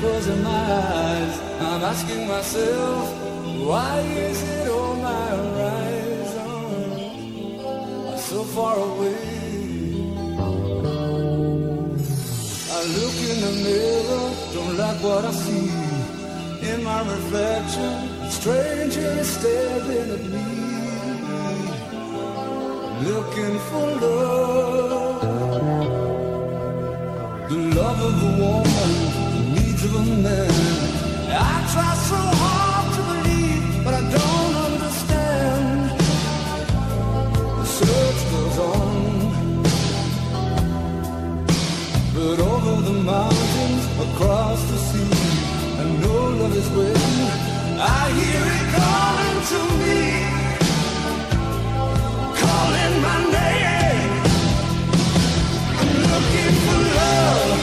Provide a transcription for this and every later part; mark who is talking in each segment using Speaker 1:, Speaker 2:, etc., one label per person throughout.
Speaker 1: tears in my eyes. I'm asking myself, why is it on my horizon? So far away. I look in the mirror, don't like what I see. In my reflection, a stranger is staring at me. Looking for love. The love of a woman, the needs of a man. I try so hard to believe, but I don't understand. The search goes on. But over the mountains, across the sea, I know love is waiting. I hear it calling to me, calling my name. I'm looking for love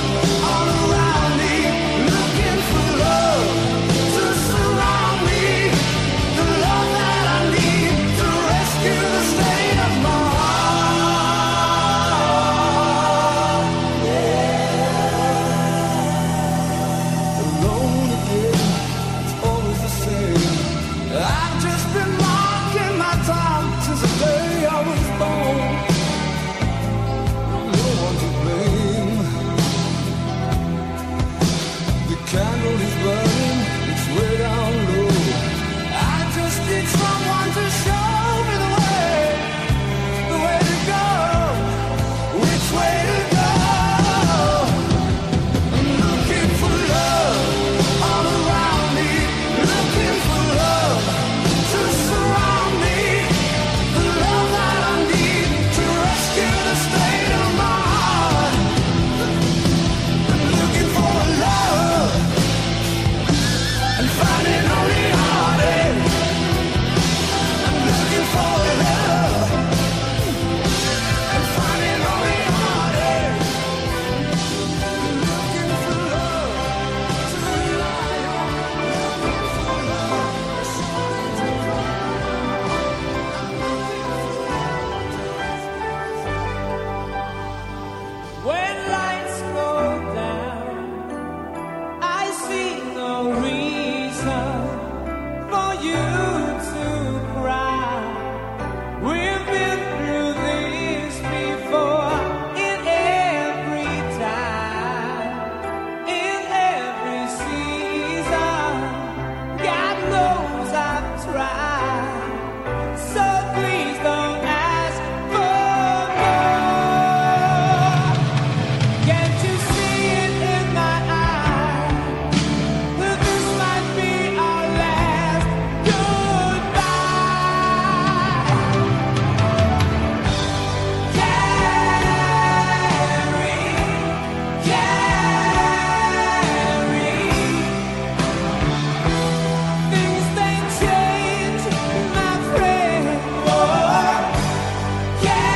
Speaker 1: all around me, looking for love to surround me, the love that I need to rescue the state of my heart. alone again. It's always the same. I've just been marking my time since the day I was born. No one to blame. The candle is burning. It's way down low. I just need someone to show me the way, the way to go, which way to go. Looking for love all around me, looking for love to surround me, the love that I need to rescue the state of my heart. I'm looking for love and finding only heartache. I'm looking for love and finding only heartache. Looking for love to rely on. Looking for love, someone to cry on. Looking for love to rescue us.
Speaker 2: When lights go down, I see no reason for you to cry. We've been through this before in every time, in every season. God knows I've tried. So please don't ask for more. Can't you see it in my eyes that this might be our last goodbye? Carry, carry. Things they change, my friend. Oh, carry.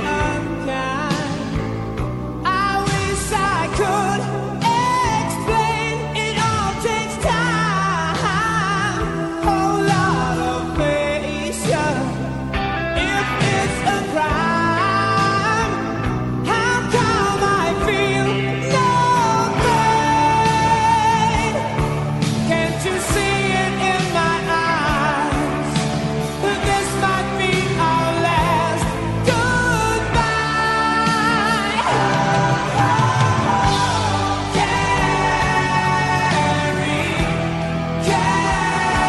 Speaker 2: Unkind. I wish I could explain. It all takes time, whole lot of patience. If it's a crime, how come I feel no pain? Can't you see it in my eyes that this might be our last goodbye?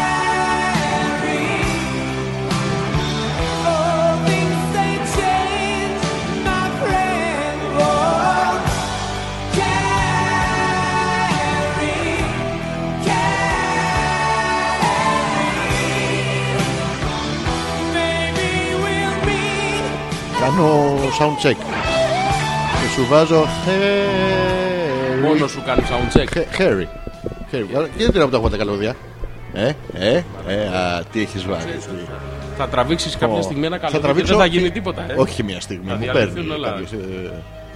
Speaker 2: Carry, carry. Oh, things they change, my friend. Oh, carry, carry. Maybe we'll meet
Speaker 3: Κάνω sound check. Και σου βάζω Harry.
Speaker 4: Μόνο σου κάνει sound check.
Speaker 3: Χε- Harry. Χέρι μου. Γιατί δεν πήραμε τα έχουμε τα καλώδια. Ε, ε, ε, α, τι έχεις βάλει. τι.
Speaker 4: Θα τραβήξεις κάποια στιγμή ένα καλό
Speaker 3: Ε, Θα τραβήξω
Speaker 4: και δεν θα
Speaker 3: όχι-
Speaker 4: γίνει τίποτα. Ε.
Speaker 3: Όχι μια στιγμή.
Speaker 4: Θα
Speaker 3: Μου
Speaker 4: διαλυθούν
Speaker 3: παίρνει.
Speaker 4: όλα.
Speaker 3: κάποιος, ε,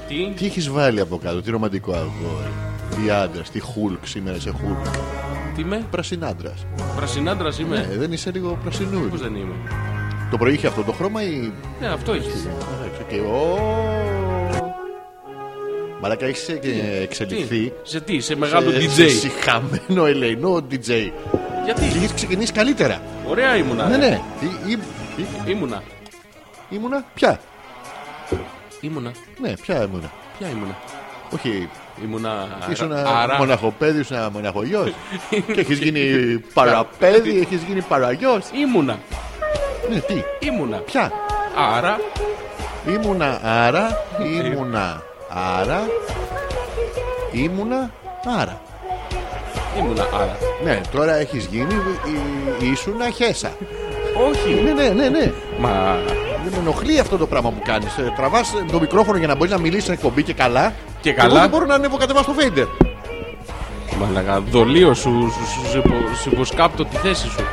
Speaker 4: Τι,
Speaker 3: Τι έχεις βάλει από κάτω, τι ρομαντικό αγόρι. Τι άντρας, τι χουλκ σήμερα σε χουλκ.
Speaker 4: τι είμαι,
Speaker 3: Πρασινάντρα.
Speaker 4: πρασινάντρα είμαι.
Speaker 3: Ε, δεν είσαι λίγο
Speaker 4: Ναι. Πώς
Speaker 3: πρασινού.
Speaker 4: δεν είμαι.
Speaker 3: Το πρωί είχε αυτό το χρώμα ή.
Speaker 4: Ναι, αυτό έχει.
Speaker 3: Εντάξει, οκ. Ω. Μαλάκα έχεις εξελιχθεί.
Speaker 4: Σε τι, σε μεγάλο
Speaker 3: σε-
Speaker 4: DJ.
Speaker 3: σε συχαμένο ελεηνό DJ.
Speaker 4: Γιατί,
Speaker 3: Και έχεις ξεκινήσει καλύτερα.
Speaker 4: ωραία ήμουνα.
Speaker 3: Ναι,
Speaker 4: ε.
Speaker 3: ναι. Τι- ή- ή-
Speaker 4: Ήμουνα.
Speaker 3: Ήμουνα, ποια.
Speaker 4: Ήμουνα.
Speaker 3: Ναι, ποια ήμουνα.
Speaker 4: Ποια ήμουνα.
Speaker 3: Όχι,
Speaker 4: Ήμουνα.
Speaker 3: ήσουν
Speaker 4: αρα-
Speaker 3: ένα
Speaker 4: αρα-
Speaker 3: μοναχοπέδι, ήσουν ένα μοναχογιός. και έχεις γίνει παραπέδι, έχεις γίνει παραγιός.
Speaker 4: Ήμουνα.
Speaker 3: Ναι, τι,
Speaker 4: Ήμουνα.
Speaker 3: ποια.
Speaker 4: Άρα.
Speaker 3: Ήμουνα άρα, ήμουνα άρα, ήμουνα άρα.
Speaker 4: Ήμουνα. Άρα.
Speaker 3: Ναι, τώρα έχεις γίνει ή- ήσουνα χέσα.
Speaker 4: Όχι.
Speaker 3: Ναι, ναι, ναι, ναι.
Speaker 4: Μα.
Speaker 3: Δεν με ενοχλεί αυτό το πράγμα που κάνεις. Τραβά το μικρόφωνο για να μπορείς να μιλήσεις στην εκπομπή και καλά.
Speaker 4: Και
Speaker 3: Εγώ
Speaker 4: καλά.
Speaker 3: δεν μπορώ να ανέβω κατεβάς στο φέιντερ.
Speaker 4: Μαλακα, δολίο σου, σου, σου, σου, υπο- σου υποσκάπτω τη θέση σου.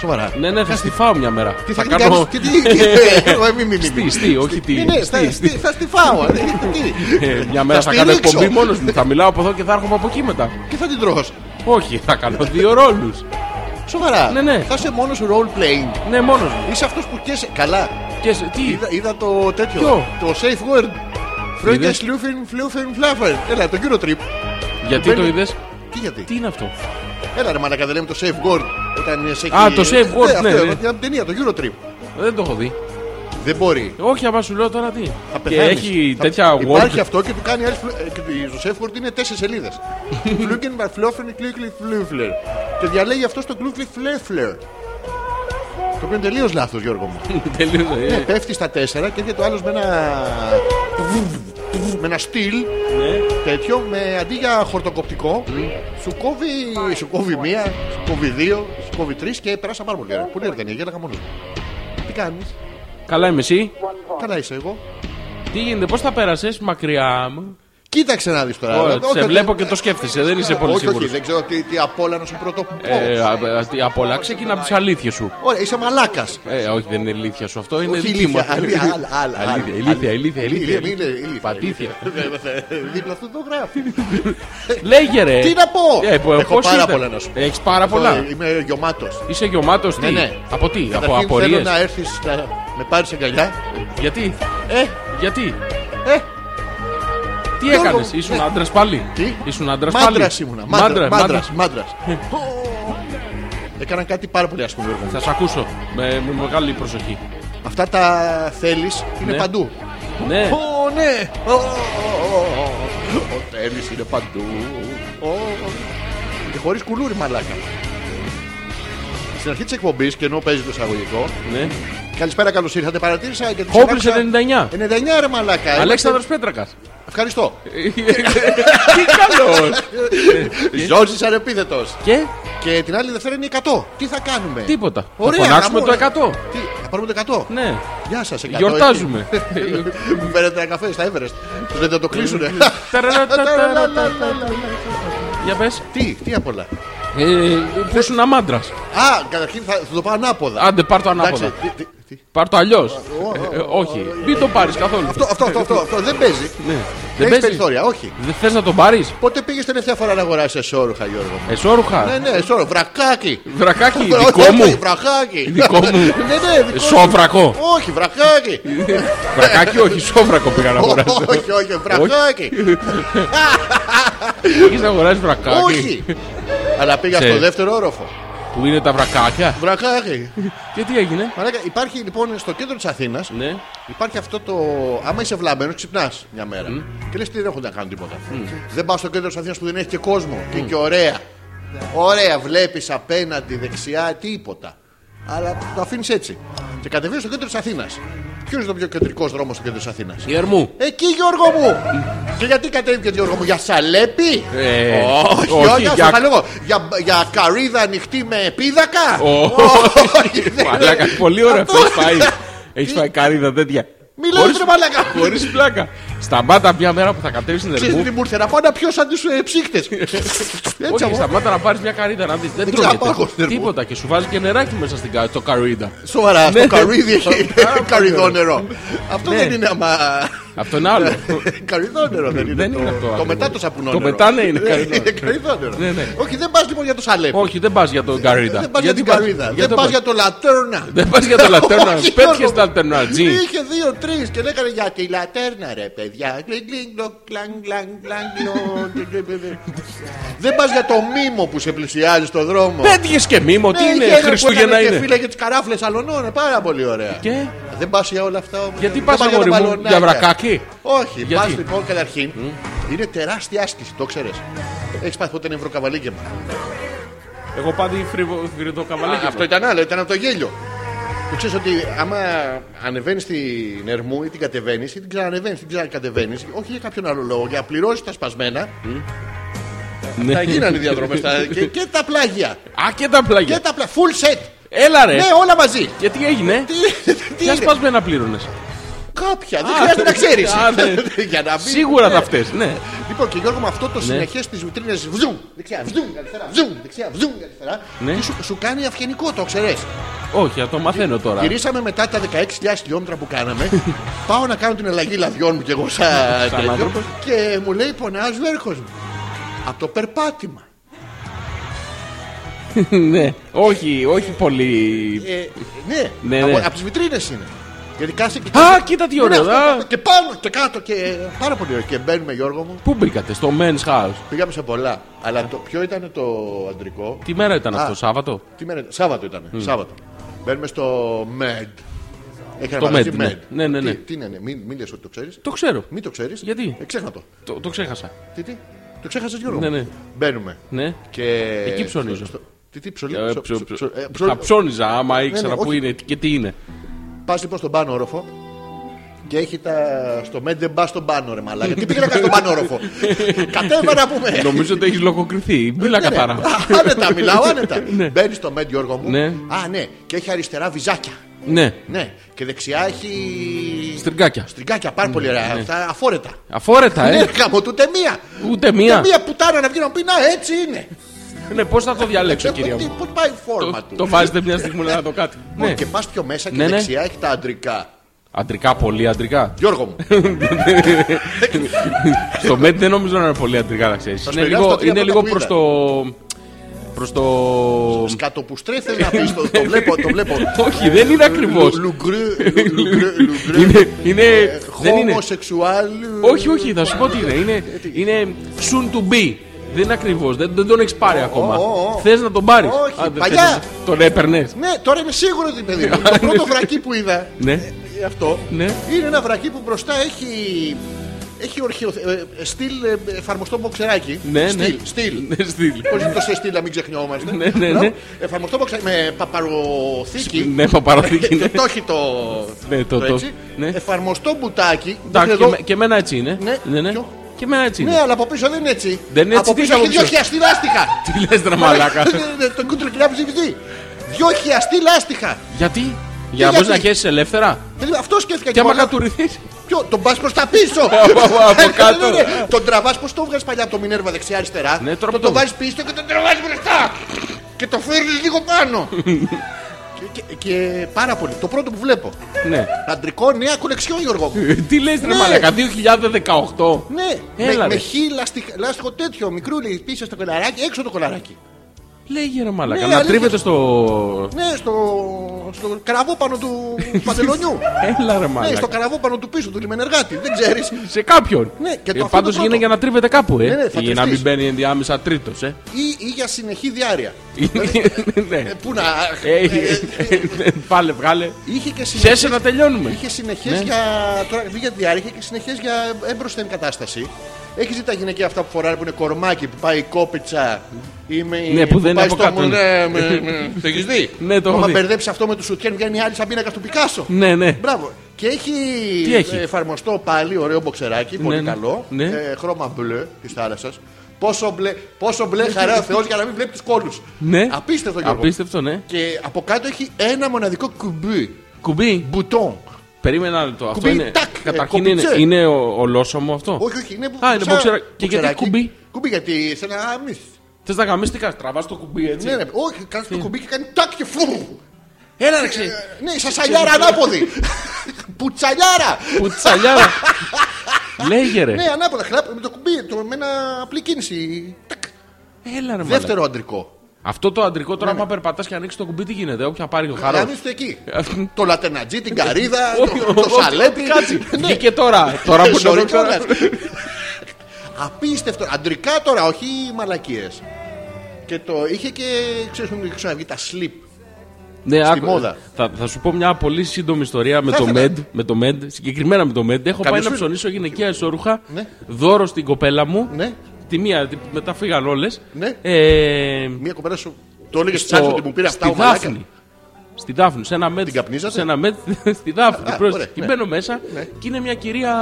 Speaker 3: Σοβαρά.
Speaker 4: Ναι, ναι, θα στη φάω μια μέρα.
Speaker 3: Ε, Τι θα κάνω. Τι, τι, τι, ε, μη, μη, μη, μη.
Speaker 4: Στι, στι, όχι τι.
Speaker 3: Ναι, ναι,
Speaker 4: στι,
Speaker 3: θα,
Speaker 4: στι.
Speaker 3: στι, θα στιφάω. ε, τι.
Speaker 4: Ε, Μια μέρα θα κάνω
Speaker 3: στηρίξω.
Speaker 4: εκπομπή μόνος μου. Θα μιλάω από εδώ και θα έρχομαι από εκεί μετά.
Speaker 3: Και θα την τρώω.
Speaker 4: Όχι, θα κάνω δύο ρόλους.
Speaker 3: Σοβαρά.
Speaker 4: Ναι, ναι.
Speaker 3: Θα είσαι μόνος role playing.
Speaker 4: Ναι, μόνος μου.
Speaker 3: Είσαι αυτός που καίσαι. Καλά.
Speaker 4: Και σε- τι.
Speaker 3: Είδα, είδα το τέτοιο.
Speaker 4: Ποιο?
Speaker 3: Το safe word. Φρόγκες
Speaker 4: Είδες?
Speaker 3: Σλούφιν, Φλούφιν, Φλάφερ. Έλα, το Eurotrip.
Speaker 4: Γιατί το
Speaker 3: Μπαίνει-
Speaker 4: είδες.
Speaker 3: Τι γιατί.
Speaker 4: Τι είναι αυτό.
Speaker 3: Έλα, ρε μαλακά, δεν λέμε το safe word. Όταν ε, σε έχει...
Speaker 4: Α, το safe word, ναι,
Speaker 3: Αυτό,
Speaker 4: ναι.
Speaker 3: μια ταινία, το Eurotrip.
Speaker 4: Δεν το έχω δει.
Speaker 3: Δεν μπορεί.
Speaker 4: Όχι, άμα σου λέω τώρα τι.
Speaker 3: Θα
Speaker 4: Και
Speaker 3: πεθάνεις.
Speaker 4: έχει
Speaker 3: Θα-
Speaker 4: τέτοια
Speaker 3: Υπάρχει
Speaker 4: word.
Speaker 3: αυτό και του κάνει άλλη. φλου- ε, και του- Το safe word είναι τέσσερις σελίδες. Φλούκεν μα φλόφεν κλίκλι φλούφλερ. Και διαλέγει αυτό το κλούκλι φλέφλερ. Το οποίο είναι τελείως λάθος, Γιώργο μου.
Speaker 4: Τελείως. ε.
Speaker 3: Ναι, πέφτει στα τέσσερα και έρχεται ο άλλος με ένα. με ένα στυλ
Speaker 4: Ναι.
Speaker 3: τέτοιο, με αντί για χορτοκοπτικό, σου κόβει, σου κόβει μία, σου κόβει δύο, σου κόβει τρεις και πέρασα πάρα πολύ. ωραία. Πολύ ωραία ταινία, γέλαγα μόνο μου. Τι κάνεις,
Speaker 4: Καλά είμαι εσύ.
Speaker 3: καλά είσαι εγώ.
Speaker 4: Τι γίνεται, πώς θα πέρασες μακριά μου.
Speaker 3: Κοίταξε να δεις τώρα.
Speaker 4: Ωραία,
Speaker 3: Ε, Όχι,
Speaker 4: σε
Speaker 3: όχι,
Speaker 4: βλέπω
Speaker 3: δεν-
Speaker 4: και το σκέφτεσαι, δεν είσαι πολύ
Speaker 3: όχι, όχι,
Speaker 4: σίγουρος.
Speaker 3: δεν ξέρω τι, τι απ' όλα να σου πρώτο πω.
Speaker 4: Ε, α- α- τι- Απ' όλα ξεκινά από τις αλήθειες σου.
Speaker 3: Ωραία, είσαι μαλάκας.
Speaker 4: Ε, όχι, δεν είναι ηλίθεια σου αυτό, είναι
Speaker 3: Όχι
Speaker 4: δίλημα.
Speaker 3: ηλίθεια. άλλη- άλλη- άλλη- άλλη-
Speaker 4: Αλήθεια, ηλίθεια, ηλίθεια,
Speaker 3: Ηλίθεια, μην είναι
Speaker 4: ηλίθεια.
Speaker 3: ηλίθεια. Ναι,
Speaker 4: Πατήθεια.
Speaker 3: Δίπλα αυτό το γράφει.
Speaker 4: Λέγε ρε.
Speaker 3: Τι να πω!
Speaker 4: Ε, πο-
Speaker 3: Έχω
Speaker 4: πώς
Speaker 3: πάρα
Speaker 4: ήταν?
Speaker 3: πολλά να σου πω.
Speaker 4: Έχεις πάρα πολλά.
Speaker 3: Ε, Είμαι γιωμάτος.
Speaker 4: Είσαι γεωμάτος τι.
Speaker 3: Ναι, ναι.
Speaker 4: Από τι, από
Speaker 3: Καταρχήν
Speaker 4: απορίες.
Speaker 3: Θέλω να έρθεις να με πάρεις αγκαλιά.
Speaker 4: Γιατί,
Speaker 3: Ε,
Speaker 4: γιατί.
Speaker 3: ε,
Speaker 4: Τι
Speaker 3: Γιώργο,
Speaker 4: έκανες, ήσουν
Speaker 3: ναι.
Speaker 4: άντρας πάλι.
Speaker 3: τι.
Speaker 4: Ήσουν άντρας πάλι.
Speaker 3: Μάντρα ήμουνα. Μάντρα,
Speaker 4: Μάντρας,
Speaker 3: μάντρα.
Speaker 4: μάντρας.
Speaker 3: μάντρας. Έκαναν κάτι πάρα πολύ άσχημο Γιώργο μου.
Speaker 4: Θα σε ακούσω με, με μεγάλη προσοχή.
Speaker 3: Αυτά τα θέλεις είναι
Speaker 4: Ναι.
Speaker 3: παντού.
Speaker 4: Ναι,
Speaker 3: Ω, ναι! Ω, ω, ω, ω. Ο Τέμι είναι παντού. Ω, ω. Και χωρίς κουλούρι, μαλάκα. Στην αρχή της εκπομπής και ενώ παίζει το εισαγωγικό,
Speaker 4: ναι.
Speaker 3: καλησπέρα, καλώς ήρθατε. Παρατήρησα και το
Speaker 4: Χόπλησε 99.
Speaker 3: 99 ρε μαλάκα.
Speaker 4: Αλέξανδρος
Speaker 3: Είμαστε-
Speaker 4: Πέτρακας.
Speaker 3: Ευχαριστώ.
Speaker 4: Τι καλός.
Speaker 3: Ζόρζη ανεπίθετος.
Speaker 4: Και
Speaker 3: Και την άλλη Δευτέρα είναι 100. Τι θα κάνουμε.
Speaker 4: τίποτα. Θα
Speaker 3: Ωραία,
Speaker 4: φωνάξουμε το
Speaker 3: γαμώ,
Speaker 4: 100.
Speaker 3: Τι, θα πάρουμε το 100.
Speaker 4: Ναι,
Speaker 3: Γεια σας, 100.
Speaker 4: γιορτάζουμε.
Speaker 3: Μου φαίνεται ένα καφέ στα Everest. Τους Δεν θα το κλείσουνε.
Speaker 4: Ταραραταταρατατα. Για πες.
Speaker 3: Τι, τι απ' όλα.
Speaker 4: Ε, Πού ήσουν αμάντρας.
Speaker 3: Α, καταρχήν θα, θα το πάω ανάποδα.
Speaker 4: Άντε, πάρ το
Speaker 3: Εντάξει,
Speaker 4: ανάποδα.
Speaker 3: τι- τι- τι-
Speaker 4: Πάρ το αλλιώς.
Speaker 3: ω,
Speaker 4: Όχι. Μην το πάρει καθόλου.
Speaker 3: Αυτό, αυτό, αυτό, αυτό, αυτό δεν παίζει.
Speaker 4: Ναι.
Speaker 3: Δεν
Speaker 4: παίζει.
Speaker 3: έχει περιθώρια, όχι.
Speaker 4: Δεν θες να τον πάρεις.
Speaker 3: Πότε πήγες τελευταία φορά να αγοράσεις εσόρουχα, Γιώργο. μου? Ναι,
Speaker 4: Εσόρουχα.
Speaker 3: ναι, εσόρουχα. Βρακάκι.
Speaker 4: Βρακάκι,
Speaker 3: Όχι,
Speaker 4: δικό
Speaker 3: όχι,
Speaker 4: μου.
Speaker 3: Βρακάκι.
Speaker 4: Δικό μου.
Speaker 3: Ναι, ναι, δικό σου.
Speaker 4: Σόβρακο.
Speaker 3: Όχι, βρακάκι.
Speaker 4: Βρακάκι, όχι. Σόβρακο πήγα να αγοράσω.
Speaker 3: Όχι, όχι, βρακάκι.
Speaker 4: Πήγες να αγοράσεις βρακάκι.
Speaker 3: Όχι. Αλλά πήγα
Speaker 4: Ξέρεις.
Speaker 3: στο δεύτερο όροφο.
Speaker 4: Που είναι τα βρακάκια.
Speaker 3: Βρακάκι.
Speaker 4: Και τι έγινε.
Speaker 3: Μαλάκα, υπάρχει λοιπόν στο κέντρο της Αθήνας.
Speaker 4: Ναι.
Speaker 3: Υπάρχει αυτό το. Άμα είσαι βλαμμένο, ξυπνάς μια μέρα. Και λες τι δεν έχουν να κάνουν τίποτα. Δεν πάω στο κέντρο της Αθήνας που δεν έχει και κόσμο. Και είναι και ωραία. Ωραία, βλέπεις απέναντι, δεξιά, τίποτα. Αλλά το αφήνεις έτσι. Και κατεβαίνεις στο κέντρο της Αθήνας. Ποιος είναι το πιο κεντρικός δρόμος στο κέντρο της Αθήνας.
Speaker 4: Η Ερμού.
Speaker 3: Εκεί Γιώργο μου! Και γιατί κατέβηκε Γιώργο μου, για σαλέπι!
Speaker 4: Ε,
Speaker 3: όχι,
Speaker 4: όχι,
Speaker 3: όχι,
Speaker 4: για-
Speaker 3: για... για, για καρύδα ανοιχτή με πίδακα! Όχι, δεν-
Speaker 4: Μαλάκα, πολύ ωραία.
Speaker 3: Ναι. Αυτό-
Speaker 4: Έχει φάει. Έχεις φάει καρύδα τέτοια.
Speaker 3: Μιλάς,
Speaker 4: Χωρίς-
Speaker 3: ρε μαλάκα.
Speaker 4: Χωρίς πλάκα. Σταμάτα μια μέρα που θα κατέβεις στην
Speaker 3: Ξέρεις τι
Speaker 4: Ερμού.
Speaker 3: μου ήρθε να πάω να πιω σαν τους ψύχτες. Έτσι
Speaker 4: Όχι,
Speaker 3: αμώ.
Speaker 4: σταμάτα να πάρεις μια καρίδα να δεις. Δεν
Speaker 3: Δεν ξέρω, πάω στην
Speaker 4: τρώγεται.
Speaker 3: Ερμού.
Speaker 4: Τίποτα και σου βάζει και νεράκι μέσα στην κα- στο καρίδα.
Speaker 3: Σοβαρά,
Speaker 4: Ναι.
Speaker 3: στο καρύδι έχει
Speaker 4: Πάρα πολύ
Speaker 3: καριδό
Speaker 4: ωραίο.
Speaker 3: νερό. Αυτό
Speaker 4: Ναι.
Speaker 3: δεν είναι άμα.
Speaker 4: Αυτό είναι άλλο.
Speaker 3: Ναι. Καριδό νερό δεν είναι.
Speaker 4: Δεν
Speaker 3: το-
Speaker 4: είναι αυτό
Speaker 3: Το
Speaker 4: ακριβώς.
Speaker 3: μετά το σαπουνό.
Speaker 4: Το
Speaker 3: νερό.
Speaker 4: μετά, ναι, είναι
Speaker 3: Ναι,
Speaker 4: καρυδό.
Speaker 3: είναι καρυδό νερό.
Speaker 4: Ναι, ναι.
Speaker 3: Όχι, δεν πας λοιπόν για το σαλέπι.
Speaker 4: Όχι, δεν πας για τον καρίδα.
Speaker 3: Ε, Δεν πας για
Speaker 4: Γιατί
Speaker 3: την καρύδα. Δεν
Speaker 4: το
Speaker 3: πας για το λατέρνα.
Speaker 4: Δεν πας για τα λατέρνα.
Speaker 3: Όχι,
Speaker 4: Πέτυχες
Speaker 3: Γιώργο.
Speaker 4: τα λατέρνα. Τζι.
Speaker 3: Είχε δύο-τρει και λέγανε για τη λατέρνα, ρε παιδιά. Κλιν, κλιν, κλο, κλαν, κλαν, κλαν, κλο. Δεν πας για το μήμο που σε πλησιάζει στον δρόμο.
Speaker 4: Πέτυχες και μήμο, τι
Speaker 3: Ναι, είχε
Speaker 4: είναι,
Speaker 3: ένα που
Speaker 4: Χριστούγεννα
Speaker 3: έκανε Και
Speaker 4: είναι.
Speaker 3: φύλαγε τις καράφλες αλωνών, ε, πάρα πολύ ωραία.
Speaker 4: Και
Speaker 3: Δεν πας για όλα αυτά όμως.
Speaker 4: γιατί πα αγόρι μου για βρακάκι.
Speaker 3: Όχι, πα
Speaker 4: Γιατί?
Speaker 3: λοιπόν καταρχήν. Είναι τεράστια άσκηση, το ξέρεις. Έχεις πάθει ποτέ νευροκαβαλίκεμα.
Speaker 4: Εγώ πάλι φρυδο
Speaker 3: Α, Αυτό ήταν άλλο, ήταν από το γέλιο. Που ξέρεις ότι άμα ανεβαίνεις την Ερμού ή την κατεβαίνεις ή την ξανανεβαίνεις, την ξανακατεβαίνεις, όχι για κάποιον άλλο λόγο, για να πληρώσεις τα σπασμένα,
Speaker 4: Ναι.
Speaker 3: θα γίνανε οι διαδρομές και, και τα πλάγια.
Speaker 4: Α, και τα
Speaker 3: Και
Speaker 4: πλάγια.
Speaker 3: τα πλάγια. Full set.
Speaker 4: Έλα ρε.
Speaker 3: Ναι, όλα μαζί.
Speaker 4: Και τι έγινε.
Speaker 3: Τι, τι
Speaker 4: Ποια
Speaker 3: είναι,
Speaker 4: σπασμένα πλήρωνες.
Speaker 3: κάποια. Δεν χρειάζεται να ξέρεις.
Speaker 4: Α, ναι.
Speaker 3: Για να μην.
Speaker 4: Σίγουρα
Speaker 3: ναι.
Speaker 4: θα Ναι. φταίς, ναι.
Speaker 3: Λοιπόν, και Γιώργο, με αυτό το συνεχέ τη βιτρίνες βζουμ δεξιά, βζουμ αριστερά, βζουμ δεξιά, βζουμ αριστερά.
Speaker 4: Ναι.
Speaker 3: και σου, σου κάνει αυγενικό, το ξέρεις.
Speaker 4: Όχι, θα το μαθαίνω τώρα.
Speaker 3: Γυρίσαμε μετά τα 16.000 χιλιόμετρα που κάναμε. Πάω να κάνω την αλλαγή λαδιών μου και εγώ σαν τέτοιο.
Speaker 4: άνθρωπος.
Speaker 3: Και μου λέει πονάζει ο έρχο μου. Από το περπάτημα.
Speaker 4: Ναι. Όχι, όχι πολύ.
Speaker 3: Ε, ναι,
Speaker 4: Ναι,
Speaker 3: από,
Speaker 4: ναι.
Speaker 3: από τις βιτρίνες είναι. Γιατί κάθε και.
Speaker 4: Α, κοίτα τι ωραίο.
Speaker 3: Ναι,
Speaker 4: α.
Speaker 3: αυτό, Και πάνω και κάτω και πάρα πολύ ωραίο. Και μπαίνουμε Γιώργο μου.
Speaker 4: Πού μπήκατε, στο men's house.
Speaker 3: Πήγαμε σε πολλά. Αλλά το, ποιο ήταν το αντρικό.
Speaker 4: Τι μέρα ήταν
Speaker 3: Α.
Speaker 4: αυτό, Σάββατο.
Speaker 3: Τι μέρα ήταν. Σάββατο ήταν. Σάββατο. Μπαίνουμε στο MED. Έχει
Speaker 4: Το
Speaker 3: αναγραφεί
Speaker 4: Med, ναι. Ναι, ναι, ναι.
Speaker 3: Τι, τι είναι, ναι, μην, μην λες ότι το ξέρεις.
Speaker 4: Το ξέρω.
Speaker 3: Μην το ξέρεις.
Speaker 4: Γιατί?
Speaker 3: Ε, ξέχνα το.
Speaker 4: Το, το ξέχασα.
Speaker 3: Τι, τι. Το ξέχασες Γιώργο.
Speaker 4: Ναι,
Speaker 3: μου.
Speaker 4: ναι.
Speaker 3: Μπαίνουμε.
Speaker 4: Ναι.
Speaker 3: Και...
Speaker 4: Εκεί ψωνίζω.
Speaker 3: στο- Τι, τι ψωλί.
Speaker 4: Ε,
Speaker 3: ψω-
Speaker 4: ψω-
Speaker 3: ψω-
Speaker 4: ψω-
Speaker 3: ε, ψωλί.
Speaker 4: Θα ψώνιζα άμα
Speaker 3: ναι,
Speaker 4: ήξερα που
Speaker 3: όχι.
Speaker 4: είναι και τι είναι.
Speaker 3: Πας λοιπόν στον πάνω όροφο και έχει τα... στο MED δεν πας στον πάνω ρε μαλάκα. Τι πήγα να κάνεις στον πάνω όροφο. Κατέβανα πούμε.
Speaker 4: Ναι. Νομίζω ότι έχεις λογοκριθεί. Μίλα
Speaker 3: Ε, Ναι, ναι.
Speaker 4: καθαρά.
Speaker 3: Α, Άνετα, μιλάω άνετα. Μπαίνεις στο Med, Γιώργο μου.
Speaker 4: Ναι.
Speaker 3: Α, ναι. Και έχει αριστερά βυζάκια.
Speaker 4: Ναι,
Speaker 3: Ναι. Και δεξιά έχει.
Speaker 4: στριγκάκια.
Speaker 3: Στριγκάκια, πάρα πολύ ωραία. Αυτά αφόρετα.
Speaker 4: Αφόρετα,
Speaker 3: Ναι,
Speaker 4: Ναι, ε.
Speaker 3: γάμο του, ούτε μία.
Speaker 4: Ούτε μία.
Speaker 3: Ούτε μία πουτάρα να βγει να πει να έτσι είναι.
Speaker 4: Ναι, πώς θα το διαλέξω, κυρία
Speaker 3: Τι-
Speaker 4: μου.
Speaker 3: Πού πάει η φόρμα
Speaker 4: Το,
Speaker 3: του. Λοιπόν,
Speaker 4: το βάζετε μια στιγμή να δω κάτι. Ναι.
Speaker 3: Και πας πιο μέσα και
Speaker 4: Ναι, ναι.
Speaker 3: δεξιά έχει τα αντρικά.
Speaker 4: Αντρικά, πολύ αντρικά.
Speaker 3: Γιώργο μου,
Speaker 4: Στο Med δεν νομίζω να είναι πολύ αντρικά, να ξέρεις. Είναι
Speaker 3: περιγράψω τα
Speaker 4: λίγο,
Speaker 3: τρία
Speaker 4: είναι
Speaker 3: πρώτα
Speaker 4: λίγο
Speaker 3: που
Speaker 4: προς το. Προς το.
Speaker 3: σκάτω που στρέφει να πεις. Το, το βλέπω, το βλέπω.
Speaker 4: Όχι, δεν είναι ακριβώς.
Speaker 3: Λου- Λουγκρέ, λου- λουγκρέ, λουγκρέ.
Speaker 4: Είναι.
Speaker 3: ε,
Speaker 4: είναι δεν είναι.
Speaker 3: Χομοσεξουάλ.
Speaker 4: Όχι, όχι, θα σου πω τι είναι. Είναι, είναι soon to be. Δεν είναι ακριβώς. Δεν, δεν τον έχεις πάρει ακόμα.
Speaker 3: ω, ω.
Speaker 4: Θες να τον πάρεις.
Speaker 3: Όχι, παλιά.
Speaker 4: Τον έπαιρνες.
Speaker 3: Ναι, τώρα είμαι σίγουρος ότι παιδί μου. Το πρώτο βρακί που είδα
Speaker 4: Ναι.
Speaker 3: Ε, αυτό.
Speaker 4: Ναι.
Speaker 3: Είναι ένα βρακί που μπροστά έχει. Έχει ορχαιο, ε, ε, στυλ ε, εφαρμοστό μποξεράκι.
Speaker 4: Ναι,
Speaker 3: στυλ,
Speaker 4: ναι.
Speaker 3: στυλ.
Speaker 4: Ναι, στυλ.
Speaker 3: Πώς είναι το σε στυλ να μην ξεχνιόμαστε.
Speaker 4: Ναι, ναι,
Speaker 3: Μπράβο.
Speaker 4: ναι.
Speaker 3: Εφαρμοστό μποξεράκι με παπαροθήκη.
Speaker 4: Ναι, παπαροθήκη, ναι.
Speaker 3: το, το έχει το,
Speaker 4: Ναι, το- το-
Speaker 3: έτσι.
Speaker 4: ναι.
Speaker 3: Εφαρμοστό μπουτάκι.
Speaker 4: Τα-
Speaker 3: μέχρι
Speaker 4: και,
Speaker 3: εδώ.
Speaker 4: με- και εμένα έτσι είναι.
Speaker 3: Ναι, ποιο?
Speaker 4: Και εμένα έτσι
Speaker 3: Ναι,
Speaker 4: είναι.
Speaker 3: αλλά από πίσω δεν είναι έτσι.
Speaker 4: Δεν είναι έτσι,
Speaker 3: από
Speaker 4: τι
Speaker 3: πίσω
Speaker 4: είναι
Speaker 3: έχει
Speaker 4: από
Speaker 3: δύο
Speaker 4: πίσω.
Speaker 3: χιαστή λάστιχα.
Speaker 4: Τι λες, ρε μαλάκα.
Speaker 3: Ναι, ναι, Το κούτρο κοιλιά ψηφιστεί. Δυο χιαστή λάστιχα.
Speaker 4: Γιατί? Για να
Speaker 3: γιατί?
Speaker 4: μπορείς να χέσεις ελεύθερα.
Speaker 3: Δηλαδή, Αυτό σκέφτηκα
Speaker 4: Και άμα
Speaker 3: εγώ,
Speaker 4: κατουριθεί.
Speaker 3: Ποιο, τον πας προς τα πίσω!
Speaker 4: από κάτω.
Speaker 3: Ναι, ναι, ναι. Τον τραβάς πώς το βγάζεις παλιά από το Μινέρβα δεξιά-αριστερά.
Speaker 4: Ναι, τώρα
Speaker 3: τον
Speaker 4: που
Speaker 3: το
Speaker 4: το-
Speaker 3: βάζεις πίσω και τον τραβάς μπροστά! Και το φέρνεις λίγο πάνω. και, και- και πάρα πολύ. Το πρώτο που βλέπω.
Speaker 4: Ναι.
Speaker 3: Αντρικό νέα κολεξιό, Γιώργο. μου.
Speaker 4: Τι λες, ρε
Speaker 3: Ναι.
Speaker 4: μαλάκα, 2018.
Speaker 3: ναι,
Speaker 4: Έλα,
Speaker 3: με, με
Speaker 4: ρε.
Speaker 3: χι λαστιχ- λάστιχο τέτοιο, μικρούλι πίσω στο κολαράκι, έξω το κολαράκι.
Speaker 4: Λέγε ρε
Speaker 3: Ναι,
Speaker 4: μαλάκα, να
Speaker 3: αλήθεια.
Speaker 4: τρίβεται στο.
Speaker 3: Ναι, στο, στο καραβό πάνω του παντελονιού.
Speaker 4: Έλα ρε
Speaker 3: ναι, στο
Speaker 4: μαλάκα.
Speaker 3: καραβό πάνω του πίσω του λιμενεργάτη. Δεν ξέρεις.
Speaker 4: Σε κάποιον.
Speaker 3: Ναι, και το
Speaker 4: ε,
Speaker 3: αυτό
Speaker 4: Πάντως
Speaker 3: το πρώτο.
Speaker 4: γίνεται για να τρίβεται κάπου,
Speaker 3: Ναι,
Speaker 4: ε.
Speaker 3: ναι, θα
Speaker 4: για να μην
Speaker 3: τριστείς.
Speaker 4: μπαίνει ενδιάμεσα τρίτος, ε.
Speaker 3: Ή, ή για συνεχή διάρκεια.
Speaker 4: ναι.
Speaker 3: Ε, Πού να.
Speaker 4: Ε,
Speaker 3: ε,
Speaker 4: ε, Βάλε, βγάλε.
Speaker 3: Είχε και συνεχές,
Speaker 4: Χέσε να τελειώνουμε.
Speaker 3: Είχε συνεχές
Speaker 4: Ναι.
Speaker 3: για. Τώρα βγήκε τη διάρκεια, είχε και συνεχές για έμπροσθεν κατάσταση. Έχει δει τα γυναικεία αυτά που φοράνε που είναι κορμάκι, που πάει η κόπιτσα. Ή με,
Speaker 4: Ναι, που δεν είναι από κάτω.
Speaker 3: Ναι, με- με- το έχεις δει.
Speaker 4: Ναι, το έχω
Speaker 3: Άμα
Speaker 4: δει.
Speaker 3: μπερδέψει αυτό με του σουτιέν, βγαίνει η άλλη σαν πίνακα του Πικάσο.
Speaker 4: Ναι, ναι.
Speaker 3: Μπράβο. Και έχει,
Speaker 4: Τι έχει?
Speaker 3: εφαρμοστό πάλι ωραίο μποξεράκι, πολύ
Speaker 4: Ναι, ναι.
Speaker 3: καλό.
Speaker 4: Ναι.
Speaker 3: Ε, χρώμα μπλε της θάλασσας. Πόσο μπλε, πόσο μπλε χαρά ο Θεός για να μην βλέπει τους κόλους.
Speaker 4: Ναι.
Speaker 3: Απίστευτο Γιώργο.
Speaker 4: Απίστευτο, ναι.
Speaker 3: Και από κάτω έχει ένα μοναδικό κουμπί.
Speaker 4: Κουμπί.
Speaker 3: Μπουτόν.
Speaker 4: Περίμενα ένα λεπτό. Αυτό
Speaker 3: Κουμπί,
Speaker 4: είναι.
Speaker 3: τάκ, ε,
Speaker 4: Καταρχήν είναι,
Speaker 3: κοπιτσέ.
Speaker 4: είναι ο, ολόσωμο αυτό.
Speaker 3: Όχι, όχι, είναι που.
Speaker 4: Α, είναι
Speaker 3: σαν-
Speaker 4: μποξερα- Και γιατί
Speaker 3: μποξεράκι.
Speaker 4: κουμπί.
Speaker 3: Κουμπί, γιατί σε ένα γαμίς.
Speaker 4: Θες να γαμίσεις τι κάνεις. Τραβάς το κουμπί έτσι.
Speaker 3: Ναι, ρε, όχι, κάνεις το κουμπί και κάνει τάκ και φου.
Speaker 4: Έλα ρε ξύ.
Speaker 3: Ε, Ναι, σαν σαλιάρα ανάποδη. Πουτσαλιάρα.
Speaker 4: Που τσαλιάρα. Λέγε ρε.
Speaker 3: Ναι, ανάποδα, χλάπ με το κουμπί, το, με ένα απλή κίνηση. Τακ.
Speaker 4: Έλα ρε μαλάκα.
Speaker 3: Δεύτερο Ναι, αντρικό.
Speaker 4: Αυτό το αντρικό τώρα, άμα περπατάς και ανοίξεις το κουμπί, τι γίνεται. Όποια πάρει το χαρό.
Speaker 3: Γαμίστε εκεί.
Speaker 4: Ε,
Speaker 3: Το λατενατζί, την καρύδα,
Speaker 4: όχι,
Speaker 3: το- το
Speaker 4: όχι,
Speaker 3: σαλέπι.
Speaker 4: Κάτσε.
Speaker 3: Ναι.
Speaker 4: Βγήκε τώρα. Τώρα που
Speaker 3: Sorry
Speaker 4: νωρίτερα.
Speaker 3: κιόλας. Απίστευτο. Αντρικά τώρα, όχι μαλακίες. Και το είχε και ξέρεις μου ξαναβγεί τα sleep.
Speaker 4: Ναι,
Speaker 3: Στη
Speaker 4: άκου-
Speaker 3: μόδα.
Speaker 4: Θα, θα σου πω μια πολύ σύντομη ιστορία με
Speaker 3: Θα
Speaker 4: το,
Speaker 3: ήθελα.
Speaker 4: MED, με το MED. Συγκεκριμένα με το MED. Έχω πάει
Speaker 3: σου
Speaker 4: να
Speaker 3: είναι?
Speaker 4: ψωνίσω γυναικεία ισόρουχα.
Speaker 3: Ναι.
Speaker 4: Δώρο στην κοπέλα μου.
Speaker 3: Ναι.
Speaker 4: Τη μία, τη- μετά φύγαν όλες.
Speaker 3: Ναι.
Speaker 4: Ε,
Speaker 3: Μία κοπέλα σου το έλεγε
Speaker 4: στο-
Speaker 3: στο... ότι μου πήρε αυτά
Speaker 4: στη
Speaker 3: ο μαλάκα.
Speaker 4: Δάφνη. Στη Δάφνη, σε ένα μέτ.
Speaker 3: Την καπνίζατε?
Speaker 4: Σε ένα μέτ, στη Δάφνη.
Speaker 3: Α,
Speaker 4: προς-
Speaker 3: ωραία,
Speaker 4: και
Speaker 3: ναι.
Speaker 4: μπαίνω μέσα
Speaker 3: Ναι.
Speaker 4: και είναι μια κυρία.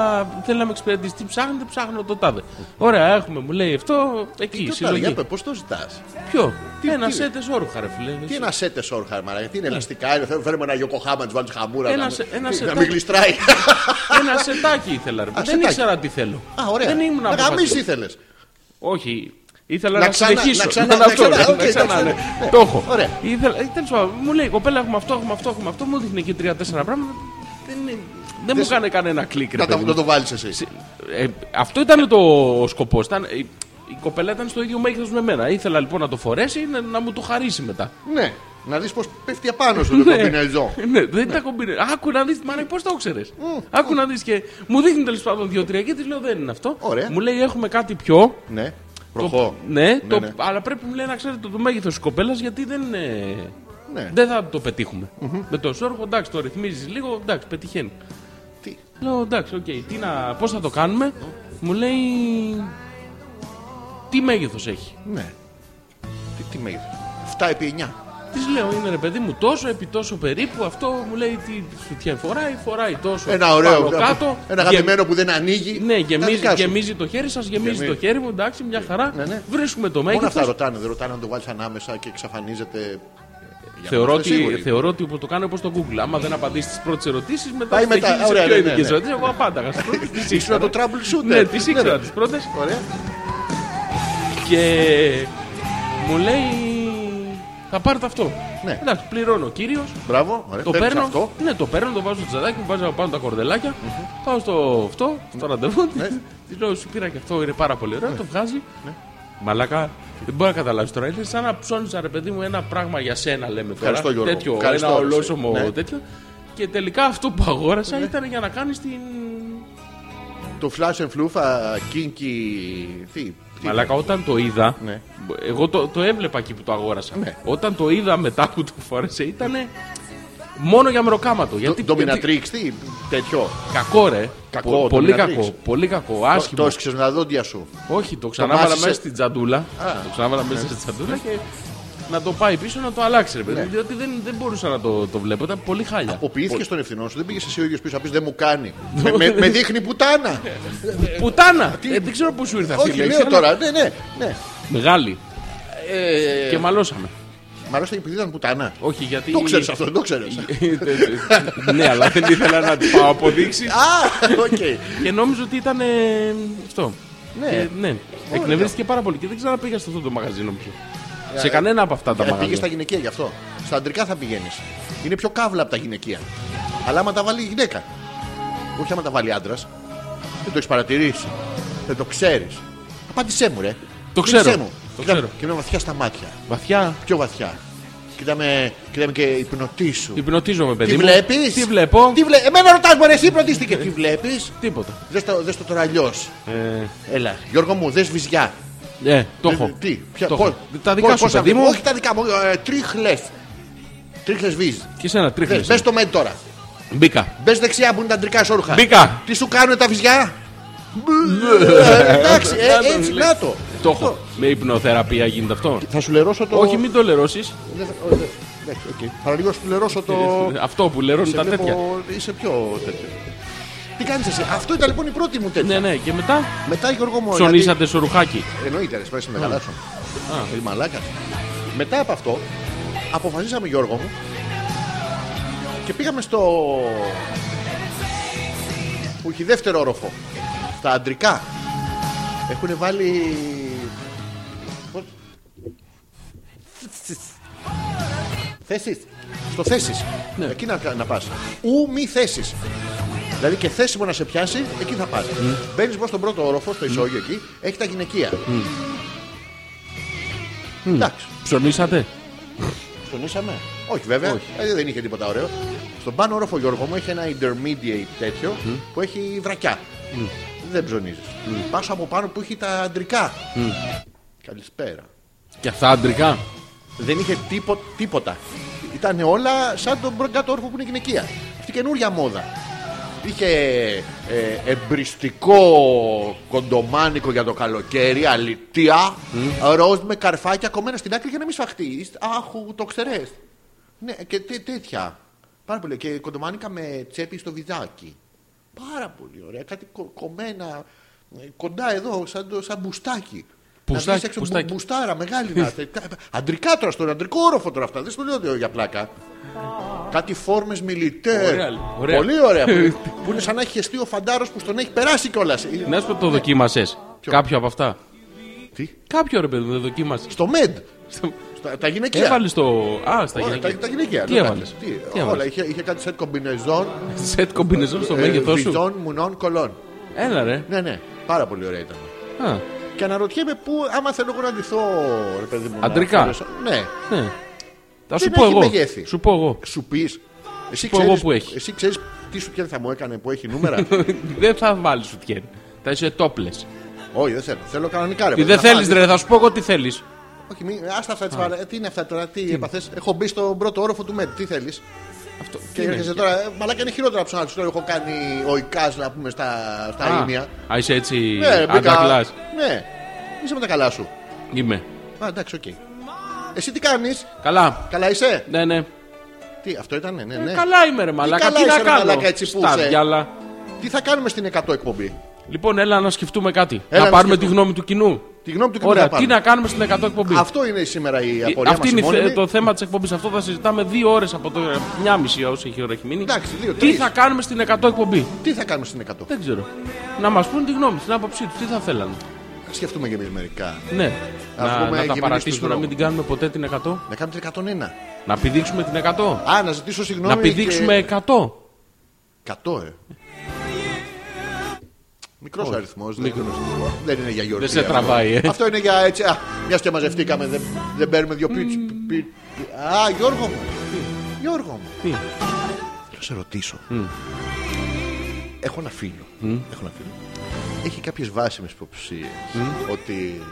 Speaker 4: Θέλει να με εξυπηρετήσει. Τι ψάχνετε, ψάχνω το τάδε. Ωραία, έχουμε, μου λέει αυτό. Εκεί, συλλογή.
Speaker 3: Πώς το ζητάς.
Speaker 4: Ποιο? Ένα
Speaker 3: τι-
Speaker 4: σέτε όρουχα, ρε φίλε.
Speaker 3: Τι ένα σέτε όρχα, μαλάκα. Τι είναι ελαστικά, είναι. Φέρουμε ένα γιοκοχάμα, να του βάλει χαμούρα.
Speaker 4: Ναι. Ένα
Speaker 3: να-
Speaker 4: σε- ένα
Speaker 3: να
Speaker 4: σετάκι.
Speaker 3: μην γλιστράει.
Speaker 4: Ένα σετάκι ήθελα. Ρε. δεν
Speaker 3: σετάκι.
Speaker 4: ήξερα τι θέλω.
Speaker 3: Α, ωραία.
Speaker 4: Δεν ήμουν
Speaker 3: να
Speaker 4: αποφασισμένος.
Speaker 3: γαμίσει ήθελες.
Speaker 4: Όχι. Ήθελα να,
Speaker 3: Να ξανα-
Speaker 4: συνεχίσω.
Speaker 3: να ξανα-
Speaker 4: Ήταν
Speaker 3: να
Speaker 4: αυτό,
Speaker 3: ξανα-
Speaker 4: ναι,
Speaker 3: οκ,
Speaker 4: να ξανα-
Speaker 3: εντάξει,
Speaker 4: ναι.
Speaker 3: ναι.
Speaker 4: Το έχω.
Speaker 3: Ωραία.
Speaker 4: Ήθελα, ε, τέλος πάντων, μου λέει κοπέλα, έχουμε αυτό, έχουμε αυτό, έχουμε αυτό. Μου δείχνει και τρία-τέσσερα πράγματα. Δεν, είναι- δεν μου έκανε κανένα κλικ. Ρε,
Speaker 3: Να τα-
Speaker 4: παιδί μου.
Speaker 3: να το βάλεις εσύ.
Speaker 4: Συ- ε, αυτό ήταν το σκοπός. Ήταν, ε, η κοπέλα ήταν στο ίδιο μέγεθος με μένα. Ήθελα λοιπόν να το φορέσει να, να μου το χαρίσει μετά.
Speaker 3: Ναι. Να δεις πώς πέφτει απάνω σου το
Speaker 4: Ναι.
Speaker 3: κομπινεζό.
Speaker 4: Ναι, δεν τα κομπίνε. Άκου να δεις, μάνα, πώς το ήξερε. Άκου να δεις και. Μου δείχνει τέλος πάντων δύο-τρία και της λέω δεν είναι αυτό.
Speaker 3: Ωραία.
Speaker 4: Μου λέει έχουμε κάτι πιο.
Speaker 3: Ναι.
Speaker 4: Το-
Speaker 3: Προχώ.
Speaker 4: Ναι, το-
Speaker 3: ναι.
Speaker 4: αλλά πρέπει μου λέει να ξέρετε το, το μέγεθος της κοπέλας γιατί δεν, είναι-
Speaker 3: Ναι.
Speaker 4: δεν θα το πετυχουμε Με το σόρχο, εντάξει, το ρυθμίζεις λίγο, εντάξει, πετυχαίνει.
Speaker 3: Τι.
Speaker 4: Λέω εντάξει, οκ, τι να, πώς θα το κάνουμε. Μου λέει. Τι μέγεθος έχει.
Speaker 3: Ναι. Τι, τι μέγεθος. 7 επί 9.
Speaker 4: Της λέω είναι ρε παιδί μου τόσο επί τόσο περίπου. Αυτό μου λέει τι σουτιέν φοράει, φοράει τόσο.
Speaker 3: Ένα ωραίο.
Speaker 4: Πάνω, κάτω,
Speaker 3: ένα
Speaker 4: γεμ-
Speaker 3: αγαπημένο που δεν ανοίγει.
Speaker 4: Ναι,
Speaker 3: Τα
Speaker 4: γεμίζει,
Speaker 3: δικά σου.
Speaker 4: γεμίζει το χέρι σας, γεμίζει,
Speaker 3: Γεμίζει.
Speaker 4: το χέρι μου, εντάξει, μια χαρά.
Speaker 3: Ναι, ναι.
Speaker 4: Βρίσκουμε το
Speaker 3: Μόνο αυτά
Speaker 4: μέγεθο.
Speaker 3: ρωτάνε. Δεν ρωτάνε αν το βάλεις ανάμεσα και εξαφανίζεται. Ε, για
Speaker 4: Θεωρώ
Speaker 3: να είμαστε
Speaker 4: ότι,
Speaker 3: σίγουροι.
Speaker 4: θεωρώ ότι που το κάνω όπως το Google. Άμα δεν απαντήσεις τις πρώτες ερωτήσεις, μετά
Speaker 3: Πάει
Speaker 4: θα
Speaker 3: μετά.
Speaker 4: μετά. σε
Speaker 3: Ωραία,
Speaker 4: πιο
Speaker 3: ναι,
Speaker 4: ειδικές
Speaker 3: ναι, ναι.
Speaker 4: ερωτήσεις. Εγώ απάνταγα στι πρώτε. Τι
Speaker 3: Ήσουν το trouble shooter.
Speaker 4: Ναι, τις ήξερα
Speaker 3: ρε.
Speaker 4: τις πρώτες.
Speaker 3: Ωραία.
Speaker 4: Και μου λέει. Θα πάρετε αυτό.
Speaker 3: Ναι.
Speaker 4: Εντάξει, πληρώνω ο κύριος.
Speaker 3: Μπράβο. Ωραία.
Speaker 4: Το
Speaker 3: Παίρνεις
Speaker 4: παίρνω,
Speaker 3: αυτό.
Speaker 4: ναι, το παίρνω, το βάζω στο τσαδάκι μου, βάζω πάνω τα κορδελάκια. Πάω στο αυτό, στο ραντεβού.
Speaker 3: Ναι.
Speaker 4: Της λέω, σου πήρα και αυτό, είναι πάρα πολύ ωραίο. Το βγάζει. Μαλάκα, δεν μπορώ να καταλάβεις τώρα. Είναι σαν να ψώνιζα, ρε παιδί μου, ένα πράγμα για σένα, λέμε τώρα.
Speaker 3: Ευχαριστώ, Γιώργο.
Speaker 4: Τέτοιο,
Speaker 3: Ευχαριστώ,
Speaker 4: ένα
Speaker 3: ρε, εσύ.
Speaker 4: ολόσωμο
Speaker 3: Ναι.
Speaker 4: τέτοιο. Και τελικά αυτό που αγόρασα ήταν για να κάνεις την.
Speaker 3: Το flash and floofa, kinky. Τι. τι.
Speaker 4: Μαλάκα, όταν το είδα.
Speaker 3: Ναι.
Speaker 4: Εγώ το, το έβλεπα εκεί που το αγόρασα.
Speaker 3: Ναι.
Speaker 4: Όταν το είδα μετά που το φόρεσε, ήταν μόνο για μεροκάματο.
Speaker 3: Ντο-
Speaker 4: Γιατί, γιατί-
Speaker 3: Dominatrix, τι. Τέτοιο.
Speaker 4: Κακό ρε.
Speaker 3: Κακό,
Speaker 4: Πο-
Speaker 3: το
Speaker 4: πολύ
Speaker 3: μην
Speaker 4: κακό.
Speaker 3: ανοίξεις.
Speaker 4: Πολύ κακό.
Speaker 3: Το- Το
Speaker 4: Άσχημο.
Speaker 3: έσκυξε με τα δόντια σου.
Speaker 4: Όχι, το ξανάβαλα
Speaker 3: μάσησες.
Speaker 4: μέσα στην τσαντούλα. Το ξανάβαλα μέσα στην τσαντούλα και να το πάει πίσω να το αλλάξει ρε παιδί.
Speaker 3: Ναι.
Speaker 4: μου, Διότι δεν, δεν μπορούσα να το, το βλέπω. Ήταν πολύ χάλια.
Speaker 3: Αποποιήθηκε στον ευθυνό σου, δεν πήγες εσύ ο ίδιος πίσω να πεις δεν μου κάνει. με, με, με δείχνει πουτάνα.
Speaker 4: Πουτάνα! Ε, δεν ξέρω πού σου ήρθε αυτή η
Speaker 3: Όχι,
Speaker 4: λέξη.
Speaker 3: λέω
Speaker 4: αλλά-
Speaker 3: τώρα. Ναι, ναι. ναι.
Speaker 4: Μεγάλη. Και μαλώσαμε.
Speaker 3: Μ' αρέσει επειδή ήταν πουτάνα.
Speaker 4: Όχι γιατί. Ε,
Speaker 3: Το ξέρεις αυτό, δεν το ξέρεις.
Speaker 4: ναι, αλλά δεν ήθελα να την πάω αποδείξεις.
Speaker 3: Α, οκ.
Speaker 4: και νόμιζα ότι ήταν. ε, αυτό.
Speaker 3: Ναι.
Speaker 4: Και, ναι. Εκνευρίστηκε πάρα πολύ και δεν ξαναπήγα σε αυτό το μαγαζί νομίζω. Σε κανένα από αυτά τα
Speaker 3: Ε, Πήγες στα
Speaker 4: μαγαζιά.
Speaker 3: γυναικεία γι' αυτό. Στα αντρικά θα πηγαίνεις. Είναι πιο καύλα από τα γυναικεία. Αλλά άμα τα βάλει η γυναίκα. Όχι άμα τα βάλει άντρας. Δεν το έχεις παρατηρήσει. Δεν το ξέρεις. Απάντησέ μου, ρε.
Speaker 4: Το
Speaker 3: Απάντησέ
Speaker 4: ξέρω.
Speaker 3: μου.
Speaker 4: Το
Speaker 3: Κοίτα-
Speaker 4: ξέρω.
Speaker 3: Κοίτα με βαθιά στα μάτια.
Speaker 4: Βαθιά.
Speaker 3: Πιο βαθιά. Κοίταμε, κοίταμε και υπνοτήσου.
Speaker 4: Υπνοτίζομαι, παιδί.
Speaker 3: Τι
Speaker 4: μου.
Speaker 3: βλέπεις.
Speaker 4: Τι βλέπω.
Speaker 3: Τι βλέ... Εμένα ρωτάς, μωρέ, εσύ πρωτίστηκε. Τι βλέπεις.
Speaker 4: Τίποτα.
Speaker 3: Δες το, δες το τώρα αλλιώς.
Speaker 4: Ε,
Speaker 3: Έλα. Γιώργο μου, δες βυζιά.
Speaker 4: ε, το
Speaker 3: Ε,
Speaker 4: έχω.
Speaker 3: Τι, ποια,
Speaker 4: Το
Speaker 3: πώς-
Speaker 4: έχω. Τα δικά
Speaker 3: πώς-
Speaker 4: σου,
Speaker 3: πώς
Speaker 4: παιδί
Speaker 3: θα-
Speaker 4: μου.
Speaker 3: Όχι τα δικά μου, ε, τρίχλες. Τρίχλες βυζ.
Speaker 4: Και σένα
Speaker 3: Μπε
Speaker 4: τρίχνες.
Speaker 3: στο μέντ τώρα.
Speaker 4: Μπήκα.
Speaker 3: Μπες δεξιά που είναι τα αντρικά σόρουχα.
Speaker 4: Μπήκα. Ναι.
Speaker 3: Τι σου κάνουν τα βυζιά. Ε, Εντάξει, ε,
Speaker 4: Να το,
Speaker 3: έτσι
Speaker 4: λέει.
Speaker 3: να το.
Speaker 4: Το έχω. Με υπνοθεραπεία γίνεται αυτό.
Speaker 3: Θα σου λερώσω το.
Speaker 4: Όχι, μην το λερώσεις.
Speaker 3: Δεν θα- ε, εντάξει, οκ. Θα λίγο σου λερώσω το.
Speaker 4: Αυτό που λερώνουν
Speaker 3: Σε
Speaker 4: τα
Speaker 3: βλέπω-
Speaker 4: τέτοια.
Speaker 3: Είσαι πιο τέτοιο. Τι κάνεις εσύ. Αυτό ήταν λοιπόν η πρώτη μου τέτοια.
Speaker 4: Ναι, ναι, και μετά
Speaker 3: Μετά Γιώργο μου.
Speaker 4: ψωνίσατε στο ρουχάκι.
Speaker 3: γιατί- Εννοείται, ρε, σπάσει μεγάλα σου. Ε, μαλάκα. Μετά από αυτό, αποφασίσαμε Γιώργο μου και πήγαμε στο. που έχει δεύτερο όροφο. Στα αντρικά. Έχουν βάλει. Πώς? Θέσεις. Στο θέσεις. Εκεί να, να πας. Ου μη θέσεις. Δηλαδή και θέσιμο να σε πιάσει, εκεί θα πας. Mm. Μπαίνεις μόνο στον πρώτο όροφο, στο ισόγειο εκεί, έχει τα γυναικεία. Εντάξει.
Speaker 4: Ψωνίσατε.
Speaker 3: Ψωνίσαμε. Όχι βέβαια, Ε, δεν είχε τίποτα ωραίο. Στον πάνω όροφο Γιώργο μου έχει ένα intermediate τέτοιο που έχει βρακιά. Δεν ψωνίζεις. Πας από πάνω που έχει τα αντρικά. Καλησπέρα.
Speaker 4: Και αυτά αντρικά.
Speaker 3: Δεν είχε τίπο- τίποτα. Ήταν όλα σαν τον πρώτο κάτω όροφο που είναι γυναικεία. Αυτή η καινούρια μόδα. Είχε ε, εμπριστικό κοντομάνικο για το καλοκαίρι, αλητία, ροζ με καρφάκια κομμένα στην άκρη για να μην σφαχτεί. Αχ, το ξέρες. Ναι, και τέ- τέτοια. Πάρα πολύ. Και κοντομάνικα με τσέπη στο βυζάκι. Πάρα πολύ ωραία. Κάτι κο- κομμένα ε, κοντά εδώ, σαν, το, σαν μπουστάκι.
Speaker 4: Πουστάκι,
Speaker 3: να βγεις έξω, μπου-
Speaker 4: πουστάκι.
Speaker 3: μπουστάρα, μεγάλη να είστε. Κα- Αντρικά τώρα, στον αντρικό όροφο τώρα αυτά. Δεν σου λέω για πλάκα. Κάτι φόρμες μιλιτέρ.
Speaker 4: Ωραία, ωραία.
Speaker 3: Πολύ ωραία. που- που είναι σαν να έχει χεστεί ο φαντάρος που στον έχει περάσει κιόλας.
Speaker 4: Να σου πω το δοκίμασες. Κάποιο από αυτά.
Speaker 3: Τι?
Speaker 4: Κάποιο ρε παιδί μου, δεν δοκίμασες.
Speaker 3: Στο ΜΕΔ. Στα- Τα γυναικεία.
Speaker 4: Έβαλες το. Α, στα
Speaker 3: Όλα, τα,
Speaker 4: γυναικεία.
Speaker 3: τα γυναικεία.
Speaker 4: Τι
Speaker 3: ναι,
Speaker 4: έβαλε.
Speaker 3: κάτι.
Speaker 4: Τι
Speaker 3: Τι, όλα.
Speaker 4: έβαλε.
Speaker 3: Είχε, είχε κάτι σετ κομπινεζόν.
Speaker 4: Σετ κομπινεζόν στο
Speaker 3: ε,
Speaker 4: μέγεθό σου.
Speaker 3: βυζών, μουνών, κολών.
Speaker 4: Έλα ρε.
Speaker 3: Ναι, ναι. Πάρα πολύ ωραία ήταν.
Speaker 4: Α,
Speaker 3: Και αναρωτιέμαι πού, άμα θέλω εγώ να ντυθώ, ρε παιδί μου. να
Speaker 4: Αντρικά.
Speaker 3: φορέσω. Ναι.
Speaker 4: ναι. Θα σου
Speaker 3: Δεν
Speaker 4: πω
Speaker 3: έχει
Speaker 4: εγώ.
Speaker 3: μεγέθη.
Speaker 4: Σου πω εγώ.
Speaker 3: Σου πεις. Εσύ
Speaker 4: Πω εγώ
Speaker 3: ξέρεις-
Speaker 4: που έχει.
Speaker 3: Εσύ ξέρεις τι σου πιέν θα μου έκανε που έχει νούμερα.
Speaker 4: Δεν θα βάλει σου τιέν. Θα είσαι τόπλε.
Speaker 3: Όχι, δεν θέλω. Θέλω κανονικά ρε.
Speaker 4: Τι
Speaker 3: παιδί,
Speaker 4: δεν
Speaker 3: Ε, να
Speaker 4: θέλεις,
Speaker 3: φάω.
Speaker 4: ρε, θα σου πω εγώ τι θέλεις.
Speaker 3: Όχι, μη, άστα αυτά τις παρα- Τι είναι αυτά τώρα, τι έπαθες. Έχω μπει στον πρώτο όροφο του ΜΕΤ. Τι θέλεις.
Speaker 4: Αυτό.
Speaker 3: Και έρχεσαι τώρα. ε, Μαλάκα είναι χειρότερα από τους άλλους. Έχω κάνει ο Ικάς, να πούμε, στα, στα ίμια.
Speaker 4: Α, είσαι έτσι.
Speaker 3: Ναι, ρε, μπήκα-
Speaker 4: Αντακλάς.
Speaker 3: Ναι, είσαι με τα καλά σου.
Speaker 4: Είμαι.
Speaker 3: Α, εντάξει, οκ. Εσύ τι κάνεις,
Speaker 4: Καλά.
Speaker 3: καλά είσαι.
Speaker 4: Ναι, ναι.
Speaker 3: Τι, αυτό ήταν, ναι, ναι. ναι.
Speaker 4: Καλά είμαι, ρε Μαλάκα.
Speaker 3: καλά
Speaker 4: Τι
Speaker 3: είσαι,
Speaker 4: να
Speaker 3: ρε,
Speaker 4: κάνω.
Speaker 3: μαλάκα, έτσι που
Speaker 4: Στα
Speaker 3: είσαι.
Speaker 4: διάλα.
Speaker 3: Τι θα κάνουμε στην 100 εκπομπή.
Speaker 4: Λοιπόν, έλα να σκεφτούμε κάτι.
Speaker 3: Έλα
Speaker 4: να
Speaker 3: να
Speaker 4: πάρουμε τη
Speaker 3: σκεφτούμε.
Speaker 4: γνώμη του κοινού.
Speaker 3: Τη γνώμη του κοινού
Speaker 4: Ωραία,
Speaker 3: θα πάρουμε.
Speaker 4: τι να κάνουμε στην 100 εκπομπή.
Speaker 3: Αυτό είναι σήμερα η
Speaker 4: Ε,
Speaker 3: απορία
Speaker 4: Αυτή
Speaker 3: μας η
Speaker 4: είναι η θε-
Speaker 3: μόνιμη.
Speaker 4: το θέμα της εκπομπής. Αυτό θα συζητάμε δύο ώρες από το. μια μισή όσο έχει ώρα έχει μείνει.
Speaker 3: Εντάξει, δύο,
Speaker 4: τι
Speaker 3: τρεις.
Speaker 4: θα κάνουμε στην 100 εκπομπή.
Speaker 3: Τι θα κάνουμε στην 100.
Speaker 4: Δεν ξέρω. Να μας πούν τη γνώμη, την άποψή τους, τι θα θέλανε.
Speaker 3: Σκεφτούμε και εμείς μερικά.
Speaker 4: Ναι.
Speaker 3: Να
Speaker 4: Να,
Speaker 3: βγούμε
Speaker 4: να τα
Speaker 3: γυμνοί στους
Speaker 4: παρατήσουμε, να
Speaker 3: δρόμους.
Speaker 4: μην την κάνουμε ποτέ την 100.
Speaker 3: Να κάνουμε την 101.
Speaker 4: Να πηδήξουμε την 100.
Speaker 3: Α, να ζητήσω συγγνώμη.
Speaker 4: να πηδήξουμε 100.
Speaker 3: Και... 100, ε. Μικρός αριθμό.
Speaker 4: Μικρός.
Speaker 3: Δεν είναι για γιορτή.
Speaker 4: Δεν σε τραβάει,
Speaker 3: αυτό.
Speaker 4: ε.
Speaker 3: Αυτό είναι για έτσι. Α, μιας και μαζευτήκαμε, δεν, δεν παίρνουμε δύο πίτσου. Α, Γιώργο μου. Γιώργο μου.
Speaker 4: Τι?
Speaker 3: Θα σε ρωτήσω. Έχω ένα φίλο. Έχω ένα φίλο. Έχει κάποιες βάσιμες υποψίες ότι.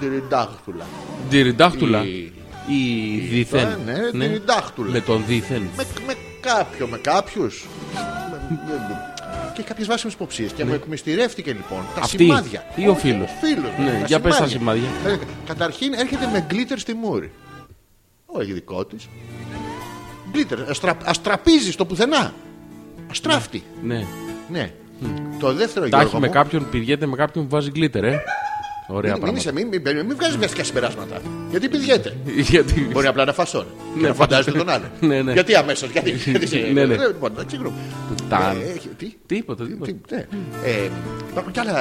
Speaker 3: Την δάχτυλα.
Speaker 4: Διριντάχτουλα.
Speaker 3: Η-
Speaker 4: Η
Speaker 3: Ε,
Speaker 4: δίθεν.
Speaker 3: ναι, την δάχτυλα.
Speaker 4: Με τον δίθεν.
Speaker 3: Με, με κάποιο, με κάποιους. και κάποιες βάσιμες υποψίες. Και μου εκμυστηρεύτηκε λοιπόν τα
Speaker 4: Ναι. Αυτή
Speaker 3: σημάδια.
Speaker 4: ή ο
Speaker 3: Όχι,
Speaker 4: φίλος?
Speaker 3: φίλος,
Speaker 4: Ναι, για πες τα
Speaker 3: Ε, Καταρχήν έρχεται με γκλίτερ στη μούρη. Όχι δικό τη. Γκλίτερ. αστρα- Αστραπίζει στο πουθενά. Αστράφτη.
Speaker 4: Ναι.
Speaker 3: Ναι. Το δεύτερο
Speaker 4: Τα
Speaker 3: Γιώργο
Speaker 4: έχει με
Speaker 3: μου,
Speaker 4: κάποιον, πηγαίνετε με κάποιον που βάζει γκλίτερ, ε.
Speaker 3: μην,
Speaker 4: Ωραία
Speaker 3: μην,
Speaker 4: πράγματα.
Speaker 3: είσαι, μην, μην, μην, μην βγάζεις βιαστικά συμπεράσματα. Γιατί πηγαίνετε.
Speaker 4: Γιατί.
Speaker 3: Μπορεί απλά να φασώνει. και
Speaker 4: Ναι,
Speaker 3: να φαντάζεται τον άλλον.
Speaker 4: Ναι, ναι.
Speaker 3: Γιατί αμέσως, γιατί. γιατί σε-
Speaker 4: Ναι, ναι.
Speaker 3: Ε, Λοιπόν, εντάξει, γκρουπ.
Speaker 4: Τα-
Speaker 3: Ε, έχει- Τι.
Speaker 4: Τίποτα, τίποτα.
Speaker 3: τι- ναι. Ε, Υπάρχουν κι άλλα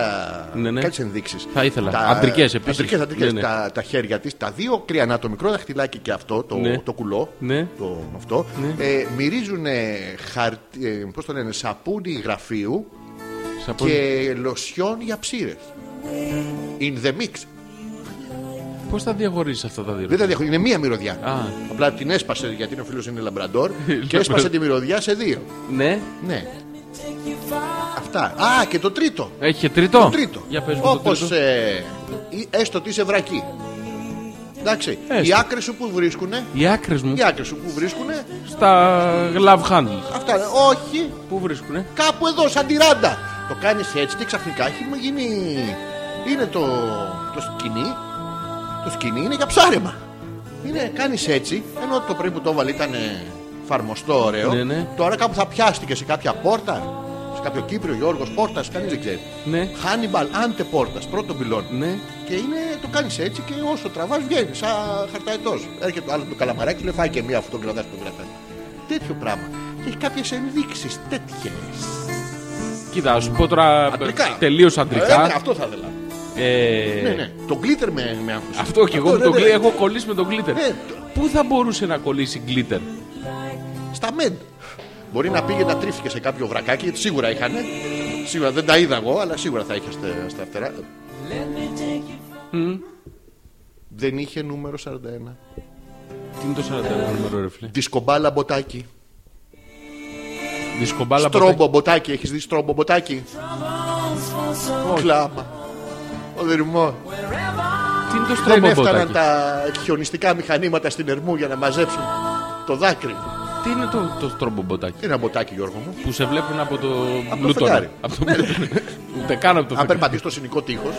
Speaker 4: Ναι, ναι.
Speaker 3: κάποιες ενδείξεις.
Speaker 4: Θα ήθελα. Αντρικές επίσης.
Speaker 3: Αντρικές, αντρικές.
Speaker 4: Ναι, ναι.
Speaker 3: Τα, τα χέρια της, τα δύο κρυανά, το μικρό δαχτυλάκι και αυτό, το,
Speaker 4: Ναι.
Speaker 3: το κουλό.
Speaker 4: Ναι.
Speaker 3: Το, αυτό, ε, μυρίζουν χαρτί, ε, πώς το λένε, σαπούνι γραφείου
Speaker 4: Σαπόνι.
Speaker 3: και λοσιόν για ψήρες. In the mix.
Speaker 4: Πώς θα διαχωρίσει αυτά τα δύο.
Speaker 3: Δεν τα διαχωρίζει, είναι μία μυρωδιά.
Speaker 4: Α.
Speaker 3: Απλά την έσπασε γιατί ο φίλος είναι λαμπραντόρ και έσπασε τη μυρωδιά σε δύο.
Speaker 4: Ναι,
Speaker 3: Ναι. Αυτά. Α, και το τρίτο.
Speaker 4: έχει και τρίτο.
Speaker 3: Το τρίτο. ε-
Speaker 4: Για πες μου
Speaker 3: Όπω.
Speaker 4: το τρίτο.
Speaker 3: έστω ότι είσαι βρακή. Εντάξει.
Speaker 4: Έστω.
Speaker 3: Οι άκρες σου που βρίσκουνε.
Speaker 4: Οι άκρες μου
Speaker 3: Οι άκρες σου που βρίσκουνε.
Speaker 4: στα glove handles.
Speaker 3: Αυτά. είναι. Όχι.
Speaker 4: Πού βρίσκουνε.
Speaker 3: Κάπου εδώ, σαν τη ράντα. Το κάνεις έτσι και ξαφνικά έχει γίνει. Είναι το, το σκηνή. Το σκηνή είναι για ψάρεμα. Είναι, κάνεις έτσι, ενώ το πριν που το έβαλε ήταν ε, φαρμοστό, ωραίο.
Speaker 4: Ναι, ναι.
Speaker 3: Τώρα κάπου θα πιάστηκε σε κάποια πόρτα. Σε κάποιο Κύπριο, Γιώργος Πόρτας, κανείς δεν ξέρει.
Speaker 4: Ναι.
Speaker 3: Χάνιμπαλ, άντε πόρτας, πρώτο πυλόν.
Speaker 4: Ναι.
Speaker 3: Και είναι, το κάνεις έτσι και όσο τραβάς βγαίνεις, σαν χαρταετός. Έρχεται ο άλλος το καλαμαράκι, του λέει φάει και μία αυτό, κρατά το κρατάει. Τέτοιο πράγμα. Και έχει κάποιες ενδείξεις τέτοιες.
Speaker 4: Κοίτα, σου πω τώρα
Speaker 3: Αντρικά.
Speaker 4: τελείως
Speaker 3: Ε, ναι,
Speaker 4: αντρικά.
Speaker 3: αυτό θα ήθελα.
Speaker 4: Ε,
Speaker 3: Ναι, ναι. Το γκλίτερ με, με άγχωσε.
Speaker 4: Αυτό και εγώ με
Speaker 3: ναι,
Speaker 4: τον
Speaker 3: ναι.
Speaker 4: γκλίτερ. Έχω κολλήσει με τον γκλίτερ.
Speaker 3: Ναι,
Speaker 4: Πού θα μπορούσε να κολλήσει γκλίτερ.
Speaker 3: Στα μεντ. Μπορεί να πήγε να τρίφηκε σε κάποιο βρακάκι, σίγουρα είχανε. Σίγουρα δεν τα είδα εγώ, αλλά σίγουρα θα είχε στα- στα φτερά. Δεν είχε νούμερο 41.
Speaker 4: Τι είναι το 41 νούμερο, ρε φίλε.
Speaker 3: Δισκομπάλα μποτάκι.
Speaker 4: Δισκομπάλα
Speaker 3: Στρόμπο μποτάκι, έχεις δει στρόμπο μποτάκι. Κλάμα. Ο δερμό.
Speaker 4: ποτά- Τι είναι το
Speaker 3: Δεν
Speaker 4: στρόμπο
Speaker 3: έφταναν
Speaker 4: ποτάκι.
Speaker 3: τα χιονιστικά μηχανήματα στην Ερμού για να μαζέψουν το δάκρυ.
Speaker 4: Τι είναι το, το στρόμπο ποτάκι.
Speaker 3: Είναι ένα μποτάκι, Γιώργο μου.
Speaker 4: Που σε βλέπουν από το
Speaker 3: το
Speaker 4: πλούτονα.
Speaker 3: φεγγάρι. Ναι.
Speaker 4: Από το Ούτε καν από το
Speaker 3: Αν
Speaker 4: φεγγάρι.
Speaker 3: περπατήσει στο συνοικό τείχο,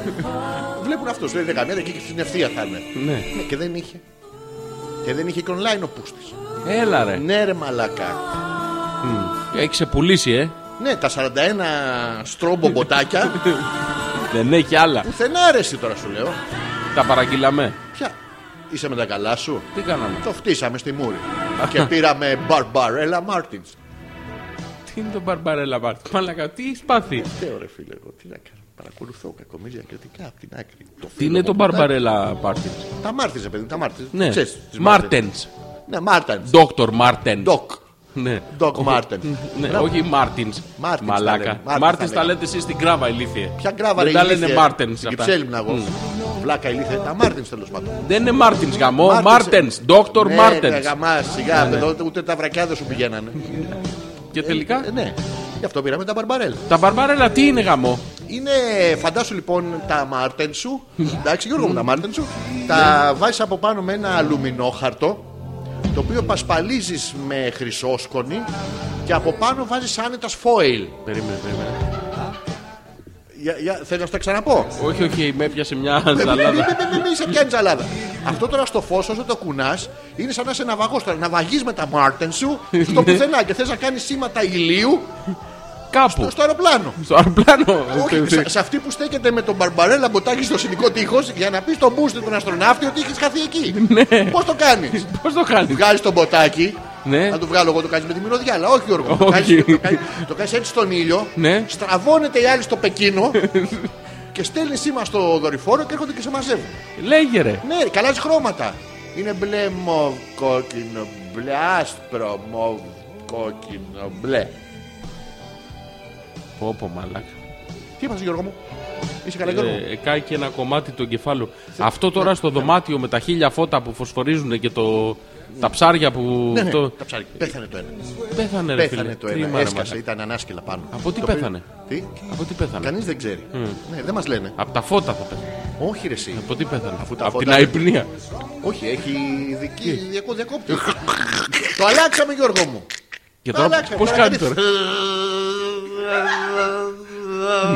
Speaker 3: βλέπουν αυτό. Δεν είναι καμία εκεί και στην ευθεία θα είναι.
Speaker 4: Ναι.
Speaker 3: Ναι, και δεν είχε. Και δεν είχε και online ο πούστης.
Speaker 4: Έλα ρε.
Speaker 3: Ναι, ρε μαλακά.
Speaker 4: Έχει ξεπουλήσει, ε.
Speaker 3: Ναι, τα 41 στρόμπο μποτάκια.
Speaker 4: Δεν έχει άλλα.
Speaker 3: Πουθενά αρέσει τώρα σου λέω.
Speaker 4: Τα παραγγείλαμε.
Speaker 3: Πια. Είσαι με τα καλά σου.
Speaker 4: Τι κάναμε.
Speaker 3: Το φτύσαμε στη μούρη. και πήραμε Μπαρμπαρέλα Μάρτιν.
Speaker 4: Τι είναι το μπαρμπαρέλα μπαρτ. Μαλακα, τι έχεις πάθει.
Speaker 3: Θεό ρε φίλε, εγώ τι να κάνω. Παρακολουθώ κακομίλια κριτικά από την άκρη. Το
Speaker 4: Τι
Speaker 3: φίλο
Speaker 4: είναι
Speaker 3: μου
Speaker 4: το
Speaker 3: μποτάκι.
Speaker 4: μπαρμπαρέλα μπαρτ.
Speaker 3: Τα μάρτιζε, παιδί, μου, τα μάρτιζε.
Speaker 4: Ναι.
Speaker 3: Ξέρεις, τις
Speaker 4: Μάρτεν.
Speaker 3: μάρτιζε. Ναι, Μάρτεν.
Speaker 4: Δόκτωρ Μάρτεν.
Speaker 3: Ντοκ.
Speaker 4: Ναι.
Speaker 3: Ντοκ
Speaker 4: Όχι-
Speaker 3: Μάρτεν.
Speaker 4: Ναι,
Speaker 3: Μπράβο.
Speaker 4: όχι Μάρτιν.
Speaker 3: Martins τα λέμε.
Speaker 4: Μαλάκα.
Speaker 3: Martins τα
Speaker 4: Μάρτιν τα
Speaker 3: λέμε.
Speaker 4: λέτε εσείς στην κράβα, ηλίθιε.
Speaker 3: Ποια γκράβα
Speaker 4: Δεν
Speaker 3: ρε
Speaker 4: τα
Speaker 3: ηλίθιε.
Speaker 4: λένε Μάρτεν.
Speaker 3: Στην Κυψέλιμνα εγώ. Βλάκα ηλίθεια. Τα Μάρτιν τέλος πάντων.
Speaker 4: Δεν είναι Μάρτιν γαμό.
Speaker 3: Μάρτινς.
Speaker 4: Μάρτεν. Δόκτωρ Ναι,
Speaker 3: Ναι,
Speaker 4: Μάρτεν.
Speaker 3: ρε, γαμά, σιγά, εδώ ούτε τα βρακιάδες σου πηγαίνανε.
Speaker 4: Και
Speaker 3: Ε,
Speaker 4: τελικά.
Speaker 3: ναι, γι' αυτό πήραμε τα μπαρμπαρέλ.
Speaker 4: Τα μπαρμπαρέλα τι είναι γαμό.
Speaker 3: Είναι, φαντάσου λοιπόν τα Μάρτεν σου. Εντάξει, Γιώργο μου, τα Μάρτεν σου.
Speaker 4: Ναι.
Speaker 3: Τα βάζεις από πάνω με ένα αλουμινόχαρτο. Το οποίο πασπαλίζεις με χρυσόσκονη και από πάνω βάζεις άνετα σφόιλ.
Speaker 4: Περίμενε, περίμενε.
Speaker 3: Για, για, θέλω να σου τα ξαναπώ.
Speaker 4: Όχι, όχι, με έπιασε μια
Speaker 3: Μην μη,
Speaker 4: ζαλάδα.
Speaker 3: μη, μη, μη σε πιάνει τζαλάδα. Αυτό τώρα στο φως, όσο το κουνάς, είναι σαν να είσαι ναυαγός τώρα. Να βαγείς με τα Μάρτεν σου στο
Speaker 4: Ναι.
Speaker 3: πουθενά και θες να κάνεις σήματα ηλίου
Speaker 4: Κάπου.
Speaker 3: στο αεροπλάνο.
Speaker 4: Στο αεροπλάνο.
Speaker 3: Όχι, σε- σε αυτή που στέκεται με τον Μπαρμπαρέλα μποτάκι στο συνοικό τείχος για να πεις στον Μπούστη τον αστροναύτη ότι έχει χαθεί εκεί.
Speaker 4: Ναι.
Speaker 3: Πώς το κάνεις.
Speaker 4: Πώς το κάνεις.
Speaker 3: Βγάζει τον μποτάκι.
Speaker 4: Ναι.
Speaker 3: Θα το βγάλω εγώ, το κάνεις με τη μυρωδιά, αλλά όχι Γιώργο. μου. Το
Speaker 4: Όχι.
Speaker 3: κάνεις- Το κάνεις έτσι στον ήλιο.
Speaker 4: Ναι.
Speaker 3: Στραβώνεται η άλλη στο Πεκίνο. και στέλνεις σήμα στο δορυφόρο και έρχονται και σε μαζεύουν.
Speaker 4: Λέγε ρε.
Speaker 3: Ναι, καλά έχεις χρώματα. Είναι μπλε μοβ, κόκκινο, μπλε, άσπρο, μοβ, κόκκινο, μπλε.
Speaker 4: Πω πω μαλάκα.
Speaker 3: Τι είπα, Γιώργο μου. Είσαι καλά, Γιώργο. μου?
Speaker 4: Ε, Κάει και ένα κομμάτι του εγκεφάλου. Αυτό
Speaker 3: Ναι.
Speaker 4: τώρα στο δωμάτιο με τα χίλια φώτα που φωσφορίζουν και το... τα ψάρια που.
Speaker 3: Ναι, ναι,
Speaker 4: το-
Speaker 3: τα ψάρια. Πέθανε το ένα.
Speaker 4: Πέθανε, ρε φίλε.
Speaker 3: Πέθανε το
Speaker 4: Κρίμα,
Speaker 3: ένα.
Speaker 4: ρε,
Speaker 3: Έσκασε,
Speaker 4: μαλάκα.
Speaker 3: ήταν ανάσκελα πάνω.
Speaker 4: Από τι
Speaker 3: Το πήρε-
Speaker 4: πέθανε?
Speaker 3: Τι,
Speaker 4: Από τι πέθανε.
Speaker 3: κανείς δεν ξέρει. Ναι, δεν μας λένε.
Speaker 4: Από τα φώτα θα πέθανε.
Speaker 3: Όχι, ρε, εσύ.
Speaker 4: Από τι πέθανε.
Speaker 3: Αφού τα
Speaker 4: από
Speaker 3: φώτα
Speaker 4: την
Speaker 3: δεν-
Speaker 4: αϊπνία.
Speaker 3: Όχι, έχει ειδική διακο- διακόπτη. Το αλλάξαμε, Γιώργο μου.
Speaker 4: Και
Speaker 3: Το
Speaker 4: τώρα
Speaker 3: αλλάξαμε.
Speaker 4: πώ
Speaker 3: να
Speaker 4: κάνει
Speaker 3: δεις.
Speaker 4: τώρα.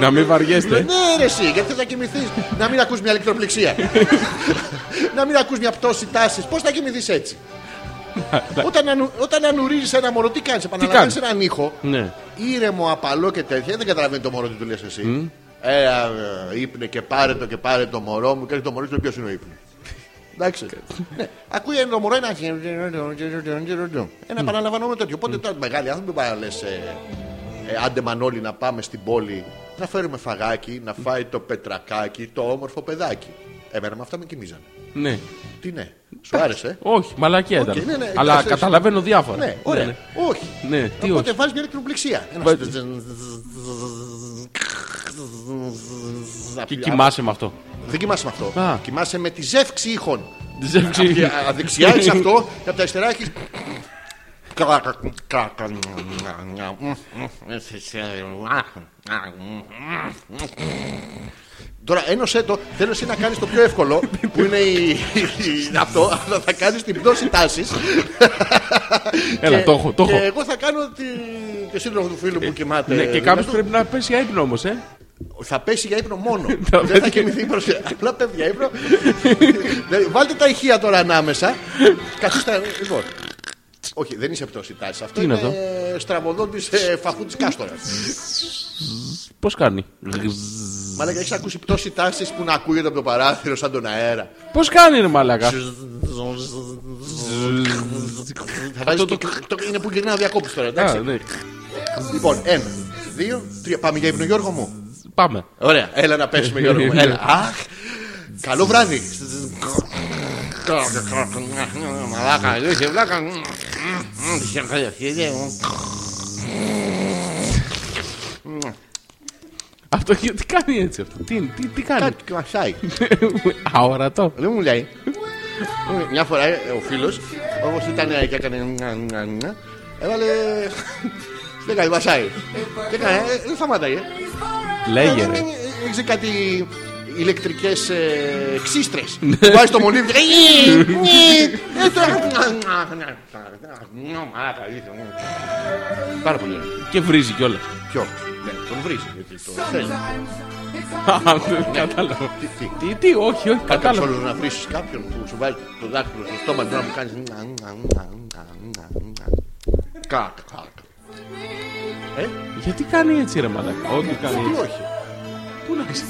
Speaker 4: Να μην βαριέστε.
Speaker 3: Ναι, ρε, εσύ, γιατί θες να κοιμηθείς. να μην ακούς μια ηλεκτροπληξία. να μην ακούς μια πτώση τάσης. Πώς θα κοιμηθείς έτσι. όταν ανου, όταν ανουρίζεις ένα μωρό, τι κάνεις. Επαναλαμβάνεις
Speaker 4: κάνεις?
Speaker 3: έναν ήχο.
Speaker 4: Ναι.
Speaker 3: ήρεμο, απαλό και τέτοια. Δεν καταλαβαίνει το μωρό τι του λες εσύ. Έλα, ε, ύπνε και πάρε το και πάρε το μωρό μου. Και έρχεται το μωρό του ποιος είναι ο ύπνος. Εντάξει. ναι. Ακούει ένα το μωρό ένα. Ένα επαναλαμβανόμενο τέτοιο. Οπότε τώρα μεγάλοι άνθρωποι πάνε λες. άντε μανόλοι να πάμε στην πόλη να φέρουμε φαγάκι, να φάει το πετρακάκι, το όμορφο παιδάκι. Εμένα με αυτά με κοιμίζανε.
Speaker 4: Ναι.
Speaker 3: Τι ναι, σου άρεσε.
Speaker 4: Όχι, μαλακία
Speaker 3: Οκ,
Speaker 4: ήταν.
Speaker 3: ναι, ναι,
Speaker 4: Αλλά
Speaker 3: εντάξει.
Speaker 4: καταλαβαίνω διάφορα.
Speaker 3: Ναι, ωραία.
Speaker 4: Ναι,
Speaker 3: Όχι.
Speaker 4: ναι. Ναι, τι
Speaker 3: Οπότε
Speaker 4: όχι.
Speaker 3: βάζεις μια ηλεκτροπληξία. Ένας
Speaker 4: Βα- Και
Speaker 3: Απ-
Speaker 4: κοιμάσαι με αυτό.
Speaker 3: Δεν κοιμάσαι με αυτό.
Speaker 4: Α.
Speaker 3: Κοιμάσαι με τη ζεύξη ήχων.
Speaker 4: Ζεύξη.
Speaker 3: Και α- δεξιά έχεις αυτό και από τα αριστερά έχεις. Τώρα ένωσέ το, θέλω εσύ να κάνεις το πιο εύκολο που είναι η, η- αυτό, αλλά θα κάνεις την πτώση τάσης.
Speaker 4: Έλα, το έχω, το
Speaker 3: Και
Speaker 4: έχω.
Speaker 3: εγώ θα κάνω τη, τη σύντροφο του φίλου που κοιμάται.
Speaker 4: Ναι, και
Speaker 3: δίπλα
Speaker 4: κάποιος
Speaker 3: του.
Speaker 4: πρέπει να πέσει για ύπνο όμω, ε.
Speaker 3: Θα πέσει για ύπνο μόνο.
Speaker 4: Θα
Speaker 3: Δεν θα
Speaker 4: πέσει.
Speaker 3: κοιμηθεί μπροστά. Απλά πέφτει για ύπνο. Δηλαδή, Βάλτε τα ηχεία τώρα ανάμεσα. Καθίστε. Λοιπόν. Όχι, δεν είσαι πτώση τάσης. Αυτό
Speaker 4: Τι είναι
Speaker 3: είναι ε, στραβωδόν τη φαφού τη Κάστορας.
Speaker 4: Πώς κάνει.
Speaker 3: Ναι. Μαλάκα, έχεις ακούσει πτώση τάσης που να ακούγεται από το παράθυρο σαν τον αέρα.
Speaker 4: Πώς κάνει, ρε μαλακά.
Speaker 3: Θα βάζεις και- το- Είναι που γυρνάω διακόπτη τώρα,
Speaker 4: Α,
Speaker 3: εντάξει.
Speaker 4: ναι.
Speaker 3: Λοιπόν, ένα. δύο, τρία. Πάμε για ύπνο, Γιώργο μου.
Speaker 4: Πάμε.
Speaker 3: Ωραία, έλα να πέσουμε, Γιώργο
Speaker 4: Ναι.
Speaker 3: μου. Έλα. Αχ, καλό βράδυ.
Speaker 5: Ờ,
Speaker 3: Μαλάκα, εδώ είχε βλάκα. Είχε καλοκαίρι.
Speaker 4: Αυτό και- τι κάνει έτσι αυτό. Τι, τι, τι κάνει.
Speaker 3: Κάτι μασάει.
Speaker 4: Αόρατο.
Speaker 3: Δεν μου λέει. Μια φορά ε, ο φίλος, όμω ήταν ε, και έκανε. νια, νια, νια, Έβαλε. Δεν κάνει, μασάει. Και έκανε, ε, δεν σταματάει.
Speaker 4: Λέγε. ρε.
Speaker 3: Έχει κάτι ηλεκτρικές ξύστρε. Πάει στο μονίμι και. Ε, τώρα, μαλάκα, ήρθε, μου. Πάρα πολύ. ωραία.
Speaker 4: Και βρίζει κιόλα.
Speaker 3: Ποιο. Ναι, Τον βρίζει. γιατί το θέλει.
Speaker 4: Κατάλαβα.
Speaker 3: Τι- τι.
Speaker 4: Ναι. Τι, τι, όχι, όχι,
Speaker 3: Κάτσε
Speaker 4: κατάλαβα.
Speaker 3: όλο να βρει κάποιον που σου βάζει το δάχτυλο στο στόμα του να μου κάνει. Κακ, κακ. Ε,
Speaker 4: Γιατί κάνει έτσι, ρε μαλάκα. Όντω κάνει
Speaker 3: τι
Speaker 4: έτσι.
Speaker 3: όχι.
Speaker 4: Πού να ξέρει.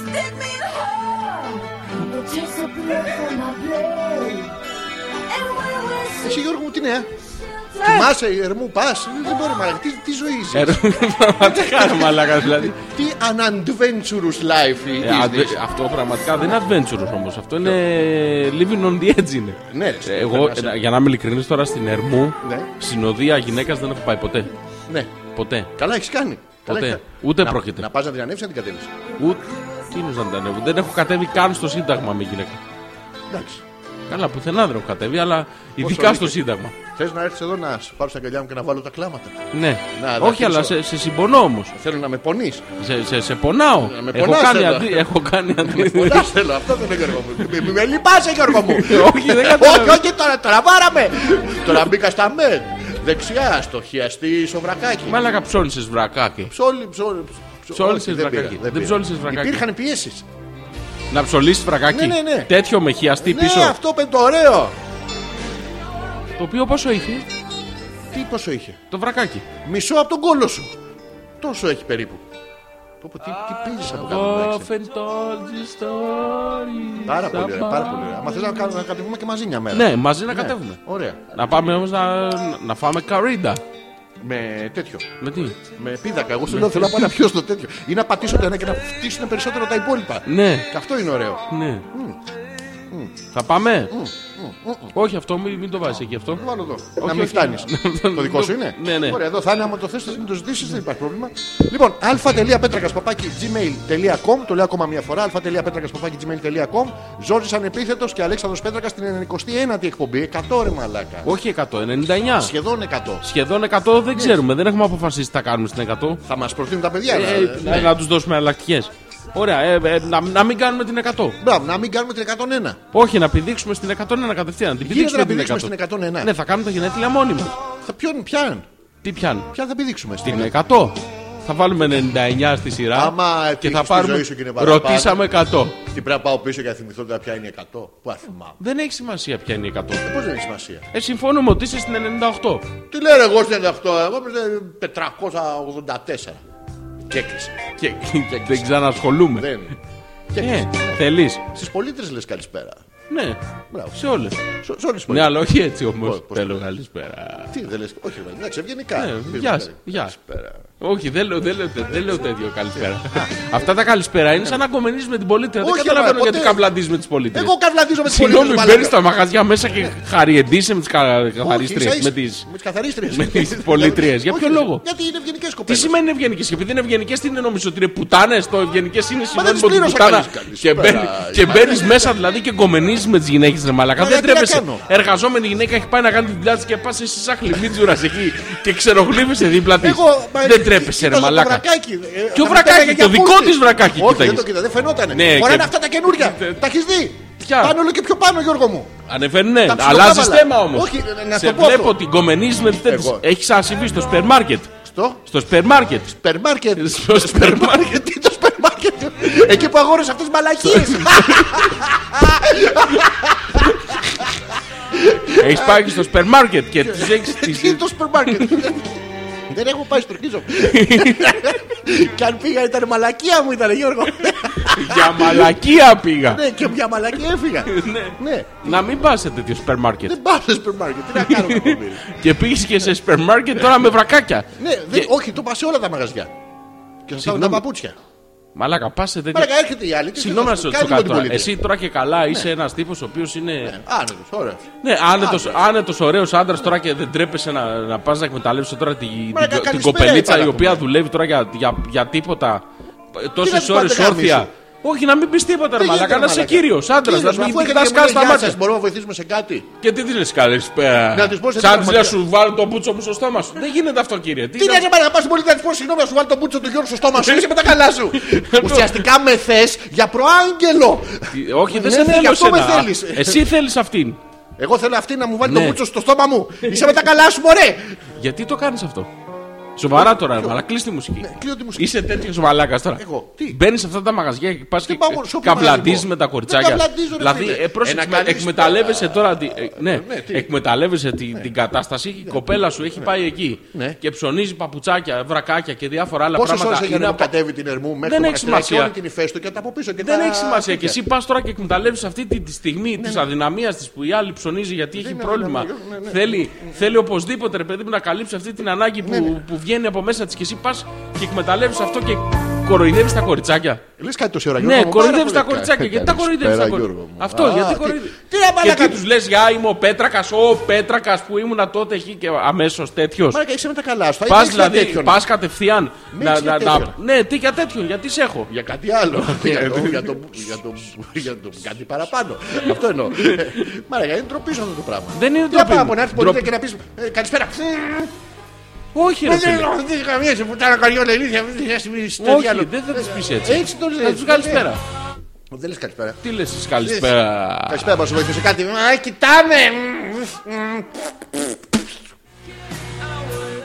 Speaker 6: Just a breath on my blade. And we were so
Speaker 3: Εσύ Γιώργο μου τι
Speaker 4: Ναι.
Speaker 3: νέα. Θυμάσαι, ερμού πας. Δεν μπορεί να τι, τι ζωή είσαι.
Speaker 4: Πραγματικά, ρε μαλάκας δηλαδή.
Speaker 3: Τι an adventurous life
Speaker 4: Ε,
Speaker 3: is
Speaker 4: αδε-
Speaker 3: this.
Speaker 4: Αυτό πραγματικά δεν είναι adventure όμως. Αυτό είναι living on the edge είναι.
Speaker 3: Ναι, ρε,
Speaker 4: Ε, Εγώ,
Speaker 3: πρέπει να
Speaker 4: ε,
Speaker 3: σε-
Speaker 4: για να είμαι ειλικρινής τώρα στην Ερμού,
Speaker 3: Ναι.
Speaker 4: συνοδεία γυναίκας δεν έχω πάει ποτέ.
Speaker 3: Ναι,
Speaker 4: Ποτέ.
Speaker 3: καλά έχεις κάνει. Καλά
Speaker 4: Ποτέ.
Speaker 3: έχεις κάνει.
Speaker 4: Ούτε
Speaker 3: Να-
Speaker 4: πρόκειται.
Speaker 3: Να πας να την ανέβει να την κατέβεις.
Speaker 4: Ούτε. Τι είναι να την ανέβω. Δεν έχω κατέβει καν στο Σύνταγμα με γυναίκα.
Speaker 3: Εντάξει.
Speaker 4: Καλά, πουθενά δεν έχω κατέβει, αλλά ειδικά στο
Speaker 3: αλήθεια.
Speaker 4: Σύνταγμα.
Speaker 3: Θες να έρθεις εδώ να σου πάρω στα αγκαλιά μου και να βάλω τα κλάματα.
Speaker 4: Ναι.
Speaker 3: Να, να
Speaker 4: Όχι,
Speaker 3: χτίσω.
Speaker 4: αλλά σε, σε συμπονώ όμως.
Speaker 3: Θέλω να με πονείς.
Speaker 4: Σε, σε, σε πονάω.
Speaker 3: Να με
Speaker 4: Έχω
Speaker 3: πονάς,
Speaker 4: κάνει,
Speaker 3: έλα.
Speaker 4: αντί, έχω κάνει αντί.
Speaker 3: Πολλά θέλω, αυτό δεν είναι Γιώργο μου. Μη- μη- Με λυπάσαι Γιώργο μου.
Speaker 4: Όχι, δεν κατάλαβα.
Speaker 3: Όχι, όχι, τώρα τραβάραμε. Τώρα μπήκα στα μετ. Δεξιά, στο χιαστή, στο βρακάκι.
Speaker 4: Μάλακα ψώνισες βρακάκι.
Speaker 3: Ψόλι, ψόλι.
Speaker 4: Ψόλισες
Speaker 3: όχι, δεν
Speaker 4: βρακάκι.
Speaker 3: πήρα,
Speaker 4: Δεν
Speaker 3: πήρα.
Speaker 4: ψόλισες βρακάκι.
Speaker 3: Υπήρχαν πιέσεις.
Speaker 4: Να ψωλίσει βρακάκι.
Speaker 3: Ναι, ναι, ναι.
Speaker 4: Τέτοιο με χιαστή
Speaker 3: Ναι,
Speaker 4: πίσω.
Speaker 3: αυτό πεν το ωραίο.
Speaker 4: Το οποίο πόσο είχε
Speaker 3: Τι πόσο είχε.
Speaker 4: το βρακάκι.
Speaker 3: Μισό από τον κόλο σου. Τόσο έχει περίπου. Πω, πω, τι, τι παίζεις από κάτω. εντάξει.
Speaker 4: Often told you stories
Speaker 3: Πάρα πολύ ωραία,
Speaker 4: about-
Speaker 3: πάρα πολύ ωραία. Άμα θες να, κάνουμε- να κατεβούμε και μαζί μια μέρα.
Speaker 4: Ναι, μαζί να κατέβουμε.
Speaker 3: Ωραία.
Speaker 4: Να πάμε όμως να, να φάμε καρίντα.
Speaker 3: Με τέτοιο.
Speaker 4: Με τι.
Speaker 3: Με πίδακα. Εγώ σου λέω θέλω να πάω να πιω στο τέτοιο. Ή να πατήσω το ένα και να φτύσουν περισσότερο τα υπόλοιπα.
Speaker 4: Ναι,
Speaker 3: Και αυτό είναι ωραίο.
Speaker 4: ναι. Θα πάμε. Όχι, αυτό μην, μην το βάζεις εκεί αυτό.
Speaker 3: Βάλω εδώ.
Speaker 4: όχι,
Speaker 3: να μην
Speaker 4: όχι.
Speaker 3: φτάνεις.
Speaker 4: Να
Speaker 3: το δικό
Speaker 4: το-
Speaker 3: σου είναι.
Speaker 4: Ναι, ναι.
Speaker 3: Ωραία, εδώ θα είναι. Άμα το θες, μην το ζητήσεις, δεν υπάρχει πρόβλημα. Λοιπόν, α.πέτρακα παπάκι gmail.com. Το λέω ακόμα μία φορά. α.πέτρακα παπάκι gmail.com. Ζόρι ανεπίθετος και Αλέξανδρος Πέτρακας στην 91η εκπομπή. 100 ρε μαλάκα.
Speaker 4: Όχι 199.
Speaker 3: Σχεδόν 100.
Speaker 4: Σχεδόν 100 δεν ξέρουμε. Δεν έχουμε αποφασίσει τι θα κάνουμε στην 100.
Speaker 3: Θα μας προτείνουν τα παιδιά.
Speaker 4: Ε,
Speaker 3: να-
Speaker 4: ε, να- Να τους δώσουμε εναλλακτικέ. Ωραία, ε, ε, να, να μην κάνουμε την 100.
Speaker 3: Μπράβο, να μην κάνουμε την 101.
Speaker 4: Όχι, να πηδήξουμε στην 101 κατευθείαν. να
Speaker 3: Γίνεται
Speaker 4: Την πηδήξουμε
Speaker 3: να
Speaker 4: την
Speaker 3: πηδήξουμε
Speaker 4: 100.
Speaker 3: στην 101.
Speaker 4: Ναι, θα κάνουμε τα γενέθλια μόνιμα.
Speaker 3: Θα πιάνουν, πιάνουν.
Speaker 4: Τι πιάνουν.
Speaker 3: Ποια θα πηδήξουμε στην
Speaker 4: Την 100. Θα βάλουμε 99 στη σειρά
Speaker 3: Άμα
Speaker 4: και
Speaker 3: τύχεις
Speaker 4: θα
Speaker 3: τη ζωή
Speaker 4: πάρουμε.
Speaker 3: σου και είναι παραπάνω.
Speaker 4: Ρωτήσαμε 100.
Speaker 3: Τι πρέπει να πάω πίσω για να θυμηθώ τώρα ποια είναι η 100. Πού αθυμάμαι.
Speaker 4: Δεν έχει σημασία ποια είναι η 100.
Speaker 3: Πώς δεν έχει σημασία.
Speaker 4: Ε, συμφώνουμε ότι είσαι στην 98.
Speaker 3: Τι λέω ρε, εγώ στην 98, εγώ είμαι 484. Και έκλεισε.
Speaker 4: Και, και δεν ξανασχολούμε.
Speaker 3: Δεν. Ναι, Και
Speaker 4: Ε,
Speaker 3: έκλεισε.
Speaker 4: θέλεις.
Speaker 3: Στις πολίτρε λες καλησπέρα.
Speaker 4: Ναι,
Speaker 3: Μπράβο.
Speaker 4: σε όλες.
Speaker 3: Σε όλες τις
Speaker 4: Ναι, αλλά όχι έτσι όμως.
Speaker 3: Πώς, πώς.
Speaker 4: Θέλω καλησπέρα.
Speaker 3: Τι δεν λες. Όχι, ρε, εντάξει, ευγενικά.
Speaker 4: Ναι,
Speaker 3: Πες
Speaker 4: γεια
Speaker 3: μου,
Speaker 4: σας,
Speaker 3: καλή-
Speaker 4: γεια.
Speaker 3: Καλησπέρα.
Speaker 4: Όχι, δεν λέω, δεν λέω, τε- δεν λέω τέτοιο καλησπέρα. Αυτά τα καλησπέρα είναι σαν να κομμενίζεις με την πολίτρια. Δεν
Speaker 3: Όχι, ρε,
Speaker 4: καταλαβαίνω
Speaker 3: ποτέ.
Speaker 4: γιατί καβλαντίζεις με τις πολίτρε.
Speaker 3: Εγώ καβλαντίζω με τις πολίτρε.
Speaker 4: Συγγνώμη, μπαίνει στα μαγαζιά μέσα και χαριεντήσει με τις καθαρίστριε. Με τις...
Speaker 3: Με τις καθαρίστριε.
Speaker 4: με τις πολίτριες. Για ποιο λόγο?
Speaker 3: Γιατί είναι ευγενικές κοπέλε.
Speaker 4: Τι σημαίνει ευγενικές, και επειδή είναι ευγενικές, τι είναι νομίζω ότι είναι πουτάνες. Το ευγενικές είναι
Speaker 3: δεν
Speaker 4: συνώνυμο
Speaker 3: τις
Speaker 4: του
Speaker 3: πλήρωσα
Speaker 4: πουτάνα.
Speaker 3: κανείς, καλής
Speaker 4: Και
Speaker 3: πέρα,
Speaker 4: μπαίνει-
Speaker 3: η
Speaker 4: Και
Speaker 3: μαλάκα.
Speaker 4: μπαίνεις μέσα δηλαδή και κομμενίζεις με τις γυναίκες, ρε Μαλακά.
Speaker 3: Μαλάκα,
Speaker 4: Δεν
Speaker 3: τι να
Speaker 4: τρέπεσαι.
Speaker 3: κάνω.
Speaker 4: Εργαζόμενη γυναίκα έχει πάει να κάνει τη δουλειά της και πας εσύ σαν χλιμίτζουρα εκεί και ξερογλύβεσαι δίπλα της.
Speaker 3: Εγώ, μα, ε,
Speaker 4: Δεν τρέπεσαι, ρε
Speaker 3: κοίταζα το
Speaker 4: Μαλακά.
Speaker 3: βρακάκι, ε,
Speaker 4: Ποιο
Speaker 3: θα
Speaker 4: βρακάκι,
Speaker 3: πέταγε
Speaker 4: το
Speaker 3: για
Speaker 4: δικό
Speaker 3: πούστη.
Speaker 4: της βρακάκι
Speaker 3: Όχι,
Speaker 4: κοίταγες.
Speaker 3: δεν το κοίτα, δεν φαινόταν.
Speaker 4: Ναι,
Speaker 3: Φοράνε
Speaker 4: και-
Speaker 3: αυτά τα καινούρια.
Speaker 4: Τε-
Speaker 3: Τα έχεις δει.
Speaker 4: Ποια?
Speaker 3: Πάνω όλο και πιο πάνω, Γιώργο μου.
Speaker 4: Ανεβαίνουνε,
Speaker 3: Τα
Speaker 4: αλλάζει
Speaker 3: ψιλοκάβαλα.
Speaker 4: θέμα όμως.
Speaker 3: Όχι, ε, να
Speaker 4: Σε
Speaker 3: το πω αυτό.
Speaker 4: βλέπω την κομμενίζεις με τις
Speaker 3: Εγώ.
Speaker 4: Έχεις ασυμβεί στο σπερ μάρκετ.
Speaker 3: Στο
Speaker 4: Στο σπερ μάρκετ.
Speaker 3: σπερ μάρκετ.
Speaker 4: Στο σπερ μάρκετ.
Speaker 3: Τι είναι το σπερ μάρκετ. Εκεί που αγόρασε αυτέ τι μαλακίε.
Speaker 4: Έχεις πάει και στο σπερ μάρκετ και τη
Speaker 3: Τι είναι
Speaker 4: έχει.
Speaker 3: το σπερ μάρκετ. Δεν έχω πάει στο Ρκίζο. Κι αν πήγα ήταν μαλακία μου ήταν Γιώργο.
Speaker 4: Για μαλακία πήγα.
Speaker 3: Ναι και μια μαλακία έφυγα. Ναι.
Speaker 4: Να μην πας σε τέτοιο σπερ μάρκετ.
Speaker 3: Δεν πάω στο σπερ μάρκετ. Τι να κάνω. Κακομοίρη.
Speaker 4: Και πήγες και σε σπερ μάρκετ τώρα με βρακάκια.
Speaker 3: Ναι, δεν- όχι, το πας σε όλα τα μαγαζιά. Και σα στάβουν τα
Speaker 4: Συγγνώμη.
Speaker 3: παπούτσια.
Speaker 4: Μαλάκα, πα σε τέτοια.
Speaker 3: Μαλάκα, έρχεται η άλλη. τι
Speaker 4: Συγγνώμη να
Speaker 3: θέλετε,
Speaker 4: σε
Speaker 3: κάνει λίγο
Speaker 4: ρωτήσω κάτι
Speaker 3: την
Speaker 4: τώρα.
Speaker 3: πολίτη.
Speaker 4: Εσύ τώρα και καλά
Speaker 3: Ναι.
Speaker 4: είσαι ένας τύπος ο οποίος είναι.
Speaker 3: Άνετος, ωραίος.
Speaker 4: Ναι, άνετος, άνετος ωραίος άντρας τώρα και δεν τρέπεσαι να, να πας να εκμεταλλεύσεις τώρα τη- την,
Speaker 3: καλησπέρα
Speaker 4: την κοπελίτσα η
Speaker 3: είπα,
Speaker 4: οποία
Speaker 3: πούμε.
Speaker 4: δουλεύει τώρα για, για, για τίποτα ε,
Speaker 3: να της
Speaker 4: τόσες
Speaker 3: πάτε
Speaker 4: ώρες
Speaker 3: να
Speaker 4: όρθια.
Speaker 3: μισεί.
Speaker 4: Όχι, να μην πεις τίποτα, ρε
Speaker 3: Δεν γίνεται,
Speaker 4: μαλακά, να είσαι
Speaker 3: μαλάκα.
Speaker 4: κύριος άντρας, να
Speaker 3: Κύριος,
Speaker 4: μην
Speaker 3: αφού έρχεται
Speaker 4: κοιτάς
Speaker 3: και μου λέει,
Speaker 4: καν στα
Speaker 3: «Γεια
Speaker 4: μάτια.
Speaker 3: σας, Μπορούμε να βοηθήσουμε σε κάτι.
Speaker 4: Και τι της λες καλησπέρα.
Speaker 3: Να της πω σε
Speaker 4: Σαν
Speaker 3: τι
Speaker 4: της λέει,
Speaker 3: πραγματικά-
Speaker 4: σου βάλω το μπούτσο μου στο στόμα σου. Δεν γίνεται αυτό, κύριε. Τι
Speaker 3: Τι
Speaker 4: να-
Speaker 3: να σε πάρει να πας στην πολιτεία τη συγγνώμη να σου βάλει το μπούτσο του Γιώργου στο στόμα σου. Είσαι με τα καλά σου. Ουσιαστικά με θες για προάγγελο.
Speaker 4: τι- Ε, Όχι, δεν
Speaker 3: Ναι,
Speaker 4: σε
Speaker 3: ναι,
Speaker 4: θέλω
Speaker 3: γι' αυτό με
Speaker 4: εσένα.
Speaker 3: θέλεις.
Speaker 4: Εσύ θέλεις αυτήν.
Speaker 3: Εγώ θέλω αυτή να μου βάλει το
Speaker 4: Ναι.
Speaker 3: μπούτσο στο στόμα μου. Είσαι με τα καλά σου, μωρέ.
Speaker 4: Γιατί το κάνεις αυτό. Σοβαρά τώρα, αλλά κλείσει τη μουσική.
Speaker 3: κλείνω Ναι, τη μουσική.
Speaker 4: Είσαι τέτοιος μαλάκας τώρα.
Speaker 3: Εγώ, τι?
Speaker 4: Μπαίνεις σε αυτά τα μαγαζιά και πας και
Speaker 3: πάω μόνο shopping
Speaker 4: καβλαντίζει
Speaker 3: μαζί μου.
Speaker 4: με τα
Speaker 3: Δεν
Speaker 4: κοριτσάκια.
Speaker 3: καβλαντίζω, ρε
Speaker 4: Δηλαδή,
Speaker 3: φίλε.
Speaker 4: ε, πρόσεξε,
Speaker 3: Ένα
Speaker 4: με,
Speaker 3: καλή
Speaker 4: εκμεταλλεύεσαι τώρα. τη- ε, ναι,
Speaker 3: ναι, τι?
Speaker 4: εκμεταλλεύεσαι τη- την κατάσταση. Η κοπέλα σου έχει πάει εκεί
Speaker 3: Ναι.
Speaker 4: και ψωνίζει παπουτσάκια, βρακάκια και διάφορα άλλα
Speaker 3: Πόσες ώρε
Speaker 4: πράγματα.
Speaker 3: έγινε
Speaker 4: Είναι
Speaker 3: να
Speaker 4: απα-
Speaker 3: κατέβει την ερμού μέχρι
Speaker 4: Δεν
Speaker 3: το
Speaker 4: έχει
Speaker 3: Μακριτήρα και
Speaker 4: σημασία.
Speaker 3: όλη την ηφαίστειο και τα από πίσω. και
Speaker 4: Δεν
Speaker 3: τα-
Speaker 4: έχει σημασία. Και
Speaker 3: τέτοια.
Speaker 4: εσύ πας τώρα και εκμεταλλεύεις αυτή τη, τη στιγμή τη αδυναμίας της που η άλλη ψωνίζει γιατί έχει
Speaker 3: Ναι, είναι
Speaker 4: πρόβλημα.
Speaker 3: αδυναμία, ναι, ναι.
Speaker 4: Θέλει, θέλει οπωσδήποτε ρε παιδί μου να καλύψει αυτή την ανάγκη που,
Speaker 3: ναι.
Speaker 4: που βγαίνει από μέσα της. Και εσύ πας και εκμεταλλεύεις αυτό και κοροϊδεύεις τα κοριτσάκια.
Speaker 3: Λες κάτι τόση ώρα.
Speaker 4: ναι,
Speaker 3: Γιώργο μου,
Speaker 4: κοροϊδεύει τα
Speaker 3: πάρα πολύ
Speaker 4: κοριτσάκια.
Speaker 3: καλά.
Speaker 4: Γιατί τα κοροϊδεύεις τα
Speaker 3: Καλησπέρα,
Speaker 4: κοριτσάκια.
Speaker 3: Γιώργο μου.
Speaker 4: Αυτό
Speaker 3: Α,
Speaker 4: γιατί
Speaker 3: τι-
Speaker 4: κοροϊδεύεις.
Speaker 3: Τι να πάνε να
Speaker 4: Γιατί
Speaker 3: κάνουν.
Speaker 4: τους λες, Γεια, είμαι ο Πέτρακας, ο Πέτρακας που ήμουνα τότε εκεί και αμέσως τέτοιος.
Speaker 3: Μάρακα, είσαι με τα καλά σου. Θα
Speaker 4: Πας
Speaker 3: ήθελες για
Speaker 4: δηλαδή,
Speaker 3: τέτοιον.
Speaker 4: πας κατευθείαν.
Speaker 3: Μην
Speaker 4: να-
Speaker 3: έχεις για
Speaker 4: να- να-
Speaker 3: τέτοιον.
Speaker 4: Ναι, τι για τέτοιον, γιατί σε έχω.
Speaker 3: Για κάτι άλλο. για το- για το- για το- για το- κάτι παραπάνω. Αυτό εννοώ. Μάρακα, είναι ντροπή σου αυτό το πράγμα.
Speaker 4: Δεν είναι
Speaker 3: Τι να
Speaker 4: ντροπή
Speaker 3: πάμε
Speaker 4: μου.
Speaker 3: να έρθει πολιτεία
Speaker 4: Ντροπή.
Speaker 3: και να πεις Καλησπέρα.
Speaker 4: Όχι, ρε
Speaker 3: Δεν
Speaker 4: φίλε.
Speaker 3: θέλω, δεν είχα καμία σε πουτάνα καριόλα ηλίθεια. Δεν είχα συμβεί στο
Speaker 4: Όχι,
Speaker 3: διάλογο.
Speaker 4: δεν θα του πεις έτσι.
Speaker 3: Έτσι το λες.
Speaker 4: Θα τους βγάλεις πέρα.
Speaker 3: Δεν λες καλησπέρα.
Speaker 4: Τι λες, καλησπέρα.
Speaker 3: Καλησπέρα, μα βοηθήσεις κάτι. Α, κοιτάμε.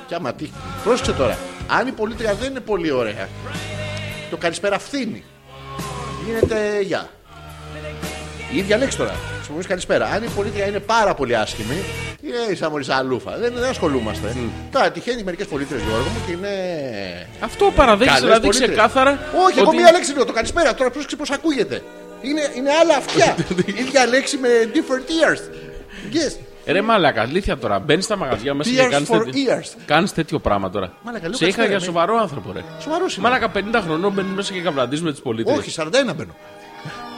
Speaker 3: Κι άμα τι. Πρόσεξε τώρα. Αν η πολίτρια δεν είναι πολύ ωραία, το καλησπέρα φθήνει. Γίνεται γεια. Η ίδια λέξη τώρα. Συμφωνεί καλησπέρα. Αν η πολίτρια είναι πάρα πολύ άσχημη, είναι σαν μόλι αλούφα. Δεν, δεν ασχολούμαστε. Τώρα τυχαίνει μερικές πολίτρες Γιώργο μου και είναι.
Speaker 4: Αυτό παραδέχεσαι
Speaker 3: Καλές
Speaker 4: δηλαδή
Speaker 3: πολίτριες.
Speaker 4: ξεκάθαρα.
Speaker 3: Όχι, εγώ
Speaker 4: ότι-
Speaker 3: μία λέξη λέω το καλησπέρα. Τώρα πρόσεξε πώ ακούγεται. Είναι, είναι άλλα αυτιά.
Speaker 4: Δηλαδή-
Speaker 3: ίδια λέξη με different ears. Yes.
Speaker 4: Ρε μαλάκα, αλήθεια τώρα. Μπαίνεις στα μαγαζιά μέσα
Speaker 3: Tears
Speaker 4: και κάνεις
Speaker 3: for
Speaker 4: τέτοιο...
Speaker 3: ears.
Speaker 4: Κάνεις τέτοιο πράγμα τώρα.
Speaker 3: Μαλάκα, λέω
Speaker 4: Σε είχα
Speaker 3: καλησπέρα,
Speaker 4: για
Speaker 3: ναι.
Speaker 4: σοβαρό άνθρωπο, ρε.
Speaker 3: Σοβαρός είμαι.
Speaker 4: Μαλάκα 50 χρονών μπαίνει μέσα και καβλαντίζει με τις πολίτε.
Speaker 3: Όχι, 41 μπαίνω.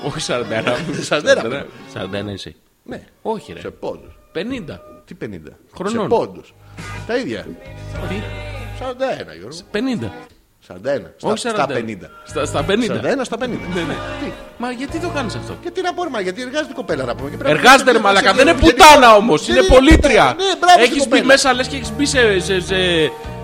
Speaker 4: Όχι 41. 41. 41 είσαι.
Speaker 3: Ναι.
Speaker 4: Όχι, ρε.
Speaker 3: Σε πόντους.
Speaker 4: 50.
Speaker 3: Τι 50.
Speaker 4: Χρονών.
Speaker 3: Σε πόντους. Τα ίδια.
Speaker 4: Τι?
Speaker 3: 41 Γιώργο.
Speaker 4: 50.
Speaker 3: 41. Στα,
Speaker 4: Όχι 40.
Speaker 3: στα 50.
Speaker 4: Στα, στα 50.
Speaker 3: 41 στα 50.
Speaker 4: ναι.
Speaker 3: Τι.
Speaker 4: Μα γιατί το κάνεις αυτό.
Speaker 3: Γιατί να μπορούμε, γιατί εργάζεται η κοπέλα να πούμε. και πρέπει να
Speaker 4: Εργάζεται ρε
Speaker 3: ξέρουμε-
Speaker 4: μαλακά,
Speaker 3: ξέρουμε-
Speaker 4: δεν είναι
Speaker 3: γιατί-
Speaker 4: πουτάνα όμως,
Speaker 3: Δεν
Speaker 4: είναι πολίτρια.
Speaker 3: Ναι, μπράβο στην
Speaker 4: Έχεις μπει
Speaker 3: κοπέλα. Ναι.
Speaker 4: μέσα, λες και έχεις μπει σε, σε, σε,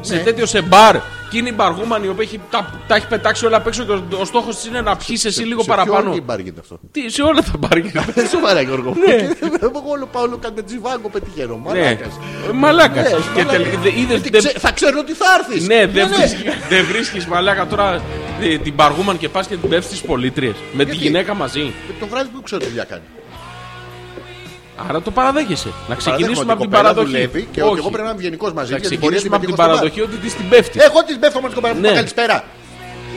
Speaker 4: σε τέτοιο σε μπαρ και είναι η μπαργούμανη η οποία έχει, τα, τα έχει πετάξει όλα απ' έξω και ο, ο στόχος της είναι να πιει εσύ λίγο
Speaker 3: Σε ποιο
Speaker 4: παραπάνω.
Speaker 3: orgy bar γίνεται αυτό.
Speaker 4: Τι, σε όλα τα μπαρ και-
Speaker 3: Δεν σοβαρά Γιώργο μου.
Speaker 4: Ναι.
Speaker 3: Και Εγώ όλο πάω όλο κάτι με τζιβάγκο πετυχαίνω.
Speaker 4: Ναι,
Speaker 3: Μαλάκας.
Speaker 4: μαλάκας.
Speaker 3: Ναι,
Speaker 4: Και
Speaker 3: μαλάκας.
Speaker 4: τελ- δε- είδες,
Speaker 3: Τι
Speaker 4: δεν-
Speaker 3: ξέ- Θα ξέρω ότι θα έρθεις.
Speaker 4: Ναι, δεν βρίσκεις- δεν βρίσκεις μαλάκα τώρα ε, την μπαργούμαν και πας και την πέφτεις στι πολίτριε με τη
Speaker 3: Γιατί?
Speaker 4: γυναίκα μαζί.
Speaker 3: Το βράδυ που ξέρω τι δουλειά κάνει.
Speaker 4: Άρα το παραδέχεσαι. Να ξεκινήσουμε
Speaker 3: Παραδέχομαι ότι
Speaker 4: από
Speaker 3: η
Speaker 4: την
Speaker 3: κοπέλα
Speaker 4: παραδοχή.
Speaker 3: δουλεύει Και
Speaker 4: Όχι.
Speaker 3: ότι εγώ πρέπει να είμαι ευγενικός μαζί.
Speaker 4: Να
Speaker 3: γιατί μπορεί
Speaker 4: ξεκινήσουμε από
Speaker 3: πετύχω στο
Speaker 4: την
Speaker 3: μπαρ.
Speaker 4: παραδοχή ότι της την πέφτεις.
Speaker 3: Εγώ της μπέφτω με την κοπέλα που
Speaker 4: Ναι.
Speaker 3: είπα καλησπέρα.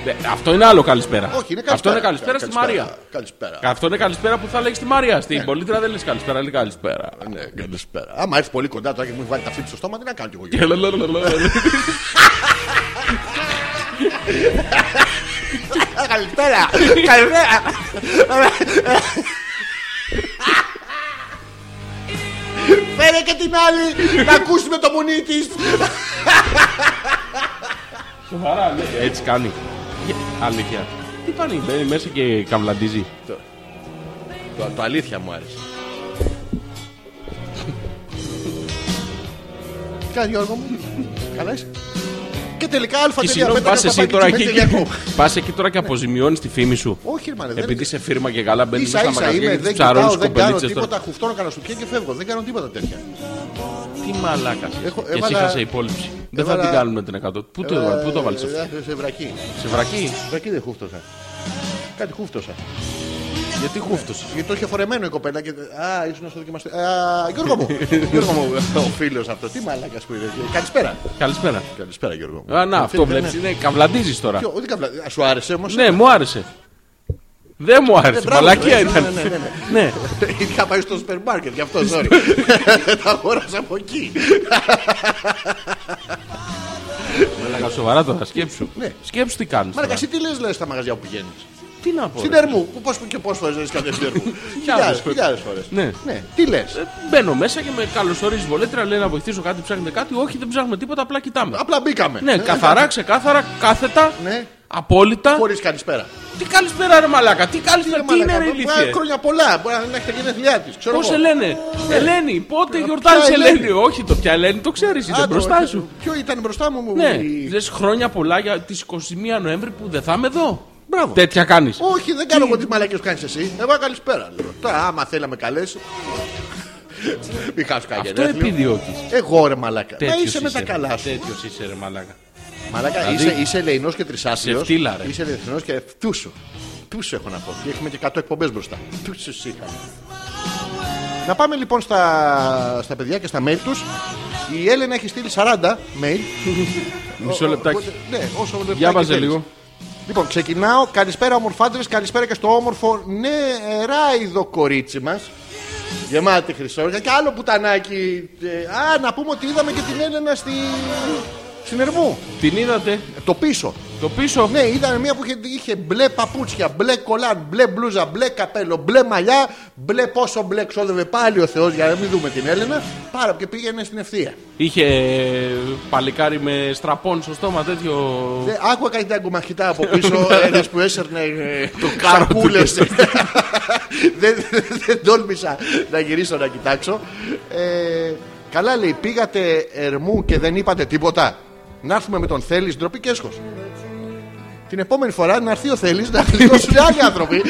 Speaker 4: Ε, Αυτό είναι άλλο καλησπέρα.
Speaker 3: Όχι, είναι καλησπέρα.
Speaker 4: Αυτό είναι καλησπέρα στη Μαρία.
Speaker 3: Καλησπέρα.
Speaker 4: Αυτό είναι καλησπέρα που θα λέει στη Μαρία. Στην πολίτρια δεν λες καλησπέρα, λέει καλησπέρα.
Speaker 3: Ναι, καλησπέρα. Άμα έρθει πολύ κοντά τώρα και μου έχει βάλει τα φύλλα στο στόμα, τι να κάνω κι εγώ. Γιώργο. Καλησπέρα. Καλησπέρα. Φέρε και την άλλη να ακούσουμε το μουνί της.
Speaker 4: Σοβαρά, ναι. Έτσι κάνει. Γε- Αλήθεια. Τι πάνε, μπαίνει μέσα και καβλαντίζει.
Speaker 3: Το, το αλήθεια μου άρεσε. Τι κάνεις Γιώργο μου, καλά είσαι. Και τελικά α.
Speaker 4: Και συγγνώμη, πα εσύ τώρα εκεί. Πας εκεί τώρα και αποζημιώνεις τη φήμη σου.
Speaker 3: Ναι. Όχι, ρε, μάνα, δεν
Speaker 4: Επειδή σε φίρμα και καλά μπαίνεις
Speaker 3: Ίσα
Speaker 4: μέσα στα
Speaker 3: ίσα είμαι,
Speaker 4: μαγαζιά και
Speaker 3: δεν
Speaker 4: ψαρώνεις
Speaker 3: κοιτάω, δεν κάνω
Speaker 4: κοπελίτσε τώρα.
Speaker 3: τίποτα, χουφτώνω κανένα σου και φεύγω. Δεν κάνω τίποτα τέτοια.
Speaker 4: Τι μαλάκας.
Speaker 3: Έχω-
Speaker 4: Και εσύ
Speaker 3: έβαλα-
Speaker 4: είχα σε υπόλοιψη. Δεν θα
Speaker 3: έβαλα-
Speaker 4: την κάνουμε την 100. Πού το έβαλε, πού το βάλε αυτό.
Speaker 3: Ε, Σε βρακή.
Speaker 4: Σε βρακή.
Speaker 3: Σε βρακή δεν χούφτωσα. Κάτι χούφτωσα.
Speaker 4: Γιατί χούφτωσε.
Speaker 3: Γιατί το είχε φορεμένο η κοπέλα και. Α, ήσουν στο δοκιμαστή. Α, Γιώργο μου. Γιώργο μου, ο φίλος αυτός. Τι μαλάκας που είδε. Καλησπέρα.
Speaker 4: Καλησπέρα.
Speaker 3: Καλησπέρα, Γιώργο μου.
Speaker 4: Α, να, αυτό
Speaker 3: Φίλε,
Speaker 4: βλέπεις.
Speaker 3: ναι.
Speaker 4: Είναι καβλαντίζει τώρα.
Speaker 3: Ποιο, ούτε καβλα- σου άρεσε όμως.
Speaker 4: Ναι, μου άρεσε. Δεν μου άρεσε.
Speaker 3: μπράβο,
Speaker 4: Μαλακία
Speaker 3: ναι,
Speaker 4: ήταν.
Speaker 3: ναι, ναι, ναι, ναι.
Speaker 4: Ναι.
Speaker 3: Είχα πάει στο σούπερ μάρκετ, γι' αυτό sorry. Τα αγόρασα από εκεί.
Speaker 4: Μαλάκα, Σοβαρά τώρα, σκέψου.
Speaker 3: Ναι.
Speaker 4: Σκέψου τι κάνεις.
Speaker 3: Μαρακα, εσύ τι λες λες, στα μαγαζιά που πηγαίνεις.
Speaker 4: Τι να πω.
Speaker 3: Στην
Speaker 4: ρε.
Speaker 3: Ερμού. Πώς και πόσες φορές δεν κάνει στην Ερμού. Χιλιάδε
Speaker 4: φορές.
Speaker 3: χιλιάδες φορές.
Speaker 4: Ναι.
Speaker 3: Τι λες.
Speaker 4: Ε, Μπαίνω μέσα και με καλωσορίζει η βολέτρια, λέει να βοηθήσω κάτι, ψάχνετε κάτι. Όχι, δεν ψάχνουμε τίποτα, απλά κοιτάμε.
Speaker 3: Απλά μπήκαμε. Ε,
Speaker 4: Ναι, καθαρά, ξεκάθαρα, κάθετα,
Speaker 3: Ναι.
Speaker 4: απόλυτα.
Speaker 3: Χωρίς καλησπέρα. Ε,
Speaker 4: Τι καλησπέρα ρε μαλάκα, τι καλησπέρα, τι είναι ρε ηλίθιε.
Speaker 3: Χρόνια πολλά. Μπορεί να έχετε γενέθλιά τη.
Speaker 4: Πώ Ελένη, Ελένη, πότε γιορτάζει
Speaker 3: Ναι. Ε, ποια
Speaker 4: Ελένη.
Speaker 3: Ελένη?
Speaker 4: Όχι, το πια Ελένη το ξέρεις, είναι μπροστά σου.
Speaker 3: Ποιο ήταν μπροστά μου. μου,
Speaker 4: Ναι,
Speaker 3: η-
Speaker 4: λες χρόνια πολλά για τις 21 Νοέμβρη που δεν θα είμαι εδώ. Μπράβο. Τέτοια κάνεις.
Speaker 3: Όχι, δεν κάνω εγώ τις μαλακίες που κάνεις εσύ. Εγώ καλησπέρα. Λέω. Τώρα, άμα θέλει να με καλέσει. Μη χάσου κανένα
Speaker 4: Αυτό
Speaker 3: γενέθλιο.
Speaker 4: επιδιώκεις.
Speaker 3: Εγώ ρε μαλάκα. Να
Speaker 4: Τέτοιος
Speaker 3: είσαι με τα
Speaker 4: ρε.
Speaker 3: καλά σου.
Speaker 4: Τέτοιος είσαι ρε μαλάκα.
Speaker 3: Μαλάκα,
Speaker 4: Δηλαδή-
Speaker 3: είσαι, είσαι ελεηνό και τρισάσιο.
Speaker 4: Ξεφτύλα, ρε.
Speaker 3: Είσαι ελεηνό και φτούσου. Τούσου έχω να πω. Και έχουμε και 100 εκπομπές μπροστά. Τούσου είχαμε. Να πάμε λοιπόν στα, στα παιδιά και στα mail τους. Η Έλενα έχει στείλει 40 mail.
Speaker 4: Μισό λεπτάκι.
Speaker 3: Οπότε, Ναι, όσο λεπτάκι
Speaker 4: Διάβαζε
Speaker 3: θέλεις.
Speaker 4: λίγο.
Speaker 3: Λοιπόν, ξεκινάω. Καλησπέρα, ομορφάντρε. Καλησπέρα και στο όμορφο νεράιδο κορίτσι μας. Γεμάτη χρυσόρια και άλλο πουτανάκι. Ε, α, να πούμε ότι είδαμε και την Έλενα στη... στην Ερμού. Ε,
Speaker 4: Την είδατε
Speaker 3: Το πίσω.
Speaker 4: το πίσω.
Speaker 3: Ναι, ήταν μια που είχε, είχε μπλε παπούτσια, μπλε κολάν, μπλε μπλούζα, μπλε καπέλο, μπλε μαλλιά, μπλε πόσο μπλε ξόδευε πάλι ο Θεός για να μην δούμε την Έλενα. Πάρα και πήγαινε στην ευθεία.
Speaker 4: Είχε ε, παλικάρι με στραπών στο στόμα τέτοιο.
Speaker 3: Ε, άκουγα κάτι τα αγκομαχητά από πίσω, ένας που έσαιρνε το καρπούλε. δεν, δεν τόλμησα να γυρίσω να κοιτάξω. Ε, καλά λέει, πήγατε ερμού και δεν είπατε τίποτα. Να έρθουμε με τον Θέλει, ντροπή και έσχος. Την επόμενη φορά να έρθει ο Θέλει να γλιτώσουν άλλοι άνθρωποι.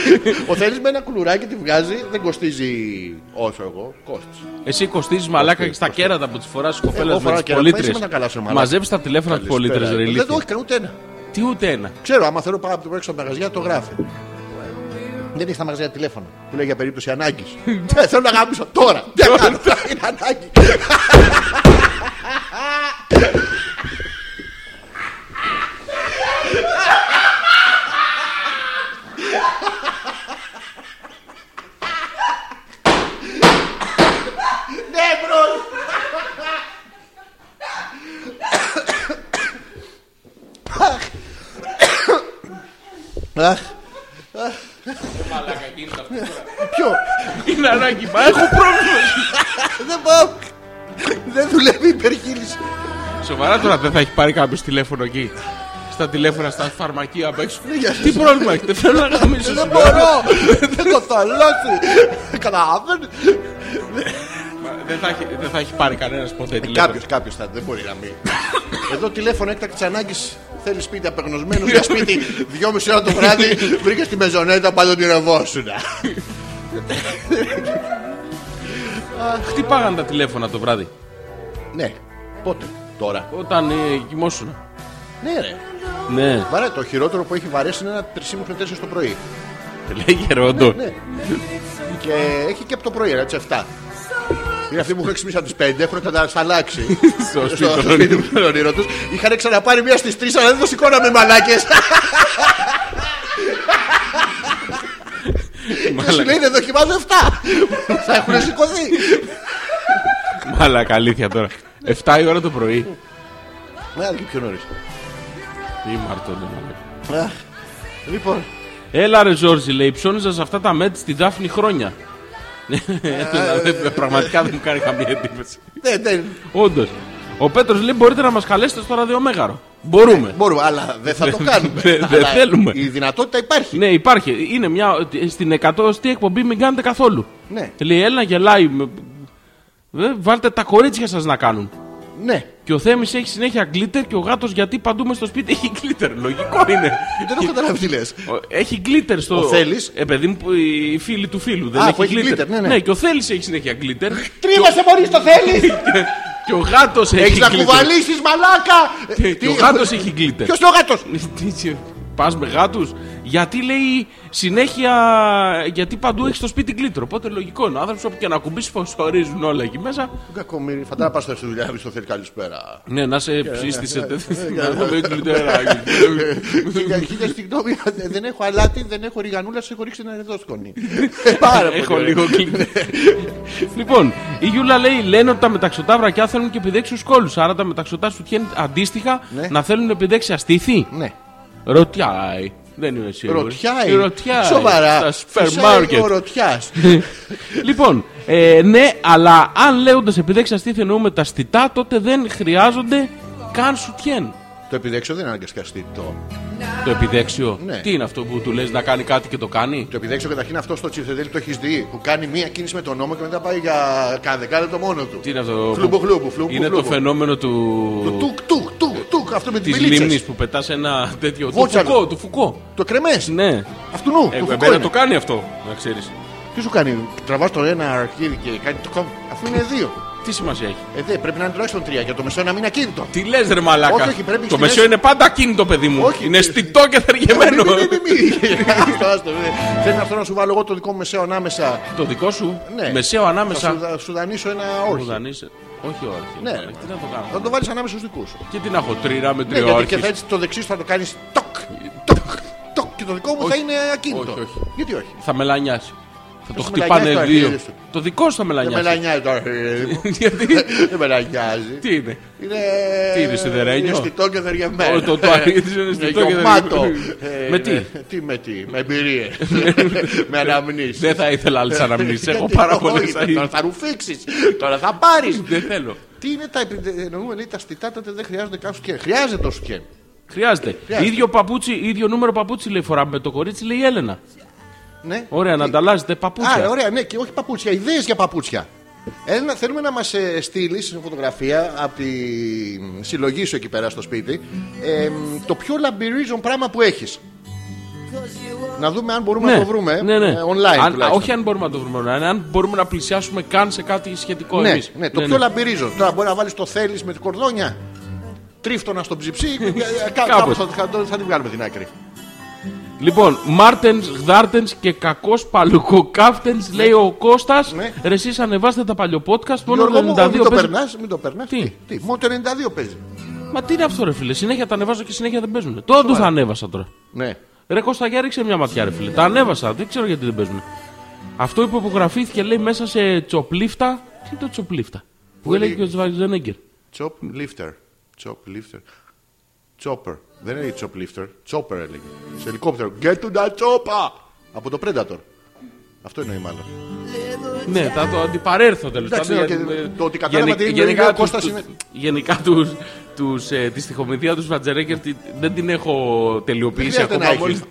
Speaker 3: ο Θέλει με ένα κουλουράκι τη βγάζει, δεν κοστίζει όσο εγώ. Κόστησε.
Speaker 4: Εσύ κοστίζεις μαλάκα και στα κέρατα που τη φοράς στις κοφέλε
Speaker 3: Εγώ
Speaker 4: με
Speaker 3: φοράω
Speaker 4: τις
Speaker 3: κέρατα,
Speaker 4: πολίτρε.
Speaker 3: πες με τα καλά σου, μαλάκα.
Speaker 4: Μαζεύεις τα τηλέφωνα της πολίτρε, ρε
Speaker 3: Δεν το
Speaker 4: ηλίθιε.
Speaker 3: έχει κανένα ούτε ένα.
Speaker 4: Τι ούτε ένα.
Speaker 3: Ξέρω, άμα θέλω πάω από το έξω από τα μαγαζιά, το γράφει. Δεν έχει τα μαγαζιά τηλέφωνο. Που λέει για περίπτωση ανάγκης. ε, θέλω να γάμψω τώρα. Τι να κάνω, είναι ανάγκη. Αχ, ποιο.
Speaker 4: Είναι ανάγκη, μα έχω πρόβλημα.
Speaker 3: Δεν πάω. Δεν δουλεύει η υπερχείληση.
Speaker 4: Σοβαρά τώρα δεν θα έχει πάρει κάποιος τηλέφωνο εκεί. Στα τηλέφωνα, στα φαρμακεία απ' έξω.
Speaker 3: Ναι, για
Speaker 4: Τι πρόβλημα έχετε, θέλω να γαμίσω.
Speaker 3: Δεν μπορώ. Δεν το θα αλλάξει. Καταλαβαίνεις.
Speaker 4: Δεν θα έχει- δεν θα έχει πάρει κανένας ποτέ τηλέφωνο.
Speaker 3: Κάποιος, κάποιος θα. Δεν μπορεί να μην. Εδώ τηλέφωνο έκτακτης ανάγκης. Θέλει σπίτι απεγνωσμένος για σπίτι. Δυόμιση ώρα το βράδυ βρήκες τη μεζονέτα πάνω την ρευόσουνα.
Speaker 4: Χτυπάγαν τα τηλέφωνα το βράδυ.
Speaker 3: Ναι. Πότε. Τώρα.
Speaker 4: Όταν ε, κοιμόσουν.
Speaker 3: Ναι, ρε.
Speaker 4: Ναι.
Speaker 3: Βαρέ, το χειρότερο που έχει βαρέσει είναι ένα 3,5 με 4 το πρωί.
Speaker 4: Λέγε ρε, όντω.
Speaker 3: Ναι. και έχει και από το πρωί, έτσι 7. Είναι αυτοί που έχουν ξυπνήσει από τις 5, έχουν κατασταλάξει.
Speaker 4: Στο σπίτι
Speaker 3: στο
Speaker 4: των
Speaker 3: σπίτι μου, τον όνειρο τους. Είχαν ξαναπάρει μία στις 3, αλλά δεν το σηκώναμε μαλάκες. Και σου λέει δεν δοκιμάζω 7. Θα έχουν σηκωθεί.
Speaker 4: Μαλά, αλήθεια τώρα. 7 η ώρα το πρωί.
Speaker 3: Να και πιο νωρίς.
Speaker 4: Τι μαρτώνε, μαλάκα.
Speaker 3: Λοιπόν,
Speaker 4: Έλα ρε Ζόρζι, λέει, ψώνιζα σε αυτά τα μέτ στην Δάφνη χρόνια. Έλα,
Speaker 3: ε,
Speaker 4: δεν- Πραγματικά δεν μου κάνει καμία εντύπωση.
Speaker 3: δεν, δεν
Speaker 4: Όντω. Ο Πέτρο λέει: Μπορείτε να μα καλέσετε στο ραδιομέγαρο. Μπορούμε.
Speaker 3: μπορούμε, αλλά δεν θα το κάνουμε.
Speaker 4: δεν- δεν
Speaker 3: Αλλά
Speaker 4: θέλουμε.
Speaker 3: Η δυνατότητα υπάρχει.
Speaker 4: Ναι, υπάρχει. Είναι μια. Στην 100η εκπομπή μην κάνετε καθόλου.
Speaker 3: Ναι.
Speaker 4: Λέει: Έλα, γελάει. με- Ε, Βάλτε τα κορίτσια σα να κάνουν.
Speaker 3: Ναι.
Speaker 4: Και ο Θέμης έχει συνέχεια γκλίτερ και ο γάτος γιατί παντού μες στο σπίτι έχει γκλίτερ. Λογικό είναι.
Speaker 3: Δεν έχω καταλάβει τι λες.
Speaker 4: Ο- Έχει γκλίτερ στο.
Speaker 3: Ο Θέλης.
Speaker 4: Ε, παιδί μου, που οι φίλοι του φίλου. Δεν
Speaker 3: Α,
Speaker 4: έχει,
Speaker 3: που έχει
Speaker 4: γκλίτερ.
Speaker 3: glitter, ναι, ναι.
Speaker 4: και ο Θέλει έχει συνέχεια γκλίτερ.
Speaker 3: Τρίβασε μόλι το θέλει.
Speaker 4: και ο γάτος έχει. Ναι,
Speaker 3: Έχεις να
Speaker 4: glitter.
Speaker 3: κουβαλήσεις μαλάκα.
Speaker 4: Και ο γάτος έχει γκλίτερ.
Speaker 3: Ποιο ο γάτος.
Speaker 4: Πας με γάτους. Γιατί λέει συνέχεια. Γιατί παντού έχει στο σπίτι γκλίτρο. Οπότε λογικό είναι. Ο άνθρωπος όπου και να κουμπίσει, φωσφορίζουν όλα εκεί μέσα.
Speaker 3: Κακομίρι, φαντάζομαι πα στη δουλειά μου στο θέλει καλησπέρα.
Speaker 4: Ναι, να σε ψήστησε.
Speaker 3: Ναι,
Speaker 4: Με
Speaker 3: Για χίλια συγγνώμη, δεν έχω αλάτι, δεν έχω ριγανούλα, σε έχω ρίξει ένα ρεδόσκονη. Πάρα πολύ.
Speaker 4: Έχω
Speaker 3: ωραία.
Speaker 4: λίγο κλειδί. λοιπόν, η Γιούλα λέει: Λένε ότι τα μεταξωτά βρακιά θέλουν και επιδέξιου κόλου. Άρα τα μεταξωτά σου τυχαίνει αντίστοιχα
Speaker 3: Ναι.
Speaker 4: να θέλουν επιδέξια στήθη.
Speaker 3: Ναι.
Speaker 4: Ρωτιάει. Δεν είμαι σίγουρος.
Speaker 3: Ρωτιάει.
Speaker 4: Ρωτιάει.
Speaker 3: Σοβαρά.
Speaker 4: Στα σούπερ
Speaker 3: Φυσάει
Speaker 4: μάρκετ. Ναι.
Speaker 3: Ο ρωτιάς.
Speaker 4: λοιπόν, ε, ναι, αλλά αν λέγοντας επιδέξια στήθη εννοούμε τα στιτά, τότε δεν χρειάζονται καν σουτιέν.
Speaker 3: Το επιδέξιο δεν είναι αναγκαστικά το.
Speaker 4: Το επιδέξιο.
Speaker 3: Ναι.
Speaker 4: Τι είναι αυτό που του λες να κάνει κάτι και το κάνει.
Speaker 3: Το επιδέξιο καταρχήν αυτό στο τσιφτετέλι το έχεις δει. Που κάνει μία κίνηση με τον νόμο και μετά πάει για κανένα δεκάλεπτο μόνο του.
Speaker 4: Τι είναι αυτό.
Speaker 3: Φλούμπου,
Speaker 4: που-
Speaker 3: φλούμπου, φλούμπου,
Speaker 4: Είναι το
Speaker 3: φλούμπου.
Speaker 4: φαινόμενο
Speaker 3: Το
Speaker 4: του.
Speaker 3: τουκ, τουκ, τουκ, τουκ. Αυτό με
Speaker 4: Τη
Speaker 3: τις
Speaker 4: λίμνη
Speaker 3: μιλίτσες.
Speaker 4: που πετάς ένα τέτοιο. Του
Speaker 3: Βότσαλο.
Speaker 4: φουκώ, του φουκώ.
Speaker 3: Το κρεμές.
Speaker 4: Ναι.
Speaker 3: Αυτού νου.
Speaker 4: Ε,
Speaker 3: του
Speaker 4: εμένα
Speaker 3: φουκώ είναι.
Speaker 4: το κάνει αυτό, να ξέρεις.
Speaker 3: Τι σου κάνει, τραβάς το ένα αρχίδι και κάνει το κόμμα. Αφού είναι δύο.
Speaker 4: Τι σημασία έχει.
Speaker 3: Ε, δε, πρέπει να είναι τουλάχιστον τρία για το μεσαίο να μην ακίνητο.
Speaker 4: Τι λες, ρε Μαλάκα.
Speaker 3: Όχι, όχι, πρέπει
Speaker 4: το
Speaker 3: στη
Speaker 4: μεσαίο
Speaker 3: μέση.
Speaker 4: είναι πάντα ακίνητο, παιδί μου.
Speaker 3: Όχι.
Speaker 4: είναι στιτό και
Speaker 3: Μη,
Speaker 4: θεργεμένο.
Speaker 3: μη, μη, μη, μη. Άστο, άστο, ε. Θέλεις αυτό να σου βάλω εγώ το δικό μου μεσαίο ανάμεσα.
Speaker 4: το δικό σου,
Speaker 3: Ναι.
Speaker 4: μεσαίο
Speaker 3: Θα σου,
Speaker 4: ανάμεσα.
Speaker 3: θα σου δανείσω ένα
Speaker 4: Μου
Speaker 3: όρχι.
Speaker 4: δανείσαι. Όχι, όχι.
Speaker 3: Ναι,
Speaker 4: Μαλάκα,
Speaker 3: ρε.
Speaker 4: Τι να το
Speaker 3: Θα
Speaker 4: κάνω.
Speaker 3: το βάλεις ανάμεσα στους δικούς σου.
Speaker 4: Και τι να έχω, τρίρα με
Speaker 3: Ναι, γιατί και
Speaker 4: τριόρχη.
Speaker 3: θα έτσι το δεξί σου θα το κάνεις τοκ, τοκ, τοκ. Και το δικό μου θα
Speaker 4: Όχι.
Speaker 3: είναι ακίνητο.
Speaker 4: Όχι, όχι.
Speaker 3: Γιατί όχι.
Speaker 4: Θα μελανιάσει. Θα το
Speaker 3: σου
Speaker 4: χτυπάνε
Speaker 3: μελανιάζει το
Speaker 4: δύο.
Speaker 3: αρχίδι σου.
Speaker 4: Το δικό σου θα
Speaker 3: Δεν με
Speaker 4: μελανιάσει.
Speaker 3: λανιάζει το αρχίδι μου.
Speaker 4: Γιατί.
Speaker 3: Δεν με λανιάζει.
Speaker 4: Τι είναι.
Speaker 3: Είναι.
Speaker 4: Τι είναι, σιδερένιο?
Speaker 3: Είναι στιτό και
Speaker 4: Ω,
Speaker 3: δεριαμένο.
Speaker 4: το- το αρχίδι σου είναι στιτό και
Speaker 3: γεμάτο.
Speaker 4: δεριαμένο.
Speaker 3: Ε,
Speaker 4: Με τι?
Speaker 3: είναι- Τι με τι, με εμπειρίες. Με αναμνήσεις.
Speaker 4: Δεν θα ήθελα άλλες αναμνήσεις. Έχω
Speaker 3: Γιατί
Speaker 4: πάρα
Speaker 3: όχι,
Speaker 4: πολλές
Speaker 3: Τώρα θα ρουφήξεις. Τώρα θα πάρεις.
Speaker 4: Δεν θέλω.
Speaker 3: Τι είναι τα επι- εννοούμε, λέει τα στιτά τότε δεν χρειάζονται καν σκέν. Χρειάζεται το σκέν.
Speaker 4: Χρειάζεται.
Speaker 3: Χρειάζεται.
Speaker 4: Ίδιο, παπούτσι, ίδιο νούμερο παπούτσι λέει φοράμε με το κορίτσι, λέει η Έλενα.
Speaker 3: Ναι.
Speaker 4: Ωραία, να ανταλλάσσετε
Speaker 3: Άρα,
Speaker 4: παπούτσια.
Speaker 3: ωραία, ναι, και όχι παπούτσια, ιδέες για παπούτσια. Ένα, θέλουμε να μας ε, στείλει φωτογραφία από τη συλλογή σου εκεί πέρα στο σπίτι ε, το πιο λαμπυρίζον πράγμα που έχεις. Να δούμε αν μπορούμε να το βρούμε
Speaker 4: ναι, ναι.
Speaker 3: ε, online.
Speaker 4: Αν-
Speaker 3: τουλάχιστον.
Speaker 4: όχι αν μπορούμε να το βρούμε online, αν μπορούμε να πλησιάσουμε καν σε κάτι σχετικό
Speaker 3: ναι,
Speaker 4: εμείς.
Speaker 3: ναι, το πιο λαμπυρίζον. Τώρα μπορεί να βάλεις το θέλεις με την κορδόνια. Τρίφτονα στον ψυψί. ε, ε, κά- κάπως
Speaker 4: Κάπως.
Speaker 3: θα, θα, θα τη βγάλουμε την άκρη.
Speaker 4: Λοιπόν, Μάρτεν, Γδάρτεν και κακός παλουκοκάφτεν λέει ο Κώστας.
Speaker 3: Ναι.
Speaker 4: Ρε εσείς ανεβάστε τα παλιό podcast. Μόνο
Speaker 3: Γιώργο μου,
Speaker 4: 92
Speaker 3: μην το
Speaker 4: παίζεις.
Speaker 3: περνάς, μην το περνάς.
Speaker 4: Τι?
Speaker 3: Τι, μόνο το 92 παίζει.
Speaker 4: Μα τι είναι αυτό, ρε φίλε. Συνέχεια τα ανεβάζω και συνέχεια δεν παίζουν. Τώρα του θα ανέβασα τώρα.
Speaker 3: Ναι.
Speaker 4: Ρε Κώστα, για ρίξε μια ματιά, ρε φίλε. Τα ανέβασα, δεν ξέρω γιατί δεν παίζουν. Αυτό που υπογραφήθηκε λέει μέσα σε τσοπλίφτα. Τι είναι το τσοπλίφτα. Που
Speaker 3: Πολύ-
Speaker 4: έλεγε και ο Σβάιζενέγκερ.
Speaker 3: Chop lifter. Chop lifter. Chopper. Δεν έλεγε chop lifter. Chopper έλεγε. Σε ελικόπτερο. Get to the chopper. Από το Predator. Αυτό εννοεί μάλλον.
Speaker 4: Ναι, θα το αντιπαρέρθω τέλος
Speaker 3: Εντάξει, ναι, και το ότι κατάλαβα τι είναι, λέει, ο Κώστας είναι-
Speaker 4: Γενικά τους, τους, ε, τη στοιχομηθεία του Σβατζερέκερ τη- δεν την έχω τελειοποιήσει
Speaker 3: Δεν χρειάζεται
Speaker 4: ακόμα.
Speaker 3: να
Speaker 4: μόλις-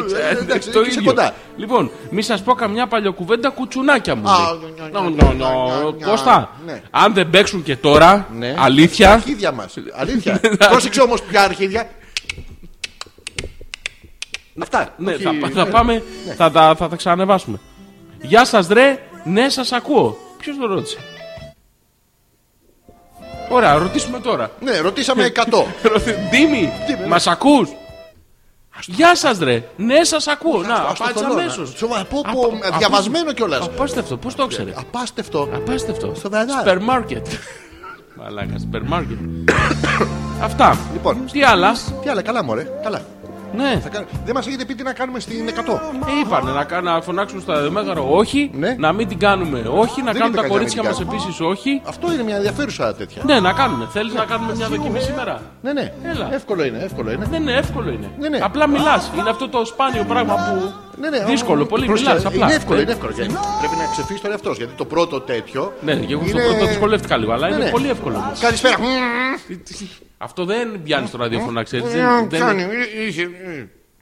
Speaker 3: έχεις. Ε, ε, ε,
Speaker 4: Ε,
Speaker 3: ε, εντάξει,
Speaker 4: το
Speaker 3: εκεί είσαι
Speaker 4: ίδιο.
Speaker 3: κοντά.
Speaker 4: Λοιπόν, μη σας πω καμιά παλιοκουβέντα κουτσουνάκια μου.
Speaker 3: Α,
Speaker 4: λέει.
Speaker 3: νο, νο,
Speaker 4: Νο,
Speaker 3: νο,
Speaker 4: νο,
Speaker 3: νο, νο,
Speaker 4: νο.
Speaker 3: νο.
Speaker 4: Κώστα,
Speaker 3: Ναι.
Speaker 4: αν δεν παίξουν και τώρα, αλήθεια.
Speaker 3: Αρχίδια μας. Αλήθεια.
Speaker 4: Ναι.
Speaker 3: Πρόσεξε όμως ποια αρχίδια. Αυτά.
Speaker 4: Ναι,
Speaker 3: Όχι- Ναι.
Speaker 4: θα, πα- θα πάμε, θα, τα, θα τα ξανανεβάσουμε. Γεια σας, ρε. Ναι, σας ακούω. Ποιος το ρώτησε. Ωραία, ρωτήσουμε τώρα.
Speaker 3: Ναι, ρωτήσαμε 100.
Speaker 4: Ντίμη,
Speaker 3: ναι.
Speaker 4: μας ακούς. Γεια σας, ρε. Ναι, σας ακούω. Να,
Speaker 3: Ας το
Speaker 4: απάντησα
Speaker 3: θολώ, να-
Speaker 4: αμέσως.
Speaker 3: Σοβα- πω, πω,
Speaker 4: Α,
Speaker 3: Διαβασμένο κιόλας.
Speaker 4: Απάστευτο, πώς το ήξερε.
Speaker 3: Απάστευτο.
Speaker 4: Απάστευτο.
Speaker 3: Ναι. Στο βαρά.
Speaker 4: Σπερ μάρκετ. Μαλάκα, σπερ μάρκετ. Αυτά.
Speaker 3: Λοιπόν,
Speaker 4: Τι άλλα.
Speaker 3: τι άλλα, καλά μωρέ. Καλά.
Speaker 4: Ναι,
Speaker 3: Θα κάνω- Δεν μας έχετε πει τι να κάνουμε στην 100.
Speaker 4: Ε, είπανε να, κα- να φωνάξουν στα δεμέγαρο όχι,
Speaker 3: Ναι.
Speaker 4: να μην την κάνουμε όχι, να
Speaker 3: Δεν
Speaker 4: κάνουν
Speaker 3: είναι
Speaker 4: τα
Speaker 3: κάτι
Speaker 4: κορίτσια
Speaker 3: να
Speaker 4: μα
Speaker 3: μην την
Speaker 4: επίσης όχι.
Speaker 3: Αυτό είναι μια ενδιαφέρουσα τέτοια.
Speaker 4: Ναι, να κάνουμε. Θέλεις να κάνουμε μια δοκιμή σήμερα.
Speaker 3: Ναι, ναι.
Speaker 4: Έλα.
Speaker 3: Εύκολο είναι, εύκολο είναι.
Speaker 4: Δεν είναι εύκολο είναι.
Speaker 3: Ναι, ναι.
Speaker 4: Απλά μιλάς. Είναι αυτό το σπάνιο πράγμα που.
Speaker 3: Ναι, ναι,
Speaker 4: δύσκολο,
Speaker 3: όμως,
Speaker 4: πολύ.
Speaker 3: πρόσεξε,
Speaker 4: Μιλάς απλά.
Speaker 3: Είναι εύκολο,
Speaker 4: Ε,
Speaker 3: είναι εύκολο. Γιατί πρέπει να ξεφύγεις τον εαυτό σου, Γιατί το πρώτο τέτοιο.
Speaker 4: Ναι, και εγώ στο πρώτο δυσκολεύτηκα λίγο, αλλά
Speaker 3: Ναι,
Speaker 4: είναι
Speaker 3: ναι.
Speaker 4: πολύ εύκολο. όμως.
Speaker 3: Καλησπέρα.
Speaker 4: Αυτό δεν πιάνει στο ραδιόφωνο, να ξέρει.
Speaker 3: Κάνει. ε, είχε, ε,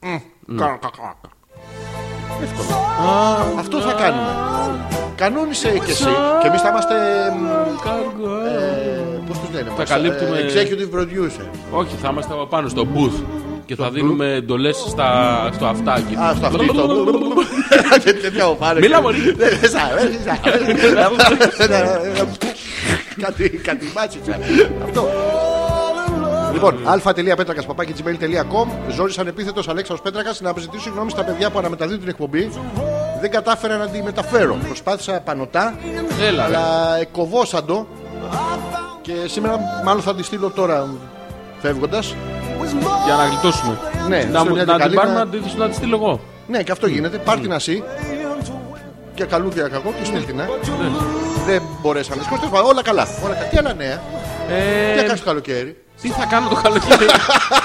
Speaker 3: μ,
Speaker 4: Ναι.
Speaker 3: κάνω κακά. Εύκολο. Αυτό θα κάνουμε. Κανόνισε και εσύ. Και εμείς θα είμαστε. Πώς τους λένε, μας,
Speaker 4: καλύπτουμε-
Speaker 3: ε, Executive producer.
Speaker 4: Όχι, θα είμαστε από πάνω στο booth και θα δίνουμε εντολές στο αυτάκι.
Speaker 3: Α, στο αυτή. το- Και τέτοια ομάρα.
Speaker 4: Μίλα, μωρή.
Speaker 3: Δεν σ' αρέσει, σ' αρέσει. Κάτι- Κάτι μάτσιτσα. Αυτό. Λοιπόν, α.πέτρακα.gmail.com Ζόρις ανεπίθετος Αλέξαο Πέτρακας να ζητήσω συγγνώμη στα παιδιά που αναμεταδίδουν την εκπομπή. Δεν κατάφερα να τη μεταφέρω. Προσπάθησα πανωτά,
Speaker 4: Έλα, ρε.
Speaker 3: αλλά εκοβόσαντο. Και σήμερα μάλλον θα τη στείλω τώρα φεύγοντας.
Speaker 4: για να γλιτώσουμε.
Speaker 3: Ναι,
Speaker 4: να,
Speaker 3: σε
Speaker 4: μου-
Speaker 3: μια
Speaker 4: να την
Speaker 3: καλή,
Speaker 4: πάρουμε
Speaker 3: να-
Speaker 4: να τη- να τη στείλω εγώ.
Speaker 3: Ναι, και αυτό γίνεται. Πάρ' την ασύ. Και καλούδια κακό και στείλ την. ε. Δεν μπορέσαμε. Σκοτ, τέλος πάντων, Όλα καλά. Όλα καλά. Τι άλλα νέα. Τι
Speaker 4: Ε,
Speaker 3: έκανες το καλοκαίρι.
Speaker 4: τι θα κάνω το καλοκαίρι.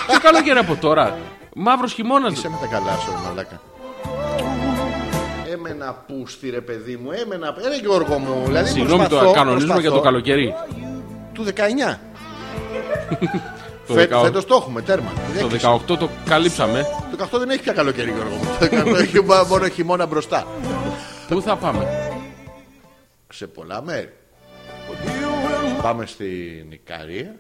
Speaker 4: Ποιο καλοκαίρι από τώρα. Μαύρος χειμώνας.
Speaker 3: Είσαι με τα καλά σου, ρε μαλάκα. Έμενα πούστη, ρε παιδί μου. Έμενα. Ε, Ρε Γιώργο μου. Δηλαδή,
Speaker 4: Συγγνώμη, το
Speaker 3: προσπαθώ-
Speaker 4: κανονίζουμε για το
Speaker 3: προσπαθώ.
Speaker 4: καλοκαίρι.
Speaker 3: Του 19.
Speaker 4: Το
Speaker 3: Φε-
Speaker 4: 18.
Speaker 3: Φέτος το έχουμε, τέρμα.
Speaker 4: Το 18 το καλύψαμε.
Speaker 3: Το 18 δεν έχει πια καλοκαίρι, Γιώργο μου. Το 18 έχει μπα- μόνο χειμώνα μπροστά.
Speaker 4: Πού θα πάμε.
Speaker 3: Σε πολλά μέρη. Πάμε στην Ικαρία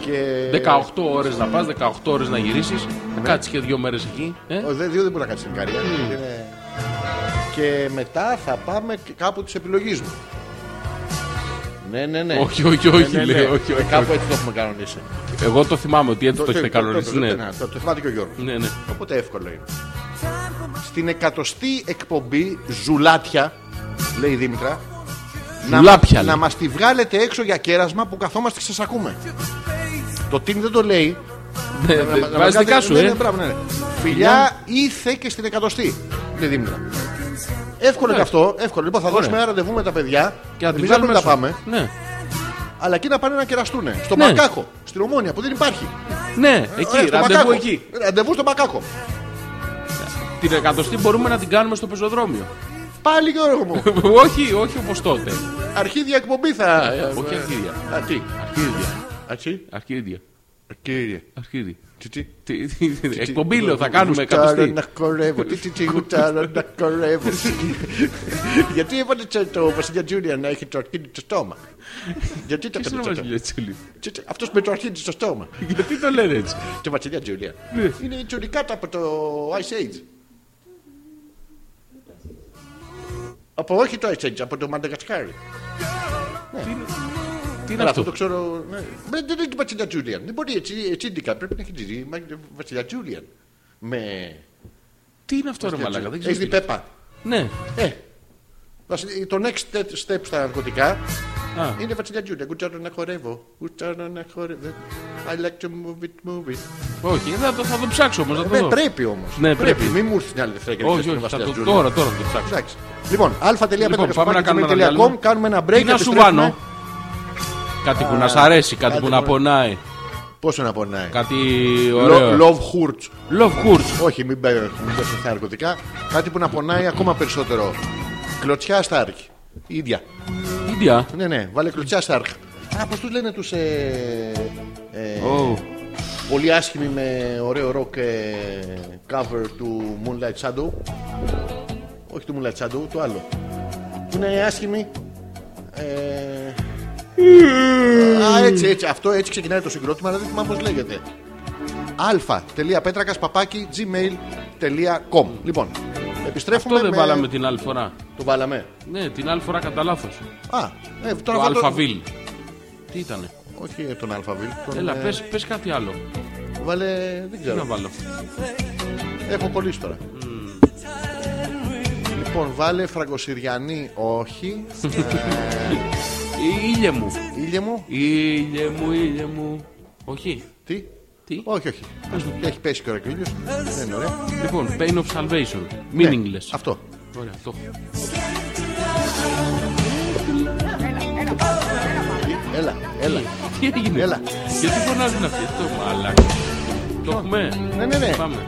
Speaker 3: και.
Speaker 4: 18 ώρες να πας, 18 ώρε
Speaker 3: ναι.
Speaker 4: να γυρίσεις. Κάτσε και δύο μέρες εκεί. ε.
Speaker 3: Ο, δε, δύο δεν μπορεί να κάτσει στην Ικαρία. Είναι- Και μετά θα πάμε και κάπου τη επιλογή μου. Ναι, ναι, ναι.
Speaker 4: Όχι, όχι,
Speaker 3: Ναι,
Speaker 4: όχι,
Speaker 3: ναι, ναι.
Speaker 4: λέει, όχι, όχι,
Speaker 3: Κάπου
Speaker 4: όχι.
Speaker 3: έτσι το έχουμε κανονίσει.
Speaker 4: Εγώ το θυμάμαι ότι έτσι το έχετε
Speaker 3: το-
Speaker 4: καλονίσει.
Speaker 3: το-
Speaker 4: Ναι,
Speaker 3: ναι, Το το θυμάται και ο Γιώργος.
Speaker 4: ναι. ναι.
Speaker 3: Οπότε εύκολο είναι. Στην εκατοστή εκπομπή Ζουλάτια, λέει η Δήμητρα, να, μα-
Speaker 4: Ζουλάπια, λέει.
Speaker 3: να μας τη βγάλετε έξω για κέρασμα που καθόμαστε και σας ακούμε. Το team δεν το λέει.
Speaker 4: Ναι,
Speaker 3: Να- να- να
Speaker 4: ναι. Βάζεις
Speaker 3: βγάλετε-
Speaker 4: δικά σου,
Speaker 3: ναι, ναι,
Speaker 4: ε.
Speaker 3: μπράβο, ναι, ναι. Φιλιά ήθε και στην εκατοστή, λέει η Δήμητρα. Εύκολο και αυτό, εύκολο. Λοιπόν, θα δώσουμε ένα ραντεβού με τα παιδιά.
Speaker 4: Και να την
Speaker 3: Εμείς δεν
Speaker 4: βγάλουμε
Speaker 3: πρέπει να
Speaker 4: έξω.
Speaker 3: πάμε,
Speaker 4: Ναι,
Speaker 3: αλλά εκεί να πάνε να κεραστούν. Στο
Speaker 4: Ναι.
Speaker 3: Μακάκο, στην Ομόνια που δεν υπάρχει.
Speaker 4: ναι,
Speaker 3: Ε, στο
Speaker 4: εκεί, ραντεβού
Speaker 3: Μακάκο.
Speaker 4: εκεί.
Speaker 3: Ραντεβού στο Μακάκο.
Speaker 4: Την εκατοστή μπορούμε να την κάνουμε στο πεζοδρόμιο.
Speaker 3: Πάλι Γιώργο μου.
Speaker 4: όχι, όχι όπως τότε.
Speaker 3: Αρχίδια εκπομπή θα.
Speaker 4: όχι αρχίδια.
Speaker 3: Α, τι. Αρχίδια. Ατσι.
Speaker 4: Αρχίδια.
Speaker 3: Κύριε.
Speaker 4: Αρχίδια.
Speaker 3: Τι τι.
Speaker 4: Τι- τι- τι- Εκπομπή λέω, θα κάνουμε
Speaker 3: Γουστάρω
Speaker 4: εκατοστή.
Speaker 3: να κορεύω. Τι τι τι γουτάρα να κορεύω. Γιατί έβαλε τσε- το Βασιλιά Τζούλια να έχει το αρχίδι στο στόμα. Γιατί το
Speaker 4: Ποιος
Speaker 3: έκανε
Speaker 4: είναι ο
Speaker 3: αυτό.
Speaker 4: Βασιλιατσούλης?
Speaker 3: Τι- τι- Αυτός με το αρχίδι στο στόμα.
Speaker 4: Γιατί το λένε έτσι.
Speaker 3: Το Βασιλιά Τζούλια.
Speaker 4: Ναι.
Speaker 3: Είναι η τσουρικάτα από το Ice Age. Από όχι το Ice Age, από το Μανταγασκάρι.
Speaker 4: Τι είναι
Speaker 3: Αλλά αυτό
Speaker 4: αυτό.
Speaker 3: το ξέρω. ναι. Μα Δεν είναι η Βασιλιά Τζούλιαν. Δεν μπορεί έτσι, έτσι ντυκά. Πρέπει να έχει τη ζωή. Μα- Βασιλιά Τζούλιαν. Με.
Speaker 4: Τι είναι αυτό, ρε Μαλάκα. Δεν
Speaker 3: Έχει
Speaker 4: ξέρω.
Speaker 3: δει
Speaker 4: τι είναι.
Speaker 3: Πέπα.
Speaker 4: Ναι.
Speaker 3: Ε. βασι- Το next step- step στα ναρκωτικά
Speaker 4: Α.
Speaker 3: είναι Βασιλιά Τζούλιαν. Κουτσάρο να χορεύω. Κουτσάρο να χορεύω. I like to move it, move it.
Speaker 4: Όχι, θα το, θα το ψάξω όμως.
Speaker 3: Ναι, πρέπει όμως.
Speaker 4: Ναι, πρέπει.
Speaker 3: Μην μου έρθεις την άλλη Δευτέρα και να
Speaker 4: Όχι,
Speaker 3: ξέρεις
Speaker 4: όχι,
Speaker 3: την Βασιλιά
Speaker 4: θα το,
Speaker 3: Τζούλιαν.
Speaker 4: τώρα, τώρα θα το ψάξω.
Speaker 3: Εντάξει. Λοιπόν,
Speaker 4: Λοιπόν, πάμε να κάνουμε ένα
Speaker 3: α.πέτρακα.com
Speaker 4: διάλειμμα.
Speaker 3: κάνουμε ένα break.
Speaker 4: Τι να σου
Speaker 3: επιστρέφουμε.
Speaker 4: βάνω. Κάτι που να σ' αρέσει, κάτι
Speaker 3: κάτι
Speaker 4: που να
Speaker 3: που-
Speaker 4: πονάει.
Speaker 3: Πόσο να πονάει.
Speaker 4: Κάτι
Speaker 3: Lo-
Speaker 4: ωραίο.
Speaker 3: Love Hurts.
Speaker 4: Love course.
Speaker 3: Όχι, μην πέφτουν στα ναρκωτικά. Κάτι που να πονάει ακόμα περισσότερο. Κλωτσιά Στάρκ. Η ίδια.
Speaker 4: Ίδια.
Speaker 3: Ναι, ναι, βάλε κλωτσιά Στάρκ. Α, πώς τους λένε τους. Ε, ε,
Speaker 4: Ω,
Speaker 3: Πολύ άσχημοι με ωραίο ροκ ε, cover του Moonlight Shadow. Όχι του Moonlight Shadow, το άλλο. Που είναι άσχημοι. Ε, Α, έτσι, έτσι. Αυτό έτσι ξεκινάει το συγκρότημα, αλλά δεν θυμάμαι πώς λέγεται. αλφα.πέτρακα παπάκι gmail.com Λοιπόν, επιστρέφουμε.
Speaker 4: Αυτό δεν
Speaker 3: με-
Speaker 4: βάλαμε την άλλη φορά.
Speaker 3: Το βάλαμε.
Speaker 4: Ναι, την άλλη φορά κατά λάθος.
Speaker 3: Α, ε, τώρα
Speaker 4: Το
Speaker 3: βάλω-
Speaker 4: Αλφαβίλ. Τι ήτανε.
Speaker 3: Όχι ε, τον Αλφαβίλ. Τον,
Speaker 4: Έλα,
Speaker 3: ε,
Speaker 4: πες, πες κάτι άλλο.
Speaker 3: Βάλε. Δεν
Speaker 4: Τι να
Speaker 3: ξέρω.
Speaker 4: βάλω.
Speaker 3: Έχω κολλήσει τώρα. Λοιπόν, βάλε φραγκοσυριανή, όχι.
Speaker 4: Ή- Ε, Ήλιε μου.
Speaker 3: Ήλιε μου,
Speaker 4: Ήλιε μου, ήλιε μου. Όχι.
Speaker 3: τι.
Speaker 4: Τι.
Speaker 3: Όχι, όχι. Έχει πέσει και ο Ρακλίνιος. Δεν είναι ωραία.
Speaker 4: Λοιπόν, pain of salvation.
Speaker 3: Ναι,
Speaker 4: Meaningless.
Speaker 3: Αυτό.
Speaker 4: Ωραία, το έχω.
Speaker 3: Έλα, έλα.
Speaker 4: Τι έγινε.
Speaker 3: Έλα.
Speaker 4: Γιατί φωνάζουν αυτοί. Το μαλάκα. Το έχουμε.
Speaker 3: Ναι, ναι, ναι.
Speaker 4: Πάμε.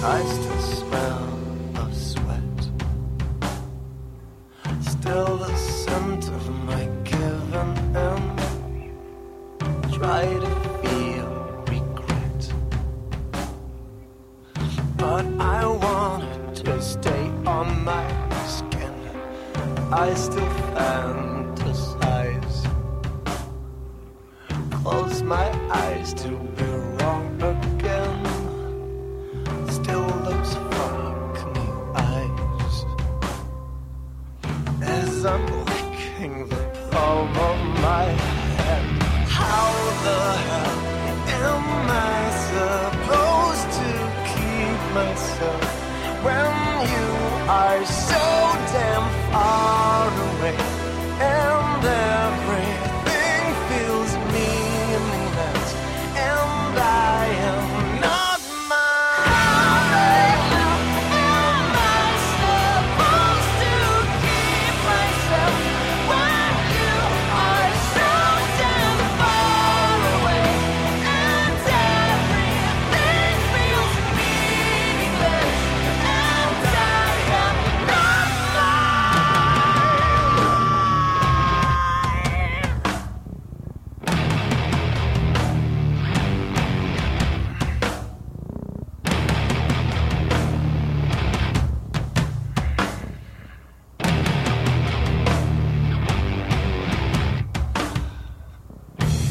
Speaker 5: I still smell of sweat. Still the scent of my given end. Try to feel regret. But I wanted to stay on my skin. I still fantasize. Close my eyes to be wrong again still those fucking eyes as I'm licking the palm of my hand. How the hell am I supposed to keep myself when you are so damn far away and everything feels meaningless and I am not mine.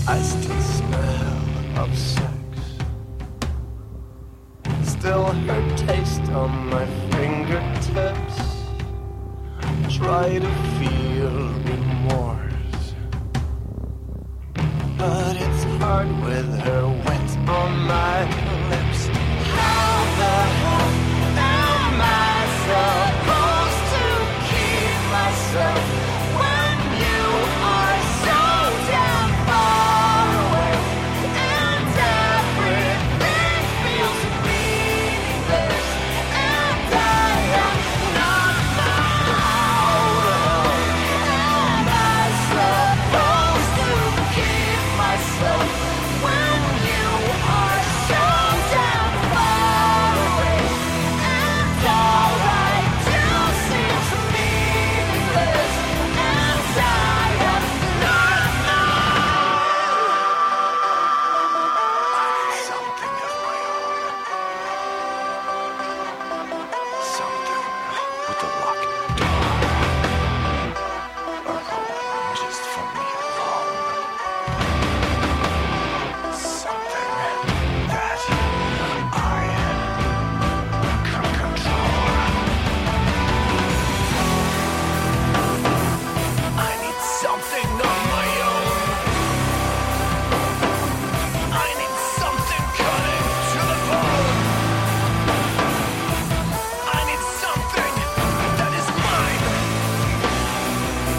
Speaker 5: I still smell of sex. Still her taste on my fingertips. Try to feel remorse. But it's hard with her wet on my lips. How the hell am I supposed to keep myself? when you are so damn far away? And everything feels meaningless. And I am not mine. Am I supposed to keep myself when you are so damn far away? And all I do seems meaningless. And I am not mine. I need something of my own. Something with the lock. A home just for me alone. Something that I can control. I need something of my own. I need something cutting to the bone. I need something that is mine.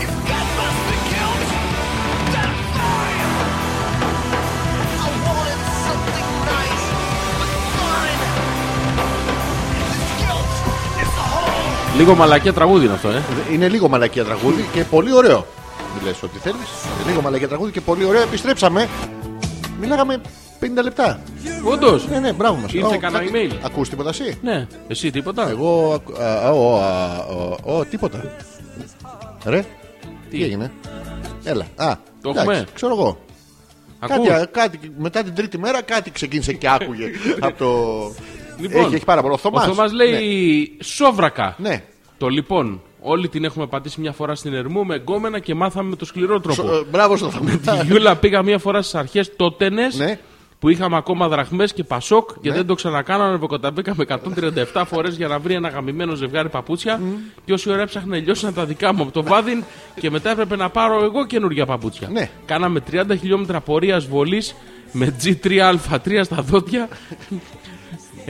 Speaker 5: If God must be killed, then fine. I wanted something nice, but fine. This guilt is a hole.
Speaker 4: Λίγο μαλακέ τραγούδι είναι αυτό, ε.
Speaker 3: Είναι λίγο μαλακία τραγούδι και πολύ ωραίο. Μιλέ ό,τι θέλεις. Λίγο μαλακία τραγούδι και πολύ ωραίο. Επιστρέψαμε. Μιλάγαμε 50 λεπτά.
Speaker 4: Όντως.
Speaker 3: Ναι, ναι, μπράβο μας.
Speaker 4: Ήρθε κανένα email.
Speaker 3: Ακούς τίποτα εσύ.
Speaker 4: Ναι. Εσύ τίποτα.
Speaker 3: Εγώ. ακου- α, α, ο, α, ο, ο, τίποτα. Ρε. Τι έγινε. Έλα. Α,
Speaker 4: Το
Speaker 3: εντάξει,
Speaker 4: έχουμε?
Speaker 3: Ξέρω εγώ.
Speaker 4: Ακούς.
Speaker 3: Κάτι, κάτι, μετά την τρίτη μέρα κάτι ξεκίνησε και άκουγε από το.
Speaker 4: Λοιπόν,
Speaker 3: έχει, έχει πάρα πολύ. Ο Θωμάς.
Speaker 4: Ο Θωμάς λέει σόβρακα.
Speaker 3: Ναι. ναι.
Speaker 4: Το λοιπόν. Όλοι την έχουμε πατήσει μια φορά στην Ερμού με γκόμενα και μάθαμε με το σκληρό τρόπο.
Speaker 3: Σο- ε, Μπράβο στον Θωμά.
Speaker 4: Τη Γιούλα πήγα μία φορά στις αρχές τότενες
Speaker 3: Ναι.
Speaker 4: που είχαμε ακόμα δραχμές και πασόκ και δεν το ξανακάναμε. Βοκοταμπήκαμε 137 φορές για να βρει ένα γαμημένο ζευγάρι παπούτσια. Και όση ώρα έψαχνα, λιώσαν τα δικά μου από το βάδιν και μετά έπρεπε να πάρω εγώ καινούργια παπούτσια.
Speaker 3: Ναι.
Speaker 4: Κάναμε 30 χιλιόμετρα πορείας βολής με G3α3 στα δόντια.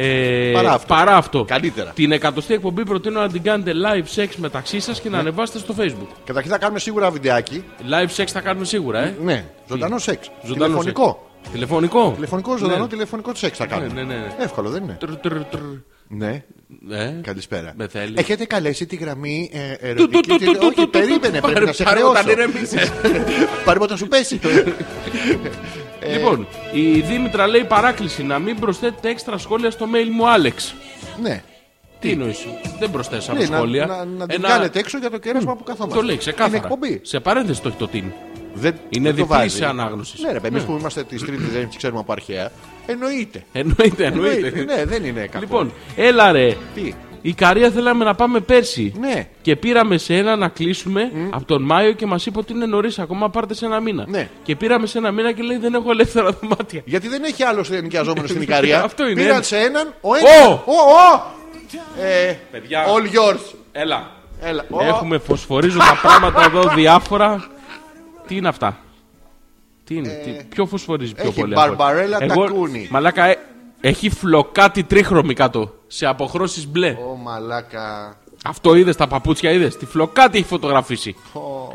Speaker 4: Ε,
Speaker 3: Παρά αυτό.
Speaker 4: παρά αυτό.
Speaker 3: Καλύτερα.
Speaker 4: Την εκατοστή εκπομπή προτείνω να την κάνετε live sex μεταξύ σας
Speaker 3: Ναι.
Speaker 4: και να ανεβάσετε στο facebook.
Speaker 3: Καταρχήν θα κάνουμε σίγουρα βιντεάκι.
Speaker 4: Live sex θα κάνουμε σίγουρα, ε.
Speaker 3: Ναι, ζωντανό σεξ.
Speaker 4: Ζωντανό
Speaker 3: Τηλεφωνικό.
Speaker 4: σεξ. Τηλεφωνικό.
Speaker 3: Τηλεφωνικό, ζωντανό τηλεφωνικό σεξ θα κάνουμε.
Speaker 4: ναι, ναι, ναι.
Speaker 3: Εύκολο, δεν είναι.
Speaker 4: Τρ, τρ, τρ.
Speaker 3: Ναι,
Speaker 4: Ε.
Speaker 3: καλησπέρα.
Speaker 4: Με θέλει.
Speaker 3: Έχετε καλέσει τη γραμμή ε,
Speaker 4: Του, του,
Speaker 3: ερωτική.
Speaker 4: του,
Speaker 3: τηλε-
Speaker 4: του, του,
Speaker 3: Όχι,
Speaker 4: του, του,
Speaker 3: περίμενε,
Speaker 4: του,
Speaker 3: πρέπει
Speaker 4: πάρε-
Speaker 3: να σε
Speaker 4: πάρε
Speaker 3: χρεώσω.
Speaker 4: όταν ηρεμήσει.
Speaker 3: Πάρε όταν σου πέσει.
Speaker 4: Λοιπόν, η Δήμητρα λέει παράκληση να μην προσθέτετε έξτρα σχόλια στο mail μου, Άλεξ.
Speaker 3: Ναι.
Speaker 4: Τι εννοείς, δεν προσθέσαμε
Speaker 3: Ναι, να,
Speaker 4: σχόλια.
Speaker 3: να, να την
Speaker 4: Ένα-
Speaker 3: κάνετε έξω για το κέρασμα που καθόμαστε.
Speaker 4: Το λέει ξεκάθαρα.
Speaker 3: Είναι εκπομπή.
Speaker 4: Σε παρένθεση το έχει το τίν.
Speaker 3: Δεν,
Speaker 4: Είναι
Speaker 3: δεν το
Speaker 4: διπλής
Speaker 3: βάζει.
Speaker 4: σε ανάγνωσης.
Speaker 3: Ναι, ρε, εμείς
Speaker 4: Ναι.
Speaker 3: που είμαστε της Τρίτης δεν ξέρουμε από αρχαία. Εννοείται.
Speaker 4: Εννοείται, εννοείται.
Speaker 3: Εννοείται. ναι, δεν είναι κακό.
Speaker 4: Λοιπόν, έλα ρε.
Speaker 3: Τι?
Speaker 4: Η Καρία θέλαμε να πάμε πέρσι.
Speaker 3: Ναι.
Speaker 4: Και πήραμε σε ένα να κλείσουμε από τον Μάιο και μας είπε ότι είναι νωρίς ακόμα. Πάρτε σε ένα μήνα.
Speaker 3: Ναι.
Speaker 4: Και πήραμε σε ένα μήνα και λέει δεν έχω ελεύθερα δωμάτια.
Speaker 3: Γιατί δεν έχει άλλο νοικιαζόμενο στην Ικαρία.
Speaker 4: Αυτό είναι.
Speaker 3: Πήραν σε έναν. Ο ένας.
Speaker 4: Ω!
Speaker 3: Ο, ο! Ε,
Speaker 4: Παιδιά.
Speaker 3: All yours.
Speaker 4: Έλα.
Speaker 3: Έλα. ο.
Speaker 4: Έχουμε φωσφορίζω τα πράγματα εδώ διάφορα. Τι είναι αυτά. Τι είναι, τι, ποιο φωσφορίζει πιο
Speaker 3: Ε, έχει
Speaker 4: πολύ.
Speaker 3: μπαρμπαρέλα
Speaker 4: από όλα.
Speaker 3: τακούνι.
Speaker 4: Μαλάκα, ε, έχει φλοκάτι τρίχρωμη κάτω. Σε αποχρώσεις μπλε.
Speaker 3: Ω μαλάκα.
Speaker 4: Αυτό είδες, τα παπούτσια είδες. Τη φλοκάτι έχει φωτογραφίσει.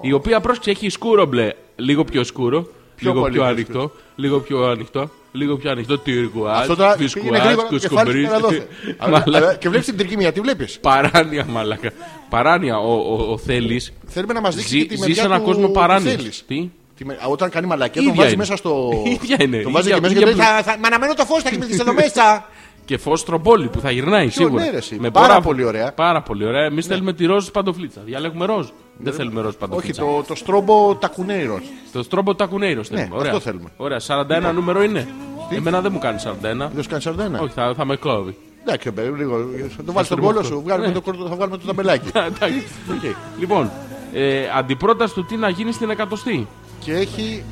Speaker 4: Η οποία πρόσεξε έχει σκούρο μπλε. Λίγο πιο σκούρο. λίγο
Speaker 3: πολύ
Speaker 4: πιο
Speaker 3: πιο
Speaker 4: ανοιχτό. Λίγο πιο ανοιχτό. Λίγο πιο ανοιχτό. Τυργουάζ.
Speaker 3: Αυτό τώρα πήγαινε
Speaker 4: Φισκουάζ.
Speaker 3: γρήγορα και φάλισε
Speaker 4: Κουσκουμπρί.
Speaker 3: να δώσει.
Speaker 4: Μαλάκα.
Speaker 3: Και βλέπεις την τρικυμία, τι βλέπεις.
Speaker 4: Παράνοια, μαλάκα. Παράνοια. Ο, ο, ο Θέλης
Speaker 3: Θέλουμε να μας δείξει
Speaker 4: Ζει,
Speaker 3: και τη
Speaker 4: ζει
Speaker 3: μεριά
Speaker 4: σε έναν
Speaker 3: του-
Speaker 4: κόσμο
Speaker 3: του
Speaker 4: παράνοια.
Speaker 3: Θέλης.
Speaker 4: Τι.
Speaker 3: Τη με- Όταν κάνει μαλακία,
Speaker 4: Ίδια
Speaker 3: τον βάζει
Speaker 4: είναι.
Speaker 3: μέσα στο.
Speaker 4: Ίδια είναι.
Speaker 3: Τον βάζει
Speaker 4: Ίδια-
Speaker 3: και μέσα και
Speaker 4: ίδια
Speaker 3: λέει. «Θα- θα- Μα αναμένω το φως, θα έχεις μέσα εδώ μέσα.
Speaker 4: Και φως τρομπόλι που θα γυρνάει
Speaker 3: Ποιο,
Speaker 4: σίγουρα.
Speaker 3: ναι, ρε, εσύ. Πάρα πολύ ωραία. Ναι.
Speaker 4: Πάρα πολύ ωραία. Εμείς θέλουμε τη ροζ παντοφλίτσα. Διαλέγουμε ροζ. Δεν θέλουμε ροζ
Speaker 3: Όχι,
Speaker 4: παντοφλίτσα.
Speaker 3: το, το στρόμπο τακουνέιρο.
Speaker 4: Το στρόμπο τακουνέιρο θέλουμε.
Speaker 3: αυτό
Speaker 4: ωραία.
Speaker 3: θέλουμε.
Speaker 4: Ωραία, 41 νούμερο είναι. Εμένα δεν μου κάνει 41.
Speaker 3: Δεν σου κάνει σαρδένα.
Speaker 4: Όχι, θα, θα με κόβει.
Speaker 3: Εντάξει, ρε, λίγο. Θα το βάλεις στον κόλο σου.
Speaker 4: Ναι.
Speaker 3: βγάλουμε το κορδο- Θα βγάλουμε το ταμπελάκι.
Speaker 4: Εντάξει.
Speaker 3: Οκ.
Speaker 4: λοιπόν, ε, αντιπρόταση του τι να γίνει στην εκατοστή.
Speaker 3: Και έχει.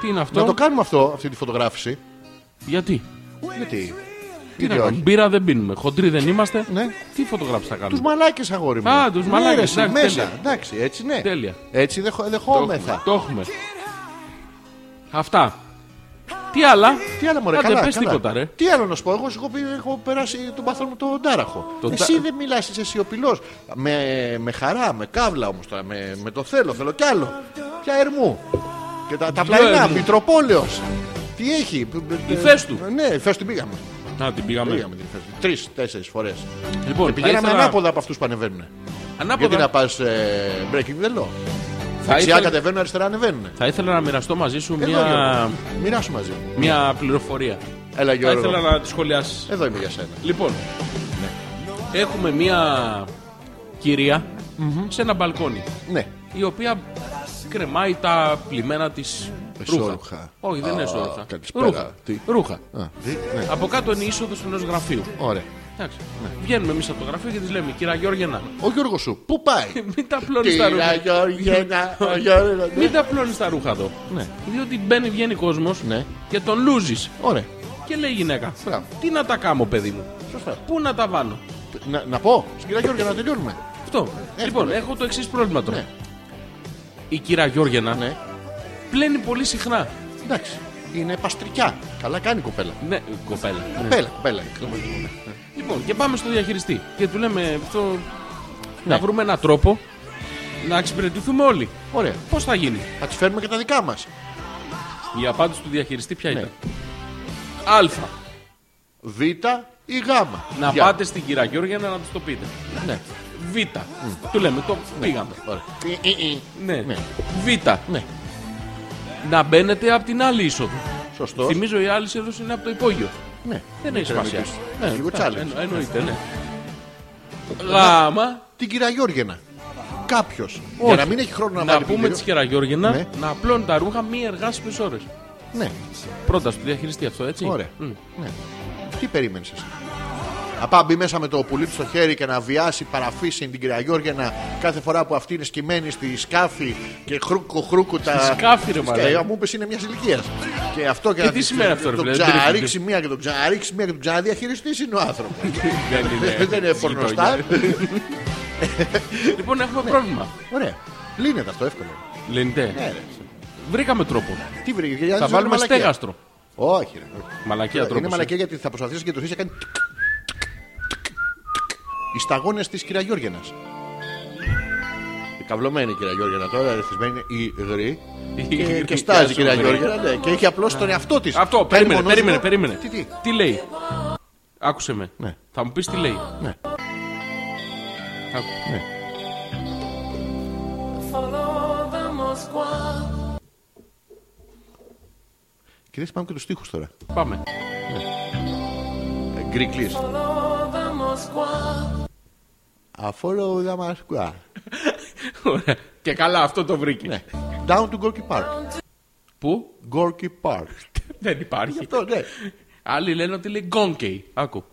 Speaker 4: Τι είναι αυτό,
Speaker 3: Να το κάνουμε αυτό, αυτή τη φωτογράφηση.
Speaker 4: γιατί.
Speaker 3: Γιατί.
Speaker 4: Τι να
Speaker 3: Γιατί όχι.
Speaker 4: κάνουμε, μπύρα δεν πίνουμε, χοντροί δεν είμαστε.
Speaker 3: Ναι.
Speaker 4: Τι φωτογράφηση θα
Speaker 3: Του
Speaker 4: κάνουμε.
Speaker 3: μαλάκες, αγόρι μου.
Speaker 4: Α, τους
Speaker 3: Ναι,
Speaker 4: μαλάκες,
Speaker 3: ρε, εσύ,
Speaker 4: εντάξει,
Speaker 3: Μέσα.
Speaker 4: τέλεια.
Speaker 3: Εντάξει, έτσι ναι.
Speaker 4: Τέλεια.
Speaker 3: Έτσι δεχο- δεχόμεθα.
Speaker 4: Το έχουμε. Αυτά. Τι άλλα.
Speaker 3: Τι άλλο μωρέ,
Speaker 4: Άντε,
Speaker 3: καλά,
Speaker 4: πες
Speaker 3: καλά.
Speaker 4: τίποτα, ρε.
Speaker 3: Τι άλλο να σου πω, εγώ σου έχω, πει, έχω περάσει τον παθό μου τον τάραχο.
Speaker 4: Τον
Speaker 3: Εσύ
Speaker 4: τα-
Speaker 3: δεν μιλάς, είσαι σιωπηλός. Με, με χαρά, με καύλα όμως τώρα, με, με το θέλω, θέλω κι άλλο. Ποια ερμού. Και τα, τα πλαϊνά,
Speaker 4: ερμού.
Speaker 3: Μητροπόλεως. Τι έχει.
Speaker 4: Η θες του.
Speaker 3: Ναι, η θες του πήγαμε.
Speaker 4: Να την πήγαμε.
Speaker 3: πήγαμε την θες του. Τρεις-τέσσερις φορές.
Speaker 4: Λοιπόν,
Speaker 3: και
Speaker 4: θα
Speaker 3: πηγαίναμε
Speaker 4: ήθελα-
Speaker 3: ανάποδα από αυτούς που ανεβαίνουν. Γιατί
Speaker 4: Ανάποδα.
Speaker 3: να πας ε, breaking the law.
Speaker 4: Θα
Speaker 3: Δεξιά
Speaker 4: ήθελα,
Speaker 3: κατεβαίνουν, αριστερά ανεβαίνουν.
Speaker 4: θα ήθελα να μοιραστώ μαζί σου
Speaker 3: Εδώ,
Speaker 4: μια,
Speaker 3: Γιώργο. Μοιράσου μαζί μου.
Speaker 4: μια πληροφορία.
Speaker 3: Έλα
Speaker 4: Θα ήθελα
Speaker 3: Γιώργο.
Speaker 4: να τη σχολιάσεις.
Speaker 3: Εδώ είμαι για σένα.
Speaker 4: Λοιπόν,
Speaker 3: Ναι.
Speaker 4: έχουμε μια κυρία σε ένα μπαλκόνι
Speaker 3: Ναι.
Speaker 4: η οποία κρεμάει τα πλημμένα της ρούχα.
Speaker 3: Εσόρουχα.
Speaker 4: Όχι, δεν είναι
Speaker 3: Α,
Speaker 4: εσόρουχα.
Speaker 3: καλησπέρα.
Speaker 4: Ρούχα.
Speaker 3: Τι?
Speaker 4: Ρούχα.
Speaker 3: Α, δι- ναι.
Speaker 4: Από κάτω είναι η είσοδο ενός γραφείου.
Speaker 3: Ωραία.
Speaker 4: Εντάξει.
Speaker 3: Ναι.
Speaker 4: Βγαίνουμε εμείς από το γραφείο και τη λέμε, κυρία Γιώργενα,
Speaker 3: Ο Γιώργος σου, πού πάει.
Speaker 4: μην τα πλώνει τα
Speaker 3: Κυρία
Speaker 4: ρούχα.
Speaker 3: Γιώργενα, ο Γιώργος.
Speaker 4: Μην τα πλώνει τα ρούχα εδώ. Διότι μπαίνει, βγαίνει κόσμος
Speaker 3: Ναι.
Speaker 4: και τον λούζεις.
Speaker 3: Ωραία.
Speaker 4: Και λέει η γυναίκα,
Speaker 3: Μπράβο.
Speaker 4: τι να τα κάνω, παιδί μου,
Speaker 3: Σωστά.
Speaker 4: πού να τα βάλω.
Speaker 3: Να, να πω, στην κυρία Γιώργη να τελειώνουμε.
Speaker 4: Αυτό. Λοιπόν, έχω το εξής πρόβλημα τώρα.
Speaker 3: Ναι.
Speaker 4: Η κυρία Γιώργενα
Speaker 3: Ναι.
Speaker 4: πλένει πολύ συχνά.
Speaker 3: Εντάξει. Είναι παστρικιά. Καλά κάνει η κοπέλα.
Speaker 4: Ναι, κοπέλα.
Speaker 3: Κοπέλα, κοπέλα.
Speaker 4: Λοιπόν, και πάμε στο διαχειριστή. Και του λέμε αυτό.
Speaker 3: Ναι.
Speaker 4: Να βρούμε έναν τρόπο να εξυπηρετηθούμε όλοι.
Speaker 3: Ωραία.
Speaker 4: Πώς θα γίνει.
Speaker 3: Θα τη φέρουμε και τα δικά μας.
Speaker 4: Η απάντηση του διαχειριστή ποια
Speaker 3: Ναι.
Speaker 4: ήταν. Α.
Speaker 3: Β ή Γ.
Speaker 4: Να
Speaker 3: Για.
Speaker 4: πάτε στην κυρία Γιώργενα να του το πείτε.
Speaker 3: Ναι.
Speaker 4: Β. Του λέμε, το πήγαμε.
Speaker 3: Ωραία. Ε, ε, ε.
Speaker 4: Ναι.
Speaker 3: Ναι.
Speaker 4: Β.
Speaker 3: Ναι.
Speaker 4: Να μπαίνετε από την άλλη είσοδο.
Speaker 3: Σωστός.
Speaker 4: Θυμίζω η άλλη είσοδο είναι από το υπόγειο.
Speaker 3: Ναι.
Speaker 4: Δεν έχει σημασία.
Speaker 3: Ναι, λίγο
Speaker 4: Εν,
Speaker 3: challenge.
Speaker 4: εννοείται, ναι. Γάμα.
Speaker 3: Την κυρία Γιώργενα. Κάποιος. Για
Speaker 4: Όχι.
Speaker 3: να μην έχει χρόνο να
Speaker 4: Να
Speaker 3: βάλει
Speaker 4: πούμε
Speaker 3: βίντεο.
Speaker 4: της κυρία Γιώργινα
Speaker 3: Ναι.
Speaker 4: να απλώνει τα ρούχα μία εργάσιμε ώρες.
Speaker 3: Ναι,
Speaker 4: Πρώτα στο διαχειριστή αυτό, έτσι.
Speaker 3: ωραία.
Speaker 4: Μμ.
Speaker 3: Ναι. Τι περίμενες εσύ. Να πάω μπει μέσα με το πουλί του στο χέρι και να βιάσει παραφύσιν την κυρία Γιώργενα κάθε φορά που αυτή είναι σκυμμένη στη σκάφη και χρούκο χρούκο τα.
Speaker 4: Στη σκάφη, ρε
Speaker 3: Σκα-
Speaker 4: μαλάκα.
Speaker 3: Ε, Μου είπες είναι μιας ηλικίας. Και αυτό και,
Speaker 4: Και
Speaker 3: να
Speaker 4: τι
Speaker 3: της-
Speaker 4: σημαίνει αυτό, ρε
Speaker 3: Τον
Speaker 4: φίλε,
Speaker 3: ξαναρίξει μία και τον ξαναρίξει μία και τον ξαναδιαχειριστής είναι ο άνθρωπος.
Speaker 4: Δεν είναι,
Speaker 3: Δεν είναι φορνοστά.
Speaker 4: Λοιπόν,
Speaker 3: Ναι.
Speaker 4: έχουμε πρόβλημα.
Speaker 3: Ωραία. Λύνεται αυτό εύκολα. Ναι,
Speaker 4: Λέντε.
Speaker 3: ρε.
Speaker 4: Βρήκαμε τρόπο.
Speaker 3: Τι βρήκε, γιατί
Speaker 4: Θα
Speaker 3: Ναι. είναι
Speaker 4: βάλουμε
Speaker 3: μαλακία.
Speaker 4: στέγαστρο.
Speaker 3: Όχι, ρε.
Speaker 4: Μαλακία
Speaker 3: Ε,
Speaker 4: ε.
Speaker 3: Είναι
Speaker 4: τρόπο.
Speaker 3: μαλακία γιατί θα προσπαθήσει να συγκεντρωθεί και κάνει. τικ, τικ, τικ, τικ, τικ. Οι σταγόνες της κυρία Γιώργενα. Η καυλωμένη κυρία Γιώργενα τώρα, ρεθισμένη είναι υγρή. Και, και στάζει η κυρία Γιώργενα ναι, και έχει απλώσει τον εαυτό της.
Speaker 4: Αυτό, περίμενε, περίμενε, περίμενε.
Speaker 3: Τι, τι.
Speaker 4: Τι λέει. Άκουσε με.
Speaker 3: Ναι.
Speaker 4: Θα μου πεις τι λέει.
Speaker 3: Ναι.
Speaker 4: Άκου.
Speaker 3: Και δεν θυμάμαι και τους τοίχου τώρα.
Speaker 4: Πάμε.
Speaker 3: Γκρίκλι. Αφόρο Δαμασκουά.
Speaker 4: Ωραία. Και καλά αυτό το βρήκε.
Speaker 3: Ναι. Down to Gorky Park.
Speaker 4: Πού?
Speaker 3: Gorky Park.
Speaker 4: Δεν υπάρχει.
Speaker 3: Αυτό ναι.
Speaker 4: Άλλοι λένε ότι λέει γκόνκι. Άκου.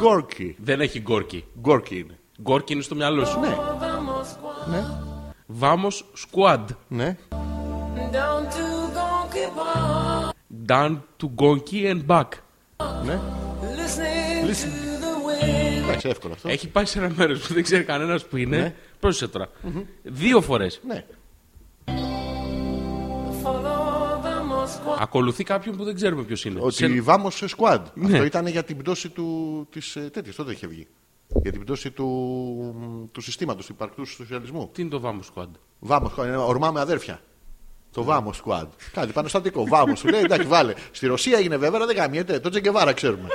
Speaker 3: Gorky.
Speaker 4: Δεν έχει γκόρκι.
Speaker 3: Gorky είναι.
Speaker 4: Γκόρκι είναι στο μυαλό σου.
Speaker 3: Ναι.
Speaker 4: Βάμο squad.
Speaker 3: Ναι.
Speaker 4: Down to γκόνκι and back.
Speaker 3: Ναι.
Speaker 1: Listen to the wind.
Speaker 3: Εντάξει, εύκολο αυτό.
Speaker 4: Έχει πάει σε ένα μέρος που δεν ξέρει κανένας που είναι.
Speaker 3: Ναι.
Speaker 4: Πρόσεχε τώρα. Δύο φορές.
Speaker 3: Ναι.
Speaker 4: Ακολουθεί κάποιον που δεν ξέρουμε ποιος είναι.
Speaker 3: Ότι
Speaker 4: Σε-
Speaker 3: η Βάμο Squad.
Speaker 4: Ναι.
Speaker 3: Αυτό ήταν για την πτώση του. Της, ε, τέτοιας, τότε είχε βγει. Για την πτώση του, του συστήματος του υπαρκτού σοσιαλισμού.
Speaker 4: Τι είναι το Βάμος squad.
Speaker 3: Βάμος Squad. είναι Ορμά με αδέρφια. Το Βάμος Squad. Κάτι πανεστατικό. Βάμος σου λέει εντάξει, βάλε. Στη Ρωσία έγινε βέβαια, αλλά δεν γαμιέται. Το Τζεγκεβάρα ξέρουμε.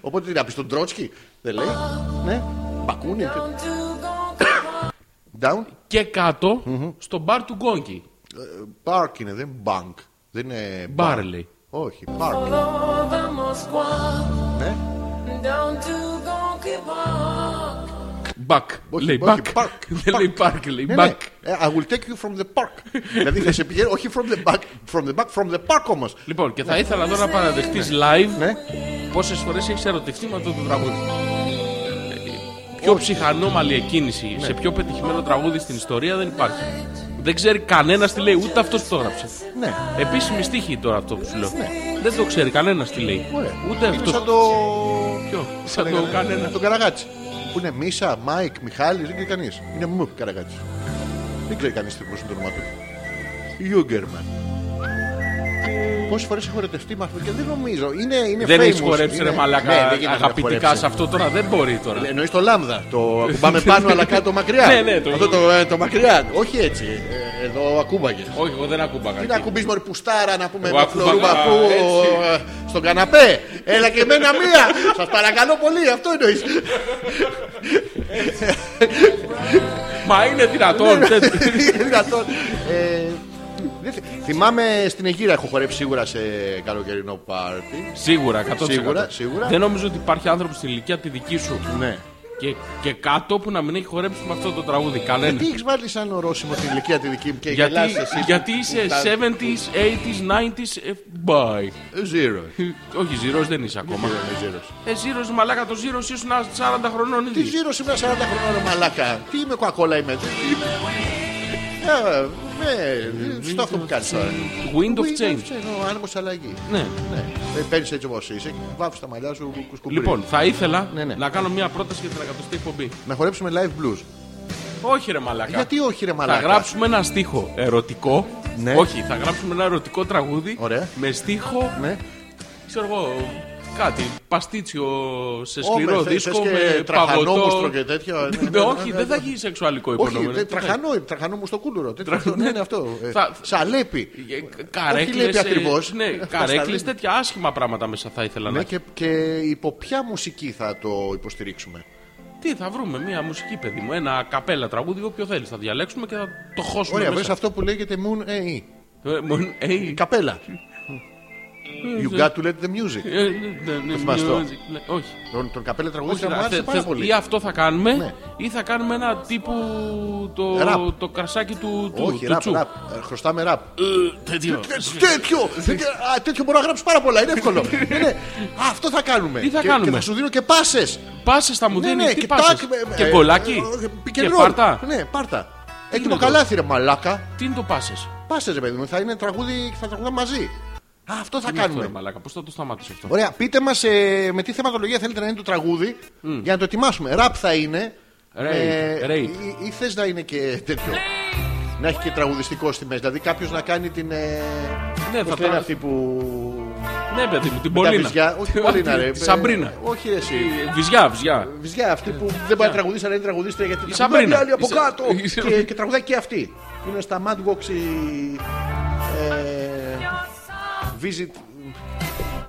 Speaker 3: Οπότε τι να πεις τον Τρότσκι. Δεν λέει. Ναι. Μπακούνι. Down.
Speaker 4: Και κατω στο μπαρ του γκόνκι.
Speaker 3: Park είναι, δεν είναι bank. Δεν είναι
Speaker 4: Μπαρ
Speaker 3: bar.
Speaker 4: λέει.
Speaker 3: Όχι, park. είναι. Ναι.
Speaker 4: Μπακ.
Speaker 3: Όχι,
Speaker 4: Λέει
Speaker 3: όχι,
Speaker 4: μπακ.
Speaker 3: park,
Speaker 4: Δεν λέει μπακ, λέει
Speaker 3: Ναι, ναι.
Speaker 4: μπακ.
Speaker 3: Ε, I will take you from the park. δηλαδή θα σε πηγαίνω, όχι from the back, from the back, from the park όμως.
Speaker 4: Λοιπόν, και θα ήθελα εδώ να παραδεχτείς live
Speaker 3: Ναι.
Speaker 4: πόσες φορές έχεις ερωτηθεί με αυτό το τραγούδι. Ε, Πιο ψυχανόμαλη εκκίνηση
Speaker 3: Ναι.
Speaker 4: σε πιο πετυχημένο τραγούδι στην ιστορία δεν υπάρχει. Δεν ξέρει κανένας τι λέει, ούτε αυτός που το έγραψε.
Speaker 3: Ναι.
Speaker 4: Επίσημη στίχη τώρα αυτό που σου λέω. Δεν το ξέρει κανένας τι λέει.
Speaker 3: Ωραία.
Speaker 4: Ούτε
Speaker 3: Είναι σαν
Speaker 4: Ε, αυτό.
Speaker 3: το.
Speaker 4: Ποιο?
Speaker 3: θα
Speaker 4: Σαν το
Speaker 3: λέγανε,
Speaker 4: κανένα.
Speaker 3: Τον καραγάτσι. Που είναι Μίσα, Μάικ, Μιχάλη, δεν ξέρει κανείς. Είναι μου καραγάτσι. Δεν ξέρει κανεί τι είναι το όνομα του. Ιούγκερμαν. Πόσες φορές έχω ρετευτεί με αυτό και δεν νομίζω. Είναι, είναι
Speaker 4: Δεν έχεις
Speaker 3: famous,
Speaker 4: χορέψει
Speaker 3: είναι-
Speaker 4: ρε μαλάκα
Speaker 3: Ναι, δεν γίνεται να
Speaker 4: αγαπητικά
Speaker 3: χορέψεις.
Speaker 4: σε αυτό τώρα, δεν μπορεί τώρα.
Speaker 3: Εννοείς το λάμδα. Το ακουμπάμε πάνω αλλά κάτω μακριά.
Speaker 4: Ναι, ναι, το-
Speaker 3: Αυτό το, ε, το μακριά. Όχι έτσι. Ε, Εδώ ακούμπαγες.
Speaker 4: Όχι, εγώ δεν ακούμπα
Speaker 3: Τι να
Speaker 4: κάτι.
Speaker 3: κουμπείς μωρή πουστάρα να πούμε
Speaker 4: Εγώ
Speaker 3: με
Speaker 4: ακούω
Speaker 3: φλωρούμπα
Speaker 4: καλά,
Speaker 3: που
Speaker 4: έτσι.
Speaker 3: ε, στον καναπέ. Έλα και εμένα μία. Σας παρακαλώ πολύ, αυτό εννοείς.
Speaker 4: Μα είναι δυνατόν.
Speaker 3: Ναι,
Speaker 4: τέτοιο.
Speaker 3: Είναι δυνατόν. Ε, δεν θυ- Θυμάμαι στην Αιγύρα έχω χορέψει σίγουρα σε καλοκαιρινό πάρτι.
Speaker 4: Σίγουρα, 100%.
Speaker 3: Σίγουρα, σίγουρα.
Speaker 4: Δεν νομίζω ότι υπάρχει άνθρωπο στην ηλικία τη δική σου
Speaker 3: Ναι.
Speaker 4: και, και κάτω που να μην έχει χορέψει με αυτό το τραγούδι. Κανένα.
Speaker 3: Γιατί Ε, έχεις βάλει σαν ορόσημο την ηλικία τη δική μου και
Speaker 4: Γιατί,
Speaker 3: γελάς εσύ.
Speaker 4: γιατί είσαι 70s, 80s, 90s, ε, bye.
Speaker 3: Zero. ναι,
Speaker 4: Όχι, ζήρος δεν είσαι ακόμα. Ε, ζήρος, μαλάκα, το ζήρος ήσουν 40 χρονών
Speaker 3: Τι
Speaker 4: ήδη.
Speaker 3: ζήρος ήμουν 40 χρονών ρε μαλάκα. Τι είμαι κοκακόλα είμαι. Τι- Ε, Ναι, στο αυτό που κάνεις τώρα.
Speaker 4: Wind of
Speaker 3: Wind
Speaker 4: change.
Speaker 3: Ο άνεμος αλλαγή.
Speaker 4: Ναι.
Speaker 3: Ναι. Παίρνεις έτσι όπως είσαι, βάφεις τα μαλλιά σου κουσκουμπρί.
Speaker 4: Λοιπόν, θα ήθελα
Speaker 3: Ναι, ναι.
Speaker 4: να κάνω μια πρόταση για την εκατοστή εκπομπή.
Speaker 3: να χορέψουμε live blues.
Speaker 4: Όχι, ρε μαλάκα.
Speaker 3: Γιατί όχι, ρε
Speaker 4: Θα
Speaker 3: μαλάκα.
Speaker 4: γράψουμε ένα στίχο ερωτικό.
Speaker 3: Ναι.
Speaker 4: Όχι, θα γράψουμε ένα ερωτικό τραγούδι
Speaker 3: Ωραία.
Speaker 4: με στίχο
Speaker 3: Ναι.
Speaker 4: ξέρω εγώ, κάτι παστίτσιο σε
Speaker 3: Ω,
Speaker 4: σκληρό
Speaker 3: με θες-
Speaker 4: δίσκο
Speaker 3: θες
Speaker 4: με
Speaker 3: και τραχανόμουστρο
Speaker 4: παγωτό.
Speaker 3: και τέτοια. Ναι,
Speaker 4: Ναι,
Speaker 3: ναι,
Speaker 4: όχι,
Speaker 3: ναι,
Speaker 4: δεν θα
Speaker 3: ναι.
Speaker 4: γίνει σεξουαλικό
Speaker 3: Όχι,
Speaker 4: υπονόμενο.
Speaker 3: δεν- τραχανό, τραχανό μου στο κούλουρο. τέτοιο,
Speaker 4: Τρα-
Speaker 3: αυτό, Ναι, ναι, αυτό. ε,
Speaker 4: Θα-
Speaker 3: Σαλέπι.
Speaker 4: Καρέκλε.
Speaker 3: λέπει ακριβώς.
Speaker 4: Ε, Ναι,
Speaker 3: Αυτά
Speaker 4: καρέκλε,
Speaker 3: λέει.
Speaker 4: τέτοια άσχημα πράγματα μέσα θα ήθελα
Speaker 3: Ναι,
Speaker 4: να.
Speaker 3: και, και υπό ποια μουσική θα το υποστηρίξουμε.
Speaker 4: Τι θα βρούμε, μία μουσική, παιδί μου, ένα καπέλα τραγούδι, όποιο θέλεις. Θα διαλέξουμε και θα το χώσουμε.
Speaker 3: Ωραία,
Speaker 4: μέσα.
Speaker 3: βρες αυτό που λέγεται Moon AI.
Speaker 4: Ε, μον- ε, ε,
Speaker 3: Καπέλα. You got to let the music.
Speaker 4: ε, ναι, ναι,
Speaker 3: θυμάσαι το.
Speaker 4: ναι, Όχι.
Speaker 3: Τον, τον καπέλα τραγούδι
Speaker 4: Όχι,
Speaker 3: θα μου
Speaker 4: θα-
Speaker 3: άρεσε
Speaker 4: θε-
Speaker 3: πάρα
Speaker 4: θε- Ή
Speaker 3: πολύ.
Speaker 4: αυτό θα κάνουμε,
Speaker 3: Ναι.
Speaker 4: ή θα κάνουμε ένα τύπου το,
Speaker 3: Ραπ.
Speaker 4: το κρασάκι του, του,
Speaker 3: Όχι,
Speaker 4: του
Speaker 3: ραπ,
Speaker 4: τσου.
Speaker 3: ραπ. Ναι, Ε, Χρωστάμε ραπ.
Speaker 4: Ε, τέτοιο.
Speaker 3: Τέτοιο! Α, τέτοιο μπορεί να γράψει πάρα πολλά, είναι εύκολο. Ναι, ναι. Α, αυτό θα κάνουμε.
Speaker 4: Τι θα
Speaker 3: Και-
Speaker 4: κάνουμε?
Speaker 3: Και θα σου δίνω και πάσες.
Speaker 4: Πάσες θα μου
Speaker 3: Ναι,
Speaker 4: δίνεις
Speaker 3: ναι,
Speaker 4: τι
Speaker 3: και
Speaker 4: πάσες.
Speaker 3: τάκ, ε,
Speaker 4: Και
Speaker 3: ε, ε,
Speaker 4: κολάκι.
Speaker 3: ε, pick and
Speaker 4: Και
Speaker 3: roll.
Speaker 4: πάρτα.
Speaker 3: Ναι, πάρτα. Έτοιμο
Speaker 4: είναι
Speaker 3: καλάθι, ρε μαλάκα.
Speaker 4: Τι είναι το πάσες.
Speaker 3: Πάσες, ρε παιδί μου, θα είναι τραγούδι, θα τραγουδάμε μαζί. Α, αυτό θα κάνουμε.
Speaker 4: Μαλάκα, πώς θα το σταμάτησε αυτό.
Speaker 3: Ωραία, πείτε μας με τι θεματολογία θέλετε να είναι το τραγούδι για να το ετοιμάσουμε. Ραπ θα είναι. ε,
Speaker 4: Rape, rape.
Speaker 3: ή- Ή θες να είναι και τέτοιο. Να έχει και τραγουδιστικό στη μέση. Δηλαδή κάποιος να κάνει την. ε,
Speaker 4: Ναι,
Speaker 3: πώς
Speaker 4: θα
Speaker 3: λένε
Speaker 4: τα-
Speaker 3: αυτή που.
Speaker 4: Ναι, παιδί μου, την
Speaker 3: Ε, Τα
Speaker 4: Πολίνα.
Speaker 3: βυζιά, όχι Πολίνα, ρε.
Speaker 4: Τη Σαμπρίνα.
Speaker 3: Ε, Όχι, ρε, εσύ.
Speaker 4: Ε, Βυζιά, βυζιά.
Speaker 3: Βυζιά, αυτή που δεν πάει να τραγουδίσει, αλλά είναι τραγουδίστρια γιατί
Speaker 4: Ε, Η
Speaker 3: τραγουδάει
Speaker 4: Σαμπρίνα.
Speaker 3: η άλλη από
Speaker 4: Η Σα-
Speaker 3: κάτω.
Speaker 4: η Σα-
Speaker 3: Και, και τραγουδάει και αυτή. Που είναι στα Mad Box η. ε, Visit.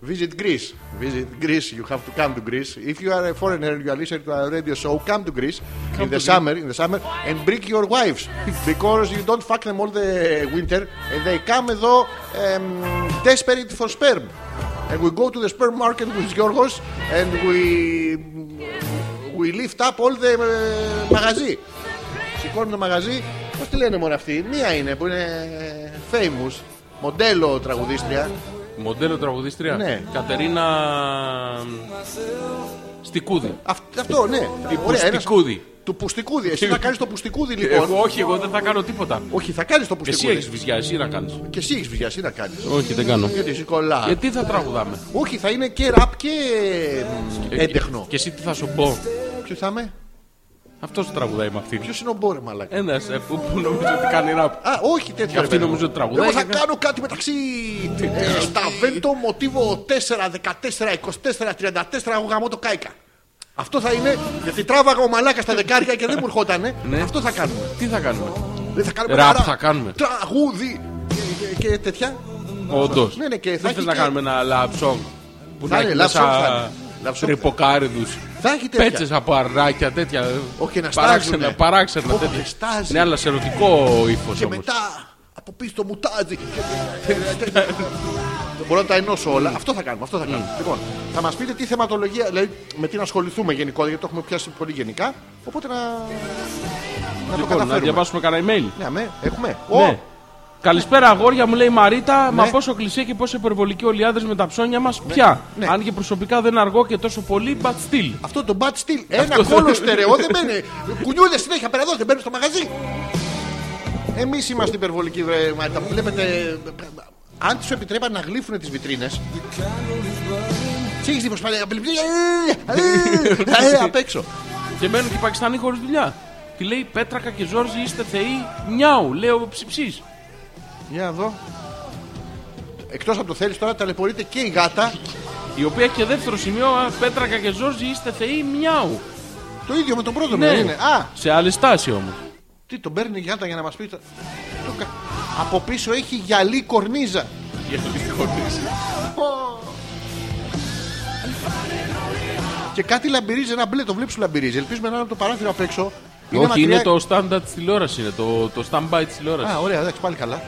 Speaker 3: Visit Greece. Visit Greece. You have to come to Greece. If you are a foreigner, you are listening to our radio show, come to Greece in the summer, in the summer, and bring your wives because you don't fuck them all the winter, and they come εδώ um, desperate for sperm. And we go to the sperm market with Yorgos and we we lift up all the uh, μαγαζί. Σηκώνουμε το μαγαζί. Πώ τη λένε μόνο αυτή, μία είναι που είναι ε, famous, μοντέλο τραγουδίστρια.
Speaker 4: Μοντέλο τραγουδίστρια.
Speaker 3: Ναι.
Speaker 4: Κατερίνα. Στικούδη.
Speaker 3: Αυτ- αυτό, ναι.
Speaker 4: Η
Speaker 3: Ωραία, ένας-
Speaker 4: Πουστικούδη. Ε,
Speaker 3: Του πουστικούδη. Εσύ θα κάνεις το πουστικούδη, λοιπόν.
Speaker 4: Εγώ, όχι, εγώ δεν θα κάνω τίποτα.
Speaker 3: Όχι, θα κάνεις το
Speaker 4: Εσύ
Speaker 3: πουστικούδη.
Speaker 4: έχεις βυζιά, εσύ να κάνεις.
Speaker 3: Και εσύ έχεις βιασί να κάνεις.
Speaker 4: Όχι, δεν κάνω.
Speaker 3: Γιατί εσύ κολλά.
Speaker 4: Ε, Γιατί θα τραγουδάμε.
Speaker 3: Όχι, θα είναι και ραπ και μ, έντεχνο.
Speaker 4: Ε, Και εσύ τι θα σου πω.
Speaker 3: Ποιο θα είμαι,
Speaker 4: Αυτός τραγουδάει με αυτή.
Speaker 3: Ποιος είναι ο Μπόρε Μαλάκα.
Speaker 4: Ένας ε, που, που νομίζω ότι κάνει ραπ.
Speaker 3: Α, όχι τέτοιο.
Speaker 4: Και αυτή
Speaker 3: ρε παιδί μου.
Speaker 4: νομίζω ότι τραγουδάει
Speaker 3: Εγώ θα
Speaker 4: και κα-
Speaker 3: κάνω κάτι μεταξύ. ε, Σταβέντο, μοτίβο 4, 14, 24, 34, εγώ γαμώ το κάικα. Αυτό θα είναι, γιατί τράβαγα ο μαλάκας στα δεκάρια και δεν μου ερχότανε.
Speaker 4: Ναι.
Speaker 3: Αυτό θα κάνουμε.
Speaker 4: Τι θα κάνουμε.
Speaker 3: Δεν θα κάνουμε
Speaker 4: Ραπ
Speaker 3: ένα
Speaker 4: θα κάνουμε.
Speaker 3: Τραγούδι. Και- και- Και τέτοια.
Speaker 4: Όντως.
Speaker 3: Ναι, ναι, και θα
Speaker 4: Δεν
Speaker 3: έχει
Speaker 4: θε να
Speaker 3: και-
Speaker 4: κάνουμε ένα love song. Που
Speaker 3: Θα
Speaker 4: να
Speaker 3: είναι,
Speaker 4: έχει
Speaker 3: love
Speaker 4: μέσα
Speaker 3: song θα είναι. Love song θα είναι.
Speaker 4: τρυποκάριδους.
Speaker 3: Θα έχει τέτοια.
Speaker 4: Πέτσες από αρνάκια, τέτοια.
Speaker 3: Όχι, να
Speaker 4: παράξενα,
Speaker 3: στάζουνε.
Speaker 4: παράξενα.
Speaker 3: Όχι,
Speaker 4: τέτοια.
Speaker 3: στάζει.
Speaker 4: Ναι, αλλά σε ερωτικό ύφος
Speaker 3: Και
Speaker 4: όμως.
Speaker 3: μετά από πίσω το μουτάζι. Και- Δεν Μπορώ να τα ενώσω όλα. Αυτό θα κάνουμε. Αυτό θα
Speaker 4: Ναι.
Speaker 3: κάνουμε. Λοιπόν, θα μας πείτε τι θεματολογία, δηλαδή με τι να ασχοληθούμε γενικότερα, γιατί το έχουμε πιάσει πολύ γενικά. Οπότε να. Να το
Speaker 4: Λοιπόν, να
Speaker 3: καταφέρουμε.
Speaker 4: διαβάσουμε κανένα email.
Speaker 3: Ναι, αμέ, έχουμε.
Speaker 4: Ναι.
Speaker 3: Ω,
Speaker 4: Καλησπέρα, αγόρια μου, λέει η Μαρίτα. Μα
Speaker 3: Ναι.
Speaker 4: πόσο κλεισέ και πόσο υπερβολική όλοι οι άντρε με τα ψώνια μας πια.
Speaker 3: Ναι.
Speaker 4: Αν και προσωπικά δεν αργώ και τόσο πολύ, but still.
Speaker 3: Αυτό το bat still. Ένα κόλλο στερεό δεν μένει. Κουνιούνται συνέχεια πέρα εδώ, δεν μπαίνουν στο μαγαζί. Εμείς είμαστε υπερβολικοί, βρε Μάρτα. Μου βλέπετε. ε, Αν τους επιτρέπαν να γλύφουν τις βιτρίνες. Τι έχεις δει πως πάλι. απελπιστεί, ε, ε, ε, Απ' έξω.
Speaker 4: Και μένουν και οι Πακιστανοί χωρίς δουλειά. Τη λέει Πέτρακα και Ζόρζι είστε θεοί. Μιάου, λέω ψιψή.
Speaker 3: Για να δω. Εκτός από το θέλεις τώρα, ταλαιπωρείται και η γάτα.
Speaker 4: Η οποία έχει και δεύτερο σημείο, «Α, Πέτρακα και Ζόρζι είστε θεοί. Μιάου.
Speaker 3: Το ίδιο με τον πρώτο μου δεν είναι. Α,
Speaker 4: Σε άλλη στάση όμως.
Speaker 3: τι τον παίρνει η γάτα για να μας πει. το- το κα- Από πίσω έχει γυαλί κορνίζα. Και κάτι λαμπυρίζει, ένα μπλε, το βλέπει που λαμπυρίζει. Ελπίζουμε να είναι από το παράθυρο απ' έξω.
Speaker 4: Όχι,
Speaker 3: μακριά-
Speaker 4: είναι το στάνταρτ τη τηλεόραση. Είναι το, το stand-by της τηλεόρασης.
Speaker 3: Α, ωραία, εντάξει, πάλι καλά.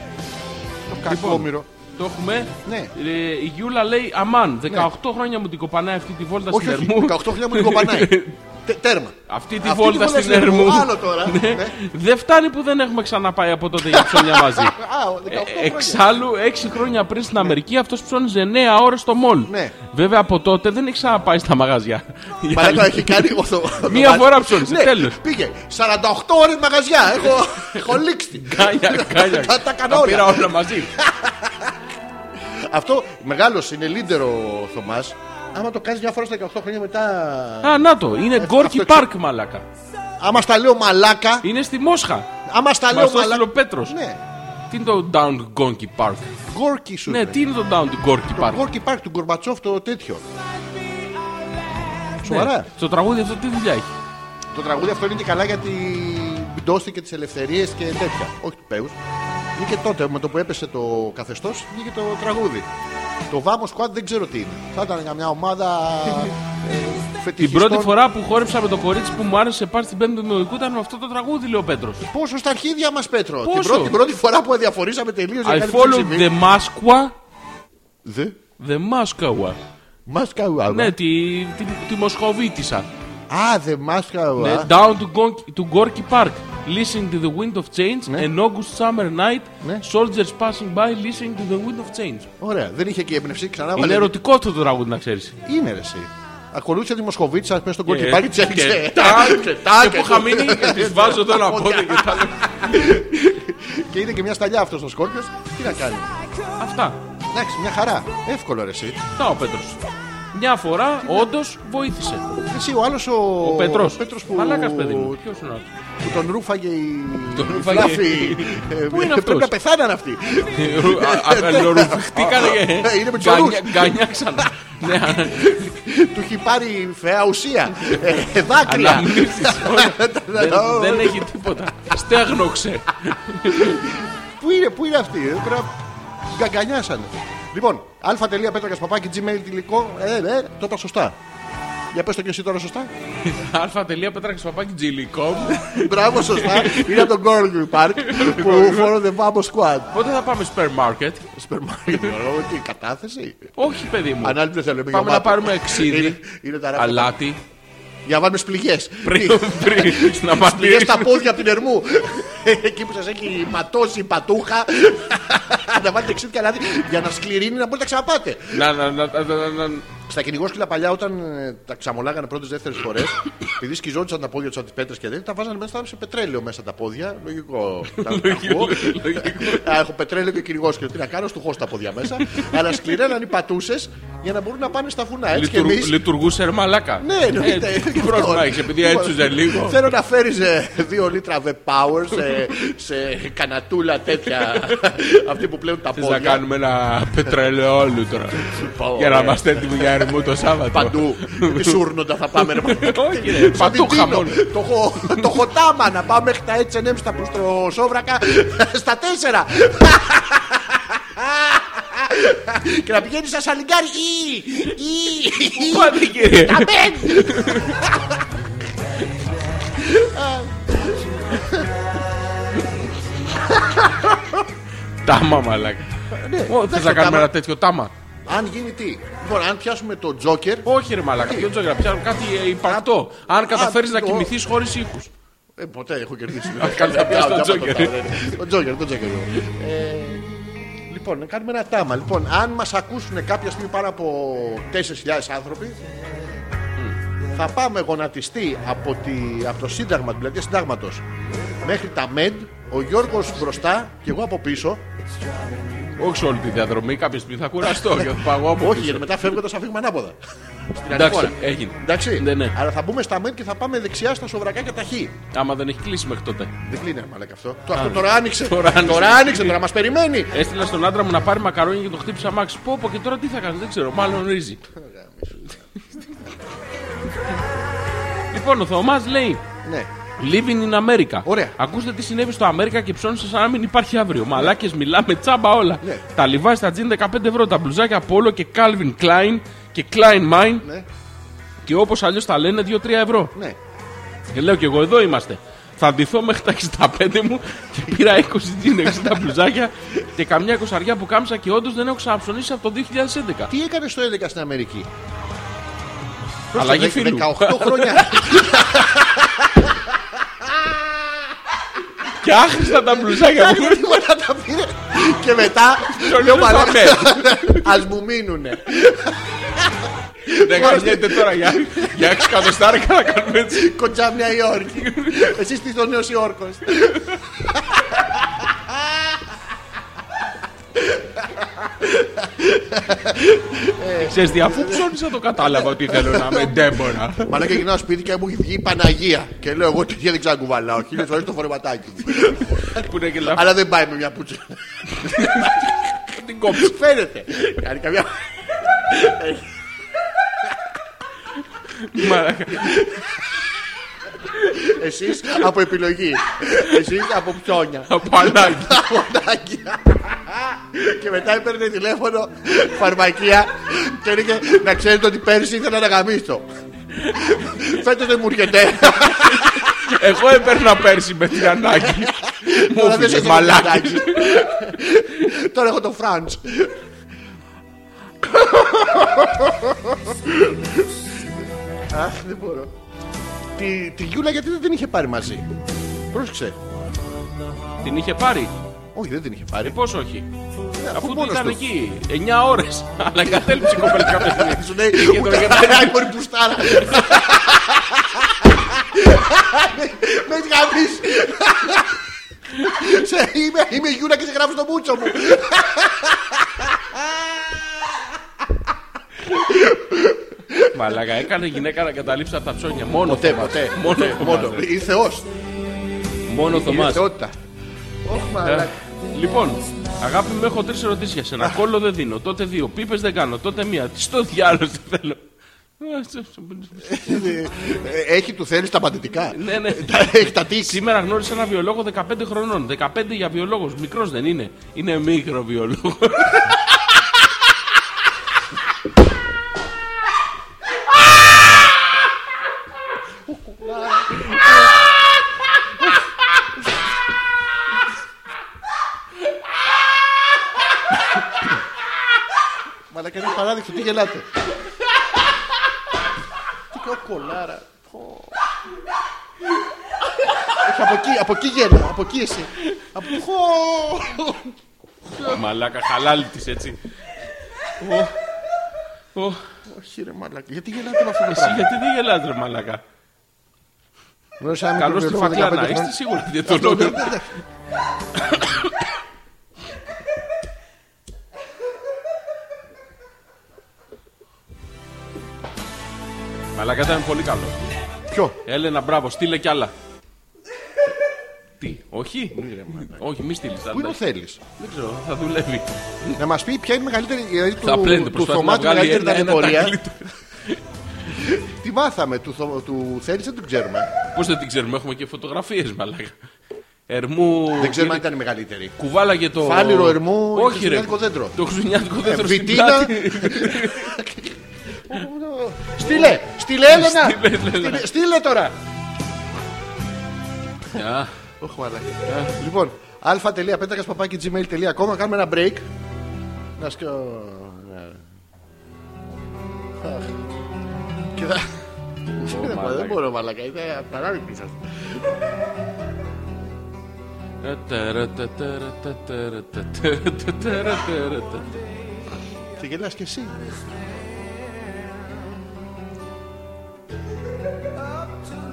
Speaker 3: Το
Speaker 4: Λοιπόν,
Speaker 3: κακόμοιρο.
Speaker 4: Το έχουμε.
Speaker 3: Ναι.
Speaker 4: Ε, η Γιούλα λέει Αμάν, 18 χρόνια μου την κοπανάει αυτή τη βόλτα
Speaker 3: Όχι,
Speaker 4: στην
Speaker 3: όχι,
Speaker 4: Ερμού.
Speaker 3: 18 χρόνια μου λίγο πανάει.
Speaker 4: Ε,
Speaker 3: Τε- Τέρμα.
Speaker 4: Αυτή τη βόλτα στην
Speaker 3: είναι
Speaker 4: Ερμού.
Speaker 3: Άλλο τώρα.
Speaker 4: Ναι.
Speaker 3: ναι.
Speaker 4: Δεν φτάνει που δεν έχουμε ξαναπάει από τότε για ψώνια μαζί.
Speaker 3: Α, ο- 18
Speaker 4: Ε,
Speaker 3: χρόνια.
Speaker 4: Εξάλλου, 6 χρόνια πριν στην Αμερική, αυτός ψώνιζε 9 ώρε στο μολ.
Speaker 3: Ναι.
Speaker 4: Βέβαια από τότε δεν έχει ξαναπάει στα μαγαζιά. Για
Speaker 3: Μαλάκα,
Speaker 4: άλλη-
Speaker 3: έχει κάνει εγώ το. το
Speaker 4: Μία
Speaker 3: μάτι.
Speaker 4: φορά ψώνισε,
Speaker 3: Ναι,
Speaker 4: τέλος.
Speaker 3: Πήγε 48 ώρες μαγαζιά. Έχω, έχω λήξει.
Speaker 4: Κάνια, κάνια.
Speaker 3: Τα- τα έκανα όλα.
Speaker 4: πήρα όλα μαζί.
Speaker 3: Αυτό μεγάλος είναι λίντερο ο Θωμάς. Άμα το κάνεις μια φορά στα 18 χρόνια μετά.
Speaker 4: Α, να το. Είναι Gorky
Speaker 3: αυτό
Speaker 4: Park, μαλάκα.
Speaker 3: Άμα στα λέω μαλάκα.
Speaker 4: Είναι στη Μόσχα.
Speaker 3: Άμα στα
Speaker 4: Μα
Speaker 3: λέω
Speaker 4: το έστειλε ο
Speaker 3: μαλάκα.
Speaker 4: Πέτρο.
Speaker 3: Ναι,
Speaker 4: Τι είναι το Down Gorky Park.
Speaker 3: γκόρκι σου.
Speaker 4: Ναι,
Speaker 3: λέει.
Speaker 4: τι είναι το Down Gorky
Speaker 3: Το
Speaker 4: Park.
Speaker 3: γκόρκι πάρκ του Γκορμπατσόφ το
Speaker 4: Ναι.
Speaker 3: τέτοιο. Σοβαρά.
Speaker 4: Στο τραγούδι αυτό τι δουλειά έχει.
Speaker 3: Το τραγούδι αυτό είναι και καλά για την πτώση και τις ελευθερίες και τέτοια. Όχι του Πέους. Βγήκε τότε με το που έπεσε το καθεστώς, βγήκε το τραγούδι. Το Βάμο Squad δεν ξέρω τι είναι. Θα ήταν για μια ομάδα. ε,
Speaker 4: Την
Speaker 3: φετιχιστών.
Speaker 4: πρώτη φορά που χόρεψα με το κορίτσι που μου άρεσε πάρει στην πέμπτη δημοτικού ήταν με αυτό το τραγούδι, λέει ο Πέτρος.
Speaker 3: Πόσο στα αρχίδια μας, Πέτρο. Την
Speaker 4: Πόσο?
Speaker 3: πρώτη, την πρώτη φορά που αδιαφορήσαμε τελείως για
Speaker 4: I
Speaker 3: κάτι
Speaker 4: follow the Moskwa.
Speaker 3: Δε.
Speaker 4: The Moskwa.
Speaker 3: Μάσκαουα.
Speaker 4: Ναι, τη, τη, τη Μοσχοβίτησα.
Speaker 3: Α, δε
Speaker 4: Ναι,
Speaker 3: Μάσκαουα.
Speaker 4: down to, Gon- to Gorky Park. Listen to the wind of change.
Speaker 3: Ναι.
Speaker 4: An August summer night.
Speaker 3: Ναι.
Speaker 4: Soldiers passing by. Listen to the wind of change.
Speaker 3: Ωραία, δεν είχε και έμπνευση. Ξανά
Speaker 4: Είναι
Speaker 3: βάλε.
Speaker 4: ερωτικό αυτό το τραγούδι, να ξέρεις.
Speaker 3: Είναι ρε εσύ. Ακολούθησε τη Μοσχοβίτη, σα πε στον κόκκι
Speaker 4: Ε,
Speaker 3: πάλι
Speaker 4: και
Speaker 3: τσέριξε.
Speaker 4: τάκ,
Speaker 3: Και
Speaker 4: Και
Speaker 3: τάκ,
Speaker 4: που είχα μείνει, και τις βάζω εδώ ένα πόδι και τα λέω.
Speaker 3: Και είναι και μια σταλιά αυτός ο Σκόρπιος. Τι να κάνει.
Speaker 4: Αυτά.
Speaker 3: Εντάξει, μια χαρά. Εύκολο ρε εσύ.
Speaker 4: Τα ο Πέτρος. Μια φορά, όντως, βοήθησε.
Speaker 3: Εσύ ο άλλος ο,
Speaker 4: Ο Πέτρος.
Speaker 3: ο Πέτρος που...
Speaker 4: Μαλάκας, παιδί μου. Ποιος είναι αυτό.
Speaker 3: που τον ρούφαγε η.
Speaker 4: Τον
Speaker 3: η
Speaker 4: ρούφαγε.
Speaker 3: Φλάφη. Ε,
Speaker 4: Πού είναι αυτός?
Speaker 3: Πρέπει να πεθάναν αυτοί. ναι.
Speaker 4: Απελορουφτήκανε
Speaker 3: Ε, είναι με τους ορούς.
Speaker 4: Γκανιάξανε. Ναι, ανα-
Speaker 3: Του έχει πάρει φαιά ουσία. Ε, Δάκρυα.
Speaker 4: αναμνήσεις όλα. Δεν- Δεν έχει τίποτα. Στέγνωξε.
Speaker 3: Πού είναι, πού είναι αυτοί. ε, πρέπει να Γκαγκανιάσανε. Λοιπόν, α.πέτρακα παπάκι gmail τηλικό. Ε, ε, το είπα σωστά. Για πες το και εσύ τώρα σωστά.
Speaker 4: Αλφα.πέτρακα παπάκι gmail.com.
Speaker 3: Μπράβο, σωστά. Είναι από το Girl Group Park που φόρονται Vamos Squad.
Speaker 4: Πότε θα πάμε σούπερ μάρκετ.
Speaker 3: Σούπερ μάρκετ, Γιώργο, τι κατάθεση.
Speaker 4: Όχι, παιδί μου.
Speaker 3: Ανάλυση δεν θέλουμε.
Speaker 4: Πάμε να
Speaker 3: γεμάτο.
Speaker 4: πάρουμε ξύδι,
Speaker 3: Είναι- Είναι τα ράπα.
Speaker 4: αλάτι.
Speaker 3: Για να βάλουμε σπληγέ.
Speaker 4: Πριν, πριν, να μας
Speaker 3: Σπληγέ στα
Speaker 4: τηρήσουμε.
Speaker 3: πόδια από την ερμού. Εκεί που σας έχει ματώσει η πατούχα. να βάλετε ξύδι και αλάτι για να σκληρύνει να μπορείτε να ξαναπάτε.
Speaker 4: Να, να, να, να, να, να-
Speaker 3: Στα κυνηγόσκυλα παλιά όταν ε, τα ξαμολάγανε πρώτες δεύτερες φορές, επειδή σκιζόντουσαν τα πόδια τους από τις πέτρες και δεν τα βάζανε μέσα σε πετρέλαιο μέσα τα πόδια. Λογικό. τα- τα ακούω. Α, Έχω πετρέλαιο και κυνηγόσκυλο. Τι να κάνω, του χώσω τα πόδια μέσα. Αλλά σκληρέναν οι πατούσες για να μπορούν να πάνε στα βουνά. Έτσι και
Speaker 4: Λειτουργού-
Speaker 3: εμείς.
Speaker 4: Λειτουργούσε ρε μαλάκα.
Speaker 3: Ναι, εννοείται.
Speaker 4: Ε,
Speaker 3: Γι'
Speaker 4: Τι
Speaker 3: αυτό.
Speaker 4: πρόβλημα έχεις, επειδή
Speaker 3: Λοιπόν,
Speaker 4: έτσουζε λίγο.
Speaker 3: Θέλω να φέρεις δύο λίτρα The Power σε, σε κανατούλα τέτοια. Αυτή που πλέουν τα
Speaker 4: Θες να
Speaker 3: πόδια.
Speaker 4: κάνουμε ένα πετρελαιόλου τώρα.
Speaker 3: Πω, ε.
Speaker 4: Για να
Speaker 3: ρε.
Speaker 4: είμαστε έτοιμοι για ερημού το Σάββατο.
Speaker 3: Παντού. Τι σούρνοντα θα πάμε, ρε μαλάκα.
Speaker 4: Όχι, ρε,
Speaker 3: Σαν την
Speaker 4: πατούχα
Speaker 3: Τίνο.
Speaker 4: μόνο.
Speaker 3: Το, χο- το χοτάμα να πάμε μέχρι τα HM στα πουστροσόβρακα στα τέσσερα. Και να πηγαίνεις σαν σαλιγκάρι. Ή, ή, ή.
Speaker 4: Πάτε, κύριε.
Speaker 3: Αμπέν.
Speaker 4: Τάμα, μαλάκα. Ω, Θες
Speaker 3: εντάξει,
Speaker 4: να κάνουμε
Speaker 3: Ναι, τάμα.
Speaker 4: ένα τέτοιο τάμα.
Speaker 3: Αν γίνει τι. Λοιπόν, αν πιάσουμε το Τζόκερ.
Speaker 4: Όχι, ρε μαλάκα. Ποιο τζόγκα, πιάνω κάτι ε, υπαρκτό. Αν καταφέρεις να
Speaker 3: το-
Speaker 4: κοιμηθείς χωρίς ήχους.
Speaker 3: Ε, ποτέ έχω κερδίσει.
Speaker 4: Καλά,
Speaker 3: Δεν
Speaker 4: πες τον
Speaker 3: πιάνω, δεν
Speaker 4: Τζόκερ.
Speaker 3: πιάνω, δεν είναι. ναι, Τον Τζόκερ, τον Τζόκερ. Ε, Λοιπόν, να κάνουμε ένα τάμα. Λοιπόν, αν μας ακούσουν κάποια στιγμή πάνω από 4.000 άνθρωποι, θα πάμε γονατιστή από, τη, από το Σύνταγμα, την πλατεία Συντάγματος, μέχρι τα ΜΕΔ, ο Γιώργος μπροστά και εγώ από πίσω.
Speaker 4: Όχι σε όλη τη διαδρομή, κάποια στιγμή θα κουραστώ και θα πάω εγώ από
Speaker 3: Όχι,
Speaker 4: πίσω.
Speaker 3: γιατί μετά φεύγοντα θα φύγουμε ανάποδα. Στην άλλη
Speaker 4: Εντάξει,
Speaker 3: χώρα.
Speaker 4: έγινε.
Speaker 3: Εντάξει.
Speaker 4: Ναι, ναι.
Speaker 3: Αλλά θα μπούμε στα ΜΕΔ και θα πάμε δεξιά στα σοβρακά και τα χ.
Speaker 4: Άμα δεν έχει κλείσει μέχρι τότε.
Speaker 3: Δεν κλείνει, μαλάκα αυτό. Το, αυτό τώρα άνοιξε.
Speaker 4: Τώρα άνοιξε.
Speaker 3: Τώρα άνοιξε, τώρα μας περιμένει.
Speaker 4: Έστειλα στον άντρα μου να πάρει μακαρόνια και το χτύπησα μάξι. Πω, πω, και τώρα τι θα κάνω, δεν ξέρω. Μάλλον ρύζι. λοιπόν, ο Θωμάς λέει
Speaker 3: Ναι.
Speaker 4: Living in America.
Speaker 3: Ωραία.
Speaker 4: Ακούστε τι συνέβη στο Αμέρικα και ψώνισε σαν να μην υπάρχει αύριο. Μαλάκες, μιλάμε τσάμπα όλα.
Speaker 3: Ναι.
Speaker 4: Τα λιβάει στα τζιν 15 ευρώ, τα μπλουζάκια Polo και Calvin Klein και Klein Mine
Speaker 3: Ναι.
Speaker 4: και όπως αλλιώς τα λένε 2-3 ευρώ.
Speaker 3: Ναι.
Speaker 4: Και λέω και εγώ εδώ είμαστε. Θα ντυθώ μέχρι τα 65 μου και πήρα 20 τζιν 60 μπλουζάκια και καμιά κοσαριά που κάμισα και όντως δεν έχω ξαναψωνίσει από το 2011.
Speaker 3: Τι έκανες στο 11 στην Αμερική.
Speaker 4: Αλλαγή
Speaker 3: Πρόσεξε,
Speaker 4: φίλου.
Speaker 3: 18 χρόνια.
Speaker 4: Και άχρηστα τα μπλουζάκια μου.
Speaker 3: Τίποτα τα πήρε. Και μετά.
Speaker 4: Λέω μαλάκα.
Speaker 3: Α μου μείνουνε.
Speaker 4: Δεν γαμιέται τώρα για, για 6 εκατοστάρικα να κάνουμε έτσι.
Speaker 3: Κοντζά μια Υόρκη. Εσύ τι ο νέο Υόρκος.
Speaker 4: Ξέρεις τι, αφού ψώνισα το κατάλαβα ότι θέλω να είμαι ντέμπορα.
Speaker 3: Μαλάκα γυρνάω σπίτι και μου έχει βγει η Παναγία. Και λέω εγώ τέτοια δεν ξανακουβαλάω. Χίλιες φορέ το φορεματάκι μου.
Speaker 4: Που είναι και λαφ-
Speaker 3: Αλλά δεν πάει με μια πουτσα.
Speaker 4: την κόψη.
Speaker 3: Φαίνεται. Κάνει καμιά.
Speaker 4: Μαλάκα.
Speaker 3: Εσείς από επιλογή. Εσείς από ψώνια.
Speaker 4: Από ανάγκη.
Speaker 3: Παπαδάκη. και μετά έπαιρνε τηλέφωνο φαρμακεία και έλεγε να ξέρετε ότι πέρσι ήθελα να γαμίσω. Φέτος δεν μου έρχεται.
Speaker 4: Εγώ έπαιρνα πέρσι με την ανάγκη. Μου
Speaker 3: Τώρα δεν σε
Speaker 4: έφυγε
Speaker 3: έχει
Speaker 4: μαλάκι.
Speaker 3: ανάγκη. Τώρα έχω το Φραντς. Αχ, δεν μπορώ. Τη, τη Γιούλα γιατί δεν την είχε πάρει μαζί. Πρόσεξε.
Speaker 4: Την είχε πάρει.
Speaker 3: Όχι, δεν την είχε πάρει.
Speaker 4: Πώς όχι. Ε, Αφού
Speaker 3: μόνος
Speaker 4: του ήταν
Speaker 3: τους.
Speaker 4: εκεί 9 ώρες. Αλλά κατέληψε η κοπέλα κάποια στιγμή.
Speaker 3: Σου λέει
Speaker 4: το
Speaker 3: ούτε
Speaker 4: γετάκι.
Speaker 3: χαρά η μωρή πουστάρα. Με έχεις γαμίσεις. Σε- είμαι- Είμαι η Γιούνα και σε γράφω στο μούτσο μου.
Speaker 4: Μαλάκα, έκανε γυναίκα να καταλήψει από τα ψώνια. Μόνο
Speaker 3: Ποτέ,
Speaker 4: Θωμάς.
Speaker 3: ποτέ.
Speaker 4: Μόνο
Speaker 3: Μόνο.
Speaker 4: Θωμάς.
Speaker 3: Η Θεός.
Speaker 4: Μόνο
Speaker 3: Η
Speaker 4: Θωμάς.
Speaker 3: Θεότητα. Ωχ, μαλάκα.
Speaker 4: Λοιπόν, αγάπη μου, έχω τρεις ερωτήσεις για σένα. Κόλλο δεν δίνω, τότε δύο. Πίπες δεν κάνω, τότε μία. Τι στο διάλογο δεν θέλω.
Speaker 3: Ε, Έχει του θέλεις τα παντητικά.
Speaker 4: Ναι, ναι.
Speaker 3: Τα- Έχει τα τύχη.
Speaker 4: Σήμερα γνώρισα ένα βιολόγο 15 χρονών. 15 για βιολόγο. Μικρός δεν είναι. Είναι μικροβιολόγος.
Speaker 3: του τι γελάτε. Τι κάνω κολάρα. Πω. Όχι, από εκεί, από εκεί γέλα, από εκεί εσύ. Από... Πω.
Speaker 4: Μαλάκα, χαλάλι της έτσι. Ω, ω,
Speaker 3: Όχι ρε μαλάκα, γιατί γελάτε με αυτό το
Speaker 4: Εσύ
Speaker 3: πράγμα.
Speaker 4: γιατί δεν γελάς ρε μαλάκα.
Speaker 3: Γνώρισα
Speaker 4: Καλώς τη φακλά να είστε σίγουρα δεν το
Speaker 3: ναι,
Speaker 4: λέω. Μαλάκα ήταν πολύ καλό.
Speaker 3: Ποιο.
Speaker 4: Έλενα, μπράβο, στείλε κι άλλα. Τι, όχι. Όχι, μη στείλεις.
Speaker 3: Ναι, Πού είναι ο Θέλης.
Speaker 4: Δεν ξέρω, θα δουλεύει.
Speaker 3: Να μας πει ποια είναι η μεγαλύτερη. Δηλαδή
Speaker 4: Θα πλένετε
Speaker 3: του, του
Speaker 4: προσπάθει να
Speaker 3: Θωμά τη
Speaker 4: βγάλει
Speaker 3: μεγαλύτερη
Speaker 4: ένα, ένα
Speaker 3: ταλαιπωρία.
Speaker 4: τακλί του.
Speaker 3: Τι μάθαμε του, Θω- του Θέλης δεν τον ξέρουμε.
Speaker 4: Πώς δεν την ξέρουμε, έχουμε και φωτογραφίες, μαλάκα. Ερμού.
Speaker 3: Δεν ξέρουμε αν ήταν η μεγαλύτερη.
Speaker 4: Κουβάλαγε το.
Speaker 3: Φάληρο ερμού,
Speaker 4: Όχι, ρε.
Speaker 3: χριστουγεννιάτικο δέντρο.
Speaker 4: Το χριστουγεννιάτικο δέντρο. στην
Speaker 3: Βιτίνα.
Speaker 4: πλάτη.
Speaker 3: Στείλε! Στείλε Έλενα!
Speaker 4: Στείλε, Έλενα.
Speaker 3: Στείλε- Στείλε τώρα!
Speaker 4: Α,
Speaker 3: Ωχ, μαλάκα. Λοιπόν, α.πέτρακα.gmail.com Κάνουμε ένα break. Να σκο... Αχ. Και θα... Δεν μπορώ, Δεν μπορώ, μαλάκα. Είναι απαράδεκτη σας. Και γελάς κι εσύ.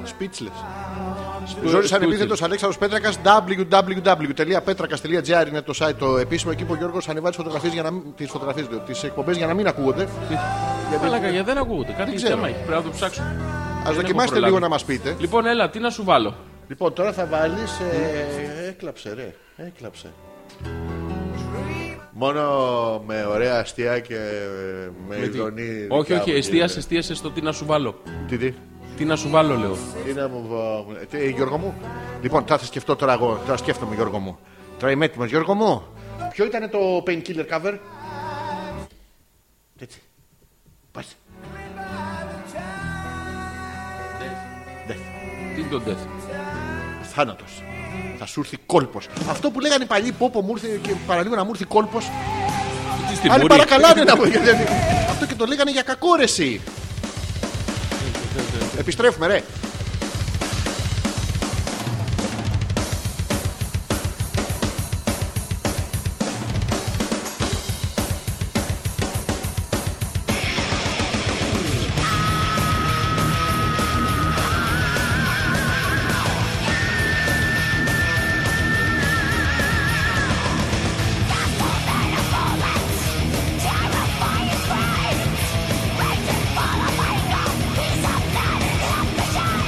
Speaker 3: Speechless. Ζόρις ανεπίθετος Αλέξανδρος Πέτρακας www.petrakas.gr είναι το site το επίσημο εκεί που ο Γιώργος ανεβάζει τις φωτογραφίες για να μην, τις φωτογραφίες, λέω, τις εκπομπές για να μην ακούγονται
Speaker 4: Μαλάκα, για δεν ακούγονται. Κάτι
Speaker 3: ξέρω.
Speaker 4: θέμα έχει. Πρέπει να το ψάξω.
Speaker 3: Ας δοκιμάσετε
Speaker 4: προλάβει.
Speaker 3: λίγο να μας πείτε
Speaker 4: Λοιπόν, έλα, τι να σου βάλω.
Speaker 3: Λοιπόν τώρα θα βάλεις ε, Έκλαψε ρε Έκλαψε Μόνο με ωραία αστεία και ε, με
Speaker 4: Με τι-
Speaker 3: ειδονή
Speaker 4: Όχι, όχι, εστίασε, εστίασε στο τι να σου βάλω.
Speaker 3: Τι τι
Speaker 4: Τι να σου βάλω, λέω.
Speaker 3: Τι να μου βα- τι, ε, Γιώργο μου. Λοιπόν, τώρα θα σκεφτώ τώρα εγώ. Τώρα σκέφτομαι, Γιώργο μου. Τώρα είμαι έτοιμος, Γιώργο μου. Ποιο ήταν το painkiller cover. Έτσι. Πας.
Speaker 4: Τι είναι το death.
Speaker 3: Θάνατος. Θα σου έρθει κόλπος. Αυτό που λέγανε οι παλιοί πόπο μου ήρθε και παραλίγο να μου έρθει κόλπος.
Speaker 4: Τι στην
Speaker 3: Άλλοι
Speaker 4: μούρη.
Speaker 3: παρακαλάνε να μου γιατί- Αυτό και το λέγανε για κακόρεση. Επιστρέφουμε, ρε.
Speaker 6: It's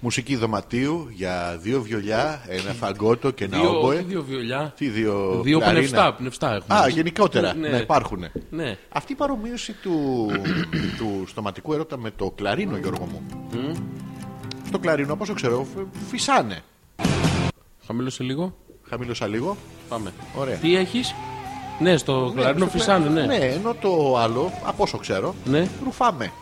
Speaker 3: Μουσική δωματίου για δύο βιολιά, ένα φαγκότο και ένα
Speaker 4: Δύο, όχι
Speaker 3: όμποε.
Speaker 4: δύο βιολιά.
Speaker 3: Τι δύο.
Speaker 4: Δύο
Speaker 3: κλαρίνα.
Speaker 4: πνευστά, πνευστά έχουμε.
Speaker 3: Α, γενικότερα
Speaker 4: Ναι.
Speaker 3: να υπάρχουν.
Speaker 4: Ναι.
Speaker 3: Αυτή η παρομοίωση του, του στοματικού έρωτα με το κλαρίνο, Γιώργο μου. Το κλαρίνο, όπω ξέρω, φ- φυσάνε.
Speaker 4: Χαμήλωσε λίγο.
Speaker 3: Χαμήλωσα λίγο.
Speaker 4: Πάμε.
Speaker 3: Ωραία.
Speaker 4: Τι έχεις. Ναι, στο κλαρινό
Speaker 3: στο
Speaker 4: φυσάνε,
Speaker 3: κλα-
Speaker 4: ναι.
Speaker 3: Ναι, ενώ το άλλο, από όσο ξέρω,
Speaker 4: Ναι.
Speaker 3: ρουφάμε.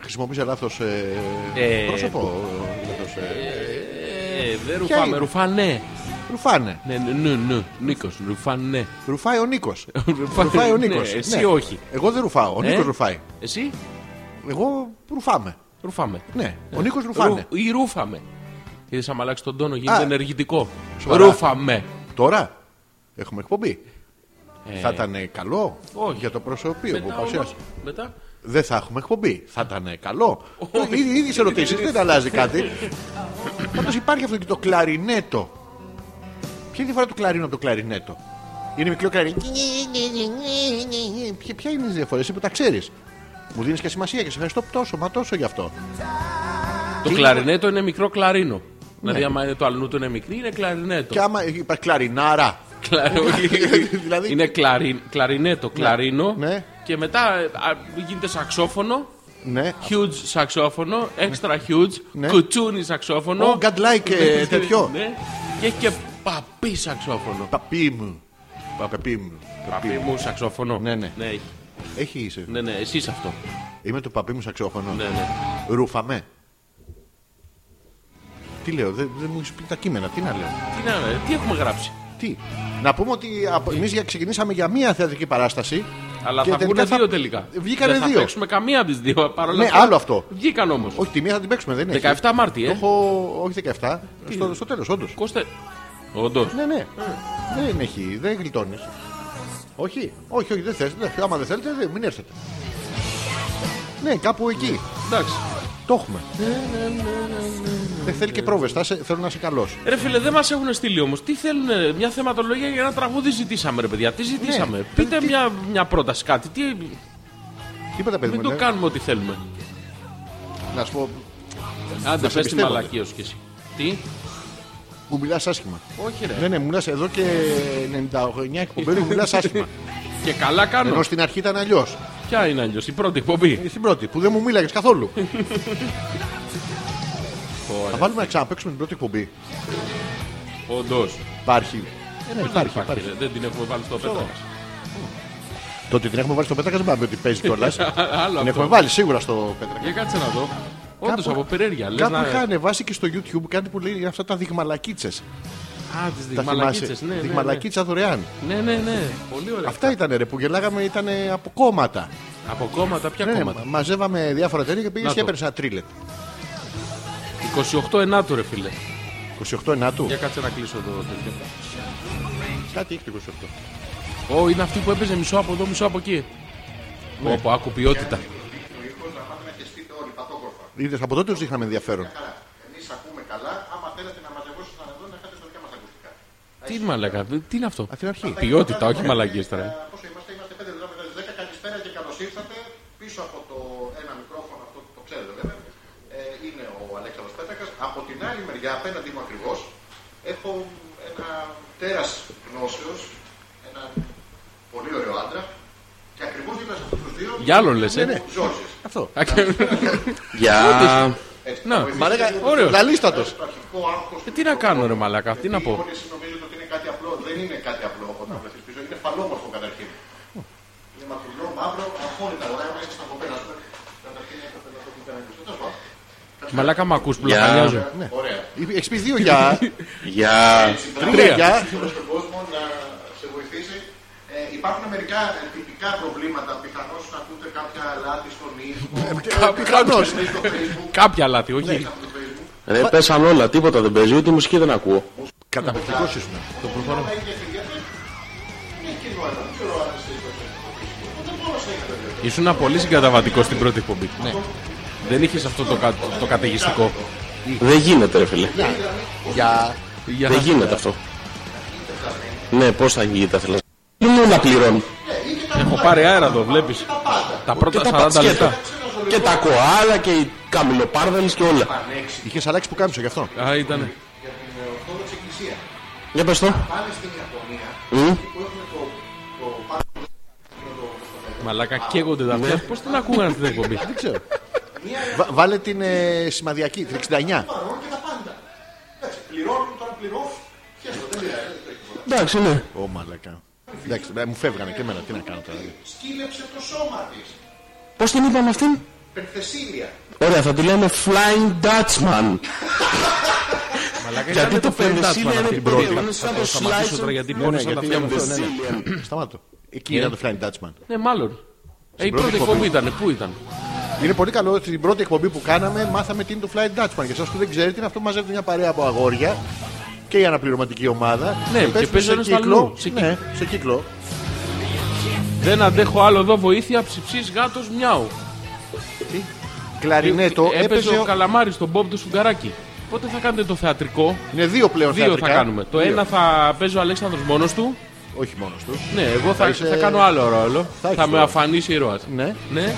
Speaker 3: Χρησιμοποίησα λάθος
Speaker 4: Ε,
Speaker 3: πρόσωπο. ε, λάθος, ε,
Speaker 4: Ε, δεν
Speaker 3: Ποια
Speaker 4: ρουφάμε,
Speaker 3: είναι?
Speaker 4: ρουφανέ.
Speaker 3: ρουφάνε.
Speaker 4: Ναι, ναι, ναι, ναι. Νίκος, ρουφανέ.
Speaker 3: Ρουφάει ο Νίκος.
Speaker 4: Ρουφάει-
Speaker 3: ρουφάει ο
Speaker 4: ναι,
Speaker 3: Νίκος.
Speaker 4: εσύ όχι.
Speaker 3: Εγώ δεν ρουφάω. Ο
Speaker 4: Ε?
Speaker 3: Νίκος ρουφάει.
Speaker 4: Εσύ,
Speaker 3: Εγώ ρουφάμε.
Speaker 4: ρουφάμε.
Speaker 3: Ναι,
Speaker 4: Ε.
Speaker 3: ο Νίκος ρουφάνε.
Speaker 4: Ρου- Ή ρούφαμε. Είδες άμα αλλάξεις τον τόνο, γίνεται
Speaker 3: Α.
Speaker 4: ενεργητικό.
Speaker 3: Σοβαρά.
Speaker 4: Ρούφαμε.
Speaker 3: Τώρα έχουμε εκπομπή.
Speaker 4: Ε,
Speaker 3: Θα ήταν καλό
Speaker 4: όχι.
Speaker 3: για το προσωπείο που
Speaker 4: μετά,
Speaker 3: παρουσιάζει.
Speaker 4: όμως, μετά.
Speaker 3: Δεν θα έχουμε εκπομπή. Θα ήταν καλό. Ήδη, ήδη σε ρωτήσει, δεν αλλάζει κάτι. Πάντως υπάρχει αυτό και το κλαρινέτο. Ποια είναι η διαφορά του κλαρίνου από το κλαρινέτο. Είναι μικρό κλαρινέτο. Ποια- Ποια είναι η διαφορά, εσύ που τα ξέρεις. Μου δίνεις και σημασία και σε ευχαριστώ τόσο, μα τόσο γι' αυτό.
Speaker 4: Το κλαρινέτο είναι μικρό κλαρίνο.
Speaker 3: Ναι.
Speaker 4: Δηλαδή, άμα είναι το αλνού του είναι μικρή, είναι
Speaker 3: Και
Speaker 4: κλαρινέτο.
Speaker 3: άμα υπάρχει κλαρινάρα.
Speaker 4: Κλα- όχι.
Speaker 3: Ε, Δηλαδή-
Speaker 4: Είναι κλαρι- κλαρινέτο, κλαρίνο.
Speaker 3: Ναι.
Speaker 4: Και μετά α, γίνεται σαξόφωνο.
Speaker 3: Ναι.
Speaker 4: Huge σαξόφωνο, extra huge,
Speaker 3: Ναι.
Speaker 4: κουτσούνι σαξόφωνο.
Speaker 3: Ο godlike ε, τέτοιο.
Speaker 4: Ναι. Και έχει και παπί σαξόφωνο.
Speaker 3: Παπί μου. Παπί μου.
Speaker 4: Παπί μου σαξόφωνο.
Speaker 3: Ναι, ναι.
Speaker 4: ναι, έχει.
Speaker 3: Έχει είσαι.
Speaker 4: ναι, ναι εσύ είσαι αυτό.
Speaker 3: Είμαι το παπί μου σαξόφωνο.
Speaker 4: Ναι, ναι.
Speaker 3: Ρούφαμε. Τι λέω, δεν δεν μου έχεις πει τα κείμενα, τι να λέω.
Speaker 4: Τι, να, ε, τι έχουμε γράψει.
Speaker 3: Τι. Να πούμε ότι εμεί ξεκινήσαμε για μία θεατρική παράσταση.
Speaker 4: Αλλά
Speaker 3: και
Speaker 4: θα βγουν
Speaker 3: τελικά
Speaker 4: δύο τελικά.
Speaker 3: Βγήκανε
Speaker 4: Δεν
Speaker 3: δύο.
Speaker 4: θα παίξουμε καμία από τις δύο. ε, παρόλα
Speaker 3: Ναι,
Speaker 4: αυτά.
Speaker 3: άλλο αυτό.
Speaker 4: Βγήκαν όμως.
Speaker 3: Όχι, τη μία θα την παίξουμε, δεν είναι.
Speaker 4: 17 Μάρτη,
Speaker 3: Το
Speaker 4: ε.
Speaker 3: έχω. Όχι 17. Στο, στο τέλος, όντως.
Speaker 4: Κώστε. Όντως.
Speaker 3: Ναι, ναι. Δεν έχει, δεν γλιτώνεις. Όχι, όχι, όχι, δεν θες. Άμα δεν θέλετε, δεν- μην έρθετε. Ναι, κάπου εκεί.
Speaker 4: Εντάξει.
Speaker 3: Το έχουμε.
Speaker 4: Ναι,
Speaker 3: Δεν θέλει και πρόβεστα, σε- θέλω να είσαι καλός.
Speaker 4: Ρε φίλε, δεν μας έχουν στείλει όμως. Τι θέλουν, ε, μια θεματολογία για ένα τραγούδι ζητήσαμε, ρε παιδιά. Τι ζητήσαμε. Πείτε
Speaker 3: Ναι. Τι-
Speaker 4: μια, μια πρόταση, κάτι. Τι,
Speaker 3: Τίποτα παιδί
Speaker 4: μην
Speaker 3: μου.
Speaker 4: το
Speaker 3: ναι.
Speaker 4: κάνουμε ό,τι θέλουμε.
Speaker 3: Να σου πω,
Speaker 4: Άντε,
Speaker 3: σε
Speaker 4: πες τη
Speaker 3: πιστεύω,
Speaker 4: μαλακία σου κι εσύ. Τι,
Speaker 3: μου μιλάς άσχημα.
Speaker 4: όχι ρε.
Speaker 3: Ναι, ναι, μου μιλάς εδώ και 99 εκπομπές μου μιλάς άσχημα.
Speaker 4: Και καλά κάνω.
Speaker 3: Ενώ στην αρχή ήταν αλλιώς.
Speaker 4: Ποια είναι αλλιώ, η πρώτη εκπομπή.
Speaker 3: Στην πρώτη, που δεν μου μίλαγες καθόλου. Θα βάλουμε να ξαναπέξουμε την πρώτη εκπομπή.
Speaker 4: Όντως.
Speaker 3: Υπάρχει. Ε, ναι, υπάρχει, υπάρχει.
Speaker 4: Δεν την έχουμε βάλει στο πέτρο.
Speaker 3: Το ότι την έχουμε βάλει στο πέτρακα δεν πάμε ότι παίζει κιόλας.
Speaker 4: Άλλο
Speaker 3: Την
Speaker 4: αυτό.
Speaker 3: έχουμε βάλει σίγουρα στο πέτρακα.
Speaker 4: Για κάτσε να δω. Όντως από περίεργεια. Λες
Speaker 3: Κάπου
Speaker 4: να.
Speaker 3: είχα ανεβάσει και στο YouTube κάτι που λέει για αυτά τα δειγμαλακίτσες.
Speaker 4: Α, τις
Speaker 3: Τα
Speaker 4: δειγμαλακίτσε.
Speaker 3: θυμάσαι.
Speaker 4: Ναι, ναι, ναι.
Speaker 3: Δειγμαλακίτσα δωρεάν.
Speaker 4: ναι, ναι, ναι. Πολύ ωραία.
Speaker 3: Αυτά ήταν ρε που γελάγαμε, ήταν από κόμματα.
Speaker 4: Από κόμματα, ποια
Speaker 3: Ναι, ναι,
Speaker 4: κόμματα.
Speaker 3: μα- μαζεύαμε διάφορα τέτοια και πήγες
Speaker 4: Να
Speaker 3: και
Speaker 4: το.
Speaker 3: έπαιρνες ένα τρίλετ.
Speaker 4: 28 ενάτου, ρε φίλε.
Speaker 3: 28 ενάτου.
Speaker 4: Για κάτσε να κλείσω το τέτοιο.
Speaker 3: Κάτι έχει το 28.
Speaker 4: Ω, είναι αυτή που έπαιζε μισό από εδώ, μισό από εκεί.
Speaker 3: Ναι.
Speaker 4: Όπου άκου ποιότητα.
Speaker 3: Είδες από τότε τους είχαμε ενδιαφέρον.
Speaker 7: Ε,
Speaker 4: Τι μαλακά, τι είναι αυτό.
Speaker 3: Από την αρχή.
Speaker 4: Ποιότητα, όχι μαλακίε τώρα.
Speaker 7: Όσο είμαστε, είμαστε 5 λεπτά μετά τις 10. Καλησπέρα και καλώς ήρθατε. Πίσω από το ένα μικρόφωνο, αυτό το ξέρετε βέβαια, ε, είναι ο Αλέξανδρος Πέτρακας. Από την άλλη μεριά, απέναντι μου ακριβώς, έχω ένα τέρας γνώσεως, ένα πολύ ωραίο άντρα. Και ακριβώς δίπλα σε αυτούς τους δύο,
Speaker 4: Για άλλον λες,
Speaker 3: Ναι,
Speaker 4: ε.
Speaker 7: Ζόρζης.
Speaker 3: Αυτό.
Speaker 8: Γεια.
Speaker 4: Να,
Speaker 3: Μα λέγα,
Speaker 4: Ωραίο.
Speaker 3: λαλίστατο.
Speaker 7: Το αρχικό άγχος
Speaker 4: Ε, τι να κάνω, ρε μαλακά, τι να
Speaker 7: λοιπόν, Οι
Speaker 4: πω.
Speaker 7: γονείς νομίζουν ότι είναι κάτι απλό. Δεν είναι κάτι απλό όταν βρεθείς πίσω. Είναι φαλόμορφο καταρχήν. Είναι μακρινό, μαύρο, απόλυτα ωραία μέσα στην κοπέλα. σου. Καταρχήν η κοπέλα το έχει κανονίσει. Τέλος πάντων.
Speaker 4: Μαλάκα μ' ακούς πλακαλιάζω.
Speaker 3: Ε,
Speaker 8: Γεια.
Speaker 3: ναι.
Speaker 7: Ωραία. Λοιπόν,
Speaker 3: Έχεις πει δύο για.
Speaker 8: Γεια.
Speaker 3: Ε, Τρία για.
Speaker 7: Σίγουρα στον κόσμο να σε βοηθήσει. Ε, υπάρχουν μερικά ε, τυπικά προβλήματα. Πιθανώς να ακούτε κάποια λάθη στον ύφο.
Speaker 3: Ε, Πιθανώς.
Speaker 7: στο facebook.
Speaker 4: Κάποια λάθη, όχι.
Speaker 7: στο facebook.
Speaker 8: Ρε, πέσαν όλα, τίποτα δεν παίζει, ούτε μουσική δεν ακούω.
Speaker 3: Καταπληκτικό ήσουν.
Speaker 7: Αλλά είναι ευκαιρία. Είναι και εγώ ένα. Τι ωραίο άρεσε η κοπέλα. Δεν μπορώ να σε είχα τελειώσει.
Speaker 4: Ήσουν πολύ συγκαταβατικός στην πρώτη εκπομπή. Ναι. Δεν είχες αυτό το, κα, το καταιγιστικό.
Speaker 8: Δεν γίνεται, ρε φίλε.
Speaker 3: Για.
Speaker 4: Για...
Speaker 8: Δεν γίνεται αυτό. Ναι, πώς θα γίνεται, θέλω. Τι μου να πληρώνει.
Speaker 4: Έχω πάρει αέρα εδώ, βλέπεις. Τα πρώτα 40 λεπτά.
Speaker 7: Ένας ο
Speaker 8: Και τα κοάλα και οι καμιλοπάρδαλες και όλα.
Speaker 7: πανέξι
Speaker 3: Είχες αλλάξει που κάμισε γι' αυτό.
Speaker 4: Α, ήταν.
Speaker 7: για την ε, Ορθόδοξη Εκκλησία.
Speaker 8: Για πες το.
Speaker 7: Πάνε στην Ιαπωνία
Speaker 8: Μμ.
Speaker 7: που έχουν το, το πάνω
Speaker 4: Μαλάκα, καίγονται τα
Speaker 8: Ναι.
Speaker 4: αυτιά. Πώς την ακούγανε την εκπομπή.
Speaker 3: Δεν ξέρω. Βα- Βάλε την ε, σημαδιακή, την 69.
Speaker 7: παρόν και τα πάντα. Εντάξει, πληρώνουν τώρα πληρώνουν. Χαίρομαι, δεν πειράζει, δεν τρέχει τίποτα.
Speaker 8: Εντάξει, ναι.
Speaker 3: Ω μαλακά. Εντάξει, ε, μου φεύγανε και εμένα, τι να κάνω τώρα. δηλαδή.
Speaker 7: Σκύλεψε το σώμα της.
Speaker 8: Πώς την είπαμε αυτήν.
Speaker 7: Περθεσίλια.
Speaker 8: Ωραία, θα τη λέμε Flying Dutchman.
Speaker 4: Μαλάκα,
Speaker 8: Γιατί
Speaker 4: ήταν
Speaker 8: το
Speaker 4: Fendatsman
Speaker 8: Fendatsman
Speaker 4: αυτή η
Speaker 8: είναι
Speaker 4: πρώτη.
Speaker 8: περίεργο, είναι
Speaker 4: Θα
Speaker 8: σαν
Speaker 4: το
Speaker 8: το
Speaker 4: σταματήσω
Speaker 8: slice
Speaker 4: τώρα
Speaker 8: of-
Speaker 4: γιατί
Speaker 3: Ναι, ναι,
Speaker 4: πόνεσα τα
Speaker 3: γιατί
Speaker 4: αυτιά μου.
Speaker 3: είναι ναι. Σταμάτω. Εκεί ήταν το Flying Dutchman.
Speaker 4: Ναι, μάλλον. Ε, η
Speaker 3: πρώτη
Speaker 4: πρώτη εκπομπή ήταν. Πού ήταν.
Speaker 3: Είναι πολύ καλό ότι την πρώτη εκπομπή που κάναμε μάθαμε τι είναι το Flying Dutchman. Για εσάς που δεν ξέρετε, είναι αυτό που μαζεύει μια παρέα από αγόρια και η αναπληρωματική ομάδα.
Speaker 4: Ναι, και
Speaker 3: παίζουν
Speaker 4: παίζουν
Speaker 3: σε
Speaker 4: στα
Speaker 3: κύκλο.
Speaker 4: αλλού, σε
Speaker 3: ναι, σε κύκλο.
Speaker 4: Δεν αντέχω άλλο εδώ βοήθεια. Ψιψή γάτος μιάου.
Speaker 3: Κλαρινέτο
Speaker 4: Ε, έπαιζε ο
Speaker 3: Ναι, έπαιζε.
Speaker 4: καλαμάρι στον Μπομπ του Σουγκαράκη. Πότε θα κάνετε το θεατρικό.
Speaker 3: Είναι δύο πλέον
Speaker 4: Δύο
Speaker 3: θεατρικά.
Speaker 4: θα κάνουμε. Το
Speaker 3: Δύο.
Speaker 4: ένα θα παίζει ο Αλέξανδρος μόνος του.
Speaker 3: Όχι μόνος του.
Speaker 4: Ναι, εγώ
Speaker 3: Θα
Speaker 4: θα, θα,
Speaker 3: είσαι-
Speaker 4: κάνω άλλο ρόλο. Θα,
Speaker 3: έχεις
Speaker 4: με
Speaker 3: ρόλο.
Speaker 4: αφανίσει ήρωας.
Speaker 3: Ναι.
Speaker 4: ναι.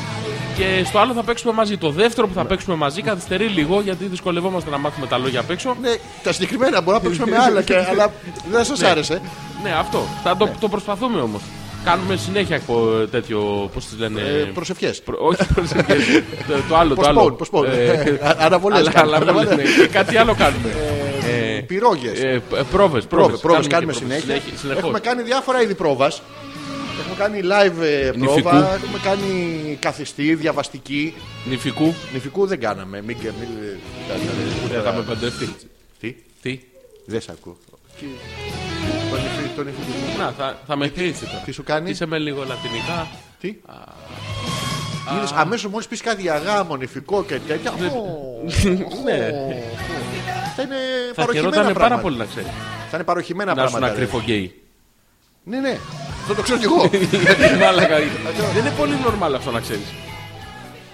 Speaker 4: Και στο άλλο θα παίξουμε μαζί. Το δεύτερο που θα παίξουμε μαζί καθυστερεί λίγο γιατί δυσκολευόμαστε να μάθουμε τα λόγια απ' έξω.
Speaker 3: Ναι, τα συγκεκριμένα μπορούμε να παίξουμε με άλλα, και, αλλά δεν σας άρεσε.
Speaker 4: Ναι, αυτό. Θα το, το προσπαθούμε όμως. Κάνουμε συνέχεια εκπο- τέτοιο. Πώς τις λένε.
Speaker 3: Ε, Προσευχές.
Speaker 4: προ- όχι προσευχές. το, το άλλο. το
Speaker 3: Postpone,
Speaker 4: άλλο.
Speaker 3: postpone.
Speaker 4: Ε,
Speaker 3: Α- αναβολές
Speaker 4: αλλά-
Speaker 3: κάνουμε,
Speaker 4: αναβολές,
Speaker 3: αναβολές.
Speaker 4: ναι. Και κάτι άλλο κάνουμε. Ε,
Speaker 3: Πυρόγες.
Speaker 4: ε, πρόβες,
Speaker 3: Πρόβες,
Speaker 4: πρόβες.
Speaker 3: πρόβες,
Speaker 4: Κάνουμε
Speaker 3: κάνουμε
Speaker 4: και
Speaker 3: συνέχεια.
Speaker 4: συνέχεια, συνεχώς.
Speaker 3: Έχουμε κάνει διάφορα είδη πρόβας. Έχουμε κάνει live ε,
Speaker 4: Νηφικού.
Speaker 3: πρόβα, έχουμε κάνει καθιστή, διαβαστική.
Speaker 4: Νηφικού.
Speaker 3: Νηφικού δεν κάναμε. Μην και μην. ε,
Speaker 4: Δεν θα με παντρευτεί.
Speaker 3: Τι,
Speaker 4: Τι.
Speaker 3: δεν σε ακούω. Τι- τον νηφι- τον νηφικό.
Speaker 4: Να, θα, θα με κλείσει τώρα.
Speaker 3: Τι Ε, σου κάνει,
Speaker 4: Είσαι με λίγο λατινικά.
Speaker 3: τι. Είδες, αμέσως μόλις πεις κάτι για γάμο, νηφικό και τέτοια. Ω,
Speaker 4: ναι.
Speaker 3: Θα είναι
Speaker 4: Θα
Speaker 3: παροχημένα
Speaker 4: χαιρόταν πάρα πολύ
Speaker 3: πράγματα.
Speaker 4: να ξέρεις.
Speaker 3: Θα είναι παροχημένα
Speaker 4: Να σου να
Speaker 3: πράγματα. ρε.
Speaker 4: κρυφό γκέι.
Speaker 3: Ναι, ναι. Αυτό το ξέρω κι εγώ.
Speaker 4: Μάλακα. Δεν είναι πολύ normal αυτό να ξέρεις.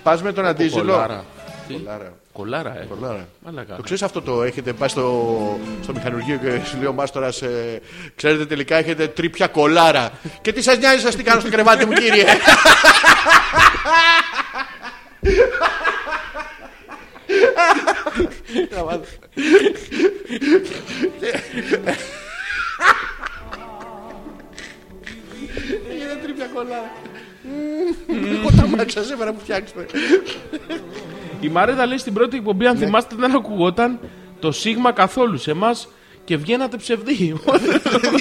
Speaker 3: Πας με τον αντίζηλο.
Speaker 4: Κολάρα. Τι?
Speaker 3: Κολάρα.
Speaker 4: Κολάρα, ε.
Speaker 3: Κολάρα.
Speaker 4: Μαλάκα.
Speaker 3: Το ξέρεις αυτό το έχετε πάει στο, στο μηχανουργείο και σου λέει ο μάστορας, ε, ξέρετε τελικά έχετε τρίπια κολάρα. και τι σας νοιάζει, σας τι κάνω στο κρεβάτι μου, κύριε. Έγινε τρίπια κολάρα. Εγώ τα μάξα σήμερα που φτιάξουμε.
Speaker 4: Η Μαρέτα λέει στην πρώτη εκπομπή, αν θυμάστε, δεν ακουγόταν το σίγμα καθόλου σε εμάς και βγαίνατε ψευδοί.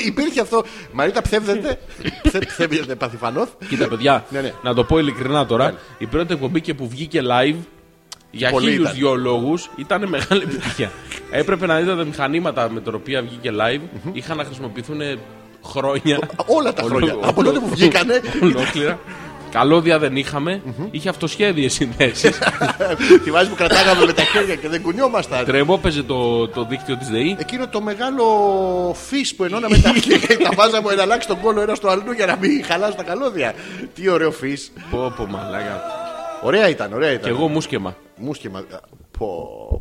Speaker 3: Υπήρχε αυτό. Μαρίτα, ψεύδεται. Ψε- Ψεύδεται παθηφανώ.
Speaker 4: Κοίτα, παιδιά,
Speaker 3: Ναι, ναι.
Speaker 4: να το πω ειλικρινά τώρα. Η πρώτη εκπομπή και που βγήκε live για
Speaker 3: Πολύ
Speaker 4: χίλιους
Speaker 3: ήταν.
Speaker 4: δυο λόγους ήταν μεγάλη επιτυχία. Έπρεπε να δείτε τα μηχανήματα με τα οποία βγήκε live. Είχαν να χρησιμοποιηθούν χρόνια.
Speaker 3: Όλα τα
Speaker 4: Ολο-
Speaker 3: χρόνια.
Speaker 4: ολο-
Speaker 3: Από τότε που βγήκανε.
Speaker 4: Ολόκληρα. Καλώδια δεν είχαμε. Είχε αυτοσχέδιες συνδέσεις.
Speaker 3: Θυμάσαι που κρατάγαμε με τα χέρια και δεν κουνιόμασταν.
Speaker 4: Τρεμό παίζε το, το δίκτυο της ΔΕΗ.
Speaker 3: Εκείνο το μεγάλο φυσ που ενώναμε τα χέρια. Τα βάζαμε να αλλάξει τον κόλλο ένας στο αλλού για να μην χαλάσουν τα καλώδια. Τι ωραίο φυσ.
Speaker 4: Πω, πω, μαλάκα.
Speaker 3: Ωραία ήταν, ωραία
Speaker 4: Κι
Speaker 3: ήταν.
Speaker 4: εγώ μουσκεμα.
Speaker 3: Μουσκεμα. Πω,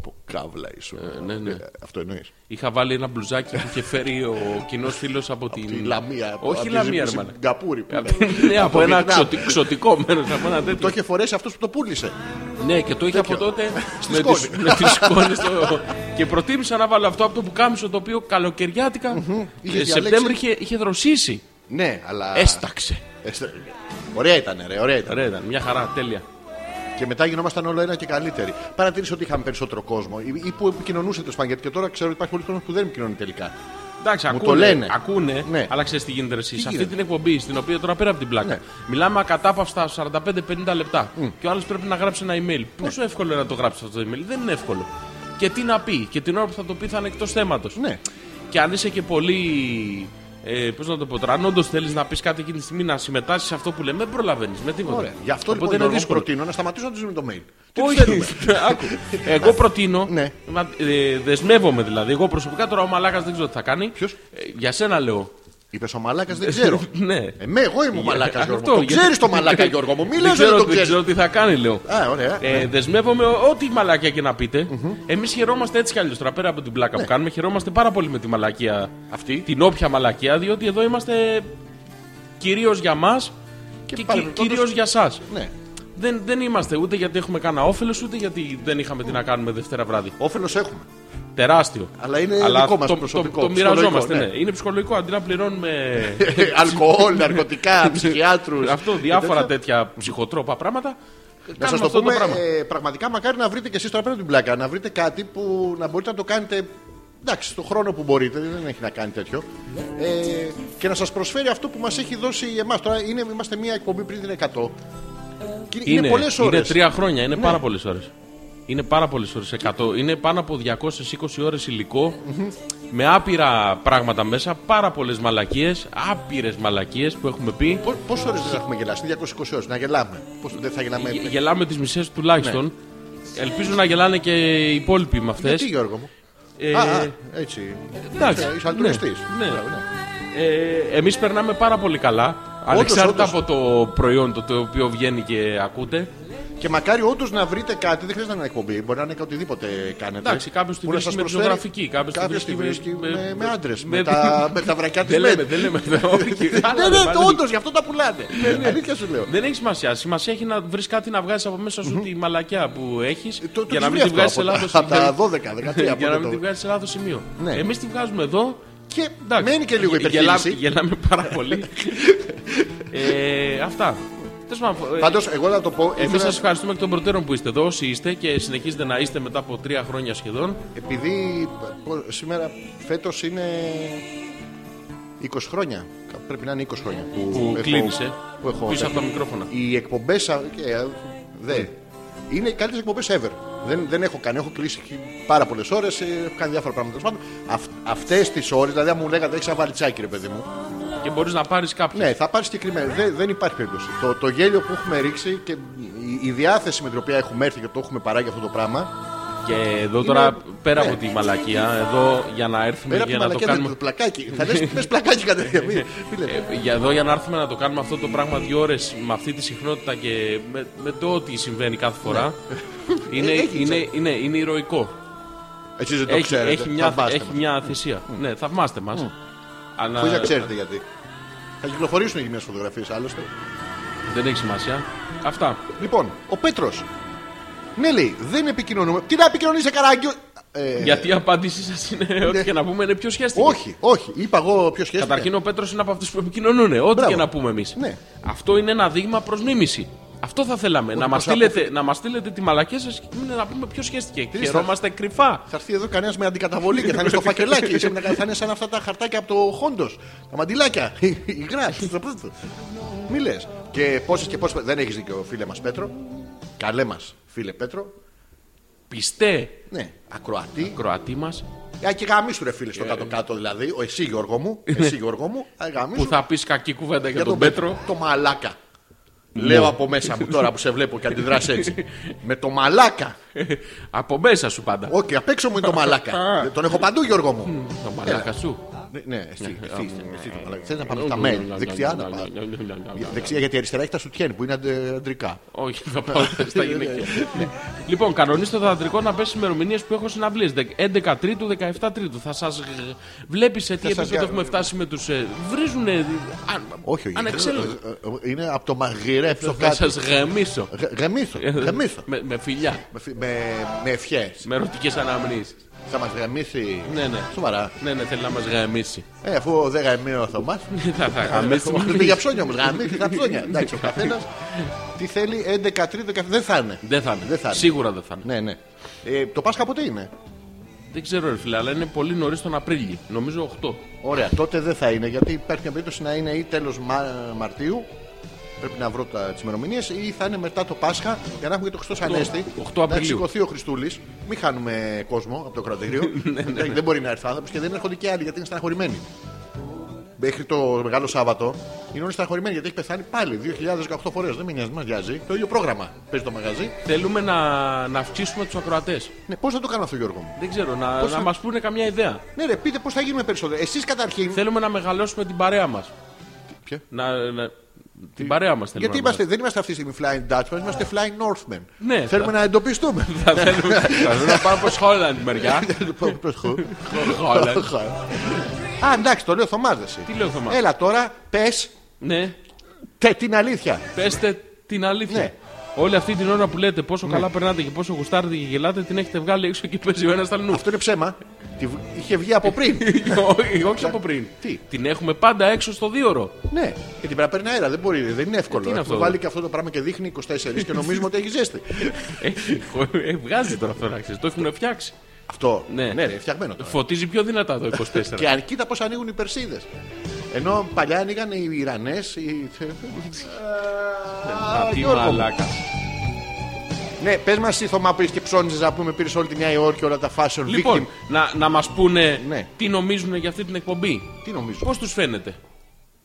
Speaker 3: πω, καύλα
Speaker 4: Ε,
Speaker 3: ήσουν.
Speaker 4: ναι, ναι.
Speaker 3: Ε, Αυτό εννοείς.
Speaker 4: Είχα βάλει ένα μπλουζάκι που είχε φέρει ο κοινός φίλος από την.
Speaker 3: Τη λαμία. από-
Speaker 4: Όχι
Speaker 3: από τη
Speaker 4: λαμία,
Speaker 3: Ζη-
Speaker 4: ερμανά.
Speaker 3: Σιγκαπούρη, που
Speaker 4: Από-
Speaker 3: ήταν.
Speaker 4: ναι, από
Speaker 3: Από
Speaker 4: ένα
Speaker 3: Βιετνάμ.
Speaker 4: ξωτι- ξωτικό μέρος, από ένα τέτοιο.
Speaker 3: Το είχε φορέσει αυτός που το πούλησε.
Speaker 4: Ναι, και το είχε από τότε με
Speaker 3: σκόνη.
Speaker 4: τις- με τις σκόνες στο- Και προτίμησα να βάλω αυτό από το πουκάμισο το οποίο καλοκαιριάτικα
Speaker 3: Είχε
Speaker 4: ε,
Speaker 3: διαλέξει.
Speaker 4: Σεπτέμβρη είχε, είχε δροσίσει.
Speaker 3: Ναι, αλλά.
Speaker 4: Έσταξε.
Speaker 3: Έστε- Ωραία ήταν, ρε, ωραία ήταν.
Speaker 4: Ρε, ήταν μια χαρά, τέλεια.
Speaker 3: Και μετά γινόμασταν όλο ένα και καλύτεροι. Παρατήρησε ότι είχαμε περισσότερο κόσμο ή, ή που επικοινωνούσε τέλος πάντων. Γιατί και τώρα ξέρω ότι υπάρχει πολλοί κόσμος που δεν επικοινωνεί τελικά.
Speaker 4: Εντάξει,
Speaker 3: Μου
Speaker 4: ακούνε,
Speaker 3: το λένε.
Speaker 4: ακούνε
Speaker 3: Ναι.
Speaker 4: αλλά ξέρεις τι γίνεται ρε, εσύ. Σε αυτή
Speaker 3: γίνεται?
Speaker 4: την εκπομπή, στην οποία τώρα πέρα από την πλάκα,
Speaker 3: Ναι.
Speaker 4: μιλάμε ακατάπαυστα 45-50 λεπτά. Και ο άλλος πρέπει να γράψει ένα email.
Speaker 3: Ναι.
Speaker 4: Πόσο εύκολο είναι να το γράψεις αυτό το email, δεν είναι εύκολο. Και τι να πει, και την ώρα που θα το πει θα είναι εκτός θέματος.
Speaker 3: Ναι.
Speaker 4: Και αν είσαι και πολύ. Ε, Πώς να το πω τώρα, αν όντως θέλεις να πεις κάτι εκείνη τη στιγμή να συμμετάσχεις σε αυτό που λέμε, δεν προλαβαίνεις με τίποτα.
Speaker 3: Ωραία. Γι' αυτό
Speaker 4: Ε, Οπότε
Speaker 3: λοιπόν
Speaker 4: είναι
Speaker 3: εγώ
Speaker 4: δύσκολο.
Speaker 3: προτείνω να σταματήσω να τους δίνω το mail. Τι τους
Speaker 4: Όχι,
Speaker 3: θέλουμε.
Speaker 4: άκου. Εγώ προτείνω.
Speaker 3: Ναι.
Speaker 4: να- ε, δεσμεύομαι δηλαδή. Εγώ προσωπικά τώρα ο Μαλάκας δεν ξέρω τι θα κάνει.
Speaker 3: Ποιος?
Speaker 4: Ε, για σένα λέω.
Speaker 3: Είπες ο μαλάκας, δεν ξέρω.
Speaker 4: ναι.
Speaker 3: Εμέ, εγώ είμαι ο
Speaker 4: Για-
Speaker 3: μαλάκας
Speaker 4: αυτό,
Speaker 3: Γιώργο. μου. Το
Speaker 4: γιατί-
Speaker 3: ξέρεις το μαλάκα Γιώργο μου.
Speaker 4: δεν
Speaker 3: Μίλα,
Speaker 4: ξέρω,
Speaker 3: δεν το
Speaker 4: δεν
Speaker 3: ξέρεις.
Speaker 4: ξέρω τι θα κάνει, λέω.
Speaker 3: Α, ωραία.
Speaker 4: Ε, δεσμεύομαι ό- ό,τι μαλακία και να πείτε. Εμείς χαιρόμαστε έτσι κι αλλιώς τώρα πέρα από την πλάκα
Speaker 3: Ναι.
Speaker 4: που κάνουμε. Χαιρόμαστε πάρα πολύ με τη μαλακία.
Speaker 3: Αυτή.
Speaker 4: Την όποια μαλακία, διότι εδώ είμαστε κυρίως για μας και,
Speaker 3: παρεμπιπτόντως-
Speaker 4: κυρίως για εσά.
Speaker 3: Ναι.
Speaker 4: Δεν, δεν είμαστε ούτε γιατί έχουμε κανένα όφελος, ούτε γιατί δεν είχαμε τι να κάνουμε Δευτέρα βράδυ.
Speaker 3: Όφελος έχουμε.
Speaker 4: Τεράστιο.
Speaker 3: Αλλά είναι δικό μας
Speaker 4: το,
Speaker 3: προσωπικό,
Speaker 4: Το, το μοιραζόμαστε. Ναι.
Speaker 3: ψυχολογικό,
Speaker 4: Είναι ψυχολογικό αντί να πληρώνουμε
Speaker 3: Αλκοόλ, ναρκωτικά, ψυχιάτρους.
Speaker 4: ε, αυτό, διάφορα τέτοια ψυχοτρόπα πράγματα.
Speaker 3: Να
Speaker 4: κάνουμε
Speaker 3: σας το
Speaker 4: αυτό
Speaker 3: πούμε,
Speaker 4: πράγμα.
Speaker 3: ε, πραγματικά μακάρι να βρείτε και εσείς τώρα πέρα την πλάκα. Να βρείτε κάτι που να μπορείτε να το κάνετε. Εντάξει, στον χρόνο που μπορείτε, δεν έχει να κάνει τέτοιο. Ε, και να σας προσφέρει αυτό που μας έχει δώσει εμάς. Τώρα είναι, είμαστε μία εκπομπή πριν την 100. Και είναι, Ναι. είναι πολλές ώρε.
Speaker 4: Είναι τρία χρόνια, είναι πάρα πολλές ώρες. Είναι πάρα πολλές ώρες. 100. Είναι πάνω από 220 ώρες υλικό. με άπειρα πράγματα μέσα. Πάρα πολλές μαλακίες. Άπειρες μαλακίες που έχουμε πει.
Speaker 3: Πόσες ώρες δεν έχουμε γελάσει, είναι 220 ώρες. Να γελάμε. Πώς, δεν θα γελάμε.
Speaker 4: Γε- Γελάμε τις μισές τουλάχιστον. Ελπίζω να γελάνε και οι υπόλοιποι με αυτές.
Speaker 3: Ναι. Γιατί Γιώργο μου.
Speaker 4: Ε,
Speaker 3: Α, α, έτσι.
Speaker 4: εντάξει,
Speaker 3: Είσαι
Speaker 4: ναι,
Speaker 3: αλτουριστής.
Speaker 4: ναι. ε, Εμείς περνάμε πάρα πολύ καλά. Ανεξάρτητα
Speaker 3: όντως.
Speaker 4: από το προϊόν το, το οποίο βγαίνει και ακούτε.
Speaker 3: Και μακάρι όντως να βρείτε κάτι, δεν χρειάζεται να είναι εκπομπή, μπορεί να είναι και οτιδήποτε κάνετε.
Speaker 4: Εντάξει, κάποιος τη
Speaker 3: Που να σας
Speaker 4: βρίσκει με τη
Speaker 3: προσφέρει-
Speaker 4: ζωγραφική, κάποιος τη
Speaker 3: κάποιος
Speaker 4: βρίσκει
Speaker 3: τη
Speaker 4: με,
Speaker 3: βρίσκει με, με, άντρες, με,
Speaker 4: με-
Speaker 3: τα, με τα βρακιά τη
Speaker 4: Δεν λέμε, δεν λέμε. δεν- όχι,
Speaker 3: Ναι,
Speaker 4: άλλα,
Speaker 3: ναι,
Speaker 4: δεν-
Speaker 3: όντως, γι' αυτό τα πουλάτε.
Speaker 4: Ναι,
Speaker 3: Αλήθεια σου λέω.
Speaker 4: Δεν έχει σημασία. Σημασία έχει να βρεις κάτι να βγάζεις από μέσα σου τη μαλακιά που έχεις
Speaker 3: Ε, Το- το
Speaker 4: για
Speaker 3: έχεις
Speaker 4: να μην
Speaker 3: βρει
Speaker 4: τη βγάζει
Speaker 3: αυτό
Speaker 4: σε
Speaker 3: από-
Speaker 4: λάθο
Speaker 3: από τα 12, 13 από
Speaker 4: Για να
Speaker 3: το-
Speaker 4: μην τη βγάζεις σε λάθος σημείο.
Speaker 3: Ναι.
Speaker 4: Εμείς τη βγάζουμε εδώ.
Speaker 3: Και
Speaker 4: εντάξει,
Speaker 3: μένει και λίγο
Speaker 4: γε- γελάμε-
Speaker 3: υπερχείληση.
Speaker 4: Γελάμε πάρα πολύ. Ε, Αυτά. Τέλος πάντων, ε,
Speaker 3: Πάντως, εγώ να το πω,
Speaker 4: Εμείς σα
Speaker 3: ήθελα-
Speaker 4: ευχαριστούμε εκ των προτέρων που είστε εδώ, όσοι είστε και συνεχίζετε να είστε μετά από τρία χρόνια σχεδόν.
Speaker 3: επειδή πο- σήμερα φέτος είναι 20 χρόνια. κα- Πρέπει να είναι 20 χρόνια που,
Speaker 4: Που
Speaker 3: έχω-
Speaker 4: κλείνησε
Speaker 3: Που έχω,
Speaker 4: πίσω από τα μικρόφωνα.
Speaker 3: Οι εκπομπές. Δεν. Είναι οι καλύτερες εκπομπές ever. Δεν, δεν έχω κάνει. Έχω κλείσει πάρα πολλές ώρες. Έχω κάνει διάφορα πράγματα. Τέλος πάντων, Αυτές τις ώρες, δηλαδή, αν μου λέγατε, έχεις ένα βαλιτσάκι, ρε παιδί μου.
Speaker 4: Και μπορείς να πάρεις κάποια.
Speaker 3: Ναι, θα πάρεις συγκεκριμένα. Δεν, δεν υπάρχει περίπτωση. Το, το γέλιο που έχουμε ρίξει και η, η διάθεση με την οποία έχουμε έρθει και το έχουμε παράγει αυτό το πράγμα.
Speaker 4: Και εδώ τώρα, πέρα
Speaker 3: ναι.
Speaker 4: από τη μαλακία, εδώ για να έρθουμε
Speaker 3: Πέρα από
Speaker 4: για
Speaker 3: την
Speaker 4: να
Speaker 3: μαλακία,
Speaker 4: το κάνουμε.
Speaker 3: το πλακάκι. θα λες πες πλακάκι κατευθείαν. μη- φίλε.
Speaker 4: Ε, για εδώ για να έρθουμε να το κάνουμε αυτό το πράγμα δύο ώρες με αυτή τη συχνότητα και με, με το ό,τι συμβαίνει κάθε φορά.
Speaker 3: Ε,
Speaker 4: είναι,
Speaker 3: έχει,
Speaker 4: είναι, είναι, είναι ηρωικό.
Speaker 3: Εσείς δεν το
Speaker 4: Έχει,
Speaker 3: ξέρετε.
Speaker 4: έχει, μια,
Speaker 3: θαυμάστε
Speaker 4: έχει
Speaker 3: μας.
Speaker 4: μια θυσία. Ναι, θαυμάστε μας. Αλλά
Speaker 3: Χωρίς να ξέρετε γιατί. Θα κυκλοφορήσουν γυμνές φωτογραφίες άλλωστε.
Speaker 4: δεν έχει σημασία. Αυτά.
Speaker 3: Λοιπόν, ο Πέτρος. Ναι, λέει, δεν επικοινωνούμε. Τι να επικοινωνήσει, καράγκιο. Ε,
Speaker 4: Γιατί η απάντησή σας είναι ό,τι και να πούμε είναι πιο σχέστηκε.
Speaker 3: όχι, όχι. Είπα εγώ ποιο σχέση.
Speaker 4: Καταρχήν ο Πέτρος είναι από αυτούς που επικοινωνούν. Ό,τι
Speaker 3: Μπράβο.
Speaker 4: και να πούμε εμείς.
Speaker 3: Ναι.
Speaker 4: Αυτό είναι ένα δείγμα προς μίμηση. Αυτό θα θέλαμε. Να μας
Speaker 3: προς
Speaker 4: στείλετε, να μας στείλετε τη μαλακία σας και είναι να πούμε ποιο σχέστηκε.
Speaker 3: θα-
Speaker 4: Χαιρόμαστε κρυφά.
Speaker 3: Θα έρθει εδώ κανένας με αντικαταβολή και θα είναι στο φακελάκι. Είσαι, θα είναι σαν αυτά τα χαρτάκια από το Χόντος. Τα μαντιλάκια. Υγρά. Μη λες. Και πόσες και πόσες. Δεν έχεις δίκιο, φίλε μας Πέτρο. Καλέ μας, φίλε Πέτρο.
Speaker 4: Πιστέ
Speaker 3: Ναι, ακροατή.
Speaker 4: Κροατή μα
Speaker 3: Α, και γαμίσου ρε φίλε
Speaker 4: Ε,
Speaker 3: στο κάτω-κάτω δηλαδή. Ο εσύ Γιώργο μου. Εσύ Γιώργο μου. α, γαμίσου.
Speaker 4: ναι. που θα πεις κακή κουβέντα για, τον Πέτρο. Ναι.
Speaker 3: Το μαλάκα. Λέω από μέσα μου τώρα που σε βλέπω και αντιδράς έτσι. με το μαλάκα.
Speaker 4: από μέσα σου πάντα.
Speaker 3: Όχι, απ' έξω μου είναι το μαλάκα. Ε, Τον έχω παντού, Γιώργο μου.
Speaker 4: Το μαλάκα σου. ναι.
Speaker 3: Ναι, Ναι, εσύ, εσύ, εσύ το μαλάκα. Θέλεις να πάμε στα mail. Δεξιά να πάμε. Δεξιά, γιατί αριστερά έχεις τα σουτιέν που είναι αντε- αντρικά.
Speaker 4: Όχι, θα πάω στα γυναικεία. Ναι. Λοιπόν, κανονίστε το αντρικό να πέσει ημερομηνίες που έχω συναυλίες. 11 Τρίτου, 17 Τρίτου. Θα σας βλέπει σε τι
Speaker 3: Θα σας
Speaker 4: επίπεδο
Speaker 3: γα-
Speaker 4: έχουμε φτάσει με τους. Βρίζουν.
Speaker 3: Όχι, όχι.
Speaker 4: Ανεξέλεγκτο.
Speaker 3: Ε, ε, ε, Είναι από το μαγειρεύ στο
Speaker 4: Θα Ε,
Speaker 3: κάτω.
Speaker 4: σας γεμίσω.
Speaker 3: Γε- Γεμίσω, γεμίσω.
Speaker 4: Με, με φιλιά.
Speaker 3: Με φι- Με, με ευχές.
Speaker 4: Με ερωτικές αναμνήσεις.
Speaker 3: Θα μας γεμίσει.
Speaker 4: Ναι, ναι.
Speaker 3: Σοβαρά.
Speaker 4: Ναι, ναι, θέλει να μας γαμίσει.
Speaker 3: Ε, αφού δεν γαμίσει ο Θωμάς.
Speaker 4: Θα θα γαμίσουμε.
Speaker 3: Έχουμε πει για ψώνια όμως. Γαμίσει τα ψώνια. Εντάξει, ο καθένας τι θέλει, 11, 3, 17. Δεν θα είναι.
Speaker 4: Δεν θα είναι.
Speaker 3: Δεν θα είναι.
Speaker 4: Σίγουρα δεν θα είναι.
Speaker 3: Ναι, ναι. Ε, το Πάσχα ποτέ είναι.
Speaker 4: Δεν ξέρω, ρε φίλε, αλλά είναι πολύ νωρίς τον Απρίλιο. Νομίζω 8.
Speaker 3: Ωραία, τότε δεν θα είναι γιατί υπάρχει μια περίπτωση να είναι ή τέλος Μα... Μαρτίου. Πρέπει να βρω τις ημερομηνίες ή θα είναι μετά το Πάσχα για να έχουμε και το Χριστός Ανέστη.
Speaker 4: 8
Speaker 3: Να
Speaker 4: Απριλίου.
Speaker 3: σηκωθεί ο Χριστούλης. Μην χάνουμε κόσμο από το κρατήριο. Δεν μπορεί να έρθει άνθρωπος και δεν έρχονται και άλλοι γιατί είναι στεναχωρημένοι. Μέχρι το Μεγάλο Σάββατο είναι όλοι στεναχωρημένοι γιατί έχει πεθάνει πάλι 2018 φορές. Δεν με νοιάζει, μας νοιάζει. Το ίδιο πρόγραμμα παίζει το μαγαζί.
Speaker 4: Θέλουμε να, να αυξήσουμε τους ακροατές.
Speaker 3: Ναι, πώς θα το κάνω αυτό, Γιώργο μου.
Speaker 4: Δεν ξέρω, να,
Speaker 3: Πώς
Speaker 4: να
Speaker 3: θα-
Speaker 4: μας πούνε καμιά ιδέα.
Speaker 3: Ναι, ρε, πείτε πώς θα γίνουμε περισσότερο. Εσείς καταρχήν.
Speaker 4: Θέλουμε να μεγαλώσουμε την παρέα μας.
Speaker 3: Ποια?
Speaker 4: Να, να- την παρέα μας θέλουμε.
Speaker 3: Γιατί
Speaker 4: να
Speaker 3: είμαστε, δεν είμαστε αυτή τη στιγμή flying Dutchman, είμαστε flying Northmen.
Speaker 4: Ναι,
Speaker 3: Θέλουμε
Speaker 4: θα-
Speaker 3: να εντοπιστούμε.
Speaker 4: μεγαλώσουμε. Θα θέλουμε, θα θέλουμε να πάμε προς Χόλαντ μεριά.
Speaker 3: Λοιπόν, προς χου.
Speaker 4: Χόλαντ.
Speaker 3: Α, εντάξει, το λέω Θωμάς εσύ.
Speaker 4: Τι λέω, Θωμά.
Speaker 3: Έλα τώρα, πες
Speaker 4: ναι,
Speaker 3: την αλήθεια.
Speaker 4: πέστε την αλήθεια.
Speaker 3: Ναι.
Speaker 4: Όλη αυτή την ώρα που λέτε πόσο καλά περνάτε και πόσο γουστάρετε και γελάτε, την έχετε βγάλει έξω και παίζει ο ένας στα λουνού.
Speaker 3: Αυτό είναι ψέμα. Τη β- Είχε βγει από πριν.
Speaker 4: Όχι όχι από πριν.
Speaker 3: Τι?
Speaker 4: Την έχουμε πάντα έξω στο δίωρο.
Speaker 3: ναι, γιατί πρέπει να παίρνει αέρα. Δεν μπορεί, δεν είναι εύκολο.
Speaker 4: Ε, Τι είναι
Speaker 3: Έχουμε
Speaker 4: αυτό?
Speaker 3: βάλει και αυτό το πράγμα και δείχνει 24 και νομίζουμε ότι έχει ζέστη.
Speaker 4: Έχει- ε, Βγάζει τώρα αυτό να ξέρεις. Το έχουν φτιάξει.
Speaker 3: Αυτό.
Speaker 4: Ναι.
Speaker 3: ρε, φτιαγμένο τώρα.
Speaker 4: Φωτίζει πιο δυνατά το 24.
Speaker 3: Και αν κοίτα πώς ανοίγουν οι Περσίδες. Ενώ παλιά ανοίγαν οι Ιρανές. Οι...
Speaker 4: Α,
Speaker 3: Α,
Speaker 4: τι
Speaker 3: Γιώργο μου.
Speaker 4: μαλάκα.
Speaker 3: Ναι, πες μας εσύ Θωμά που είσαι και ψώνιζες να πούμε πήρες όλη τη Νέα Υόρκη όλα τα fashion
Speaker 4: Λοιπόν,
Speaker 3: victim.
Speaker 4: να, να μας πούνε
Speaker 3: Ναι.
Speaker 4: τι νομίζουν για αυτή την εκπομπή.
Speaker 3: Τι νομίζω.
Speaker 4: Πώς τους φαίνεται.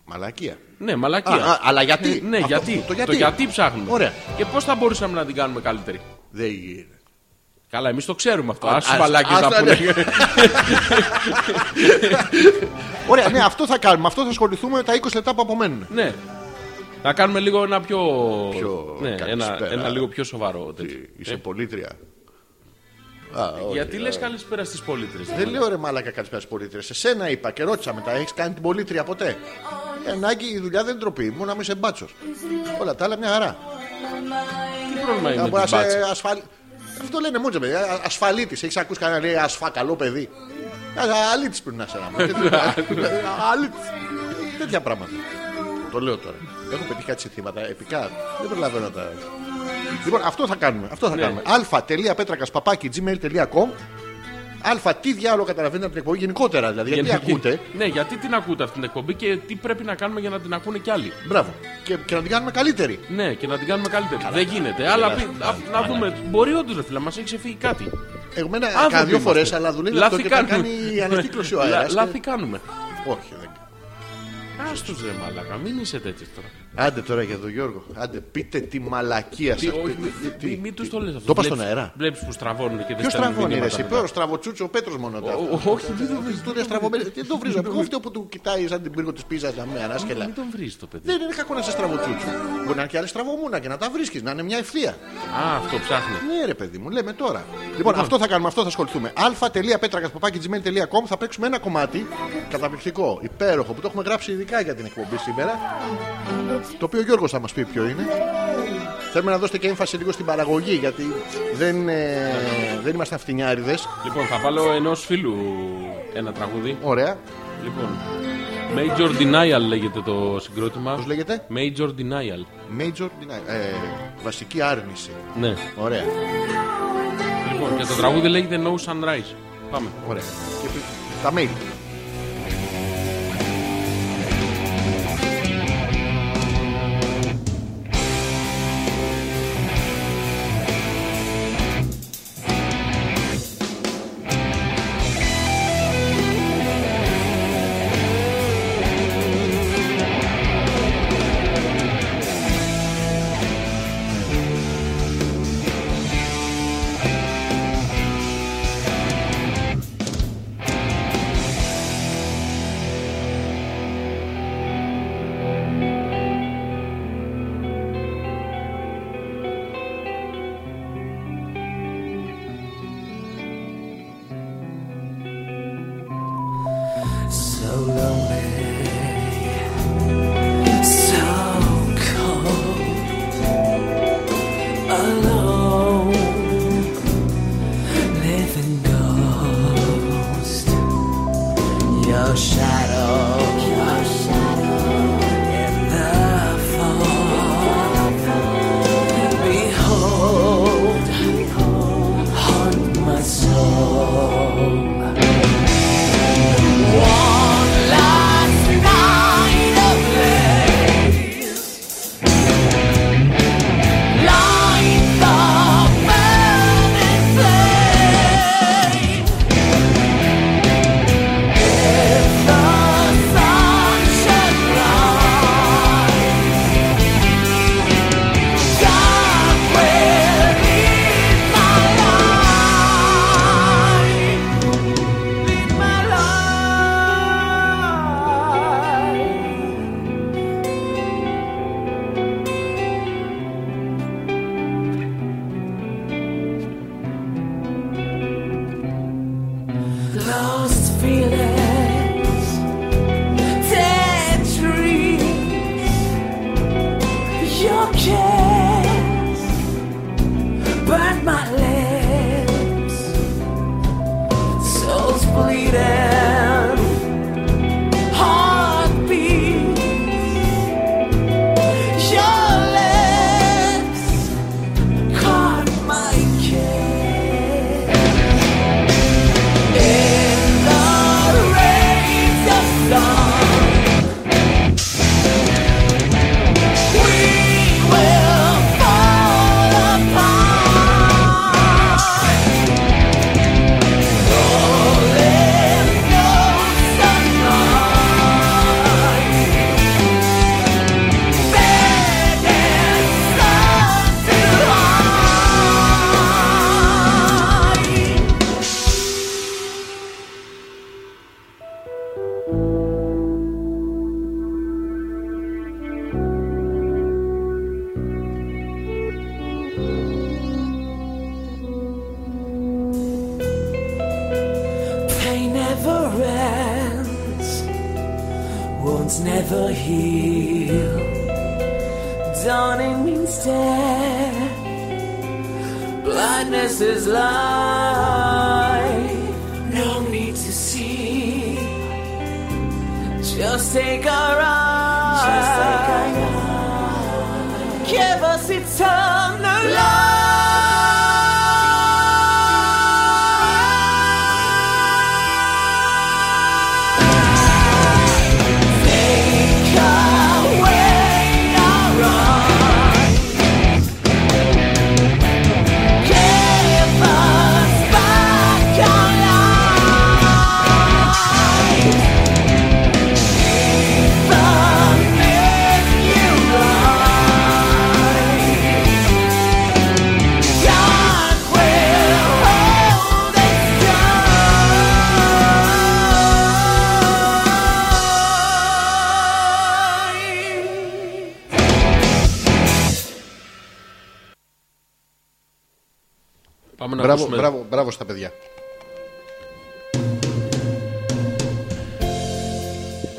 Speaker 3: Μαλακία.
Speaker 4: Ναι,
Speaker 3: Α,
Speaker 4: μαλακία.
Speaker 3: α, αλλά γιατί.
Speaker 4: Ναι,
Speaker 3: Αυτό-
Speaker 4: γιατί.
Speaker 3: Το γιατί.
Speaker 4: Το γιατί ψάχνουμε.
Speaker 3: Ωραία.
Speaker 4: Και πώς θα μπορούσαμε να την κάνουμε καλύτερη.
Speaker 3: Δεν γίνεται.
Speaker 4: Καλά, εμείς το ξέρουμε αυτό.
Speaker 3: Α,
Speaker 4: Ας
Speaker 3: ας-
Speaker 4: μαλάκες
Speaker 3: ας ναι.
Speaker 4: να
Speaker 3: τα
Speaker 4: πούνε.
Speaker 3: λέμε. Ωραία, ναι, αυτό θα κάνουμε. Αυτό θα ασχοληθούμε τα 20 λεπτά που απομένουν.
Speaker 4: Ναι. Να κάνουμε λίγο ένα πιο.
Speaker 3: Πιο
Speaker 4: ναι, ένα,
Speaker 3: καλησπέρα.
Speaker 4: ένα λίγο πιο σοβαρό τέτοιο. Ε,
Speaker 3: Είσαι πολίτρια.
Speaker 4: Γιατί λες καλησπέρα στις πολίτρε.
Speaker 3: Δεν λέω ρε μάλακα καλησπέρα στις πολίτρια. Σε σένα είπα και ρώτησα μετά, έχεις κάνει την πολίτρια ποτέ. Ε, Νάκη, η δουλειά δεν είναι ντροπή. Μόνο να μην σε μπάτσος. Όλα τα άλλα μια χαρά.
Speaker 4: Τι πρόβλημα είναι
Speaker 3: Να
Speaker 4: με
Speaker 3: μπορείς να
Speaker 4: την μπάτσα.
Speaker 3: σε ε, ασφαλ... Αυτό λένε μούτζα, παιδιά. Ασφαλίτης. Έχεις ακούσει κανένα λέει ασφα, καλό παιδί. Αλίτη πρέπει να είσαι ένα Αλίτη. Τέτοια πράγματα. Το λέω τώρα. Έχω πετύχει κάτι σε θύματα επικά. Δεν προλαβαίνω να τα. Λοιπόν, αυτό θα κάνουμε. Αυτό θα
Speaker 4: Ναι.
Speaker 3: κάνουμε. αλφα.πέτρακα παπάκι gmail.com Αλφα, τι διάλογο καταλαβαίνετε από την εκπομπή γενικότερα. Δηλαδή, γιατί
Speaker 4: Γενική-
Speaker 3: ακούτε.
Speaker 4: Ναι, γιατί την ακούτε αυτή την εκπομπή και τι πρέπει να κάνουμε για να την ακούνε κι άλλοι.
Speaker 3: Μπράβο. Και, και να την κάνουμε καλύτερη.
Speaker 4: Ναι, και να την κάνουμε καλύτερη. δεν γίνεται. Αλλά πει- α- να δούμε. Μπορεί όντως, ρε φίλε, μας έχει ξεφύγει κάτι.
Speaker 3: Εγώ μένα
Speaker 4: Άνθρωποι
Speaker 3: κάνα Ε, δύο
Speaker 4: είμαστε.
Speaker 3: φορέ, αλλά δουλεύει αυτό
Speaker 4: Λάθη
Speaker 3: και τα
Speaker 4: κάνουμε.
Speaker 3: κάνει ανακύκλωση ο
Speaker 4: Λα-
Speaker 3: αέρα.
Speaker 4: Λάθη κάνουμε.
Speaker 3: Όχι, δεν
Speaker 4: Άστος ρε μαλάκα, μην είσαι τέτοιος τώρα.
Speaker 3: Άντε τώρα για τον Γιώργο. Άντε πείτε τη μαλακία
Speaker 4: Τι,
Speaker 3: σας.
Speaker 4: όχι, μη- μη- Μην τους το λες αυτό.
Speaker 3: Το είπα στον αέρα.
Speaker 4: Βλέπεις που στραβώνουν και δεν
Speaker 3: Ποιος
Speaker 4: στέλνουν
Speaker 3: τραβώνει, ρε,
Speaker 4: μηνύματα
Speaker 3: εσύ.
Speaker 4: μετά.
Speaker 3: Ποιο στραβοτσούτσο, ο Πέτρος μόνο τα.
Speaker 4: Ο- ο- Όχι, μην τον βρεις.
Speaker 3: Του είναι στραβωμένο. Τι το βρίζω. Εγώ αυτό που του κοιτάει σαν την πύργο της πίζας να με ανάσκελα.
Speaker 4: Μην τον βρεις το παιδί.
Speaker 3: Δεν είναι κακό να είσαι στραβοτσούτσο. Μπορεί να είναι και άλλοι στραβομούνα και να τα βρίσκεις, να είναι μια ευθεία.
Speaker 4: Α, αυτό ψάχνει.
Speaker 3: Ναι, ρε παιδί μου, λέμε τώρα. Λοιπόν, αυτό θα κάνουμε, αυτό θα ασχοληθούμε. αλφα.πέτρακα.gmail.com θα παίξουμε ένα κομμάτι καταπληκτικό, υπέροχο που το έχουμε γράψει ειδικά για την εκπομπή σήμερα. Το οποίο ο Γιώργος θα μας πει ποιο είναι. Θέλουμε να δώσετε και έμφαση λίγο στην παραγωγή, γιατί δεν, ε, δεν είμαστε αυτινιάριδες.
Speaker 4: Λοιπόν, θα βάλω ενός φίλου ένα τραγούδι.
Speaker 3: Ωραία.
Speaker 4: Λοιπόν. Major Denial λέγεται το συγκρότημα.
Speaker 3: Πώς λέγεται?
Speaker 4: Major Denial.
Speaker 3: Major denial. ε, βασική άρνηση.
Speaker 4: Ναι.
Speaker 3: Ωραία.
Speaker 4: Λοιπόν, και το τραγούδι λέγεται No Sunrise. Πάμε.
Speaker 3: Ωραία. Και τα mail.
Speaker 5: So lonely, so cold, alone, living ghost. Your shadow, your shadow in the fall. Behold, haunt my soul. Lost feelings, dead dreams, your kiss
Speaker 2: wounds never heal. Dawning instead, blindness is light. No need to see. Just take our eyes. Give us eternal
Speaker 4: Πάμε να
Speaker 3: Μπράβο,
Speaker 4: ακούσουμε.
Speaker 3: μπράβο, μπράβο στα παιδιά.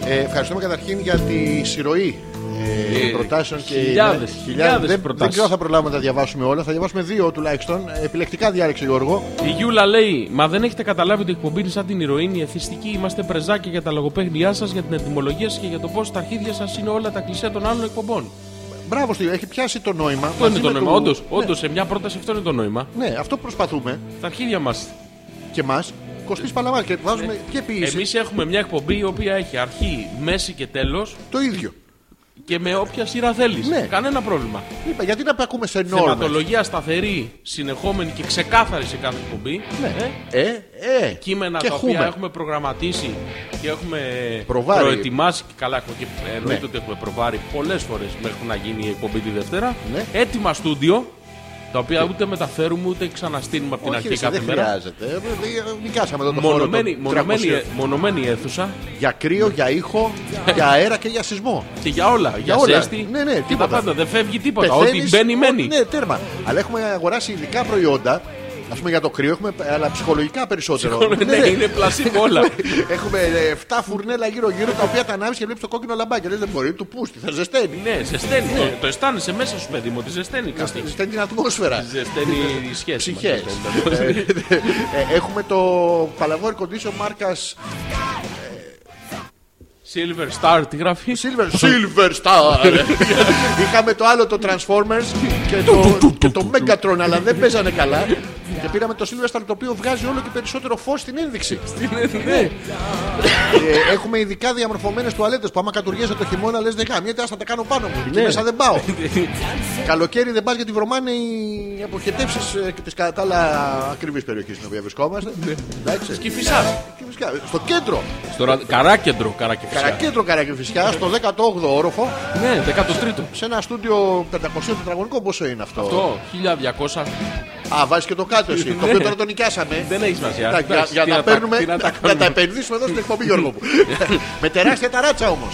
Speaker 3: Ε, ευχαριστούμε καταρχήν για τη συρροή ε,
Speaker 4: Ε,
Speaker 3: προτάσεων και
Speaker 4: χιλιάδες, χιλιάδες
Speaker 3: δεν,
Speaker 4: προτάσεις.
Speaker 3: δεν ξέρω αν θα προλάβουμε να τα διαβάσουμε όλα. Θα διαβάσουμε δύο τουλάχιστον. Ε, Επιλεκτικά διάλεξε Γιώργο.
Speaker 4: Η Γιούλα λέει: Μα δεν έχετε καταλάβει ότι η εκπομπή είναι σαν την ηρωίνη εθιστική. Είμαστε πρεζάκια για τα λογοπαίγνιά σας, για την ετοιμολογία σας και για το πώς τα αρχίδια σας είναι όλα τα κλισέ των άλλων εκπομπών.
Speaker 3: Μπράβο, στη- έχει πιάσει το νόημα.
Speaker 4: Αυτό είναι
Speaker 3: Μαζί
Speaker 4: το
Speaker 3: με
Speaker 4: νόημα.
Speaker 3: το-
Speaker 4: Όντω, όντως, σε μια πρόταση αυτό είναι το νόημα.
Speaker 3: Ναι, αυτό προσπαθούμε
Speaker 4: Τα αρχίδια μας.
Speaker 3: και εμά. Κωστή Παλαμάρ και βάζουμε
Speaker 4: Ναι.
Speaker 3: και ποιήση.
Speaker 4: Εμείς έχουμε μια εκπομπή η οποία έχει αρχή, μέση και τέλος
Speaker 3: Το ίδιο.
Speaker 4: και με όποια σειρά θέλεις.
Speaker 3: Ναι.
Speaker 4: Κανένα πρόβλημα.
Speaker 3: Είπα, γιατί να ακούμε σε νόημα.
Speaker 4: Θεματολογία σταθερή, συνεχόμενη και ξεκάθαρη σε κάθε εκπομπή. Ε,
Speaker 3: Ε, ε,
Speaker 4: κείμενα
Speaker 3: και
Speaker 4: τα
Speaker 3: χούμε.
Speaker 4: οποία έχουμε προγραμματίσει και έχουμε
Speaker 3: Προβάρει.
Speaker 4: προετοιμάσει και καλά έχουμε και ε, εννοείται
Speaker 3: Ναι.
Speaker 4: ότι έχουμε προβάρει πολλές φορές μέχρι να γίνει η εκπομπή τη Δευτέρα
Speaker 3: Ναι.
Speaker 4: έτοιμα στούντιο τα οποία ούτε μεταφέρουμε ούτε ξαναστείνουμε από την
Speaker 3: Όχι,
Speaker 4: αρχή
Speaker 3: ρε,
Speaker 4: κάθε
Speaker 3: δεν
Speaker 4: μέρα
Speaker 3: χρειάζεται. Ε, ε, Νοικάσαμε εδώ το χώρο.
Speaker 4: μονομένη,
Speaker 3: των
Speaker 4: μονομένη,
Speaker 3: 300.
Speaker 4: μονομένη αίθουσα
Speaker 3: Για κρύο, για ήχο,
Speaker 4: Ε.
Speaker 3: για αέρα και για σεισμό.
Speaker 4: και για όλα, για,
Speaker 3: όλα.
Speaker 4: ζέστη
Speaker 3: Ναι, ναι,
Speaker 4: και
Speaker 3: τίποτα.
Speaker 4: τα πάντα, δεν φεύγει τίποτα,
Speaker 3: Πεθαίνεις,
Speaker 4: ό,τι μπαίνει μένει
Speaker 3: Ναι, τέρμα. Αλλά έχουμε αγοράσει ειδικά προϊόντα. Ας πούμε για το κρύο, έχουμε, αλλά ψυχολογικά περισσότερο.
Speaker 4: ναι, ναι, είναι πλασίμπο όλα.
Speaker 3: Ναι. Έχουμε 7 φουρνέλα γύρω-γύρω τα οποία τα ανάβεις και βλέπεις το κόκκινο λαμπάκι. Λες, δεν μπορεί, του πούστη, θα ζεσταίνει.
Speaker 4: Ναι, ζεσταίνει. Το, το αισθάνεσαι μέσα σου, παιδί μου, ότι ζεσταίνει κάτι.
Speaker 3: Ζεσταίνει την ατμόσφαιρα. Ε,
Speaker 4: Ζεσταίνει η σχέση. μας, δηλαδή.
Speaker 3: Ψυχέ.
Speaker 4: ζεσταίνει.
Speaker 3: Έχουμε το παλαβό air condition μάρκα
Speaker 4: Silver Star, τι γράφει.
Speaker 3: Silver, Silver Star. Είχαμε το άλλο το Transformers και το, και το Megatron, αλλά δεν παίζανε καλά. Και πήραμε το Silver Star το οποίο βγάζει όλο και περισσότερο φως στην ένδειξη. Ναι, Ε, Έχουμε ειδικά διαμορφωμένες τουαλέτες που άμα κατουργέσαι το χειμώνα λες δεν γάμιεται, α τα κάνω πάνω μου. Και μέσα δεν πάω. Καλοκαίρι δεν πας γιατί βρωμάνε οι ε, αποχετεύσει τη κατά τα άλλα ακριβής περιοχής στην οποία βρισκόμαστε. Εντάξει.
Speaker 4: Και φυσά.
Speaker 3: Και Ναι. φυσικά, Στο κέντρο,
Speaker 4: Στο ρα... Καράκεντρο, καράκεφυσά.
Speaker 3: καρακέντρο καρακεφυσιά, στο 18ο όροφο,
Speaker 4: Ναι, 13ο.
Speaker 3: σε ένα στούντιο 500 τετραγωνικό πόσο είναι αυτό.
Speaker 4: Το 1200
Speaker 3: Α, βάζεις και το κάτω εσύ. το οποίο τώρα το νοικιάσαμε.
Speaker 4: δεν έχεις σημασία.
Speaker 3: Τα- για,
Speaker 4: Εντάξει,
Speaker 3: για
Speaker 4: τι
Speaker 3: να, παίρνουμε,
Speaker 4: τι να τα
Speaker 3: να τα
Speaker 4: κάνουμε.
Speaker 3: επενδύσουμε εδώ στην εκπομπή Γιώργο μου. Με τεράστια ταράτσα όμως.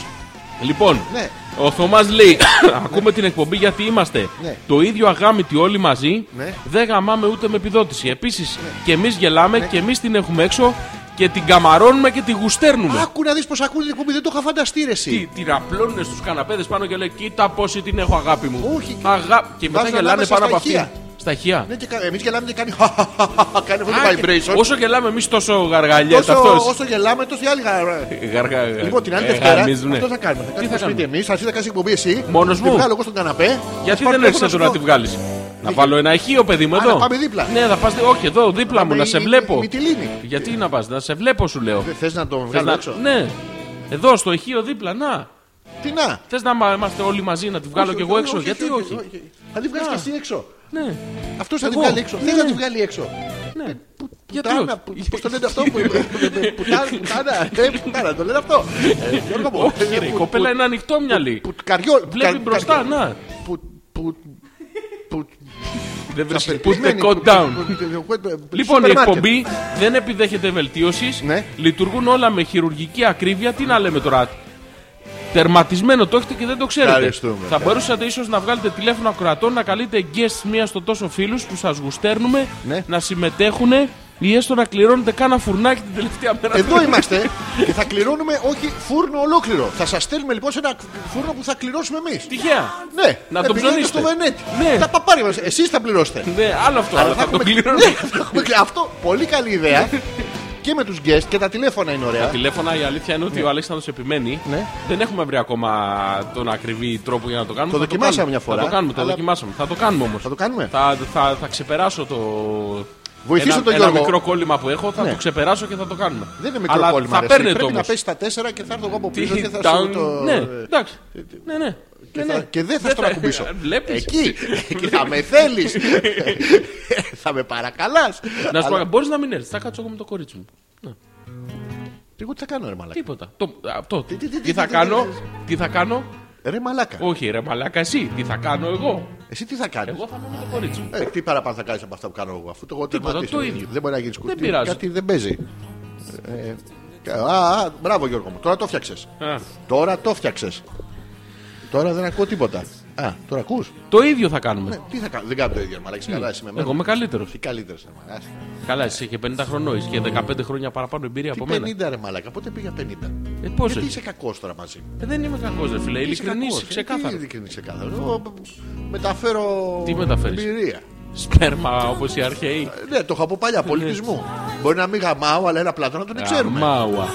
Speaker 4: Λοιπόν,
Speaker 3: Ναι.
Speaker 4: ο Θωμάς λέει: Ακούμε την εκπομπή γιατί είμαστε
Speaker 3: Ναι.
Speaker 4: το ίδιο αγάμητοι όλοι μαζί.
Speaker 3: Ναι.
Speaker 4: Δεν γαμάμε ούτε με επιδότηση. Επίσης, και εμείς γελάμε
Speaker 3: Ναι.
Speaker 4: και εμείς την έχουμε έξω και την καμαρώνουμε και τη γουστέρνουμε.
Speaker 3: Άκου να δεις πώ ακούνε την εκπομπή, δεν το είχα φανταστεί ρε εσύ.
Speaker 4: Ναι. Τι- την απλώνουν στους καναπέδες πάνω και λέει: Κοίτα πόση την έχω αγάπη μου.
Speaker 3: Όχι.
Speaker 4: Αγάπη. Και μετά
Speaker 3: Βάζουν
Speaker 4: γελάνε
Speaker 3: ανάμεσα
Speaker 4: πάνω
Speaker 3: στα
Speaker 4: από αυτή.
Speaker 3: ηχεία.
Speaker 4: Στα ηχεία.
Speaker 3: Ναι, και κα- εμείς γελάμε και κάνει. χαχαχαχα, κάνει αυτό το
Speaker 4: Α,
Speaker 3: vibration.
Speaker 4: Όσο γελάμε εμείς τόσο γαργαλιέται
Speaker 3: Τόσο-
Speaker 4: αυτός.
Speaker 3: όσο γελάμε, τόσο οι άλλοι γα-
Speaker 4: Γαργα...
Speaker 3: Λοιπόν, την άλλη
Speaker 4: ε,
Speaker 3: Δευτέρα,
Speaker 4: γαμίζουνε.
Speaker 3: αυτό θα κάνουμε. Θα κάνουμε
Speaker 4: θα
Speaker 3: στο σπίτι εμεί, θα έρθει να κάνει εκπομπή εσύ.
Speaker 4: Μόνος
Speaker 3: τη
Speaker 4: μου.
Speaker 3: βγάλω εγώ στον καναπέ.
Speaker 4: Γιατί
Speaker 3: Θα
Speaker 4: δεν
Speaker 3: πάρω
Speaker 4: έρχεσαι
Speaker 3: εγώ
Speaker 4: τώρα να τη βγάλεις. Να βάλω ένα ηχείο, παιδί μου,
Speaker 3: Α,
Speaker 4: εδώ.
Speaker 3: να πάμε δίπλα.
Speaker 4: Ναι, θα πα. Όχι, εδώ, δίπλα μου,
Speaker 3: πάμε
Speaker 4: να
Speaker 3: η-
Speaker 4: σε
Speaker 3: η-
Speaker 4: βλέπω.
Speaker 3: η Μυτιλίνη.
Speaker 4: Γιατί να πας, να σε βλέπω, σου λέω.
Speaker 3: Δεν θες να τον
Speaker 4: Θες
Speaker 3: βγάλω
Speaker 4: να...
Speaker 3: έξω.
Speaker 4: Ναι, εδώ στο ηχείο δίπλα, να.
Speaker 3: Τι να.
Speaker 4: Θες να μα- είμαστε όλοι μαζί, να τη βγάλω
Speaker 3: Όχι,
Speaker 4: κι εγώ
Speaker 3: όχι,
Speaker 4: έξω. Γιατί όχι.
Speaker 3: Θα τη βγάλεις
Speaker 4: Να.
Speaker 3: και εσύ έξω.
Speaker 4: Ναι,
Speaker 3: Αυτός θα τη
Speaker 4: Εγώ.
Speaker 3: βγάλει έξω. Θες
Speaker 4: Ναι.
Speaker 3: να τη βγάλει έξω.
Speaker 4: ναι. Γιατί
Speaker 3: Ε, Πουτάνα,
Speaker 4: όχι.
Speaker 3: πώς το λένε αυτό που. Πουτάνα, πουτάνα, ε, πουτάνα, το λένε αυτό. Ε, Γιώργο μου,
Speaker 4: Όχι, ρε, η
Speaker 3: που-
Speaker 4: κοπέλα
Speaker 3: που-
Speaker 4: είναι ανοιχτό μυαλί.
Speaker 3: που- καριό- που-
Speaker 4: Βλέπει
Speaker 3: καρ-
Speaker 4: μπροστά,
Speaker 3: καριό-
Speaker 4: να.
Speaker 3: που- που- που-
Speaker 4: Δεν βρίσκει. Put the
Speaker 3: Απερπισμένη,
Speaker 4: code
Speaker 3: που-
Speaker 4: down.
Speaker 3: που- που- που- που-
Speaker 4: Λοιπόν, η
Speaker 3: σούπερ μάρκετ.
Speaker 4: εκπομπή δεν επιδέχεται βελτίωσης.
Speaker 3: Ναι.
Speaker 4: Λειτουργούν όλα με χειρουργική ακρίβεια. Τι να λέμε τώρα. Τερματισμένο το έχετε και δεν το ξέρετε.
Speaker 3: Ευχαριστούμε.
Speaker 4: Θα μπορούσατε ίσως να βγάλετε τηλέφωνο ακροατών, να καλείτε guest μίας στο τόσο φίλους που σας γουστέρνουμε
Speaker 3: Ναι.
Speaker 4: να συμμετέχουν Ή έστω να κληρώνετε κάνα φουρνάκι την τελευταία μέρα.
Speaker 3: Εδώ είμαστε και θα κληρώνουμε όχι φούρνο ολόκληρο. Θα σας στέλνουμε λοιπόν σε ένα φούρνο που θα κληρώσουμε εμείς.
Speaker 4: Τυχαία.
Speaker 3: Ναι,
Speaker 4: Να το
Speaker 3: πηγαίνετε
Speaker 4: ψωνίσετε.
Speaker 3: στο Βενέτη.
Speaker 4: Ναι.
Speaker 3: Τα παπάρια μας. Εσείς θα πληρώσετε.
Speaker 4: Ναι, άλλο αυτό. Αλλά θα το
Speaker 3: έχουμε-
Speaker 4: κληρώνετε.
Speaker 3: Ναι, θα έχουμε κλει- Αυτό πολύ καλή ιδέα. και με τους guest και τα τηλέφωνα είναι ωραία.
Speaker 4: Τηλέφωνα η αλήθεια είναι ότι ο Αλέξανδρος επιμένει.
Speaker 3: Ναι.
Speaker 4: Δεν έχουμε βρει ακόμα τον ακριβή τρόπο για να το κάνουμε.
Speaker 3: Το
Speaker 4: Θα
Speaker 3: δοκιμάσαμε
Speaker 4: κάνουμε.
Speaker 3: μια φορά,
Speaker 4: Θα το κάνουμε, το
Speaker 3: αλλά-
Speaker 4: δοκιμάσαμε. Θα το κάνουμε όμως.
Speaker 3: Θα το κάνουμε.
Speaker 4: Θα, θα, θα ξεπεράσω το.
Speaker 3: Βοηθήσω
Speaker 4: ένα,
Speaker 3: τον
Speaker 4: ένα
Speaker 3: Γιώργο.
Speaker 4: μικρό κόλλημα που έχω, θα
Speaker 3: Ναι.
Speaker 4: το ξεπεράσω και θα το κάνουμε.
Speaker 3: Δεν είναι μικρό
Speaker 4: Αλλά
Speaker 3: κόλλημα.
Speaker 4: Θα
Speaker 3: ρε,
Speaker 4: παίρνετε
Speaker 3: Πρέπει
Speaker 4: όμω.
Speaker 3: να πέσει στα 4 και θα έρθω εγώ από πίσω και θα
Speaker 4: Down.
Speaker 3: σου το.
Speaker 4: Ναι, εντάξει. Ναι, ναι.
Speaker 3: Και,
Speaker 4: Ναι,
Speaker 3: θα-
Speaker 4: ναι.
Speaker 3: και δεν θα στον ακουμπήσω.
Speaker 4: Βλέπεις.
Speaker 3: Εκεί, εκεί θα με θέλεις. θα με παρακαλάς.
Speaker 4: Να σου πω, μπορείς να μην έρθεις. Θα κάτσω εγώ με το κορίτσι μου.
Speaker 3: Εγώ τι θα κάνω, ρε μαλάκα.
Speaker 4: Τίποτα. Το, αυτό.
Speaker 3: Τι, τι, τι,
Speaker 4: Τι
Speaker 3: τι,
Speaker 4: θα
Speaker 3: τι,
Speaker 4: κάνω.
Speaker 3: τι,
Speaker 4: Τι θα κάνω.
Speaker 3: Ρε μαλάκα.
Speaker 4: Όχι, ρε μαλάκα, εσύ. Τι θα κάνω εγώ.
Speaker 3: Εσύ τι θα κάνεις.
Speaker 4: Εγώ θα είμαι με το κορίτσι μου.
Speaker 3: Ε, τι παραπάνω θα κάνεις από αυτά που κάνω εγώ, αφού το εγώ
Speaker 4: Τίποτα,
Speaker 3: τερματίσω.
Speaker 4: το ίδιο.
Speaker 3: Δεν μπορεί να γίνει σκουτί.
Speaker 4: Δεν πειράζει.
Speaker 3: Κάτι δεν παίζει. Ε, ε, α, α, μπράβο Γιώργο μου, τώρα το φτιάξες.
Speaker 4: Α.
Speaker 3: Τώρα το φτιάξες. Τώρα δεν ακούω τίποτα. Α, τώρα ακούς.
Speaker 4: Το ίδιο θα κάνουμε.
Speaker 3: Τι θα κάνω, δεν κάνω το ίδιο, μαλάκι. Καλά, εσύ με μένα.
Speaker 4: Ναι. Εγώ είμαι καλύτερος.
Speaker 3: Τι καλύτερο είσαι,
Speaker 4: Καλά, εσύ και 50 χρονών είσαι και 15 χρόνια παραπάνω εμπειρία από μένα.
Speaker 3: μαλάκα. Τι 50 ρε μαλάκα, πότε πήγα 50.
Speaker 4: Ε, πώς
Speaker 3: Γιατί
Speaker 4: είσαι.
Speaker 3: είσαι κακός τώρα μαζί μου.
Speaker 4: Ε, δεν είμαι κακός, ρε φίλε.
Speaker 3: Είσαι
Speaker 4: Ειλικρινής,
Speaker 3: κακός. ε, Τι
Speaker 4: ξεκάθαρο.
Speaker 3: ειλικρινής, ξεκάθαρο. Εγώ μεταφέρω
Speaker 4: Τι μεταφέρεις?
Speaker 3: εμπειρία.
Speaker 4: Σπέρμα όπως οι αρχαίοι.
Speaker 3: Ε, Ναι, το έχω από παλιά, πολιτισμού. Μπορεί να μην γαμάω, αλλά ένα πλατό να τον ξέρουμε.
Speaker 4: Μάουα.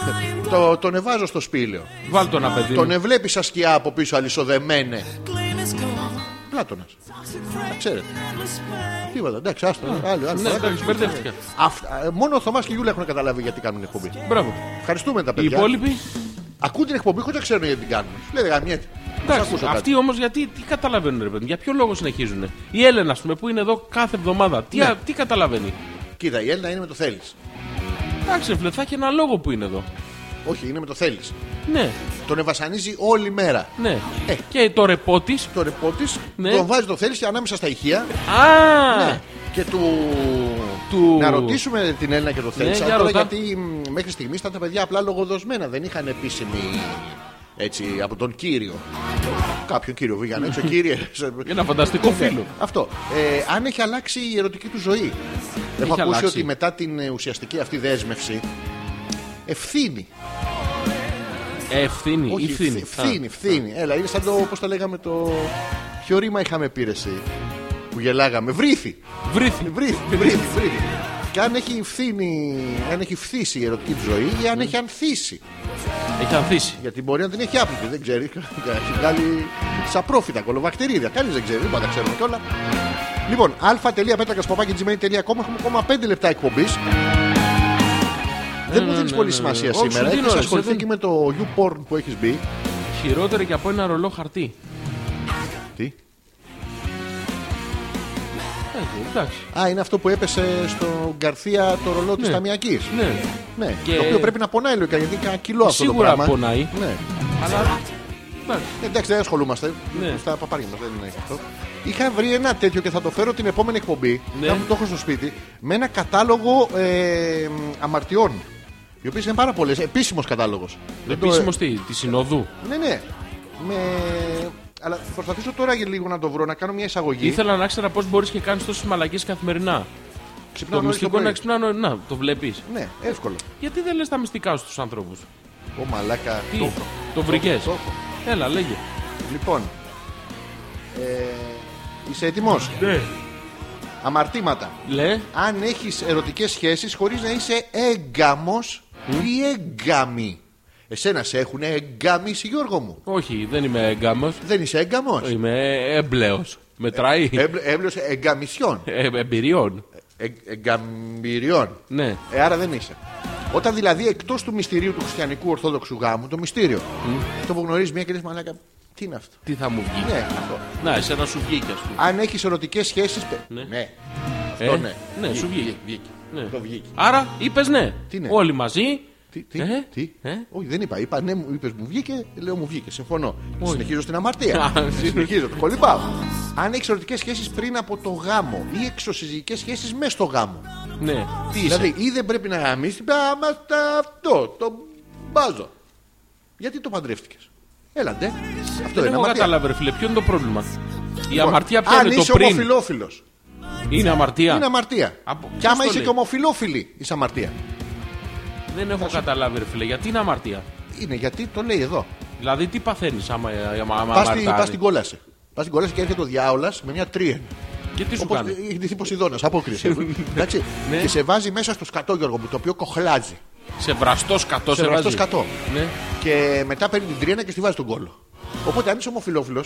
Speaker 3: Το, τον εβάζω στο σπήλαιο.
Speaker 4: Βάλ το ένα παιδί. μου.
Speaker 3: Ε, Τον ευλέπει σαν σκιά από πίσω αλυσοδεμένε. Πλάτονα. Τα ξέρετε. Τίποτα, εντάξει, άστο. Άλλο, άλλο.
Speaker 4: Ναι,
Speaker 3: Άλλο.
Speaker 4: εντάξει, μπερδεύτηκα.
Speaker 3: Αυτά- ε, μόνο ο Θωμάς και η Γιούλα έχουν καταλάβει γιατί κάνουν εκπομπή.
Speaker 4: Μπράβο.
Speaker 3: Ευχαριστούμε τα
Speaker 4: Οι
Speaker 3: παιδιά.
Speaker 4: υπόλοιποι.
Speaker 3: Ακούν την εκπομπή χωρίς να ξέρουν γιατί την κάνουν. Λέει γαμιέται. Σας
Speaker 4: Εντάξει,
Speaker 3: ακούσω κάτι.
Speaker 4: αυτοί όμως γιατί τι καταλαβαίνουν, ρε παιδί, μου, για ποιο λόγο συνεχίζουν. Η Έλενα, ας πούμε, που είναι εδώ κάθε εβδομάδα,
Speaker 3: Ναι.
Speaker 4: τι, α- τι καταλαβαίνει.
Speaker 3: Κοίτα, η Έλληνα είναι με το θέλεις.
Speaker 4: Εντάξει, ρε φίλε, θα έχει ένα λόγο που είναι εδώ.
Speaker 3: Όχι, είναι με το θέλεις.
Speaker 4: Ναι,
Speaker 3: Τον ευασανίζει όλη μέρα.
Speaker 4: ναι.
Speaker 3: Ε.
Speaker 4: Και το ρεπό τη.
Speaker 3: Το ρεπό της,
Speaker 4: Ναι.
Speaker 3: τον βάζει το θέλεις και ανάμεσα στα ηχεία.
Speaker 4: Α!
Speaker 3: Ναι. Και του...
Speaker 4: Του- Ναι,
Speaker 3: Να ρωτήσουμε την Έλληνα και το θέλει.
Speaker 4: για
Speaker 3: αλλά τώρα
Speaker 4: ρωτά.
Speaker 3: γιατί μ, μέχρι στιγμής ήταν τα παιδιά απλά λογοδοσμένα. Δεν είχαν επίσημη. Έτσι, από τον κύριο. Κάποιον κύριο βγήκαν έξω. Κύριε. σε- Ναι,
Speaker 4: Ένα φανταστικό φίλο.
Speaker 3: Αυτό. Ε, αν έχει αλλάξει η ερωτική του ζωή. Έχω ακούσει
Speaker 4: αλλάξει.
Speaker 3: ότι μετά την ε, ουσιαστική αυτή δέσμευση. Ευθύνη.
Speaker 4: Ε, Ευθύνη,
Speaker 3: Όχι,
Speaker 4: ή
Speaker 3: ευθύνη.
Speaker 4: ευθύνη.
Speaker 3: Ευθύνη, ευθύνη. Έλα, είναι σαν το, πώς τα λέγαμε, το. Ποιο ρήμα είχαμε πει ρε εσύ, που γελάγαμε. Βρήθη.
Speaker 4: Α, Βρήθη.
Speaker 3: Βρήθη, βρήθη, βρήθη. Και αν έχει ευθύνη, αν έχει φθήσει η ερωτική του ζωή ή αν
Speaker 4: Ναι.
Speaker 3: έχει ανθίσει.
Speaker 4: Έχει ανθίσει.
Speaker 3: Γιατί μπορεί να την έχει άπλητη, δεν ξέρει. Έχει βγάλει σαν πρόφυτα, κολοβακτηρίδια. Κανείς δεν ξέρει, δεν τα ξέρουμε κιόλα. Λοιπόν, α.πέτρακα.gmail.com έχουμε ακόμα 5 λεπτά εκπομπής. Δεν μου δίνεις
Speaker 4: ναι,
Speaker 3: πολύ
Speaker 4: ναι,
Speaker 3: σημασία
Speaker 4: ναι. Όχι,
Speaker 3: σήμερα.
Speaker 4: σου δίνω,
Speaker 3: Έχει
Speaker 4: ρε,
Speaker 3: ασχοληθεί
Speaker 4: δεν-
Speaker 3: και με το YouPorn που έχεις μπει.
Speaker 4: Χειρότερη και από ένα ρολό χαρτί.
Speaker 3: Τι?
Speaker 4: Ε, εντάξει.
Speaker 3: Α, είναι αυτό που έπεσε στο Γκαρθία το ρολό της
Speaker 4: Ναι.
Speaker 3: Ταμιακής.
Speaker 4: Ναι.
Speaker 3: Ναι,
Speaker 4: Και-
Speaker 3: το οποίο πρέπει να πονάει λογικά γιατί είναι ένα κιλό αυτό το
Speaker 4: Σίγουρα
Speaker 3: πράγμα.
Speaker 4: πονάει.
Speaker 3: Ναι.
Speaker 4: Εντάξει.
Speaker 3: Εντάξει, δεν ασχολούμαστε.
Speaker 4: Ναι.
Speaker 3: Στα παπάρια μα δεν είναι αυτό. Είχα βρει ένα τέτοιο και θα το φέρω την επόμενη εκπομπή.
Speaker 4: Ναι.
Speaker 3: Να μου το έχω στο σπίτι. Με ένα κατάλογο ε, μ, αμαρτιών. Οι οποίες είναι πάρα πολλές. Επίσημος κατάλογος.
Speaker 4: Επίσημο τι, της συνοδού.
Speaker 3: Ναι, ναι. Με... Αλλά θα προσπαθήσω τώρα για λίγο να το βρω, να κάνω μια εισαγωγή.
Speaker 4: Ήθελα να ξέρω πώς μπορείς και κάνεις τόσες μαλακίες καθημερινά.
Speaker 3: Ξυπνάω
Speaker 4: Το
Speaker 3: νωρίς
Speaker 4: μυστικό
Speaker 3: πρωί.
Speaker 4: να ξυπνάω. Να, το βλέπεις.
Speaker 3: Ναι, εύκολο.
Speaker 4: Γιατί δεν λες τα μυστικά σου στους ανθρώπους.
Speaker 3: Ω μαλάκα.
Speaker 4: Τι,
Speaker 3: το έχω.
Speaker 4: το βρήκες.
Speaker 3: Το έχω.
Speaker 4: Έλα, λέγε.
Speaker 3: Λοιπόν. Ε, είσαι έτοιμος.
Speaker 4: Ναι.
Speaker 3: Αμαρτήματα.
Speaker 4: Λε.
Speaker 3: αν έχεις ερωτικές σχέσεις χωρίς να είσαι έγκαμος ή έγκαμη. Εσένα σε έχουν εγκαμίσει Γιώργο μου.
Speaker 4: Όχι, δεν είμαι εγκάμος.
Speaker 3: Δεν είσαι έγκαμος.
Speaker 4: Είμαι έμπλεος. Μετράει
Speaker 3: Έμπλε- Έμπλεος εγκαμισιών.
Speaker 4: ε, εμπειριών.
Speaker 3: Εγ- Εγκαμπηριών.
Speaker 4: Ναι.
Speaker 3: Ε, άρα δεν είσαι. Όταν δηλαδή εκτός του μυστηρίου του χριστιανικού ορθόδοξου γάμου, το μυστήριο, αυτό που γνωρίζεις μια και λες μαλάκα, τι είναι αυτό.
Speaker 4: Τι θα μου βγει.
Speaker 3: Ναι, αυτό.
Speaker 4: Να, εσένα σου βγήκε, ας πούμε.
Speaker 3: Αν έχεις ερωτικές σχέσεις, παι-
Speaker 4: Ναι.
Speaker 3: ναι.
Speaker 4: Ε,
Speaker 3: Αυτό ναι.
Speaker 4: ναι, σου βγήκε. Ναι.
Speaker 3: Το βγήκε.
Speaker 4: Άρα είπες ναι.
Speaker 3: Τι ναι.
Speaker 4: Όλοι μαζί.
Speaker 3: Τι, τι,
Speaker 4: Ε,
Speaker 3: τι.
Speaker 4: ε.
Speaker 3: Όχι, δεν είπα. Είπα ναι, μου είπες μου βγήκε, λέω μου βγήκε. Συμφωνώ. Συνεχίζω στην αμαρτία.
Speaker 4: Α,
Speaker 3: Ε,
Speaker 4: συνεχίζω.
Speaker 3: Συνεχίζω, το κολυμπάω. Αν έχει ερωτικές σχέσεις πριν από το γάμο ή εξωσυζυγικές σχέσεις μέσα στο γάμο.
Speaker 4: Ναι. Τι είσαι.
Speaker 3: Δηλαδή, ή δεν πρέπει να γαμίσεις, μα τα αυτό, το μπάζω. Γιατί το παντρεύτηκες. Έλαντε. Αυτό είναι
Speaker 4: δεν έχω
Speaker 3: αμαρτία. Λοιπόν,
Speaker 4: καταλάβει, ρε φίλε, ποιο είναι το πρόβλημα. Η αμαρτία ποιο
Speaker 3: Αν
Speaker 4: είναι το
Speaker 3: είσαι
Speaker 4: πριν.
Speaker 3: ομοφυλόφιλος.
Speaker 4: Είναι αμαρτία.
Speaker 3: Είναι αμαρτία.
Speaker 4: Από-
Speaker 3: Και άμα
Speaker 4: ποιος το
Speaker 3: είσαι
Speaker 4: λέει?
Speaker 3: και ομοφιλόφιλη, είσαι αμαρτία.
Speaker 4: Δεν έχω καταλάβει, ρε φίλε, γιατί είναι αμαρτία.
Speaker 3: Είναι γιατί το λέει εδώ.
Speaker 4: Δηλαδή, τι παθαίνεις άμα, ε, άμα, άμα
Speaker 3: Πα στην,
Speaker 4: αμαρτάρεις.
Speaker 3: πας στην κόλαση. Πας στην κόλαση και έρχεται ο διάολας με μια τρίεν.
Speaker 4: Και τι σου
Speaker 3: Όπως
Speaker 4: κάνει.
Speaker 3: έχει ντυθεί Ποσειδώνας, απόκριση. Εντάξει.
Speaker 4: Ναι.
Speaker 3: Και σε βάζει μέσα στο σκατό, Γιώργο μου, το οποίο κοχλάζει.
Speaker 4: Σε βραστό σκατό
Speaker 3: Σε
Speaker 4: σε
Speaker 3: βραστό
Speaker 4: βάζει.
Speaker 3: σκατό.
Speaker 4: Ναι.
Speaker 3: Και μετά παίρνει την τρίενα και στη βάζει τον κόλο. Οπότε αν είσαι ομοφιλόφιλο.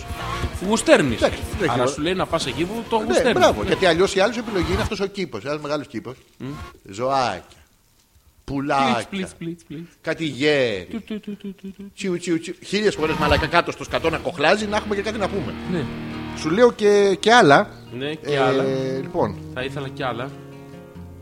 Speaker 4: Γουστέρνεις.
Speaker 3: Εντάξει, δεν έχει
Speaker 4: Άρα
Speaker 3: νόημα.
Speaker 4: σου λέει να πας εκεί που το
Speaker 3: Ναι,
Speaker 4: γουστέρνεις.
Speaker 3: μπράβο. Γιατί αλλιώς η άλλη σου επιλογή είναι αυτός ο κήπος. Ένα μεγάλος κήπος. Ζωάκια. Πουλάκια.
Speaker 4: Πλίτ, πλίτ, πλίτ.
Speaker 3: Κάτι γέρι. Τσιου, τσιου, τσιου. Χίλιες φορές μαλακά κάτω στο σκατό να κοχλάζει να έχουμε και κάτι να πούμε.
Speaker 4: Ναι.
Speaker 3: Σου λέω και, και άλλα.
Speaker 4: Ναι, και άλλα.
Speaker 3: Λοιπόν,
Speaker 4: Θα ήθελα κι άλλα.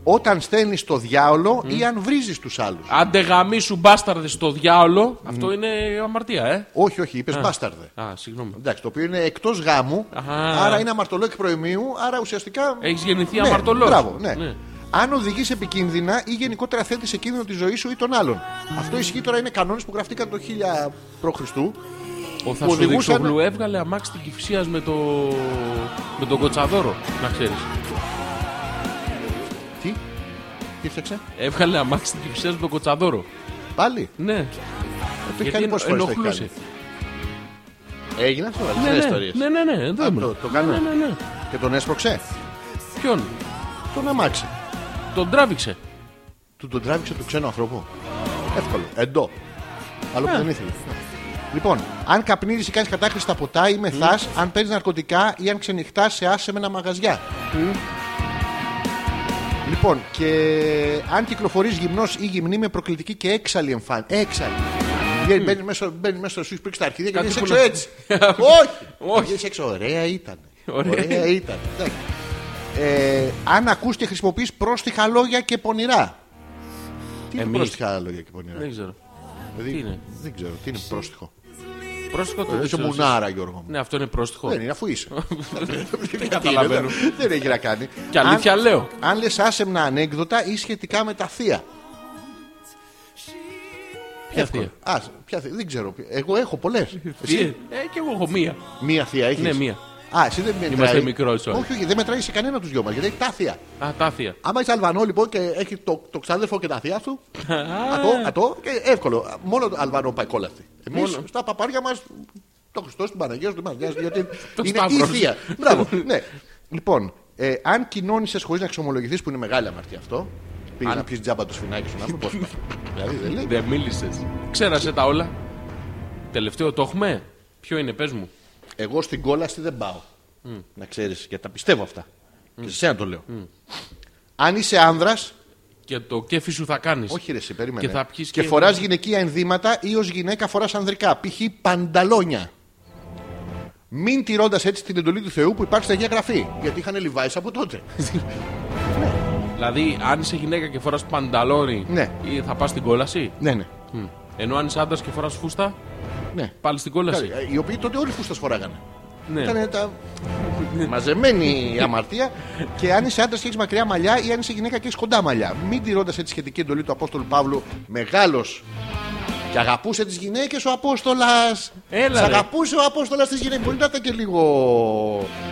Speaker 3: όταν στέλνεις το διάολο ή αν βρίζεις τους άλλους.
Speaker 4: Άντε γαμί σου μπάσταρδε στο διάολο. Αυτό είναι αμαρτία, ε.
Speaker 3: Όχι, όχι, είπες μπάσταρδε.
Speaker 4: Α, συγγνώμη.
Speaker 3: Εντάξει, το οποίο είναι εκτός γαμου
Speaker 4: Αχα.
Speaker 3: άρα είναι αμαρτωλό εκ προημίου, άρα ουσιαστικά.
Speaker 4: Έχεις γεννηθεί
Speaker 3: ναι,
Speaker 4: αμαρτωλός.
Speaker 3: Μπράβο, ναι.
Speaker 4: Ναι.
Speaker 3: Αν οδηγείς επικίνδυνα ή γενικότερα θέτεις σε κίνδυνο τη ζωή σου ή των άλλων. Αυτό ισχύει τώρα είναι κανόνες που γραφτήκαν το 1000 π.Χ.
Speaker 4: Ο θα
Speaker 3: Που
Speaker 4: σου δείξω
Speaker 3: οδηγούσαν-
Speaker 4: Βλου έβγαλε αμάξι την κυφσία με, το... με τον κοτσαδόρο, να ξέρεις.
Speaker 3: Τι, τι έφτιαξε,
Speaker 4: Έβγαλε αμάξι την κυφσία με τον κοτσαδόρο.
Speaker 3: πάλι.
Speaker 4: Ναι,
Speaker 3: Το έχει κάνει
Speaker 4: εν-
Speaker 3: πόσες φορές.
Speaker 4: ενοχλούσε.
Speaker 3: Έγινε αυτό,
Speaker 4: Ναι,
Speaker 3: αληθινέ
Speaker 4: ναι,
Speaker 3: ιστορίες.
Speaker 4: ναι, ναι, ναι, εδώ
Speaker 3: Α,
Speaker 4: ήμουν.
Speaker 3: το- το κάνουμε.
Speaker 4: Ναι, ναι, ναι.
Speaker 3: Και τον έσπρωξε,
Speaker 4: Ποιον,
Speaker 3: τον αμάξι.
Speaker 4: τον τράβηξε.
Speaker 3: Του τον τράβηξε του ξένου ανθρώπου. Εύκολο. Εντό. Άλλο
Speaker 4: Ε.
Speaker 3: που δεν ήθελε. Λοιπόν, αν καπνίζεις ή κάνεις κατάκριση στα ποτά ή μεθάς, αν παίρνεις ναρκωτικά ή αν ξενυχτάς σε άσεμενα μαγαζιά. Λοιπόν, και αν κυκλοφορείς γυμνός ή γυμνή με προκλητική και έξαλλη εμφάνιση. Έξαλλη. Βγαίνει- Μπαίνεις μέσα, μπαίνεις μέσα στο σου πρίξ τα αρχίδια και
Speaker 4: Κάτι
Speaker 3: βγαίνει
Speaker 4: που
Speaker 3: έξω
Speaker 4: να-
Speaker 3: έτσι. Όχι!
Speaker 4: Όχι.
Speaker 3: Βγαίνεις έξω, ωραία ήταν.
Speaker 4: Ωραία.
Speaker 3: Ωραία ήταν. Εντάξει. Ε, αν ακούς και χρησιμοποιείς πρόστιχα λόγια και πονηρά. Τι είναι
Speaker 4: Εμείς.
Speaker 3: πρόστιχα λόγια και πονηρά.
Speaker 4: Δεν ξέρω.
Speaker 3: Δηλαδή,
Speaker 4: τι είναι.
Speaker 3: Δεν ξέρω, τι είναι πρόστιχο.
Speaker 4: Πρόστιχο το
Speaker 3: Δεν είσαι
Speaker 4: Ε, ξέρω.
Speaker 3: μουνάρα, Γιώργο μου.
Speaker 4: Ναι, αυτό είναι πρόστιχο.
Speaker 3: Δεν είναι, αφού είσαι. Δεν
Speaker 4: καταλαβαίνω.
Speaker 3: Δεν έχει να κάνει.
Speaker 4: Και αλήθεια
Speaker 3: Αν-
Speaker 4: λέω.
Speaker 3: Αν λες άσεμνα ανέκδοτα ή σχετικά με τα θεία.
Speaker 4: Ποια θεία.
Speaker 3: Α, ποια θεία, δεν ξέρω. Εγώ έχω πολλές.
Speaker 4: Εσύ. Ε, και εγώ έχω μία.
Speaker 3: Μία θεία έχεις.
Speaker 4: Ναι, μία.
Speaker 3: Α, εσύ δεν μετράει.
Speaker 4: Είμαστε μικρός όλοι.
Speaker 3: Όχι, όχι, δεν μετράει σε κανένα τους δυο μας γιατί έχει τα θεία.
Speaker 4: Α, τα θεία.
Speaker 3: Άμα είσαι Αλβανό λοιπόν και έχει το, το ξάδερφο και τα θεία σου. Ατό, ατό και εύκολο. Μόνο το Αλβανό πάει κόλαστη. Εμείς
Speaker 4: Μόνο.
Speaker 3: στα παπάρια μας το Χριστός, την Παναγία σου, την Παναγία σου, γιατί είναι η
Speaker 4: Σταύρος.
Speaker 3: θεία. Μπράβο, ναι. Λοιπόν, ε, αν κοινώνησες χωρίς να εξομολογηθείς, που είναι μεγάλη αμαρτία αυτό. Πήγες να πιεις τζάμπα το σφινάκι σου να μην πώ. Δηλαδή δεν λέει.
Speaker 4: Δεν μίλησες. Ξέρασε τα όλα. Τελευταίο το έχουμε. Ποιο είναι, πες μου.
Speaker 3: Εγώ στην κόλαση δεν πάω. Να ξέρεις, γιατί τα πιστεύω αυτά. Και σε σένα το λέω. Αν είσαι άνδρας
Speaker 4: Και το κέφι σου θα κάνεις.
Speaker 3: Όχι, ρε, εσύ, περίμενε.
Speaker 4: Και θα πιεις
Speaker 3: και
Speaker 4: και-
Speaker 3: φοράς γυναικεία ενδύματα ή ως γυναίκα φοράς ανδρικά. Π.χ. πανταλόνια. Μην τηρώντας έτσι την εντολή του Θεού που υπάρχει στα Αγία Γραφή. Γιατί είχαν λιβάει από τότε.
Speaker 4: Δηλαδή, αν είσαι γυναίκα και φοράς πανταλόνι,
Speaker 3: Ναι.
Speaker 4: ή θα πας στην κόλαση.
Speaker 3: ναι, ναι.
Speaker 4: Μμ. Ενώ αν είσαι άντρα και φοράς φούστα,
Speaker 3: ναι.
Speaker 4: πάλι στην κόλαση.
Speaker 3: Καλά, Οι οποίοι τότε όλοι φούστα φοράγανε.
Speaker 4: Ναι.
Speaker 3: Ήταν τα... μαζεμένη η αμαρτία. και αν είσαι άντρας και έχεις μακριά μαλλιά ή αν είσαι γυναίκα και έχεις κοντά μαλλιά. Μην τηρώντας έτσι σχετική εντολή του Απόστολου Παύλου, μεγάλος. Και αγαπούσε τις γυναίκες ο Απόστολας.
Speaker 4: Έλα, ρε.
Speaker 3: αγαπούσε ο Απόστολας τις γυναίκες. Μπορεί να ήταν και λίγο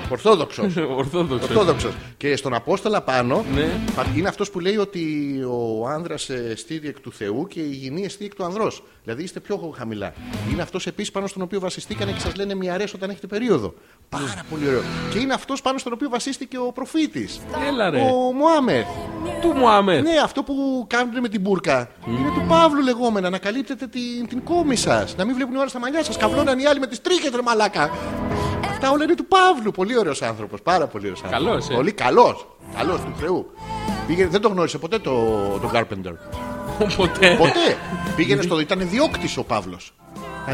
Speaker 3: ορθόδοξος.
Speaker 4: Ορθόδοξος.
Speaker 3: Ορθόδοξος. Και στον Απόστολα πάνω
Speaker 4: Ναι.
Speaker 3: πα- είναι αυτός που λέει ότι ο άνδρας στήρει εκ του Θεού και η γυνή εστί εκ του ανδρός. Δηλαδή είστε πιο χαμηλά. Είναι αυτός επίσης πάνω στον οποίο βασιστήκανε και σας λένε μοιαρέ όταν έχετε περίοδο. Πάρα πολύ ωραίο. Και είναι αυτός πάνω στον οποίο βασίστηκε ο προφήτης.
Speaker 4: Έλα ρε.
Speaker 3: Ο Μωάμεθ.
Speaker 4: Του Μωάμεθ.
Speaker 3: Ναι, αυτό που κάνουν με την μπουρκα. Είναι του Παύλου λεγόμενα. Να καλύπτετε την, την κόμη σας. Να μην βλέπουν οι άλλοι στα μαλλιά σας. Καβλώναν οι άλλοι με τις τρίχες, ρε μαλάκα. Αυτά όλα είναι του Παύλου. Πολύ ωραίος άνθρωπος. Πάρα πολύ ωραίος άνθρωπος.
Speaker 4: Καλός, ε.
Speaker 3: Πολύ καλός. Καλός του Θεού. Πήγαινε, δεν το γνώρισε ποτέ το, το Carpenter.
Speaker 4: Ποτέ.
Speaker 3: Ποτέ. Πήγαινε στο. Ήταν διώκτης ο Παύλος.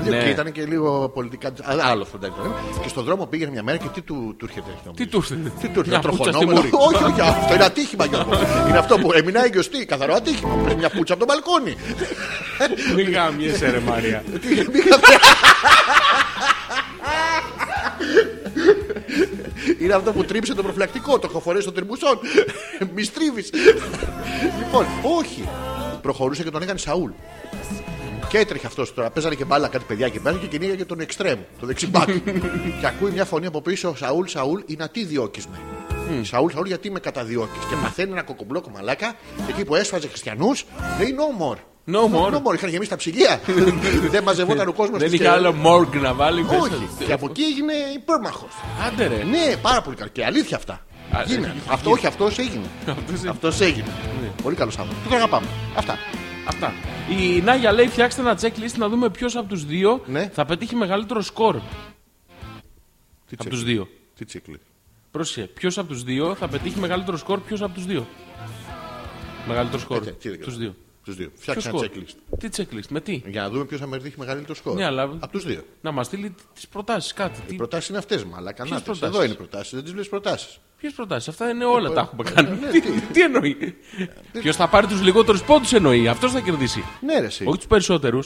Speaker 4: Ναι.
Speaker 3: Και ήταν και λίγο πολιτικά. α, Άλλο φαντάζομαι. Και στον δρόμο πήγαινε μια μέρα και τι του, του έρχεται. νομίζω.
Speaker 4: Τι του ήρθε.
Speaker 3: Τι του
Speaker 4: Μια
Speaker 3: έρχεται,
Speaker 4: πουτσα στη
Speaker 3: τροχονόμο.
Speaker 4: μούρη.
Speaker 3: Όχι, όχι, αυτό είναι ατύχημα Γιώργο. Είναι αυτό που έμεινα έγκυος, τι, καθαρό ατύχημα. Πες μια πουτσα από τον μπαλκόνι.
Speaker 4: Μην γάμιεσαι ρε
Speaker 3: Ε,
Speaker 4: Μαρία.
Speaker 3: Είναι αυτό που τρίψε το προφυλακτικό, το έχω φορέσει στο τερμουσόν. Μη στρίβεις. Λοιπόν, όχι. Προχωρούσε και τον έκανε Σαούλ. Και έτρεχε αυτός τώρα. Παίζανε και μπάλα κάτι παιδιά και πέρα και κυνήγαγε τον εξτρέμ, το δεξιμπάκι. και ακούει μια φωνή από πίσω: Σαούλ, Σαούλ, είναι τι διώκει με. Σαούλ, Σαούλ, γιατί με καταδιώκει. Και παθαίνει ένα κοκομπλόκο μαλάκα εκεί που έσφαζε χριστιανούς. Λέει no more.
Speaker 4: No more.
Speaker 3: No more. Είχαν γεμίσει τα ψυγεία. Δεν μαζευόταν ο κόσμος.
Speaker 4: Δεν είχε άλλο μόργκ να βάλει. μέσα.
Speaker 3: Όχι. Και από εκεί έγινε υπέρμαχο.
Speaker 4: Άντε ρε.
Speaker 3: Ναι, πάρα πολύ καλό. Και αλήθεια αυτά.
Speaker 4: Α,
Speaker 3: Γίνανε.
Speaker 4: ε,
Speaker 3: Αυτό, όχι, αυτός έγινε.
Speaker 4: Αυτός είναι-
Speaker 3: Αυτός έγινε. Πολύ καλό άνθρωπο. Και τον αγαπάμε. Αυτά.
Speaker 4: Αυτά. Η Νάγια λέει: Φτιάξτε ένα checklist να δούμε ποιος από τους δύο
Speaker 3: Ναι.
Speaker 4: θα πετύχει μεγαλύτερο σκορ.
Speaker 3: Τι
Speaker 4: Από
Speaker 3: τσίκλι.
Speaker 4: τους δύο.
Speaker 3: Τι τσίκλι.
Speaker 4: Πρόσεχε. Ποιος από τους δύο θα πετύχει μεγαλύτερο σκορ, ποιος από τους δύο. Μεγαλύτερο σκορ.
Speaker 3: Ε, τι δεν
Speaker 4: Του
Speaker 3: ξέρω.
Speaker 4: δύο.
Speaker 3: Τους δύο.
Speaker 4: Ποιο
Speaker 3: Φτιάξε ένα
Speaker 4: σκορ.
Speaker 3: checklist.
Speaker 4: Τι checklist, με τι.
Speaker 3: Για να δούμε ποιος θα μερτύχει μεγαλύτερο σκορ.
Speaker 4: Ναι, αλλά-
Speaker 3: Από τους δύο.
Speaker 4: Να μας στείλει τις προτάσεις, κάτι.
Speaker 3: Οι
Speaker 4: Τι...
Speaker 3: προτάσεις είναι αυτές, μα. Αλλά κανένα.
Speaker 4: προτάσεις?
Speaker 3: Εδώ είναι προτάσεις. Δεν τις βλέπεις προτάσεις.
Speaker 4: Ποιες προτάσεις, αυτά είναι όλα τα έχουμε κάνει.
Speaker 3: ναι,
Speaker 4: τι,
Speaker 3: τι.
Speaker 4: τι εννοεί. Ποιος θα πάρει τους λιγότερους πόντους εννοεί, αυτός θα κερδίσει.
Speaker 3: Ναι, ρε, εσύ.
Speaker 4: Όχι τους περισσότερους.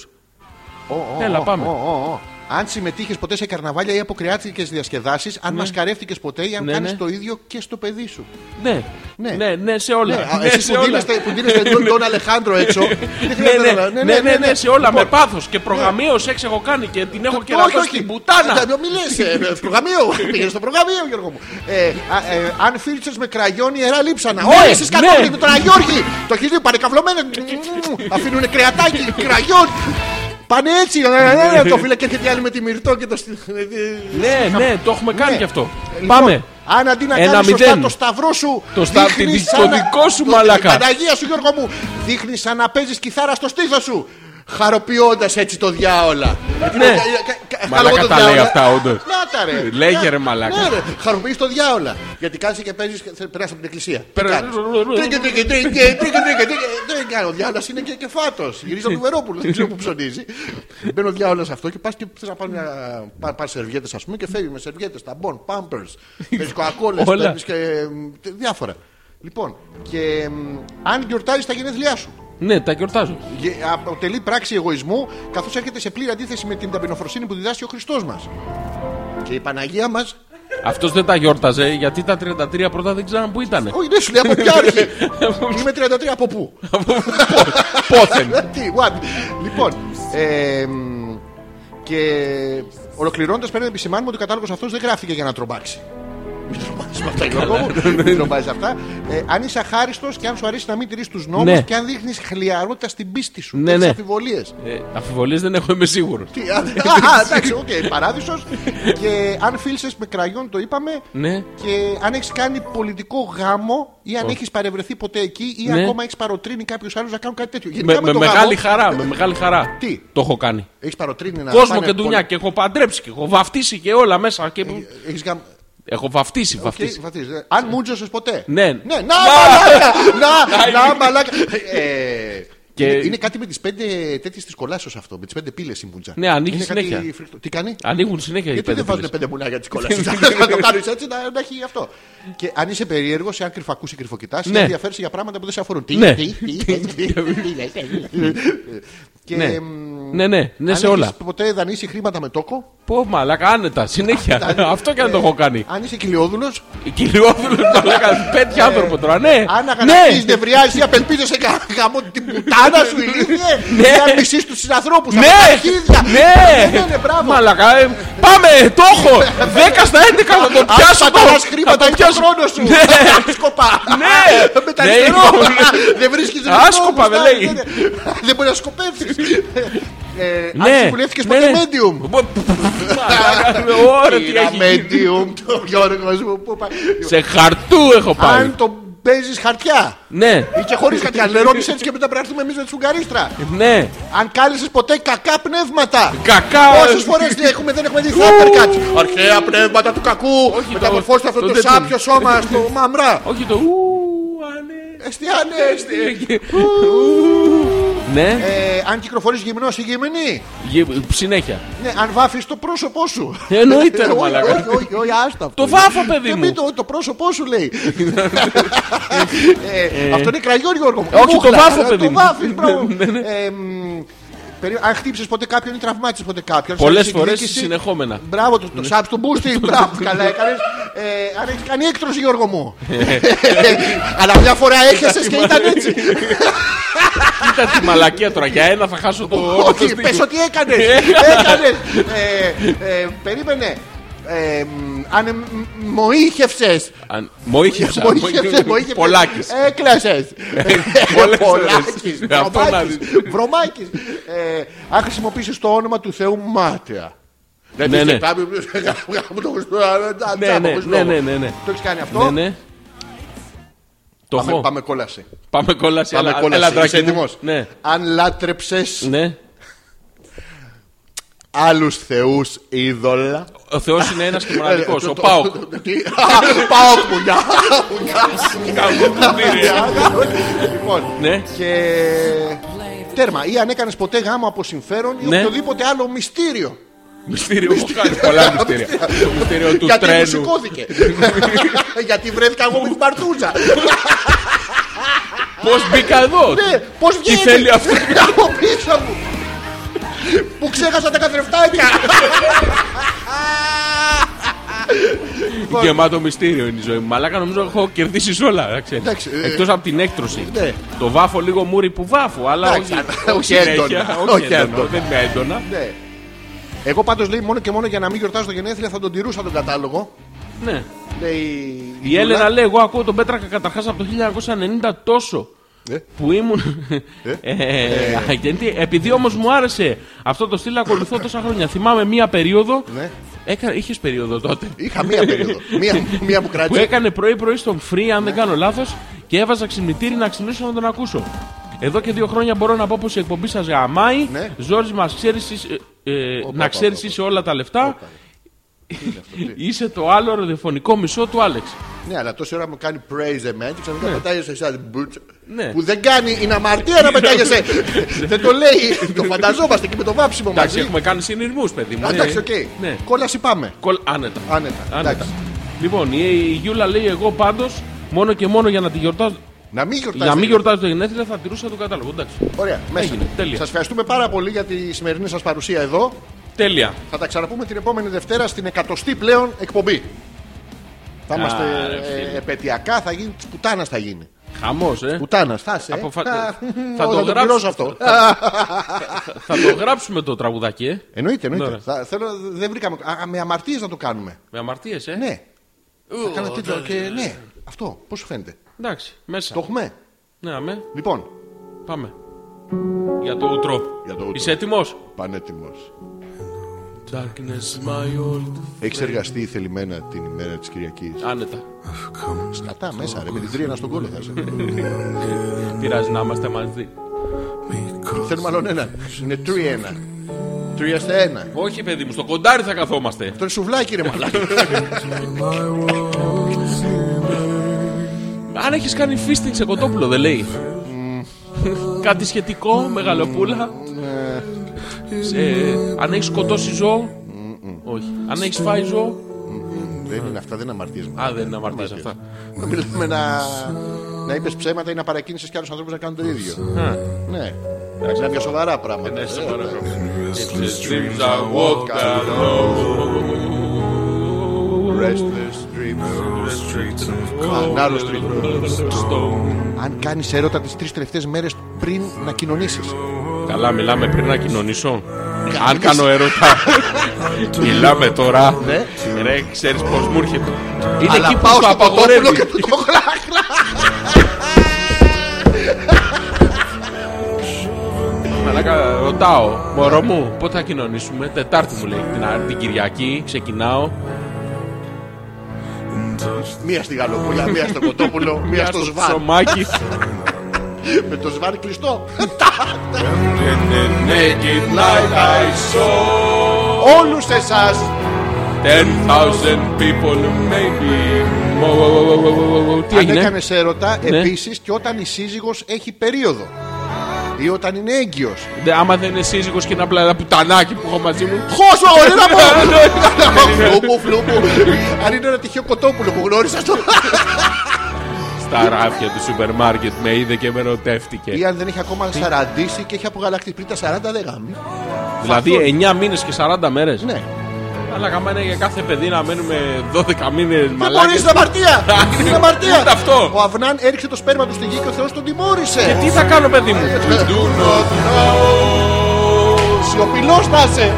Speaker 3: Ω, ω,
Speaker 4: Έλα,
Speaker 3: ω,
Speaker 4: πάμε.
Speaker 3: ω, ω, ω. Αν συμμετείχες ποτέ σε καρναβάλια ή αποκριάτικε διασκεδάσεις, αν μασκαρεύτηκε ποτέ ή αν
Speaker 4: Ναι,
Speaker 3: κάνεις
Speaker 4: ναι.
Speaker 3: το ίδιο και στο παιδί σου.
Speaker 4: Ναι.
Speaker 3: Ναι.
Speaker 4: ναι, ναι, σε όλα.
Speaker 3: Ναι, α,
Speaker 4: Ναι,
Speaker 3: εσύ
Speaker 4: σε
Speaker 3: που
Speaker 4: όλα.
Speaker 3: δίνεστε- που δίνεστε τον- τον Αλεχάνδρο έξω. δεν
Speaker 4: Ναι,
Speaker 3: χρειάζεται να-
Speaker 4: ναι, ναι, ναι, ναι, σε όλα.
Speaker 3: Λοιπόν,
Speaker 4: Με πάθος και προγαμίω σεξ έχω κάνει και την έχω
Speaker 3: το- όχι,
Speaker 4: κερατώσει
Speaker 3: όχι.
Speaker 4: στην πουτάνα.
Speaker 3: Ε, Μην λε. Προγραμμίο. Πήγαινε στο προγραμμίο, Γιώργο μου. Ε, α, ε, Αν φίλησε με κραγιόν ιερά λείψανα.
Speaker 4: Ναι,
Speaker 3: Όλε τι
Speaker 4: ναι.
Speaker 3: κατόπιν με τον Αγιώργη. Το έχεις δει παρεκαυλωμένο. Αφήνουν κρεατάκι. Κραγιόν. Πάνε έτσι. ε, ε, ε, Το φίλε και έρχεται η άλλη με τη μυρτό και το. στη-
Speaker 4: Ναι, ναι, το έχουμε κάνει
Speaker 3: Ναι.
Speaker 4: κι αυτό.
Speaker 3: Λοιπόν,
Speaker 4: Πάμε.
Speaker 3: Αν αντί να
Speaker 4: Ένα
Speaker 3: κάνεις σωστά
Speaker 4: μηδέν.
Speaker 3: το σταυρό σου.
Speaker 4: Το στα-
Speaker 3: δείχνεις
Speaker 4: τη-
Speaker 3: σαν
Speaker 4: το
Speaker 3: να-
Speaker 4: δικό σου,
Speaker 3: το-
Speaker 4: μαλάκα.
Speaker 3: την Παναγία σου Γιώργο μου. Δείχνεις σαν να παίζεις κιθάρα στο στήθος σου. Χαροποιώντας έτσι το διάολα. Ε,
Speaker 4: Ναι. Μαλάκα τα λέει αυτά, όντως.
Speaker 3: Να τα ρε.
Speaker 4: Λέγε, ρε,
Speaker 3: Να-
Speaker 4: μαλάκα.
Speaker 3: Ναι, ρε. Χαροποιείς το διάολα. Γιατί κάθεσαι και παίζεις. Περνά από την εκκλησία. Τι
Speaker 4: Περνά-
Speaker 3: κάνεις? Τρίκε, τρίκε, τρίκε, τρίκε, τρίκε, τρίκε. Δεν κάνω. Ο διάολας είναι και, και φάτο. Γυρίζει από το Βερόπουλο. Δεν ξέρω που ψωνίζει. Μπαίνει ο διάολας σε αυτό και πας και θες να πάρεις σερβιέτες, ας πούμε, και φεύγεις με σερβιέτες, ταμπών, πάμπερ, πεσκοακόλε,
Speaker 4: Όλα.
Speaker 3: παίρνει και μ, τε- διάφορα. Λοιπόν, και μ, αν γιορτάζεις τα γενέθλιά σου.
Speaker 4: Ναι, τα γιορτάζω.
Speaker 3: Γε- Αποτελεί πράξη εγωισμού, καθώς έρχεται σε πλήρη αντίθεση με την ταπεινοφροσύνη που διδάσκει ο Χριστός μας. Και η Παναγία μας.
Speaker 4: Αυτός δεν τα γιόρταζε γιατί τα 33 πρώτα δεν ξέραν που ήταν.
Speaker 3: Όχι, δεν σου λέει από ποια αρχή. Είμαι 33 από πού.
Speaker 4: Πόθεν.
Speaker 3: Τι, what? Λοιπόν, ε, μ, και ολοκληρώνοντας πρέπει να επισημάνουμε ότι ο κατάλογος αυτός δεν γράφτηκε για να τρομπάξει. Μην τρομπάζει με αυτά, Γιώργο μου. Μην τρομπάζει αυτά. Ε, αν είσαι αχάριστος και αν σου αρέσει να μην τηρείς τους νόμους
Speaker 4: Ναι.
Speaker 3: και αν δείχνεις χλιαρότητα στην πίστη σου.
Speaker 4: Ναι,
Speaker 3: Ναι, ναι.
Speaker 4: ναι.
Speaker 3: αμφιβολίε.
Speaker 4: Αφιβολίες δεν έχω, είμαι σίγουρος.
Speaker 3: Τι, α, α, α, εντάξει, οκ, παράδεισος. και αν φίλησε με κραγιόν, το είπαμε.
Speaker 4: Ναι.
Speaker 3: Και αν έχεις κάνει πολιτικό γάμο ή αν έχεις παρευρεθεί ποτέ εκεί ή
Speaker 4: Ναι.
Speaker 3: ακόμα έχεις παροτρύνει κάποιους άλλους να κάνουν κάτι τέτοιο.
Speaker 4: Με,
Speaker 3: Γενικά
Speaker 4: με
Speaker 3: το
Speaker 4: μεγάλη
Speaker 3: γάμο-
Speaker 4: χαρά, με μεγάλη χαρά.
Speaker 3: Τι?
Speaker 4: Το έχω κάνει.
Speaker 3: Έχεις παροτρύνει να
Speaker 4: Κόσμο
Speaker 3: πάνε
Speaker 4: και δουλειά
Speaker 3: πολύ-
Speaker 4: και έχω παντρέψει και έχω βαφτίσει και όλα μέσα. Και...
Speaker 3: Έχεις γαμ...
Speaker 4: Έχω βαφτίσει,
Speaker 3: Οκ,
Speaker 4: βαφτίσει.
Speaker 3: βαφτίζεις, ε. Αν μουτζωσες ποτέ.
Speaker 4: Ναι.
Speaker 3: ναι. Να, μαλάκα! να, να, μαλάκα! Ε,
Speaker 4: Και-
Speaker 3: Είναι, είναι κάτι με τις πέντε τέτοιες τη κολάσεω αυτό. Με τις πέντε πύλες η μουτζα.
Speaker 4: Ναι, ανοίγει
Speaker 3: Είναι κάτι
Speaker 4: συνέχεια.
Speaker 3: φρικτό. Τι κάνει.
Speaker 4: Ανοίγουν συνέχεια οι
Speaker 3: Γιατί
Speaker 4: πέντε Ναι.
Speaker 3: δεν βάζουν
Speaker 4: φίλες.
Speaker 3: πέντε μουνάκια τη κόλαση. Να το κάνεις έτσι να, να έχει αυτό. Και αν είσαι περίεργος, αν κρυφακού ή κρυφοκοιτά,
Speaker 4: Ναι.
Speaker 3: ναι. ενδιαφέρεσαι για πράγματα που δεν σε αφορούν. Τι,
Speaker 4: Ναι.
Speaker 3: τι, τι, τι, τι, τι, λες, τι, λες. Και
Speaker 4: Ναι.
Speaker 3: μ,
Speaker 4: Ναι, ναι, ναι,
Speaker 3: αν
Speaker 4: σε
Speaker 3: έχεις
Speaker 4: όλα.
Speaker 3: ποτέ δανείσει χρήματα με τόκο.
Speaker 4: Πω μαλάκα, άνετα, συνέχεια. Αυτό και
Speaker 3: Ε.
Speaker 4: αν το έχω κάνει.
Speaker 3: Αν είσαι κοιλιόδουλος.
Speaker 4: Κυριόπουλο, μαλάκα, πέτυχε άνθρωπο τώρα, ναι.
Speaker 3: Ε. Αν
Speaker 4: ναι.
Speaker 3: αγανακτίζει, νευριάζει, απελπίζεσαι κα- γαμώ την πουτάνα σου, ηλίθιε.
Speaker 4: Ναι.
Speaker 3: Ναι. Αν μισείς τους συνανθρώπους.
Speaker 4: Ναι! Ναι!
Speaker 3: Ναι, ναι, μπράβο.
Speaker 4: Μαλακά, ε, πάμε! Το έχω! 10 στα 11 θα το
Speaker 3: Αν
Speaker 4: πιάσω! το-
Speaker 3: πατάς
Speaker 4: θα
Speaker 3: χρήματα,
Speaker 4: το
Speaker 3: έχει το
Speaker 4: πιάσω.
Speaker 3: χρόνο σου.
Speaker 4: Ναι!
Speaker 3: Άσκοπα.
Speaker 4: Ναι.
Speaker 3: Με τα
Speaker 4: Ναι,
Speaker 3: αριστερό.
Speaker 4: είναι.
Speaker 3: Δεν βρίσκει
Speaker 4: Άσκοπα, με λέει.
Speaker 3: Δεν μπορεί να σκοπεύσει.
Speaker 4: Ναι.
Speaker 3: Αν συμβουλεύτηκε
Speaker 4: Ναι,
Speaker 3: ποτέ
Speaker 4: ναι.
Speaker 3: medium.
Speaker 4: Μαλάκα, Ωραία, τι
Speaker 3: Πήρα
Speaker 4: έχει γίνει.
Speaker 3: medium, το Γιώργος μου που πάει.
Speaker 4: Σε χαρτού έχω πάει.
Speaker 3: Αν το παίζεις χαρτιά.
Speaker 4: Ναι,
Speaker 3: Ή και χωρίς χαρτιά. Λερώνεις έτσι και μετά πρέπει να έρθουμε εμείς με τη σουγκαρίστρα.
Speaker 4: ναι.
Speaker 3: Αν κάλεσες ποτέ κακά πνεύματα.
Speaker 4: Κακά.
Speaker 3: Όσε φορέ δεν έχουμε δει θάπερκατ. Αρχαία πνεύματα του κακού.
Speaker 4: Όχι, το-
Speaker 3: Μεταμορφώστε αυτό
Speaker 4: το
Speaker 3: το
Speaker 4: τέτοιο.
Speaker 3: σάπιο σώμα στο μαμρά.
Speaker 4: Όχι το ου, α, ναι.
Speaker 3: Εστιανέ, εστιανέ.
Speaker 4: Ναι,
Speaker 3: Ε, αν κυκλοφορείς γυμνός ή γυμνή.
Speaker 4: γε- συνέχεια.
Speaker 3: Ναι, αν βάφεις το πρόσωπό σου.
Speaker 4: Εννοείται, ρε
Speaker 3: όχι,
Speaker 4: μαλάκα.
Speaker 3: όχι, όχι, όχι, άστα. αυτό.
Speaker 4: Το βάφω, παιδί
Speaker 3: Και
Speaker 4: μου.
Speaker 3: μην το, το πρόσωπό σου λέει. Ε, Αυτό είναι κραγιόν, Γιώργο μου.
Speaker 4: Όχι, το
Speaker 3: Μούχλα.
Speaker 4: βάφω,
Speaker 3: Ε,
Speaker 4: παιδί
Speaker 3: Το
Speaker 4: μου.
Speaker 3: βάφεις, μπράβο.
Speaker 4: Ναι, ναι.
Speaker 3: Ε, μ, περί- Αν χτύψει ποτέ κάποιον ή τραυμάτισες ποτέ κάποιον.
Speaker 4: Πολλές
Speaker 3: σε
Speaker 4: φορές
Speaker 3: εκδίκηση.
Speaker 4: συνεχόμενα.
Speaker 3: Μπράβο, το, το σάπ του μπούστι. Μπράβο, καλά έκανε. Αν έχεις κάνει έκτρωση, Γιώργο μου. Αλλά μια φορά έχεσαι και ήταν έτσι.
Speaker 4: Κοίτα τη μαλακία τώρα. Για ένα θα χάσω το. όλο το
Speaker 3: Όχι,
Speaker 4: σπίτι.
Speaker 3: πες ότι έκανες.
Speaker 4: Έκανα.
Speaker 3: Έκανες. Ε, Περίμενε. ε, ανεμοείχευσες.
Speaker 4: Αν... Μοίχευσα.
Speaker 3: Μοίχευσες, μοίχευσες.
Speaker 4: Πολάκης.
Speaker 3: Ε, Έκλασες.
Speaker 4: πολλές
Speaker 3: Πολάκης.
Speaker 4: φορές. Αυτό να
Speaker 3: Βρωμάκης.
Speaker 4: δεις.
Speaker 3: Βρωμάκης. Ε, Αν χρησιμοποιήσεις το όνομα του Θεού μάταια.
Speaker 4: Ναι,
Speaker 3: Δηλαδή
Speaker 4: ναι.
Speaker 3: ναι. κάποιο που γάμο το Χριστούγεννα, τα-
Speaker 4: Ναι,
Speaker 3: τσάπα,
Speaker 4: ναι,
Speaker 3: χωρίς λόγο.
Speaker 4: ναι, ναι, ναι, ναι.
Speaker 3: Το έχεις κάνει αυτό.
Speaker 4: Ναι, ναι. Το
Speaker 3: Πάμε,
Speaker 4: έχω.
Speaker 3: πάμε κόλαση.
Speaker 4: Πάμε κόλαση.
Speaker 3: Πάμε
Speaker 4: έλα-
Speaker 3: κόλαση.
Speaker 4: έλα,
Speaker 3: Είσαι
Speaker 4: δράκι μου.
Speaker 3: έτοιμος?
Speaker 4: Ναι.
Speaker 3: Αν λάτρεψες
Speaker 4: Ναι.
Speaker 3: άλλους θεούς είδωλα.
Speaker 4: Ο Θεός είναι ένας και μοναδικός.
Speaker 3: Ε,
Speaker 4: Ο
Speaker 3: το-
Speaker 4: Πάοκ.
Speaker 3: το- το- τι? Α, Πάοκ μου, γεια. Λοιπόν,
Speaker 4: Ναι.
Speaker 3: και τέρμα. Ή αν έκανες ποτέ γάμο από συμφέρον ή
Speaker 4: Ναι.
Speaker 3: οποιοδήποτε άλλο μυστήριο.
Speaker 4: Μυστήριο. Έχω κάνει πολλά μυστήρια. Το μυστήριο του
Speaker 3: Γιατί μου
Speaker 4: τρένου.
Speaker 3: σηκώθηκε. Γιατί βρέθηκα εγώ με την Παρτούζα.
Speaker 4: Πώς μπήκα εδώ.
Speaker 3: Ναι, πώς βγαίνει. Ναι,
Speaker 4: θέλει αυτό?
Speaker 3: από πίσω μου. Που ξέχασα τα καθρεφτάκια. λοιπόν.
Speaker 4: Γεμάτο μυστήριο είναι η ζωή μου. Μαλάκα νομίζω έχω κερδίσει σε όλα.
Speaker 3: Εντάξει, ε,
Speaker 4: Εκτός από την έκτρωση.
Speaker 3: ναι.
Speaker 4: Το βάφω λίγο μουρι που βάφω, αλλά
Speaker 3: Εντάξει,
Speaker 4: όχι.
Speaker 3: αλλά όχι έντονα.
Speaker 4: συνέχεια,
Speaker 3: Όχι
Speaker 4: Όχι έντονα.
Speaker 3: έντονα.
Speaker 4: Δεν είμαι έντονα.
Speaker 3: Ναι. Εγώ πάντως λέει μόνο και μόνο για να μην γιορτάζω το γενέθλια θα τον τηρούσα τον κατάλογο.
Speaker 4: Ναι.
Speaker 3: Λέει,
Speaker 4: Η Έλενα λέει: Εγώ ακούω τον Πέτρακα καταρχάς από το 1990 τόσο.
Speaker 3: Ε.
Speaker 4: Που ήμουν. Ε, αγέντη. επειδή όμως μου άρεσε αυτό το στυλ, ακολουθώ τόσα χρόνια. Θυμάμαι μία περίοδο.
Speaker 3: Ναι.
Speaker 4: Έκανα, είχες περίοδο τότε.
Speaker 3: Είχα μία περίοδο. μία, μία που
Speaker 4: Που
Speaker 3: κράτησε.
Speaker 4: έκανε πρωί-πρωί στον free, αν δεν κάνω λάθος, και έβαζα ξυπνητήρι να ξυπνήσω να τον ακούσω. Εδώ και δύο χρόνια μπορώ να πω πως η εκπομπή σας γαμάει.
Speaker 3: Ναι.
Speaker 4: Ζόρι, μας ξέρεις, είσαι- ε, ε, να
Speaker 3: οπα,
Speaker 4: ξέρει
Speaker 3: οπα.
Speaker 4: είσαι όλα τα λεφτά. Είσαι το άλλο ραδιοφωνικό μισό του Άλεξ.
Speaker 3: ναι, αλλά τόση ώρα μου κάνει praise the man και ξαφνικά πετάγεσαι σαν μπουτ.
Speaker 4: Ναι.
Speaker 3: Που δεν κάνει, είναι αμαρτία να πετάγεσαι. δεν το λέει, το φανταζόμαστε και με το βάψιμο
Speaker 4: Ναι. Εντάξει,
Speaker 3: μαζί.
Speaker 4: έχουμε κάνει συνειρμούς, παιδί μου.
Speaker 3: Α, Εντάξει,
Speaker 4: ναι.
Speaker 3: οκ.
Speaker 4: Ναι.
Speaker 3: Κόλαση πάμε.
Speaker 4: Κολ- Άνετα.
Speaker 3: Άνετα.
Speaker 4: Άνετα.
Speaker 3: Εντάξει.
Speaker 4: Λοιπόν, η, η Γιούλα λέει: Εγώ πάντως, μόνο και μόνο για να, τη γιορτάζω,
Speaker 3: Να μην γιορτάζετε.
Speaker 4: για να μην γιορτάζω τα γενέθλια, θα τηρούσα τον κατάλογο. Εντάξει.
Speaker 3: Ωραία, μέσα.
Speaker 4: Έγινε, τέλεια.
Speaker 3: Σας ευχαριστούμε πάρα πολύ για τη σημερινή σας παρουσία εδώ.
Speaker 4: Τέλεια.
Speaker 3: Θα τα ξαναπούμε την επόμενη Δευτέρα στην εκατοστή πλέον εκπομπή. Θα είμαστε
Speaker 4: ρε
Speaker 3: ε,
Speaker 4: φίλε.
Speaker 3: επαιτειακά, θα γίνει τη πουτάνα θα γίνει.
Speaker 4: Χαμός, ε.
Speaker 3: Πουτάνα, θα σε.
Speaker 4: Αποφα-
Speaker 3: Α,
Speaker 4: θα
Speaker 3: μ, όλα
Speaker 4: το
Speaker 3: θα το
Speaker 4: γράψω.
Speaker 3: πληρώσω αυτό.
Speaker 4: Θα το γράψουμε το τραγουδάκι, ε.
Speaker 3: Εννοείται,
Speaker 4: Ναι.
Speaker 3: εννοείται. Θα- θέλω- Δεν βρήκαμε. α, με αμαρτίες να το κάνουμε.
Speaker 4: Με αμαρτίες, ε.
Speaker 3: Ναι. Θα κάνω τίτλο και ναι. Αυτό, πώς σου φαίνεται.
Speaker 4: Εντάξει, μέσα.
Speaker 3: Το έχουμε.
Speaker 4: Ναι, αμέ.
Speaker 3: Λοιπόν,
Speaker 4: Πάμε. Για το ούτρο.
Speaker 3: Για το ούτρο.
Speaker 4: Είσαι έτοιμος.
Speaker 3: πανέτοιμος. Έχεις εργαστεί θελημένα την ημέρα της Κυριακής.
Speaker 4: Άνετα.
Speaker 3: Κατά μέσα, ρε, με την τρίνα στον κόλλο θα σε.
Speaker 4: Πειράζει να είμαστε μαζί.
Speaker 3: Θέλουμε άλλον ένα. Είναι τρία ένα. Τρία στα ένα. Αυτό
Speaker 4: Όχι, παιδί μου, στο κοντάρι θα καθόμαστε.
Speaker 3: είναι σουβλάκι, ρε μαλάκι.
Speaker 4: Αν έχεις κάνει φίστινγκ σε κοτόπουλο, δεν λέει. Κάτι σχετικό, μεγαλοπούλα.
Speaker 3: Ναι.
Speaker 4: Σε- αν έχεις σκοτώσει ζώο. Όχι. Αν έχεις φάει ζώο.
Speaker 3: Δεν είναι αυτά, δεν είναι αμαρτίες.
Speaker 4: Α, δεν είναι αμαρτία αυτά.
Speaker 3: Να μιλάμε να, να είπες ψέματα ή να παρακίνησε και άλλους ανθρώπους να κάνουν το ίδιο. Ναι. Εντάξει, είναι μια σοβαρά πράγματα.
Speaker 4: Ναι,
Speaker 3: Ε,
Speaker 4: σοβαρά
Speaker 3: ε,
Speaker 4: πρόβλημα. It's the dreams I walk alone.
Speaker 3: Restless dreams. Another dream.
Speaker 4: Stone.
Speaker 3: Αν κάνεις έρωτα τις τρεις τελευταίες μέρες πριν να κοινωνήσεις.
Speaker 4: Καλά, μιλάμε πριν να κοινωνήσω. Αν κάνω ερώτα, μιλάμε τώρα. Ρε, ξέρεις πώς μου έρχεται. Είναι εκεί που το απαγορεύει.
Speaker 3: και του το γλάχνα.
Speaker 4: Μαλάκα, ρωτάω, μωρό μου, πότε θα κοινωνήσουμε. Τετάρτη μου λέει την, την Κυριακή, ξεκινάω.
Speaker 3: Μία στη γαλοπούλα, μία στο κοτόπουλο, μία στο σβάρ.
Speaker 4: ψωμάκι.
Speaker 3: Με το σβάρ κλειστό.
Speaker 4: Naked night I saw
Speaker 3: Όλους εσάς
Speaker 4: 10,000 people, maybe more. Τι
Speaker 3: Αν
Speaker 4: έγινε, Ναι.
Speaker 3: έκανε έρωτα, επίσης και όταν η σύζυγος έχει περίοδο. Ή όταν είναι έγκυος.
Speaker 4: Δε, άμα δεν είναι σύζυγος και είναι απλά ένα πουτανάκι που έχω μαζί μου.
Speaker 3: Χώσω, ρε να
Speaker 4: Ναι.
Speaker 3: πω! Φλούμπου, φλούμπου. Αν είναι ένα τυχαίο κοτόπουλο που γνώρισα στο.
Speaker 4: Στα ράφια του σούπερ μάρκετ με είδε και με
Speaker 3: Ή
Speaker 4: ρωτεύτηκε.
Speaker 3: αν δεν έχει ακόμα σαραντήσει και έχει απογαλακτεί πριν τα 40 δεν γάμει.
Speaker 4: Δηλαδή 9 μήνες και 40 μέρες.
Speaker 3: Ναι.
Speaker 4: Αλλά καμένα για κάθε παιδί να μένουμε 12 μήνες
Speaker 3: Δεν μπορεί,
Speaker 4: μαλάκες.
Speaker 3: είναι αμαρτία! Είναι αμαρτία!
Speaker 4: Ούτε αυτό.
Speaker 3: Ο Αυνάν έριξε το σπέρμα του στη γη και
Speaker 4: ε.
Speaker 3: ο Θεός τον τιμώρησε. Ναι.
Speaker 4: Και τι θα κάνω παιδί μου.
Speaker 3: We do not know. Σιωπηλός να είσαι.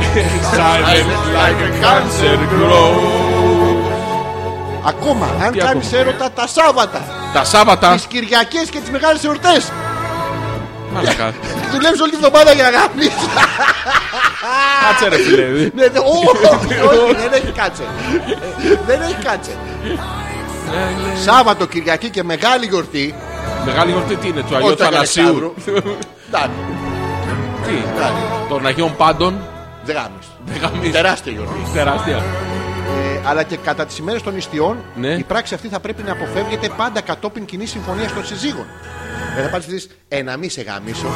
Speaker 3: Ακόμα, αν
Speaker 4: Τι
Speaker 3: κάνεις έρωτα τα Σάββατα,
Speaker 4: Τα Σάββατα.
Speaker 3: τις Κυριακές και τις μεγάλες εορτές.
Speaker 4: Μαλακά.
Speaker 3: Δουλεύεις όλη τη βδομάδα για να κάνεις.
Speaker 4: Κάτσε ρε φίλε.
Speaker 3: Ναι, ναι, όχι, όχι, δεν έχει κάτσε. Δεν έχει κάτσε. Σάββατο, Κυριακή και μεγάλη γιορτή.
Speaker 4: Μεγάλη γιορτή τι είναι, του
Speaker 3: όχι
Speaker 4: Αγίου
Speaker 3: του Αλεξάνδρου.
Speaker 4: Θανασίου.
Speaker 3: Εντάξει,
Speaker 4: Τι,
Speaker 3: εντάξει,
Speaker 4: των Αγίων Πάντων.
Speaker 3: δεν γάμεις.
Speaker 4: δεν γαμίζει.
Speaker 3: Τεράστια γιορτή.
Speaker 4: Τεράστια.
Speaker 3: Ε, αλλά και κατά τις ημέρες των νηστείων,
Speaker 4: Ναι.
Speaker 3: η πράξη αυτή θα πρέπει να αποφεύγεται πάντα κατόπιν κοινή συμφωνία των συζύγων. Δεν θα πάρεις τη δεις, Ε, να μη σε γαμίσω.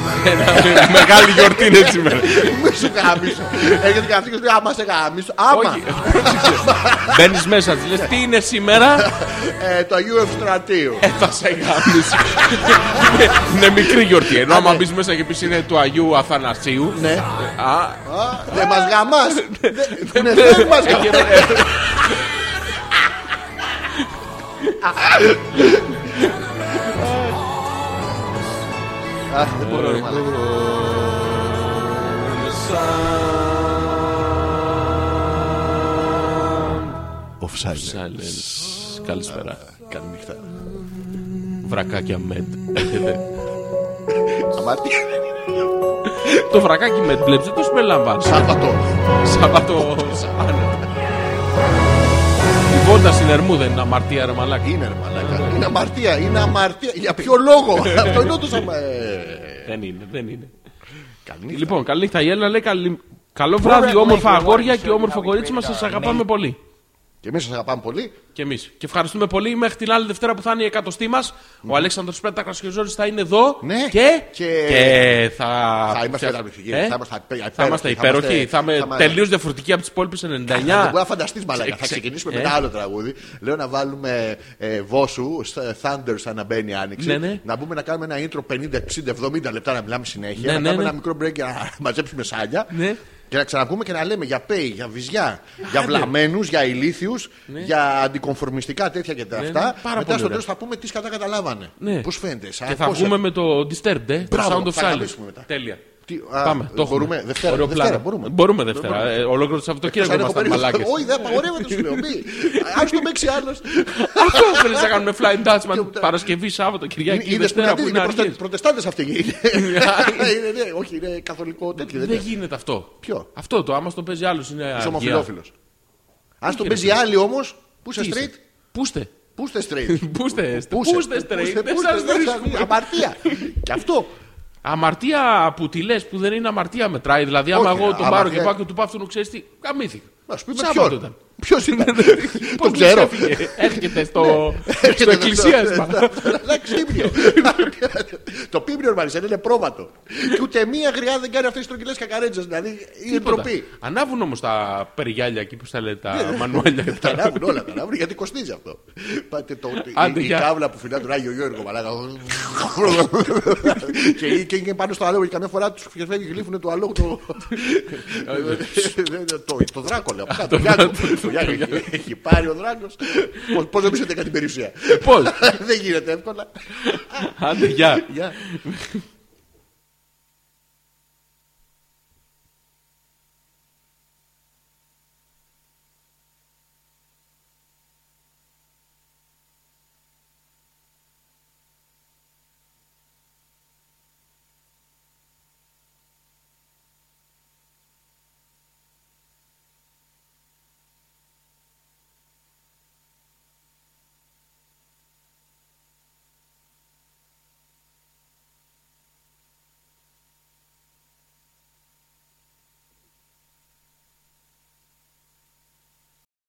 Speaker 4: Μεγάλη γιορτή είναι σήμερα.
Speaker 3: μη σε γαμίσω. Έρχεται και αυτή και σου λέει Άμα σε γαμίσω. Άμα.
Speaker 4: Όχι. Μπαίνεις μέσα, της λες τι είναι σήμερα.
Speaker 3: Ε, το Αγίου Ευστρατείου.
Speaker 4: Ε, θα σε γάμισε. Είναι- Είναι μικρή γιορτή. Ενώ άμα μπεις μέσα και πεις είναι του Αγίου Αθανασίου.
Speaker 3: Ναι.
Speaker 4: ε, α,
Speaker 3: Α, Δεν μας γαμάς. Δεν μας γαμάς. Αχ, δεν μπορώ. ρε μαλάκα. Offside.
Speaker 4: silence. Καλησπέρα.
Speaker 3: Καλή νύχτα.
Speaker 4: Βρακάκια μεντ. Έχετε.
Speaker 3: Αμαρτία.
Speaker 4: Το βρακάκι μεντ βλέπεις δεν το συμπεριλαμβάνει.
Speaker 3: Σάββατο.
Speaker 4: Σάββατο. άνετα. Η βόλτα στην Ερμού δεν είναι αμαρτία ρε μαλάκι.
Speaker 3: Είναι ρε μαλάκα. Είναι αμαρτία. Είναι αμαρτία. Για ποιο λόγο. Αυτό είναι όντως αμα... ε,
Speaker 4: Δεν είναι, δεν είναι.
Speaker 3: Καλή νύχτα.
Speaker 4: Λοιπόν, καλή νύχτα. Η Έλληνα λέει καλή- Καλό βράδυ, όμορφα αγόρια και όμορφο κορίτσι μας. Σας αγαπάμε
Speaker 3: Ναι.
Speaker 4: πολύ.
Speaker 3: Και εμείς σας αγαπάμε πολύ.
Speaker 4: Και εμείς. Και ευχαριστούμε πολύ. Μέχρι την άλλη Δευτέρα που θα είναι η εκατοστή μας, ο Αλέξανδρος Πέτακα και ο Ζόρις θα είναι εδώ.
Speaker 3: Ναι.
Speaker 4: Και,
Speaker 3: Και-
Speaker 4: και θα.
Speaker 3: Θα είμαστε
Speaker 4: Ε?
Speaker 3: καταπληκτικοί.
Speaker 4: Θα
Speaker 3: Θα είμαστε υπέροχοι.
Speaker 4: είμαστε υπέροχοι. Θα είμαι
Speaker 3: είμαστε-
Speaker 4: τελείως διαφορετικοί από τις υπόλοιπες 99.
Speaker 3: Δεν μπορεί να φανταστείς μαλάκα. Θα
Speaker 4: Ξε-
Speaker 3: ξεκινήσουμε
Speaker 4: ε.
Speaker 3: με ένα άλλο τραγούδι. Λέω να βάλουμε ε, Βόσου, στα- Thunder σαν να μπαίνει η άνοιξη.
Speaker 4: Ναι, ναι.
Speaker 3: Να μπούμε να κάνουμε ένα intro 50, 60, 70 λεπτά να μιλάμε συνέχεια.
Speaker 4: Ναι,
Speaker 3: να
Speaker 4: ναι,
Speaker 3: κάνουμε
Speaker 4: ναι.
Speaker 3: ένα μικρό break για να μαζέψουμε σάλια.
Speaker 4: Ναι.
Speaker 3: Και να ξαναβγούμε και να λέμε για pay, για βυζιά, για βλαμμένους, για ηλίθιους, για αντικομφορμιστικά τέτοια και τα αυτά.
Speaker 4: ναι. Πάρα
Speaker 3: Μετά
Speaker 4: πολύ
Speaker 3: στο
Speaker 4: ωραία.
Speaker 3: τέλος θα πούμε τι κατά καταλάβανε.
Speaker 4: Ναι.
Speaker 3: Πώς φαίνεται. σαν
Speaker 4: Και θα
Speaker 3: concept.
Speaker 4: βγούμε με το Disturbed, ε, το
Speaker 3: Μπράβο,
Speaker 4: Sound of
Speaker 3: θα αγαπήσουμε
Speaker 4: Silence.
Speaker 3: μετά.
Speaker 4: Τέλεια.
Speaker 3: Τι, α,
Speaker 4: Πάμε, το
Speaker 3: μπορούμε.
Speaker 4: έχουμε.
Speaker 3: Δευτέρα,
Speaker 4: Ωραίο
Speaker 3: Δευτέρα,
Speaker 4: πλάνο.
Speaker 3: μπορούμε.
Speaker 4: Μπορούμε Δευτέρα. Ε, Ολόκληρο το Σαββατοκύριακο
Speaker 3: Σαν έχω
Speaker 4: ήμασταν
Speaker 3: περίπτωση.
Speaker 4: μαλάκες.
Speaker 3: Όχι, δεν απαγορεύεται, σου λέω. Μη. Άστο το παίξει άλλος.
Speaker 4: Αυτό θέλεις να κάνουμε Flying Dutchman
Speaker 3: Και-
Speaker 4: Παρασκευή, Σάββατο, Κυριακή,
Speaker 3: Είδες που
Speaker 4: Δευτέρα που είναι
Speaker 3: είναι
Speaker 4: αρχές.
Speaker 3: προτεστάντες αυτοί. Είναι, ναι, Όχι, είναι καθολικό τέτοιο.
Speaker 4: Δεν
Speaker 3: Δεν είναι.
Speaker 4: γίνεται αυτό.
Speaker 3: Ποιο?
Speaker 4: Αυτό το άμα στο παίζει άλλος είναι
Speaker 3: Είσαι
Speaker 4: αργία.
Speaker 3: ομοφυλόφιλο. Αν στον
Speaker 4: ρε
Speaker 3: παίζει
Speaker 4: φίλε.
Speaker 3: άλλη όμως, πού είσαι
Speaker 4: Τι είσαι?
Speaker 3: straight,
Speaker 4: Πούστε.
Speaker 3: πού είσαι straight.
Speaker 4: Πούστε.
Speaker 3: Πού είσαι,
Speaker 4: Πούστε straight. Δεν
Speaker 3: πού
Speaker 4: σας
Speaker 3: είστε, δεν σας-
Speaker 4: βρίσκουμε.
Speaker 3: Αμαρτία. Και αυτό.
Speaker 4: Αμαρτία που τη λες που δεν είναι αμαρτία μετράει. Δηλαδή, άμα
Speaker 3: Όχι,
Speaker 4: εγώ
Speaker 3: ρε,
Speaker 4: τον πάρω
Speaker 3: αμαρτία.
Speaker 4: και πάω και του πάω αυτόν, ξέρεις τι. Καμήθηκα.
Speaker 3: Να σου πει με
Speaker 4: Σάββατο
Speaker 3: ποιον.
Speaker 4: ήταν.
Speaker 3: Ποιος ήταν. Το
Speaker 4: Πώς
Speaker 3: ξέρω. Ναι.
Speaker 4: λες, έφυγε. Έρχεται στο,
Speaker 3: Έρχεται
Speaker 4: στο
Speaker 3: το- Ναι.
Speaker 4: εκκλησίασμα.
Speaker 3: το- το- το- ξύπνιο. Το πίπνιο Μαρισέλ είναι πρόβατο. Και ούτε μία γριά δεν κάνει αυτές τις τρογγυλές κακαρέτζες. Δηλαδή είναι
Speaker 4: Τίποτα.
Speaker 3: ντροπή. Ναι.
Speaker 4: Ανάβουν όμως τα περιγιάλια εκεί που στα λέτε τα μανουάλια.
Speaker 3: Τα ανάβουν όλα, τα ανάβουν γιατί κοστίζει αυτό. Πάτε το, η-
Speaker 4: Άντε,
Speaker 3: η,
Speaker 4: γεια.
Speaker 3: κάβλα που φυλά τον Άγιο Γιώργο, μαλάκα. και, και είναι πάνω στο αλόγο και καμιά φορά τους φεύγει γλύφουνε του αλόγου το. το, το δράκο, λέω. απ' κάτω, Το Γιάνγκο. Το Γιάνγκο έχει- έχει πάρει ο δράκο. Πώ δεν
Speaker 4: Λοιπόν,
Speaker 3: πείσετε κάτι περιουσία.
Speaker 4: Πώς.
Speaker 3: Δεν γίνεται εύκολα.
Speaker 4: Άντε, γεια.
Speaker 3: Γεια.